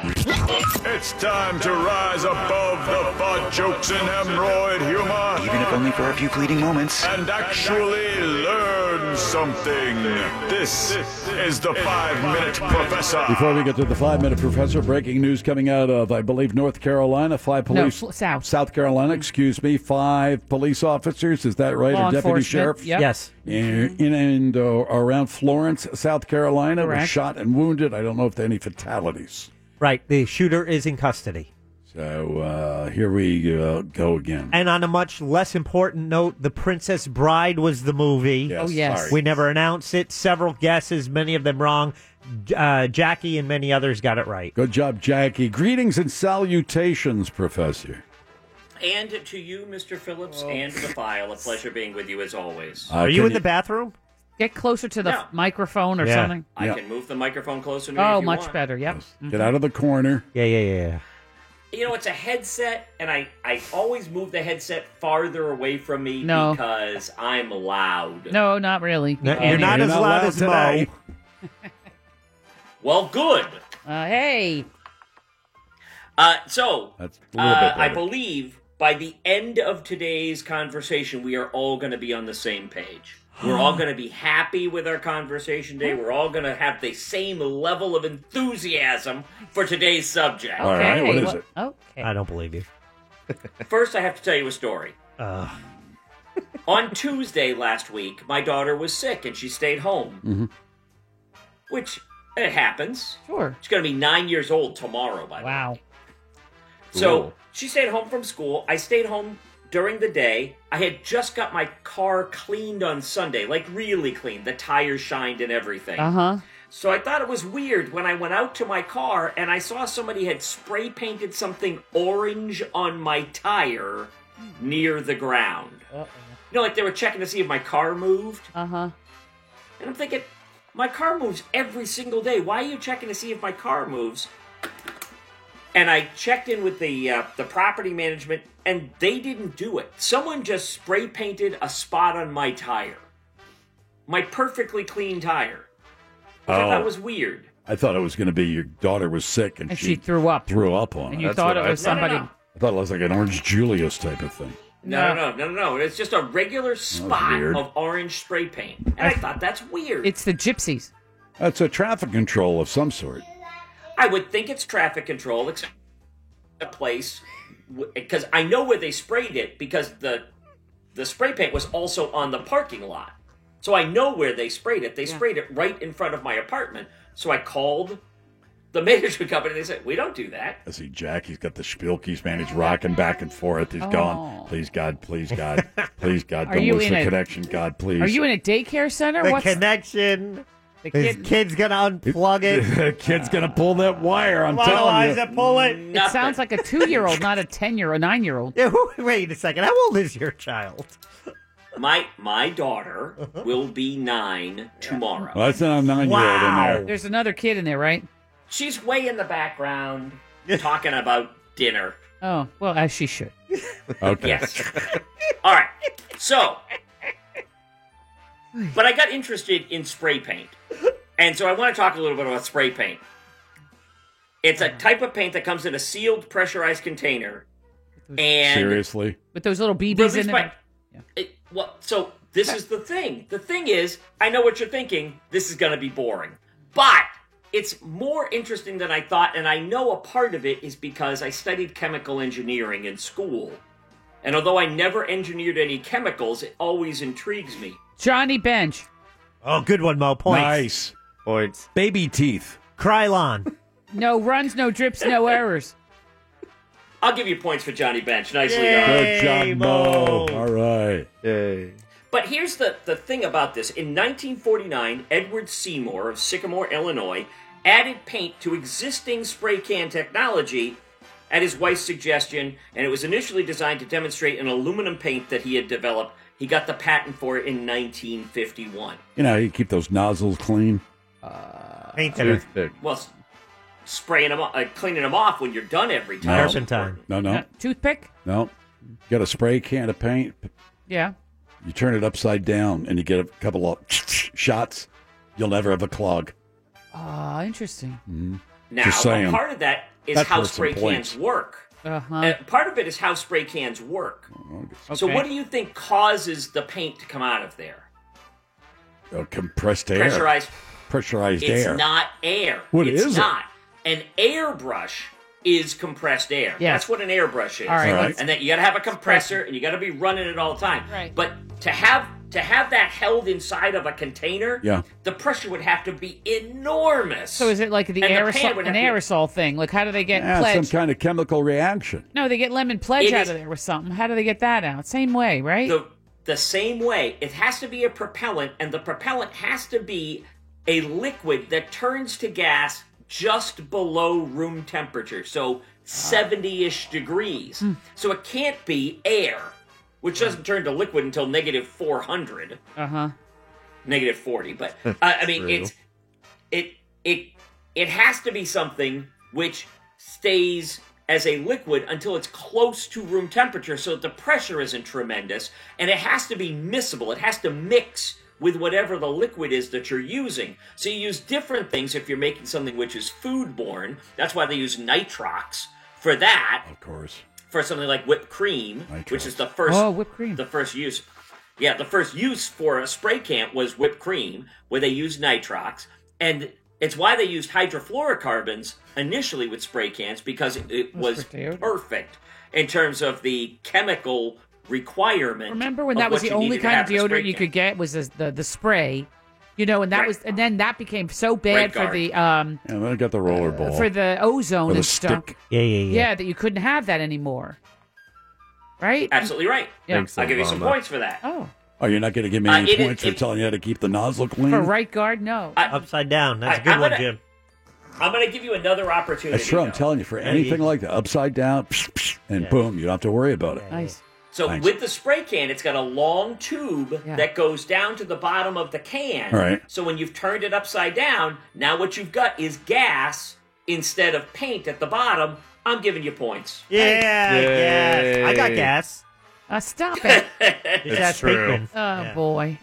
[SPEAKER 1] It's time to rise above the butt jokes and hemorrhoid humor. Even if
[SPEAKER 16] only for a few fleeting moments.
[SPEAKER 1] And actually learn something. This is the Five Minute Professor.
[SPEAKER 5] Before we get to the five minute professor, breaking news coming out of, I believe, North Carolina. Five
[SPEAKER 7] No,
[SPEAKER 5] police.
[SPEAKER 7] fl- south.
[SPEAKER 5] South Carolina, excuse me. Five police officers, is that right?
[SPEAKER 7] Law
[SPEAKER 5] or deputy
[SPEAKER 7] enforcement,
[SPEAKER 5] sheriff?
[SPEAKER 7] yep. Yes.
[SPEAKER 5] In, in and uh, around Florence, South Carolina, was
[SPEAKER 8] Correct.
[SPEAKER 5] shot and wounded. I don't know if there are any fatalities.
[SPEAKER 8] Right, the shooter is in custody.
[SPEAKER 5] So uh, here we uh, go again.
[SPEAKER 8] And on a much less important note, The Princess Bride was the movie.
[SPEAKER 5] Yes, Oh, yes. sorry.
[SPEAKER 8] We never announced it. Several guesses, many of them wrong. J- Uh, Jackie and many others got it right.
[SPEAKER 5] Good job, Jackie. Greetings and salutations, Professor.
[SPEAKER 25] And to you, Mr. Phillips, and to the file, a pleasure being with you as always.
[SPEAKER 5] Uh, Are you can in you- the
[SPEAKER 8] bathroom?
[SPEAKER 7] Get closer to the
[SPEAKER 25] No.
[SPEAKER 7] microphone or something.
[SPEAKER 25] I
[SPEAKER 5] Yeah.
[SPEAKER 25] can move the microphone closer to me.
[SPEAKER 7] Oh,
[SPEAKER 25] if you
[SPEAKER 7] much
[SPEAKER 25] want.
[SPEAKER 7] better. Yep. Mm-hmm.
[SPEAKER 5] Get out of the corner.
[SPEAKER 8] Yeah, yeah, yeah. yeah.
[SPEAKER 25] You know, it's a headset, and I, I always move the headset farther away from me
[SPEAKER 7] No.
[SPEAKER 25] because I'm loud.
[SPEAKER 7] No, not really.
[SPEAKER 25] No, you're not You're as not loud loud as Mo. today. Well, good.
[SPEAKER 7] Uh, hey.
[SPEAKER 25] Uh, so,
[SPEAKER 5] That's
[SPEAKER 25] uh, I believe by the end of today's conversation, we are all going to be on the same
[SPEAKER 5] [GASPS]
[SPEAKER 25] page. We're all going to be happy with our conversation today. We're all going to have the same level of enthusiasm for today's subject.
[SPEAKER 5] All right, what is
[SPEAKER 7] well-
[SPEAKER 5] it? [LAUGHS]
[SPEAKER 7] Okay. oh.
[SPEAKER 8] I don't believe you.
[SPEAKER 25] First, I have to tell you a story.
[SPEAKER 8] Uh,
[SPEAKER 25] On Tuesday last week, my daughter was sick and she stayed home,
[SPEAKER 7] Mm-hmm.
[SPEAKER 5] Mhm.
[SPEAKER 25] which it happens.
[SPEAKER 7] Sure.
[SPEAKER 25] She's going to be nine years old tomorrow, by the way.
[SPEAKER 7] Wow.
[SPEAKER 25] So
[SPEAKER 7] Cool.
[SPEAKER 25] she stayed home from school. I stayed home during the day. I had just got my car cleaned on Sunday, like really clean. The tires shined and everything.
[SPEAKER 7] Uh
[SPEAKER 21] Uh-huh.
[SPEAKER 7] huh.
[SPEAKER 25] So I thought it was weird when I went out to my car and I saw somebody had spray painted something orange on my tire near the ground. You know, like they were checking to see if my car moved.
[SPEAKER 7] Uh huh.
[SPEAKER 25] And I'm thinking, my car moves every single day. Why are you checking to see if my car moves? And I checked in with the uh, the property management, and they didn't do it. Someone just spray painted a spot on my tire, my perfectly clean tire. Which I
[SPEAKER 5] Oh.
[SPEAKER 25] thought was weird.
[SPEAKER 5] I thought it was going to be your daughter was sick and,
[SPEAKER 25] And she
[SPEAKER 7] threw up.
[SPEAKER 5] Threw up on
[SPEAKER 25] And
[SPEAKER 5] it.
[SPEAKER 25] you That's thought what it I was thought. somebody- No, no, no.
[SPEAKER 5] I thought it was like an Orange Julius type of thing.
[SPEAKER 25] No, no, no, no, no. It's just a regular spot
[SPEAKER 5] weird.
[SPEAKER 25] of orange spray paint, and I, thought that's weird.
[SPEAKER 7] It's the gypsies.
[SPEAKER 5] That's a traffic control of some sort.
[SPEAKER 25] I would think it's traffic control, except a place because I know where they sprayed it because the the spray paint was also on the parking lot, so I know where they sprayed it. They sprayed it right in front of my apartment, so I called the [LAUGHS] management company. They said we don't do that.
[SPEAKER 5] I see Jack. He's got the spilkies, man. He's rocking back and forth. He's
[SPEAKER 25] Oh.
[SPEAKER 5] gone. Please, God. Please, God. please, God.
[SPEAKER 7] Are
[SPEAKER 5] Don't
[SPEAKER 7] you
[SPEAKER 5] lose
[SPEAKER 7] in
[SPEAKER 5] the
[SPEAKER 7] a-
[SPEAKER 5] connection. God, please.
[SPEAKER 7] Are you in a daycare center?
[SPEAKER 5] The
[SPEAKER 7] What's
[SPEAKER 8] connection?
[SPEAKER 7] The
[SPEAKER 5] His
[SPEAKER 7] kid.
[SPEAKER 8] kid's gonna unplug
[SPEAKER 5] [LAUGHS] the kid's gonna pull that wire. I'm
[SPEAKER 7] Come on,
[SPEAKER 5] telling you.
[SPEAKER 7] Eliza,
[SPEAKER 8] pull it.
[SPEAKER 7] It sounds like a two-year-old, not a ten-year-old, nine-year-old.
[SPEAKER 8] Yeah, wait a second. How old is your child?
[SPEAKER 25] My my daughter will be nine tomorrow.
[SPEAKER 5] Well, that's not a nine-year-old in there.
[SPEAKER 7] There's another kid in there, right?
[SPEAKER 25] She's way in the background talking about dinner.
[SPEAKER 7] Oh, well, as she should.
[SPEAKER 5] Okay.
[SPEAKER 25] Yes. All right. So, but I got interested in spray paint. And so I want to talk a little bit about spray paint. It's a type of paint that comes in a sealed pressurized container. And
[SPEAKER 5] Seriously.
[SPEAKER 7] With those little BBs
[SPEAKER 25] Released
[SPEAKER 7] in
[SPEAKER 25] by-
[SPEAKER 7] there.
[SPEAKER 25] it- well, so this is the thing. The thing is, I know what you're thinking. This is going to be boring, but it's more interesting than I thought, and I know a part of it is because I studied chemical engineering in school. And although I never engineered any chemicals, it always intrigues me.
[SPEAKER 7] Johnny Bench.
[SPEAKER 8] Oh, good one, Mo. Points.
[SPEAKER 5] Nice.
[SPEAKER 11] Points.
[SPEAKER 5] Baby teeth.
[SPEAKER 8] Krylon.
[SPEAKER 7] No runs, no drips, no errors.
[SPEAKER 25] I'll give you points for Johnny Bench. Nicely
[SPEAKER 5] Good
[SPEAKER 25] done.
[SPEAKER 5] job, Mo. Oh, All right.
[SPEAKER 11] Yay.
[SPEAKER 25] But here's the, the thing about this. In 1949, Edward Seymour of Sycamore, Illinois, added paint to existing spray can technology at his wife's suggestion, and it was initially designed to demonstrate an aluminum paint that he had developed. He got the patent for it in 1951.
[SPEAKER 5] You know, how you keep those nozzles clean.
[SPEAKER 8] Uh,
[SPEAKER 5] Uh,
[SPEAKER 8] Paint
[SPEAKER 5] that are- Toothpick.
[SPEAKER 25] Well, s- spraying them, uh, cleaning them off when you're done every time.
[SPEAKER 5] No, no,
[SPEAKER 7] Uh, Toothpick?
[SPEAKER 5] no. You got a spray can of paint.
[SPEAKER 7] Yeah.
[SPEAKER 5] You turn it upside down, and you get a couple of [LAUGHS] shots. You'll never have a clog.
[SPEAKER 7] Ah, interesting.
[SPEAKER 5] Mhm.
[SPEAKER 25] Now,
[SPEAKER 5] Just saying.
[SPEAKER 25] part of that is
[SPEAKER 5] That's
[SPEAKER 25] how
[SPEAKER 5] worth some
[SPEAKER 25] spray
[SPEAKER 5] points.
[SPEAKER 25] cans work.
[SPEAKER 7] Uh-huh.
[SPEAKER 25] Uh, part of it is how spray cans work.
[SPEAKER 5] Oh,
[SPEAKER 25] So,
[SPEAKER 7] Okay.
[SPEAKER 25] what do you think causes the paint to come out of there?
[SPEAKER 5] Uh, compressed air.
[SPEAKER 25] Pressurized.
[SPEAKER 5] Pressurized
[SPEAKER 25] it's
[SPEAKER 5] air.
[SPEAKER 25] not air.
[SPEAKER 5] What
[SPEAKER 25] it's
[SPEAKER 5] is it?
[SPEAKER 25] not. An airbrush is compressed air.
[SPEAKER 5] Yeah.
[SPEAKER 25] That's what an airbrush is.
[SPEAKER 5] All right, All right. let's-
[SPEAKER 25] And that you got to have a compressor and you got to be running it all the time. Right. But to have to have that held inside of a container,
[SPEAKER 7] Yeah.
[SPEAKER 25] the pressure would have to be enormous.
[SPEAKER 7] So is it like the
[SPEAKER 25] And the pan
[SPEAKER 7] aerosol,
[SPEAKER 25] would
[SPEAKER 7] an
[SPEAKER 25] have to-
[SPEAKER 7] aerosol thing? Like how do they get
[SPEAKER 5] Yeah, some
[SPEAKER 7] pledge?
[SPEAKER 5] kind of chemical reaction.
[SPEAKER 7] no, they get lemon pledge
[SPEAKER 25] It
[SPEAKER 7] out
[SPEAKER 25] is-
[SPEAKER 7] of there with something. How do they get that out? Same way, right?
[SPEAKER 25] the the same way it has to be a propellant and the propellant has to be a liquid that turns to gas just below room temperature so 70ish degrees so it can't be air which doesn't turn to liquid until negative 400
[SPEAKER 7] Uh huh.
[SPEAKER 25] negative 40 but uh, i mean
[SPEAKER 7] True.
[SPEAKER 25] it's it it it has to be something which stays as a liquid until it's close to room temperature so that the pressure isn't tremendous and it has to be miscible it has to mix with whatever the liquid is that you're using so you use different things if you're making something which is foodborne that's why they use nitrox for that
[SPEAKER 5] of course
[SPEAKER 25] for something like whipped cream which is the first
[SPEAKER 7] Oh, whipped cream.
[SPEAKER 25] the first use yeah the first use for a spray can was whipped cream where they used nitrox and it's why they used hydrofluorocarbons initially with spray cans because it was
[SPEAKER 7] prepared.
[SPEAKER 25] perfect in terms of the chemical requirement
[SPEAKER 7] Remember when
[SPEAKER 25] of
[SPEAKER 7] that was
[SPEAKER 25] what
[SPEAKER 7] the
[SPEAKER 25] you
[SPEAKER 7] only
[SPEAKER 25] needed to
[SPEAKER 7] kind
[SPEAKER 25] have
[SPEAKER 7] of
[SPEAKER 25] in a spray
[SPEAKER 7] deodorant you
[SPEAKER 25] can.
[SPEAKER 7] could get was the the, the spray, you know, and that
[SPEAKER 25] Right.
[SPEAKER 7] was and then that became so bad
[SPEAKER 5] Red
[SPEAKER 7] for
[SPEAKER 5] Guard.
[SPEAKER 7] the um
[SPEAKER 5] And then I got the roller ball.
[SPEAKER 7] for the ozone
[SPEAKER 5] With a
[SPEAKER 7] and stuff.
[SPEAKER 5] stick.
[SPEAKER 8] Yeah,
[SPEAKER 7] uh, Yeah. that you couldn't have that anymore. Right?
[SPEAKER 25] absolutely right
[SPEAKER 7] Yeah. Thanks,
[SPEAKER 25] i'll give you some
[SPEAKER 5] Obama.
[SPEAKER 25] points for that
[SPEAKER 7] oh
[SPEAKER 5] Oh, you're not going to give me
[SPEAKER 25] Uh,
[SPEAKER 5] any
[SPEAKER 25] it is-
[SPEAKER 5] points for telling you how to keep the nozzle clean?
[SPEAKER 7] For right guard, no.
[SPEAKER 8] Upside down. That's a
[SPEAKER 25] I-
[SPEAKER 8] good
[SPEAKER 25] I'm
[SPEAKER 8] one,
[SPEAKER 25] gonna-
[SPEAKER 8] Jim.
[SPEAKER 25] i'm going to give you another opportunity
[SPEAKER 5] That's true. I'm
[SPEAKER 25] though.
[SPEAKER 5] telling you, for
[SPEAKER 25] Yeah,
[SPEAKER 5] anything
[SPEAKER 25] you-
[SPEAKER 5] like that, upside down, psh, psh, and boom, you don't have to worry about it.
[SPEAKER 7] Nice.
[SPEAKER 25] So
[SPEAKER 5] Thanks.
[SPEAKER 25] with the spray can, it's got a long tube that goes down to the bottom of the can.
[SPEAKER 5] All right.
[SPEAKER 25] So when you've turned it upside down, now what you've got is gas instead of paint at the bottom. I'm giving you points.
[SPEAKER 8] Yeah, yes. I got gas.
[SPEAKER 7] Uh,
[SPEAKER 25] [LAUGHS]
[SPEAKER 7] stop it.
[SPEAKER 8] It's That's true. Pinkman.
[SPEAKER 7] Oh boy.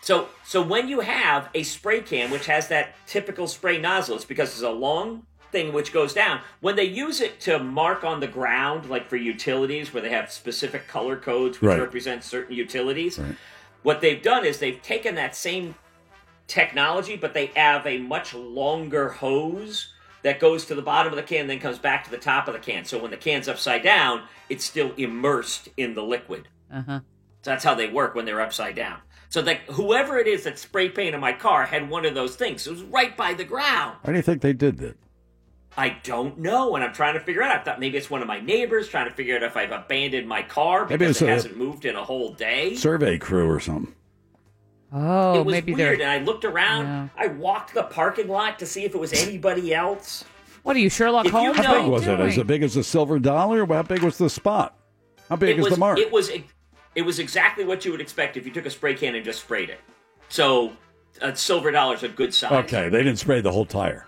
[SPEAKER 25] So so when you have a spray can which has that typical spray nozzle, it's because it's a long thing which goes down. When they use it to mark on the ground, like for utilities where they have specific color codes which
[SPEAKER 16] Right.
[SPEAKER 25] represent certain utilities,
[SPEAKER 16] Right.
[SPEAKER 25] what they've done is they've taken that same technology, but they have a much longer hose that goes to the bottom of the can, then comes back to the top of the can. So when the can's upside down, it's still immersed in the liquid.
[SPEAKER 7] Uh huh.
[SPEAKER 25] So that's how they work when they're upside down. So that whoever it is that spray painted my car had one of those things. It was right by the ground.
[SPEAKER 5] Why do you think they did that?
[SPEAKER 25] I don't know, and I'm trying to figure it out. I thought maybe it's one of my neighbors trying to figure out if I've abandoned my car
[SPEAKER 5] Maybe
[SPEAKER 25] because
[SPEAKER 5] it's
[SPEAKER 25] it
[SPEAKER 5] a-
[SPEAKER 25] hasn't moved in a whole day.
[SPEAKER 5] Survey crew or something.
[SPEAKER 7] Oh,
[SPEAKER 25] it was
[SPEAKER 7] maybe
[SPEAKER 25] weird,
[SPEAKER 7] they're.
[SPEAKER 25] and I looked around. I walked the parking lot to see if it was anybody else.
[SPEAKER 7] What are you, Sherlock
[SPEAKER 25] If you
[SPEAKER 7] Holmes?
[SPEAKER 25] know-
[SPEAKER 5] How big was it?
[SPEAKER 25] doing?
[SPEAKER 5] As big as a silver dollar? How big was the spot? How big
[SPEAKER 25] it
[SPEAKER 5] is
[SPEAKER 25] was,
[SPEAKER 5] the mark?
[SPEAKER 25] It was it was exactly what you would expect if you took a spray can and just sprayed it. So a silver dollar's a good size.
[SPEAKER 5] okay, they didn't spray the whole tire.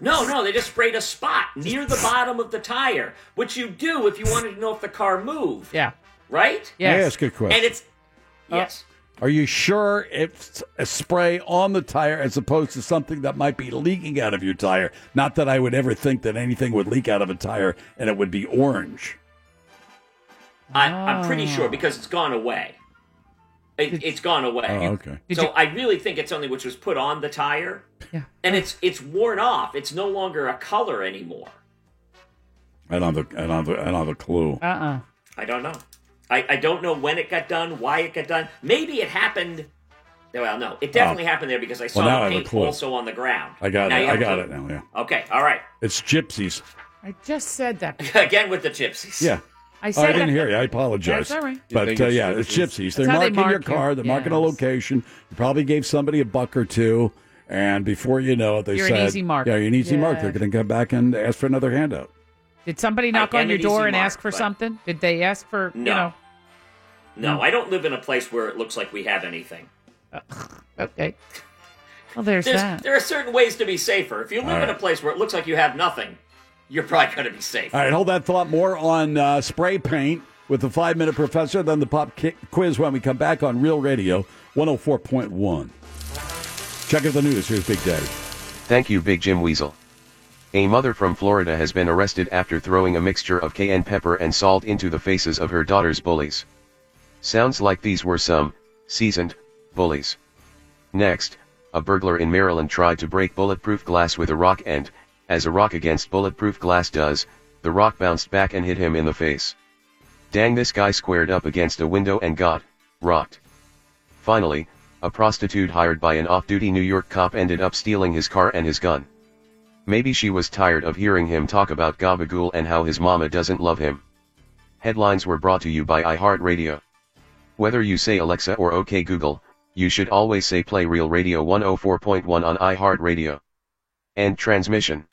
[SPEAKER 25] No, no, they just sprayed a spot near the bottom of the tire, which you do if you wanted to know if the car moved,
[SPEAKER 7] Yeah.
[SPEAKER 25] right?
[SPEAKER 5] May I ask a question?
[SPEAKER 25] And it's
[SPEAKER 5] Uh,
[SPEAKER 25] yes.
[SPEAKER 5] Are you sure it's a spray on the tire as opposed to something that might be leaking out of your tire? Not that I would ever think that anything would leak out of a tire and it would be orange.
[SPEAKER 25] I, I'm pretty sure because it's gone away. It, it's gone away.
[SPEAKER 5] Oh, okay.
[SPEAKER 25] So I really think it's something which was put on the tire.
[SPEAKER 7] Yeah.
[SPEAKER 25] And it's it's worn off. It's no longer a color anymore.
[SPEAKER 5] I don't have a, I don't have a, I don't have a clue.
[SPEAKER 7] Uh-uh.
[SPEAKER 25] I don't know. I, I don't know when it got done, why it got done. Maybe it happened Well, no, it definitely happened there because I saw
[SPEAKER 5] Oh. Well, now I
[SPEAKER 25] the
[SPEAKER 5] have a
[SPEAKER 25] paint
[SPEAKER 5] clue.
[SPEAKER 25] also on the ground.
[SPEAKER 5] I got
[SPEAKER 25] Now
[SPEAKER 5] it.
[SPEAKER 25] you
[SPEAKER 5] I
[SPEAKER 25] have a
[SPEAKER 5] got
[SPEAKER 25] clue.
[SPEAKER 5] it now. Yeah.
[SPEAKER 25] Okay, all right.
[SPEAKER 5] It's gypsies.
[SPEAKER 7] I just said
[SPEAKER 25] [LAUGHS]
[SPEAKER 7] that.
[SPEAKER 25] Again with the gypsies.
[SPEAKER 5] Yeah.
[SPEAKER 7] I
[SPEAKER 5] Oh,
[SPEAKER 7] said
[SPEAKER 5] didn't
[SPEAKER 7] that-
[SPEAKER 5] hear you. I apologize.
[SPEAKER 7] That's all right. You
[SPEAKER 5] But
[SPEAKER 7] think
[SPEAKER 5] uh,
[SPEAKER 7] it's
[SPEAKER 5] yeah, it's gypsies. They're
[SPEAKER 7] That's how they
[SPEAKER 5] marking your
[SPEAKER 7] mark you.
[SPEAKER 5] car. They're marking a
[SPEAKER 7] Yes.
[SPEAKER 5] location. You probably gave somebody a buck or two, and before you know it, they
[SPEAKER 7] You're an
[SPEAKER 5] said,
[SPEAKER 7] easy mark.
[SPEAKER 5] "Yeah, you're an easy mark."
[SPEAKER 7] Yeah.
[SPEAKER 5] They're going to come back and ask for another handout.
[SPEAKER 7] Did somebody knock
[SPEAKER 25] I am
[SPEAKER 7] on your
[SPEAKER 25] an
[SPEAKER 7] door
[SPEAKER 25] easy
[SPEAKER 7] and
[SPEAKER 25] mark,
[SPEAKER 7] ask for
[SPEAKER 25] but-
[SPEAKER 7] something? Did they ask for you
[SPEAKER 25] No.
[SPEAKER 7] know? Hmm.
[SPEAKER 25] No, I don't live in a place where it looks like we have anything.
[SPEAKER 7] Okay. Well, there's,
[SPEAKER 25] There's-
[SPEAKER 7] that.
[SPEAKER 25] There are certain ways to be safer. If you live
[SPEAKER 5] All
[SPEAKER 25] in a
[SPEAKER 5] right.
[SPEAKER 25] place where it looks like you have nothing, you're probably going to be safe.
[SPEAKER 5] All right, hold that thought. More on uh, spray paint with the five minute professor, then the pop ki- quiz when we come back on Real Radio 104.1. Check out the news. Here's Big Daddy.
[SPEAKER 23] Thank you, Big Jim Weasel. A mother from Florida has been arrested after throwing a mixture of cayenne pepper and salt into the faces of her daughter's bullies. Sounds like these were some seasoned bullies. Next, a burglar in Maryland tried to break bulletproof glass with a rock and, as a rock against bulletproof glass does, the rock bounced back and hit him in the face. Dang, this guy squared up against a window and got rocked. Finally, a prostitute hired by an off duty New York cop ended up stealing his car and his gun. Maybe she was tired of hearing him talk about Gabagool and how his mama doesn't love him. Headlines were brought to you by iHeartRadio. Whether you say Alexa or OK Google, you should always say Play Real Radio 104.1 on iHeartRadio. End transmission.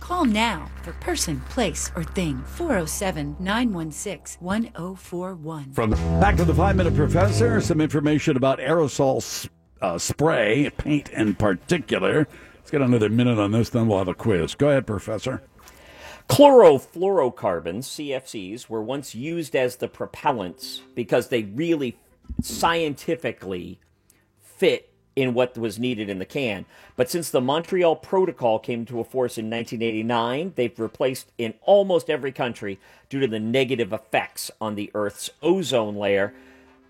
[SPEAKER 13] Call now for person, place, or thing 407 916 1041.
[SPEAKER 5] From back to the five minute professor, some information about aerosol s- uh, spray, paint in particular. Let's get another minute on this, then we'll have a quiz. Go ahead, professor.
[SPEAKER 25] Chlorofluorocarbons, CFCs, were once used as the propellants because they really scientifically fit in what was needed in the can. But since the Montreal Protocol came into force in 1989, they've replaced in almost every country due to the negative effects on the Earth's ozone layer.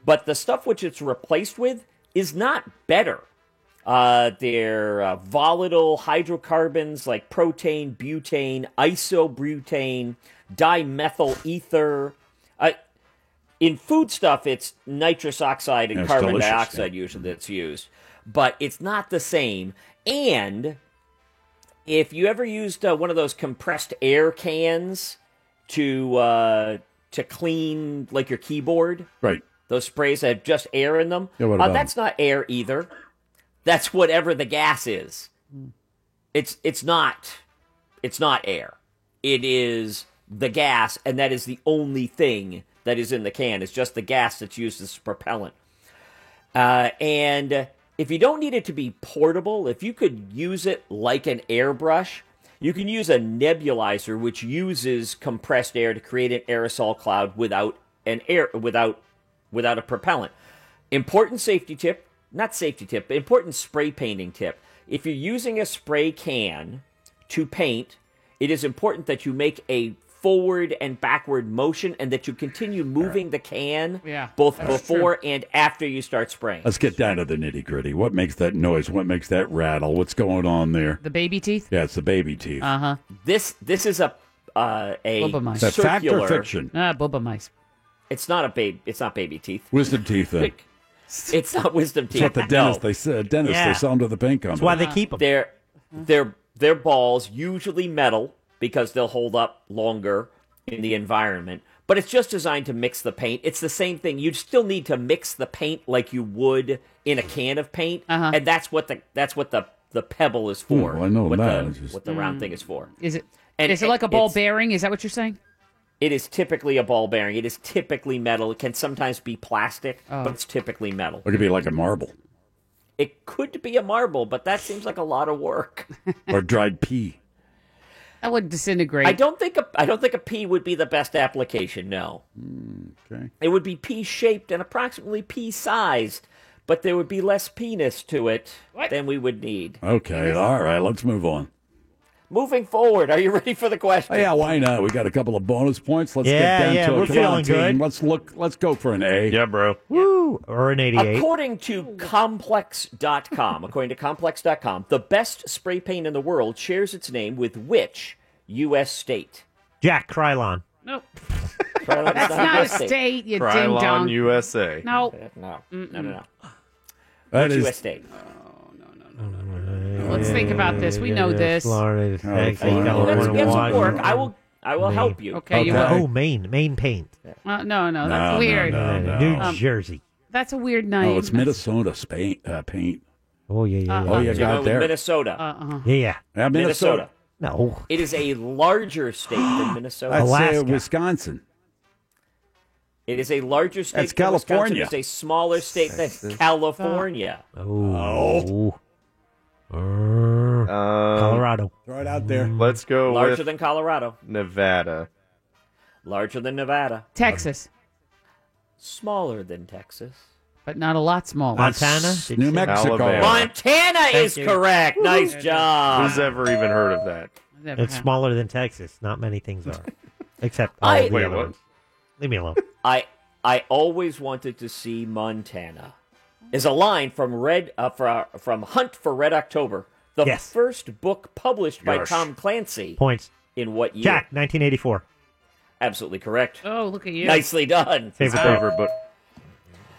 [SPEAKER 25] But the stuff which it's replaced with is not better. Uh, they're uh, volatile hydrocarbons like protein, butane, isobutane, dimethyl ether. Uh, in food stuff, it's nitrous oxide and
[SPEAKER 16] Yeah, it's
[SPEAKER 25] carbon
[SPEAKER 16] delicious,
[SPEAKER 25] dioxide usually that's used, but it's not the same. And if you ever used uh, one of those compressed air cans to uh, to clean like your keyboard,
[SPEAKER 5] Right.
[SPEAKER 25] those sprays that have just air in them.
[SPEAKER 5] Yeah, what
[SPEAKER 25] uh,
[SPEAKER 5] about
[SPEAKER 25] that's not air either. That's whatever the gas is. It's it's not it's not air. It is the gas, and that is the only thing that is in the can. It's just the gas that's used as propellant. Uh, and if you don't need it to be portable, if you could use it like an airbrush, you can use a nebulizer, which uses compressed air to create an aerosol cloud without an air without without a propellant. Important safety tip, not safety tip, but important spray painting tip. If you're using a spray can to paint, it is important that you make a forward and backward motion and that you continue moving the can
[SPEAKER 7] Yeah,
[SPEAKER 25] both
[SPEAKER 7] that's true.
[SPEAKER 25] before and after you start spraying.
[SPEAKER 5] Let's get down to the nitty gritty. What makes that noise? What makes that rattle? What's going on there?
[SPEAKER 7] The baby teeth.
[SPEAKER 5] Yeah, it's the baby teeth.
[SPEAKER 7] Uh huh.
[SPEAKER 25] This this is a uh, a
[SPEAKER 7] Bubba mice.
[SPEAKER 5] Is that fact or
[SPEAKER 25] circular.
[SPEAKER 5] fiction?
[SPEAKER 7] Ah, bubba mice.
[SPEAKER 25] It's not a babe. It's not baby teeth.
[SPEAKER 5] Wisdom teeth, then.
[SPEAKER 25] [LAUGHS] It's not wisdom teeth.
[SPEAKER 5] It's what the dentist,
[SPEAKER 25] No.
[SPEAKER 5] they said, dentist,
[SPEAKER 25] Yeah.
[SPEAKER 5] they sell them to the paint company.
[SPEAKER 25] them. They're, they're, they're balls, usually metal, because they'll hold up longer in the environment. But it's just designed to mix the paint. It's the same thing. You'd still need to mix the paint like you would in a can of paint,
[SPEAKER 7] Uh-huh.
[SPEAKER 25] and that's what the that's what the, the pebble is for.
[SPEAKER 5] Oh, I know
[SPEAKER 25] what
[SPEAKER 5] that.
[SPEAKER 25] the,
[SPEAKER 5] It's just-
[SPEAKER 25] what the round thing is for.
[SPEAKER 7] Is it? Is
[SPEAKER 25] And
[SPEAKER 7] it like a ball
[SPEAKER 25] it's-
[SPEAKER 7] bearing? Is that what you're saying?
[SPEAKER 25] It is typically a ball bearing. It is typically metal. It can sometimes be plastic,
[SPEAKER 7] Oh.
[SPEAKER 25] but it's typically metal.
[SPEAKER 5] Or it could be like a marble
[SPEAKER 25] It could be a marble, but that seems like a lot of work.
[SPEAKER 5] or dried pea.
[SPEAKER 7] That would disintegrate.
[SPEAKER 25] I don't think a I don't think a pea would be the best application. No,
[SPEAKER 5] Okay.
[SPEAKER 25] it would be pea shaped and approximately pea sized, but there would be less penis to it than we would need.
[SPEAKER 5] Okay, all right, let's move on.
[SPEAKER 25] Moving forward, are you ready for the question?
[SPEAKER 5] Oh, yeah, why not? We got a couple of bonus points. Let's
[SPEAKER 25] Yeah,
[SPEAKER 5] get down
[SPEAKER 25] yeah,
[SPEAKER 5] to
[SPEAKER 25] we're
[SPEAKER 5] a
[SPEAKER 25] feeling
[SPEAKER 5] 14.
[SPEAKER 25] good.
[SPEAKER 5] Let's look. Let's go for an A. Yeah,
[SPEAKER 11] bro.
[SPEAKER 8] Woo! Or an 88.
[SPEAKER 25] According to complex.com, according to complex.com, the best spray paint in the world shares its name with which US state?
[SPEAKER 8] Jack Krylon.
[SPEAKER 7] Nope. That's not a state, you ding dong.
[SPEAKER 11] Krylon, USA.
[SPEAKER 7] No.
[SPEAKER 25] No.
[SPEAKER 7] No, no,
[SPEAKER 11] That
[SPEAKER 25] What's
[SPEAKER 11] is-
[SPEAKER 25] US state?
[SPEAKER 7] Let's think about this. We know this.
[SPEAKER 8] Florida,
[SPEAKER 7] Oh,
[SPEAKER 8] Texas,
[SPEAKER 7] Florida.
[SPEAKER 8] California,
[SPEAKER 7] Let's get some work.
[SPEAKER 8] Washington,
[SPEAKER 7] I will-
[SPEAKER 25] I will
[SPEAKER 8] Maine.
[SPEAKER 25] help you.
[SPEAKER 7] Okay, you
[SPEAKER 8] Oh,
[SPEAKER 7] will.
[SPEAKER 8] Maine, Maine paint.
[SPEAKER 7] Uh, no, no, that's
[SPEAKER 5] No,
[SPEAKER 7] weird.
[SPEAKER 5] no, no,
[SPEAKER 8] New Oh,
[SPEAKER 5] no.
[SPEAKER 7] Um,
[SPEAKER 8] Jersey.
[SPEAKER 7] That's a weird night.
[SPEAKER 5] No, Oh, it's Minnesota paint. Uh, paint.
[SPEAKER 8] Oh yeah,
[SPEAKER 5] yeah. Oh, you
[SPEAKER 25] So
[SPEAKER 5] got
[SPEAKER 25] no,
[SPEAKER 5] there.
[SPEAKER 25] Minnesota.
[SPEAKER 7] Uh-uh.
[SPEAKER 8] Yeah, yeah.
[SPEAKER 5] Yeah, Minnesota.
[SPEAKER 8] No.
[SPEAKER 25] It is a larger state
[SPEAKER 8] [GASPS]
[SPEAKER 25] than Minnesota.
[SPEAKER 5] I'd say Wisconsin.
[SPEAKER 25] It is a larger state.
[SPEAKER 5] That's
[SPEAKER 25] than
[SPEAKER 5] California.
[SPEAKER 25] Wisconsin. It's a smaller state than California.
[SPEAKER 8] Oh.
[SPEAKER 11] Uh,
[SPEAKER 8] Colorado.
[SPEAKER 5] Throw it out there.
[SPEAKER 11] Let's go
[SPEAKER 25] Larger
[SPEAKER 11] with
[SPEAKER 25] than Colorado.
[SPEAKER 11] Nevada.
[SPEAKER 25] Larger than Nevada.
[SPEAKER 7] Texas.
[SPEAKER 25] Smaller than Texas.
[SPEAKER 7] But not a lot smaller.
[SPEAKER 11] Montana? Did New you- Mexico. Alabama.
[SPEAKER 25] Montana
[SPEAKER 8] Thank
[SPEAKER 25] is
[SPEAKER 8] you.
[SPEAKER 25] correct. Nice
[SPEAKER 8] Woo.
[SPEAKER 25] job.
[SPEAKER 11] Who's ever even heard of that?
[SPEAKER 7] Never
[SPEAKER 8] It's
[SPEAKER 7] have.
[SPEAKER 8] smaller than Texas. Not many
[SPEAKER 25] [LAUGHS]
[SPEAKER 8] things are, except all
[SPEAKER 25] I-
[SPEAKER 8] the
[SPEAKER 25] Wait,
[SPEAKER 8] other
[SPEAKER 25] what?
[SPEAKER 8] ones. Leave me alone.
[SPEAKER 25] I I always wanted to see Montana. Is a line from Red uh, from, from Hunt for Red October, the
[SPEAKER 8] Yes.
[SPEAKER 25] first book published by
[SPEAKER 8] Yes.
[SPEAKER 25] Tom Clancy.
[SPEAKER 8] Points.
[SPEAKER 25] in what year?
[SPEAKER 8] Jack, 1984.
[SPEAKER 25] Absolutely correct.
[SPEAKER 7] Oh, look at you.
[SPEAKER 25] Nicely done.
[SPEAKER 8] Favorite book. Favorite book.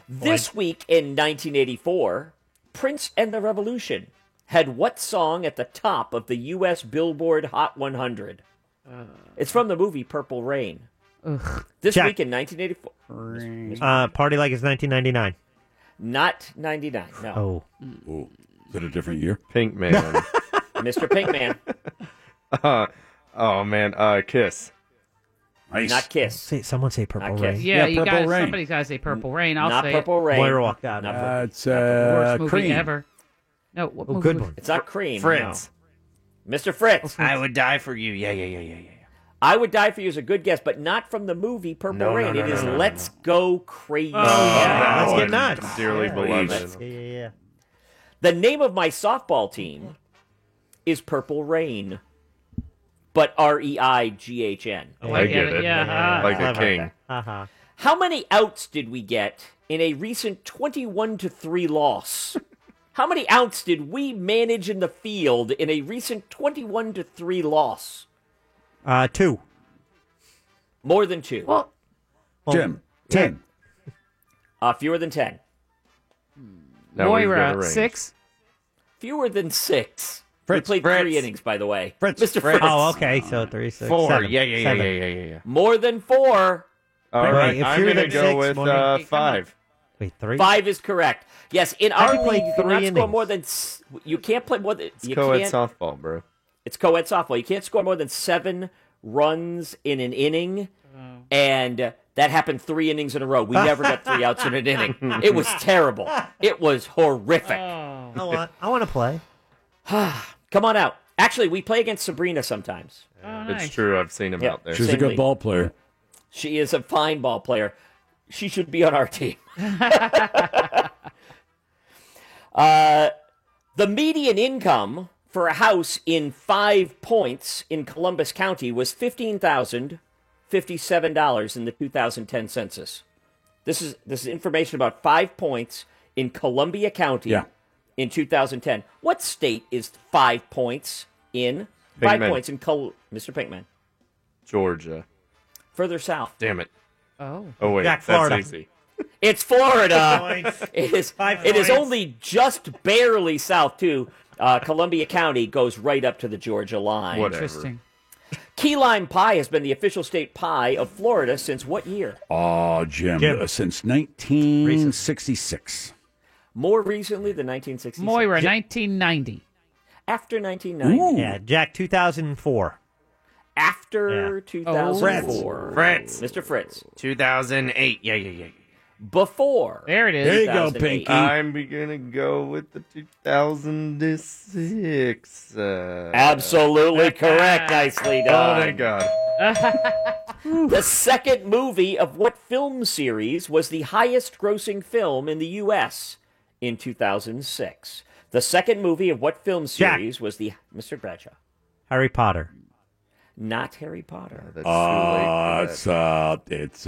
[SPEAKER 25] This week in 1984, Prince and the Revolution had what song at the top of the U.S. Billboard Hot 100?
[SPEAKER 7] Uh.
[SPEAKER 25] it's from the movie Purple Rain.
[SPEAKER 8] Ugh.
[SPEAKER 25] This
[SPEAKER 8] Jack.
[SPEAKER 25] week in 1984.
[SPEAKER 8] Uh, Party Like It's 1999.
[SPEAKER 25] Not 99, no.
[SPEAKER 8] Oh.
[SPEAKER 5] Ooh. Is it a different year?
[SPEAKER 11] Pink
[SPEAKER 5] [LAUGHS]
[SPEAKER 11] Man.
[SPEAKER 8] Oh.
[SPEAKER 25] Mr. Pinkman.
[SPEAKER 11] uh, oh man, uh, Kiss.
[SPEAKER 25] Not Kiss.
[SPEAKER 8] Say, someone say Purple
[SPEAKER 25] Not
[SPEAKER 8] Rain.
[SPEAKER 25] Kiss.
[SPEAKER 7] Yeah, you got
[SPEAKER 8] Rain.
[SPEAKER 7] somebody's got to say Purple Rain. I'll
[SPEAKER 25] Not
[SPEAKER 7] say
[SPEAKER 25] Purple Rain.
[SPEAKER 8] Moira walked out.
[SPEAKER 25] Not
[SPEAKER 5] Uh, it's
[SPEAKER 7] Worst
[SPEAKER 5] uh,
[SPEAKER 7] movie
[SPEAKER 5] cream.
[SPEAKER 7] ever. No, what
[SPEAKER 8] Oh,
[SPEAKER 7] movie
[SPEAKER 8] good
[SPEAKER 7] was-
[SPEAKER 8] one. Oh,
[SPEAKER 25] It's not Cream.
[SPEAKER 7] Fritz.
[SPEAKER 25] no. Mr. Fritz.
[SPEAKER 16] I would die for you. Yeah, yeah, yeah, yeah, yeah.
[SPEAKER 25] I would die for you is a good guess, but not from the movie Purple
[SPEAKER 16] No, no,
[SPEAKER 25] Rain.
[SPEAKER 16] no,
[SPEAKER 25] It
[SPEAKER 16] no,
[SPEAKER 25] is
[SPEAKER 16] no, no,
[SPEAKER 25] Let's Go Crazy.
[SPEAKER 8] Oh, yeah. Let's get
[SPEAKER 11] that
[SPEAKER 8] nuts.
[SPEAKER 11] dearly
[SPEAKER 8] yeah.
[SPEAKER 11] beloved.
[SPEAKER 8] Let's- Yeah, yeah, yeah.
[SPEAKER 25] The name of my softball team is Purple Rain, but R E I G H N.
[SPEAKER 11] I I get get it. it. Yeah, Yeah. like a Clever. king.
[SPEAKER 8] Uh-huh.
[SPEAKER 25] How many outs did we get in a recent 21 to
[SPEAKER 11] [LAUGHS]
[SPEAKER 25] 3 loss? How many outs did we manage in the field in a recent 21 to 3 loss?
[SPEAKER 8] Uh, two.
[SPEAKER 25] More than 2.
[SPEAKER 7] Well,
[SPEAKER 5] Jim,
[SPEAKER 8] Ten.
[SPEAKER 25] uh, fewer than 10.
[SPEAKER 11] Now we've got a
[SPEAKER 7] Moira,
[SPEAKER 11] range.
[SPEAKER 7] six.
[SPEAKER 25] Fewer than 6.
[SPEAKER 5] Fritz,
[SPEAKER 25] we played
[SPEAKER 16] Fritz.
[SPEAKER 25] 3 innings by the way.
[SPEAKER 5] Fritz,
[SPEAKER 25] Mr. Fritz.
[SPEAKER 8] Oh, okay. So three, six,
[SPEAKER 16] Four.
[SPEAKER 8] seven,
[SPEAKER 16] yeah, yeah, yeah,
[SPEAKER 8] seven.
[SPEAKER 16] yeah, yeah, yeah, yeah.
[SPEAKER 25] More than 4.
[SPEAKER 11] All
[SPEAKER 8] Wait,
[SPEAKER 11] right,
[SPEAKER 8] if
[SPEAKER 11] I'm
[SPEAKER 8] you're
[SPEAKER 11] gonna
[SPEAKER 8] at
[SPEAKER 11] go
[SPEAKER 8] six,
[SPEAKER 11] with
[SPEAKER 8] Monique,
[SPEAKER 11] uh,
[SPEAKER 8] come on.
[SPEAKER 11] five.
[SPEAKER 8] Wait, three?
[SPEAKER 25] Five is correct. Yes, in
[SPEAKER 8] How'd
[SPEAKER 25] our
[SPEAKER 8] you play
[SPEAKER 25] league, you cannot
[SPEAKER 8] three
[SPEAKER 25] score
[SPEAKER 8] innings?
[SPEAKER 25] more than s- you can't play more than
[SPEAKER 11] It's
[SPEAKER 25] you
[SPEAKER 11] co-ed
[SPEAKER 25] can't,
[SPEAKER 11] softball, bro.
[SPEAKER 25] It's co-ed softball. You can't score more than seven runs in an inning, and uh, that happened three innings in a
[SPEAKER 8] [LAUGHS]
[SPEAKER 25] row. We never got three outs in an inning. It was terrible. It was horrific.
[SPEAKER 8] I want, I want to play.
[SPEAKER 25] [SIGHS] Come on out. Actually, we play against Sabrina sometimes.
[SPEAKER 11] It's true. I've seen him
[SPEAKER 25] Yeah.
[SPEAKER 11] out there.
[SPEAKER 5] She's a
[SPEAKER 25] Same
[SPEAKER 5] good
[SPEAKER 25] league.
[SPEAKER 5] ball player.
[SPEAKER 25] She is a fine ball player. She should be on our team. uh, the median income for a house in five points in Columbus County was fifteen thousand fifty-seven dollars in the 2010 census. This is this is information about five points in Columbia County
[SPEAKER 5] Yeah.
[SPEAKER 25] in 2010. What state is five points in? Five
[SPEAKER 11] Pinkman.
[SPEAKER 25] points in Col- Mr. Pinkman.
[SPEAKER 11] Georgia.
[SPEAKER 25] Further south.
[SPEAKER 11] Damn it.
[SPEAKER 7] Oh.
[SPEAKER 11] Oh wait,
[SPEAKER 8] Jack,
[SPEAKER 11] that's
[SPEAKER 8] Florida.
[SPEAKER 11] easy.
[SPEAKER 16] [LAUGHS]
[SPEAKER 25] It's Florida.
[SPEAKER 8] Points.
[SPEAKER 25] it is.
[SPEAKER 8] Five
[SPEAKER 25] It is
[SPEAKER 8] points.
[SPEAKER 25] only just barely south to uh, Columbia County. Goes right up to the Georgia line.
[SPEAKER 11] Whatever.
[SPEAKER 7] Interesting.
[SPEAKER 25] Key lime pie has been the official state pie of Florida since what year?
[SPEAKER 5] Oh, Jim,
[SPEAKER 8] Jim.
[SPEAKER 5] uh, since 1966.
[SPEAKER 25] More recently than 1960.
[SPEAKER 7] Moira, 1990.
[SPEAKER 25] After 1990.
[SPEAKER 8] Yeah, Jack, 2004.
[SPEAKER 25] After
[SPEAKER 7] Oh.
[SPEAKER 8] Yeah.
[SPEAKER 25] 2004.
[SPEAKER 16] Fritz.
[SPEAKER 25] Mr. Fritz.
[SPEAKER 16] 2008. Yeah, yeah, yeah.
[SPEAKER 25] Before.
[SPEAKER 7] There it is.
[SPEAKER 5] There you go,
[SPEAKER 25] 2008.
[SPEAKER 5] Pinky.
[SPEAKER 11] I'm gonna go with the 2006. Uh, [LAUGHS]
[SPEAKER 25] Absolutely correct. Nicely done.
[SPEAKER 11] Oh, thank God.
[SPEAKER 25] [LAUGHS] The second movie of what film series was the highest grossing film in the U.S. in 2006? The second movie of what film
[SPEAKER 8] Jack.
[SPEAKER 25] series was the. Mr. Bradshaw.
[SPEAKER 8] Harry Potter.
[SPEAKER 25] Not Harry Potter.
[SPEAKER 11] Oh, That's
[SPEAKER 5] Uh,
[SPEAKER 11] too late.
[SPEAKER 5] it's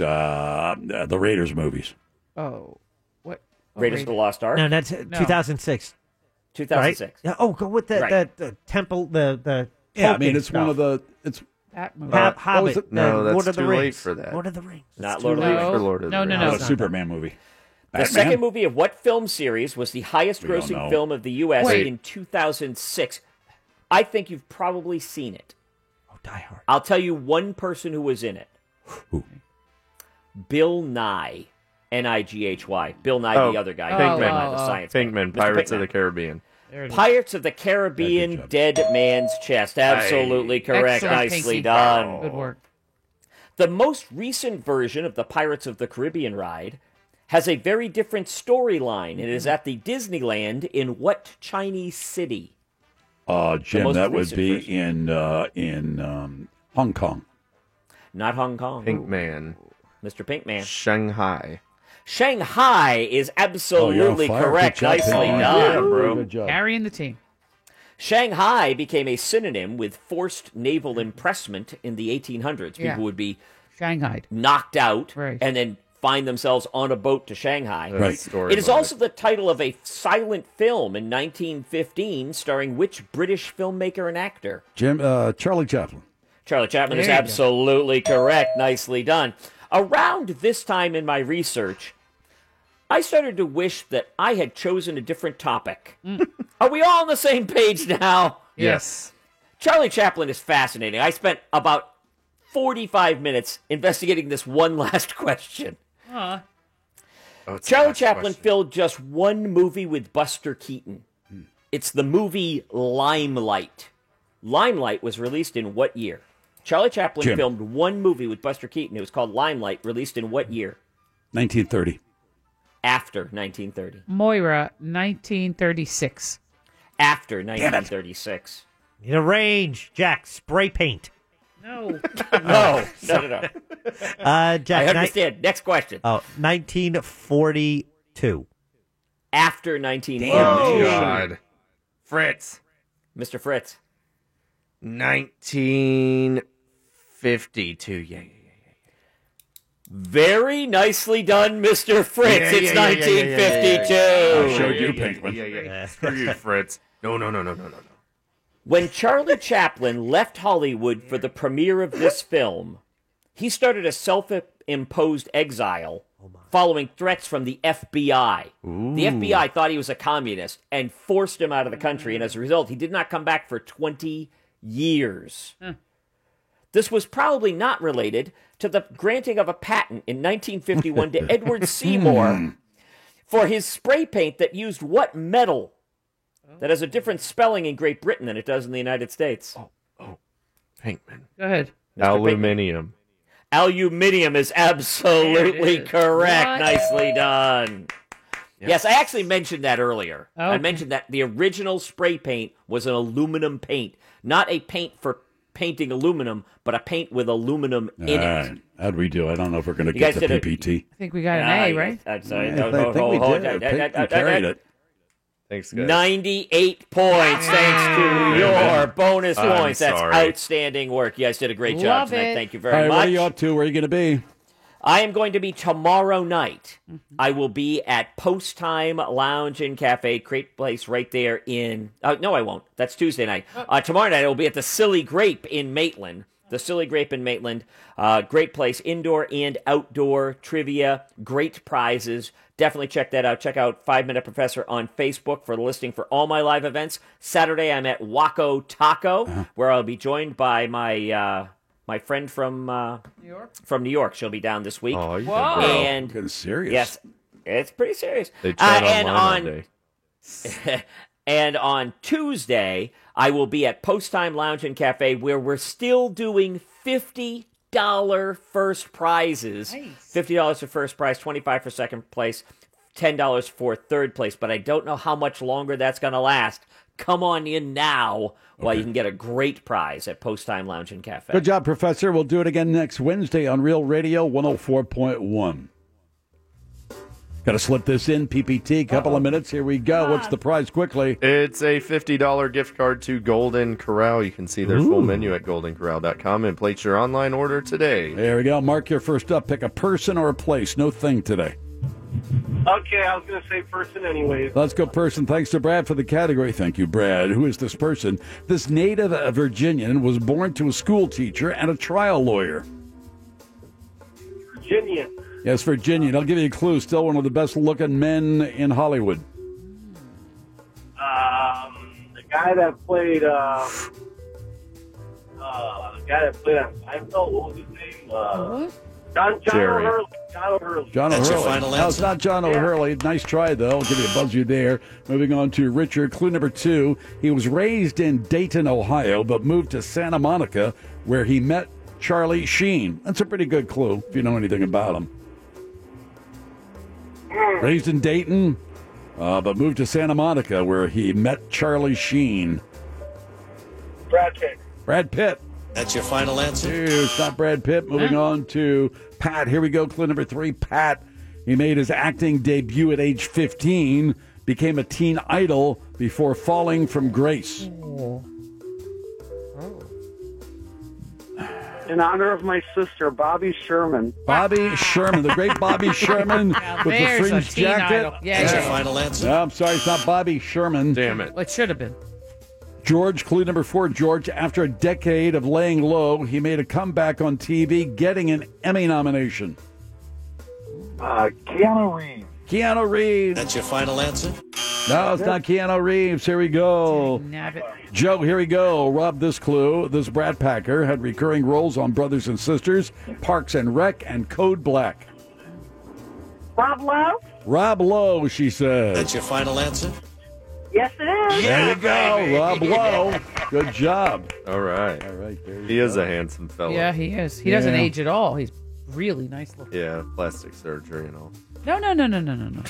[SPEAKER 5] uh, it's uh, the Raiders movies.
[SPEAKER 7] Oh, what? what
[SPEAKER 25] Raiders of the Lost Ark?
[SPEAKER 8] No, that's uh,
[SPEAKER 7] No.
[SPEAKER 8] 2006. Right?
[SPEAKER 25] 2006.
[SPEAKER 8] Yeah, oh, go with the,
[SPEAKER 25] Right.
[SPEAKER 8] the, the temple, the the.
[SPEAKER 5] Yeah, I
[SPEAKER 8] Tolkien
[SPEAKER 5] mean, it's one
[SPEAKER 8] stuff.
[SPEAKER 5] of the it's Oh,
[SPEAKER 7] That movie.
[SPEAKER 11] Uh,
[SPEAKER 8] Hobbit,
[SPEAKER 11] was it-
[SPEAKER 8] uh,
[SPEAKER 11] No, that's
[SPEAKER 8] Lord of the
[SPEAKER 11] too late
[SPEAKER 8] Rings.
[SPEAKER 11] for that.
[SPEAKER 8] Lord of the Rings.
[SPEAKER 25] Not
[SPEAKER 11] It's
[SPEAKER 25] Lord
[SPEAKER 11] too
[SPEAKER 25] of the
[SPEAKER 11] late
[SPEAKER 25] Rings.
[SPEAKER 11] for Lord of the
[SPEAKER 25] No,
[SPEAKER 11] Rings.
[SPEAKER 25] no, no,
[SPEAKER 5] Not
[SPEAKER 25] it's
[SPEAKER 5] a
[SPEAKER 25] not
[SPEAKER 5] Superman movie.
[SPEAKER 25] The
[SPEAKER 5] Batman?
[SPEAKER 25] second movie of what film series was the highest
[SPEAKER 5] don't
[SPEAKER 25] grossing
[SPEAKER 5] know.
[SPEAKER 25] film of the U.S.
[SPEAKER 5] Wait.
[SPEAKER 25] in 2006? I think you've probably seen it. Oh, Die Hard. I'll tell you one person who was in it Bill Nye. N I G H Y. Bill Nye,
[SPEAKER 11] Oh,
[SPEAKER 25] the other guy.
[SPEAKER 11] Pinkman.
[SPEAKER 25] Bill
[SPEAKER 7] oh,
[SPEAKER 25] Nye, the science guy.
[SPEAKER 11] Pinkman,
[SPEAKER 25] Mr.
[SPEAKER 11] Pirates
[SPEAKER 25] Pinkman.
[SPEAKER 11] of the Caribbean.
[SPEAKER 25] Pirates of the Caribbean, Dead Man's Chest. Absolutely
[SPEAKER 11] Hey.
[SPEAKER 25] correct.
[SPEAKER 11] Excellent,
[SPEAKER 25] Nicely
[SPEAKER 11] Pinky.
[SPEAKER 25] done.
[SPEAKER 11] Good
[SPEAKER 7] work.
[SPEAKER 25] The most recent version of the Pirates of the Caribbean ride has a very different storyline. It
[SPEAKER 11] Hmm.
[SPEAKER 25] is at the Disneyland in what Chinese city?
[SPEAKER 5] Uh, Jim,
[SPEAKER 25] most
[SPEAKER 5] that would
[SPEAKER 25] recent
[SPEAKER 5] be
[SPEAKER 25] version.
[SPEAKER 5] in uh, in um, Hong Kong.
[SPEAKER 25] Not Hong Kong.
[SPEAKER 11] Pinkman.
[SPEAKER 25] Mr. Pinkman.
[SPEAKER 11] Shanghai.
[SPEAKER 25] Shanghai is absolutely
[SPEAKER 11] Oh, fire. Good
[SPEAKER 25] correct.
[SPEAKER 11] job,
[SPEAKER 25] Nicely
[SPEAKER 11] Pinkman.
[SPEAKER 25] done.
[SPEAKER 11] Yeah, bro. Good
[SPEAKER 7] Harry Carrying the team.
[SPEAKER 25] Shanghai became a synonym with forced naval impressment in the 1800s.
[SPEAKER 7] Yeah.
[SPEAKER 25] People would be
[SPEAKER 7] Shanghai.
[SPEAKER 25] knocked out
[SPEAKER 7] Right.
[SPEAKER 25] and then find themselves on a boat to Shanghai.
[SPEAKER 7] That's Right. story
[SPEAKER 25] It is
[SPEAKER 7] mode.
[SPEAKER 25] also the title of a silent film in 1915 starring which British filmmaker and actor?
[SPEAKER 5] Jim, uh, Charlie Chaplin.
[SPEAKER 25] Charlie Chaplin is
[SPEAKER 5] There you go.
[SPEAKER 25] absolutely correct. Nicely done. Around this time in my research, I started to wish that I had chosen a different topic.
[SPEAKER 5] Mm.
[SPEAKER 25] Are we all on the same page now?
[SPEAKER 11] Yes.
[SPEAKER 25] Charlie Chaplin is fascinating. I spent about 45 minutes investigating this one [LAUGHS] last question. Charlie Chaplin filled just one movie with Buster Keaton. It's the movie Limelight. Limelight was released in what year? Charlie Chaplin
[SPEAKER 5] Jim.
[SPEAKER 25] filmed one movie with Buster Keaton. It was called Limelight, released in what year?
[SPEAKER 5] 1930.
[SPEAKER 25] After 1930.
[SPEAKER 7] Moira, 1936.
[SPEAKER 25] After 1936.
[SPEAKER 8] In a range, Jack. Spray paint.
[SPEAKER 7] [LAUGHS] No.
[SPEAKER 25] [LAUGHS] No, no, no, no.
[SPEAKER 8] Uh, Jack.
[SPEAKER 25] I understand. Next question.
[SPEAKER 8] Oh, 1942.
[SPEAKER 25] After 1930.
[SPEAKER 11] Oh, God.
[SPEAKER 25] Fritz. Mr. Fritz.
[SPEAKER 16] 1952. Yeah, yeah, yeah.
[SPEAKER 25] Very nicely done, Mr. Fritz.
[SPEAKER 16] Yeah,
[SPEAKER 25] it's
[SPEAKER 16] yeah, yeah, yeah, yeah, yeah, yeah, yeah.
[SPEAKER 25] 1952.
[SPEAKER 16] I showed you, Pinkman. Yeah, yeah, yeah. Screw you,
[SPEAKER 11] Fritz. No, no, no, no, no, no.
[SPEAKER 25] When Charlie Chaplin left Hollywood for the premiere of this film, he started a self imposed exile following threats from the FBI. The FBI thought he was a communist and forced him out of the country, and as a result, he did not come back for 20 years. This was probably not related to the granting of a patent in 1951
[SPEAKER 11] [LAUGHS]
[SPEAKER 25] to Edward
[SPEAKER 5] Hmm.
[SPEAKER 25] Seymour for his spray paint that used what metal that has a different
[SPEAKER 7] Oh.
[SPEAKER 25] spelling in Great Britain than it does in the United States.
[SPEAKER 11] Pinkman.
[SPEAKER 7] Go ahead.
[SPEAKER 11] Aluminium.
[SPEAKER 25] Aluminium is absolutely
[SPEAKER 7] There it is.
[SPEAKER 25] correct.
[SPEAKER 7] What?
[SPEAKER 25] Nicely done.
[SPEAKER 7] Yep.
[SPEAKER 25] Yes, I actually mentioned that earlier. I
[SPEAKER 7] Okay.
[SPEAKER 25] mentioned that the original spray paint was an aluminum paint, not a paint for painting aluminum, but a paint with aluminum in
[SPEAKER 5] All
[SPEAKER 25] it.
[SPEAKER 5] right. How'd we do? I don't know if we're going to
[SPEAKER 25] You
[SPEAKER 5] get
[SPEAKER 25] guys
[SPEAKER 5] the
[SPEAKER 25] did it.
[SPEAKER 5] PPT.
[SPEAKER 7] I think we got an
[SPEAKER 25] Ah,
[SPEAKER 7] A,
[SPEAKER 25] yes,
[SPEAKER 7] right?
[SPEAKER 25] that's-
[SPEAKER 5] Yeah,
[SPEAKER 25] uh,
[SPEAKER 5] I
[SPEAKER 25] no,
[SPEAKER 5] think-
[SPEAKER 25] no,
[SPEAKER 5] think we
[SPEAKER 25] hold- hold-
[SPEAKER 5] did it.
[SPEAKER 25] that-
[SPEAKER 5] Pinkman
[SPEAKER 25] that- that-
[SPEAKER 5] carried
[SPEAKER 25] that-
[SPEAKER 5] it.
[SPEAKER 11] Thanks, guys.
[SPEAKER 25] 98 points thanks to your bonus
[SPEAKER 5] I'm
[SPEAKER 25] points. That's
[SPEAKER 5] sorry.
[SPEAKER 25] outstanding work. You guys did a great job
[SPEAKER 7] Love
[SPEAKER 25] tonight.
[SPEAKER 7] it.
[SPEAKER 25] Thank you
[SPEAKER 5] All
[SPEAKER 25] very
[SPEAKER 5] right,
[SPEAKER 25] much.
[SPEAKER 5] what are you up to? Where are you going to be?
[SPEAKER 25] I am going to be tomorrow night. I will be at Post Time Lounge and Cafe, great place right there in. Uh, no, I won't. That's Tuesday night. Uh, tomorrow night I will be at the Silly Grape in Maitland. The Silly Grape in Maitland, uh, great place, indoor and outdoor trivia, great prizes. Definitely check that out. Check out Five Minute Professor on Facebook for the listing for all my live events. Saturday I'm at Waco Taco, where I'll be joined by my uh, my friend from uh, New York. From New York, she'll be down this week. Oh,
[SPEAKER 5] you
[SPEAKER 7] did Whoa. well.
[SPEAKER 25] And
[SPEAKER 5] Getting serious.
[SPEAKER 25] Yes, it's pretty serious.
[SPEAKER 11] They
[SPEAKER 25] Uh,
[SPEAKER 11] tried
[SPEAKER 25] and
[SPEAKER 11] online
[SPEAKER 25] on [LAUGHS] and on Tuesday, I will be at Post Time Lounge and Cafe, where we're still doing fifty dollar first prizes. Fifty dollars for first prize, twenty five for second place, ten dollars for third place. But I don't know how much longer that's going to last. Come on in now, while you can get a great prize at Post Time Lounge and Cafe.
[SPEAKER 5] Good job, Professor. We'll do it again next Wednesday on Real Radio 104.1. Got to slip this in, PPT. Couple of minutes. Here we go. What's the prize quickly?
[SPEAKER 11] It's a $50 gift card to Golden Corral. You can see their full menu at goldencorral.com and place your online order today.
[SPEAKER 5] There we go. Mark your first up. Pick a person or a place. No thing today.
[SPEAKER 17] Okay, I was going to say person anyways.
[SPEAKER 5] Let's go, person. Thanks to Brad for the category. Thank you, Brad. Who is this person? This native uh, Virginian was born to a school teacher and a trial lawyer.
[SPEAKER 17] Virginia.
[SPEAKER 5] Yes, Virginian. I'll give you a clue. Still one of the best looking men in Hollywood.
[SPEAKER 17] Um, the guy that played, uh, uh, the guy that played on Seinfeld, what was his name? Uh, John, John
[SPEAKER 5] Jerry.
[SPEAKER 17] O'Hurley. John O'Hurley.
[SPEAKER 5] John O'Hurley. No, it's not John O'Hurley. Nice try, though. I'll give you a buzz you there. Moving on to Richard. Clue number two. He was raised in Dayton, Ohio, but moved to Santa Monica, where he met Charlie Sheen. That's a pretty good clue if you know anything about him.
[SPEAKER 17] Hmm.
[SPEAKER 5] Raised in Dayton, uh, but moved to Santa Monica, where he met Charlie Sheen.
[SPEAKER 17] Brad Pitt.
[SPEAKER 5] Brad Pitt.
[SPEAKER 18] That's your final answer?
[SPEAKER 5] It's not Brad Pitt. Moving on to Pat. Here we go. Clue number three. Pat. He made his acting debut at age 15, became a teen idol before falling from grace.
[SPEAKER 17] [SIGHS] In honor of my sister, Bobby Sherman.
[SPEAKER 5] Bobby Sherman, the great
[SPEAKER 17] [LAUGHS]
[SPEAKER 5] Bobby Sherman with the
[SPEAKER 17] there's a
[SPEAKER 5] fringe
[SPEAKER 17] teen
[SPEAKER 5] jacket.
[SPEAKER 17] idol. Yeah, That's yeah. your
[SPEAKER 18] final answer?
[SPEAKER 5] No, I'm sorry, it's not Bobby Sherman. Damn it.
[SPEAKER 7] It should have been.
[SPEAKER 5] George, clue number four. George, after a decade of laying low, he made a comeback on TV, getting an Emmy nomination.
[SPEAKER 17] Uh, Keanu Reeves.
[SPEAKER 5] Keanu Reeves.
[SPEAKER 18] That's your final answer?
[SPEAKER 5] No, it's not Keanu Reeves. Here we go. Joe, here we go. Rob, this clue. This Brad Packer had recurring roles on Brothers and Sisters, Parks and Rec, and Code Black.
[SPEAKER 19] Rob Lowe?
[SPEAKER 5] Rob Lowe, she says.
[SPEAKER 18] That's your final answer?
[SPEAKER 19] Yes, it is.
[SPEAKER 5] There you go, Rob Lowe. Good job.
[SPEAKER 11] All right. All
[SPEAKER 5] right.
[SPEAKER 11] he is a handsome fellow.
[SPEAKER 7] Yeah, he is. He doesn't age at all. He's really nice looking.
[SPEAKER 11] Yeah, plastic surgery and all.
[SPEAKER 7] No, no, no, no, no, no, no.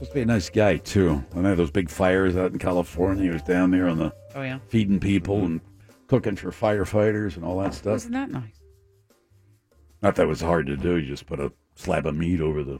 [SPEAKER 5] Must be a nice guy too. I know those big fires out in California. He was down there on the
[SPEAKER 7] Oh, yeah.
[SPEAKER 5] feeding people and cooking for firefighters and all that stuff.
[SPEAKER 7] Wasn't that nice?
[SPEAKER 5] Not that it was hard to do. You just put a slab of meat over the.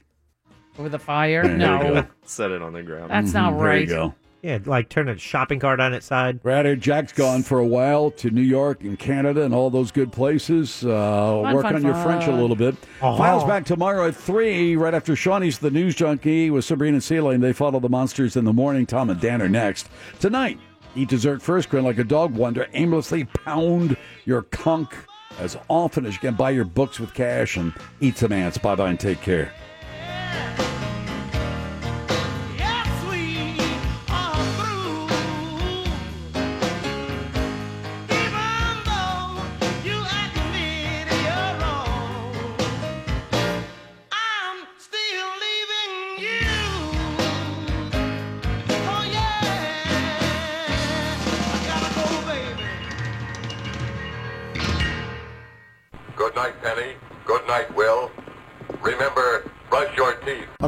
[SPEAKER 7] Over the fire?
[SPEAKER 5] There you
[SPEAKER 7] No.
[SPEAKER 5] go.
[SPEAKER 11] Set it on the ground.
[SPEAKER 7] That's not
[SPEAKER 5] There you
[SPEAKER 7] right.
[SPEAKER 5] go.
[SPEAKER 8] Yeah, like turn a shopping cart on its side.
[SPEAKER 5] Rather, Jack's gone for a while to New York and Canada and all those good places. Uh,
[SPEAKER 8] Fun,
[SPEAKER 5] work
[SPEAKER 8] fun,
[SPEAKER 5] on your
[SPEAKER 8] fun.
[SPEAKER 5] French a little bit.
[SPEAKER 8] Uh-huh.
[SPEAKER 5] Files back tomorrow at 3, right after Shawnee's The News Junkie with Sabrina Sealing. They follow the monsters in the morning. Tom and Dan are next. Tonight, eat dessert first, grin like a dog wonder, aimlessly pound your conch as often as you can. Buy your books with cash and eat some ants. Bye bye and take care.
[SPEAKER 9] Oh,
[SPEAKER 20] Good night, Penny. Good night, Will. Remember.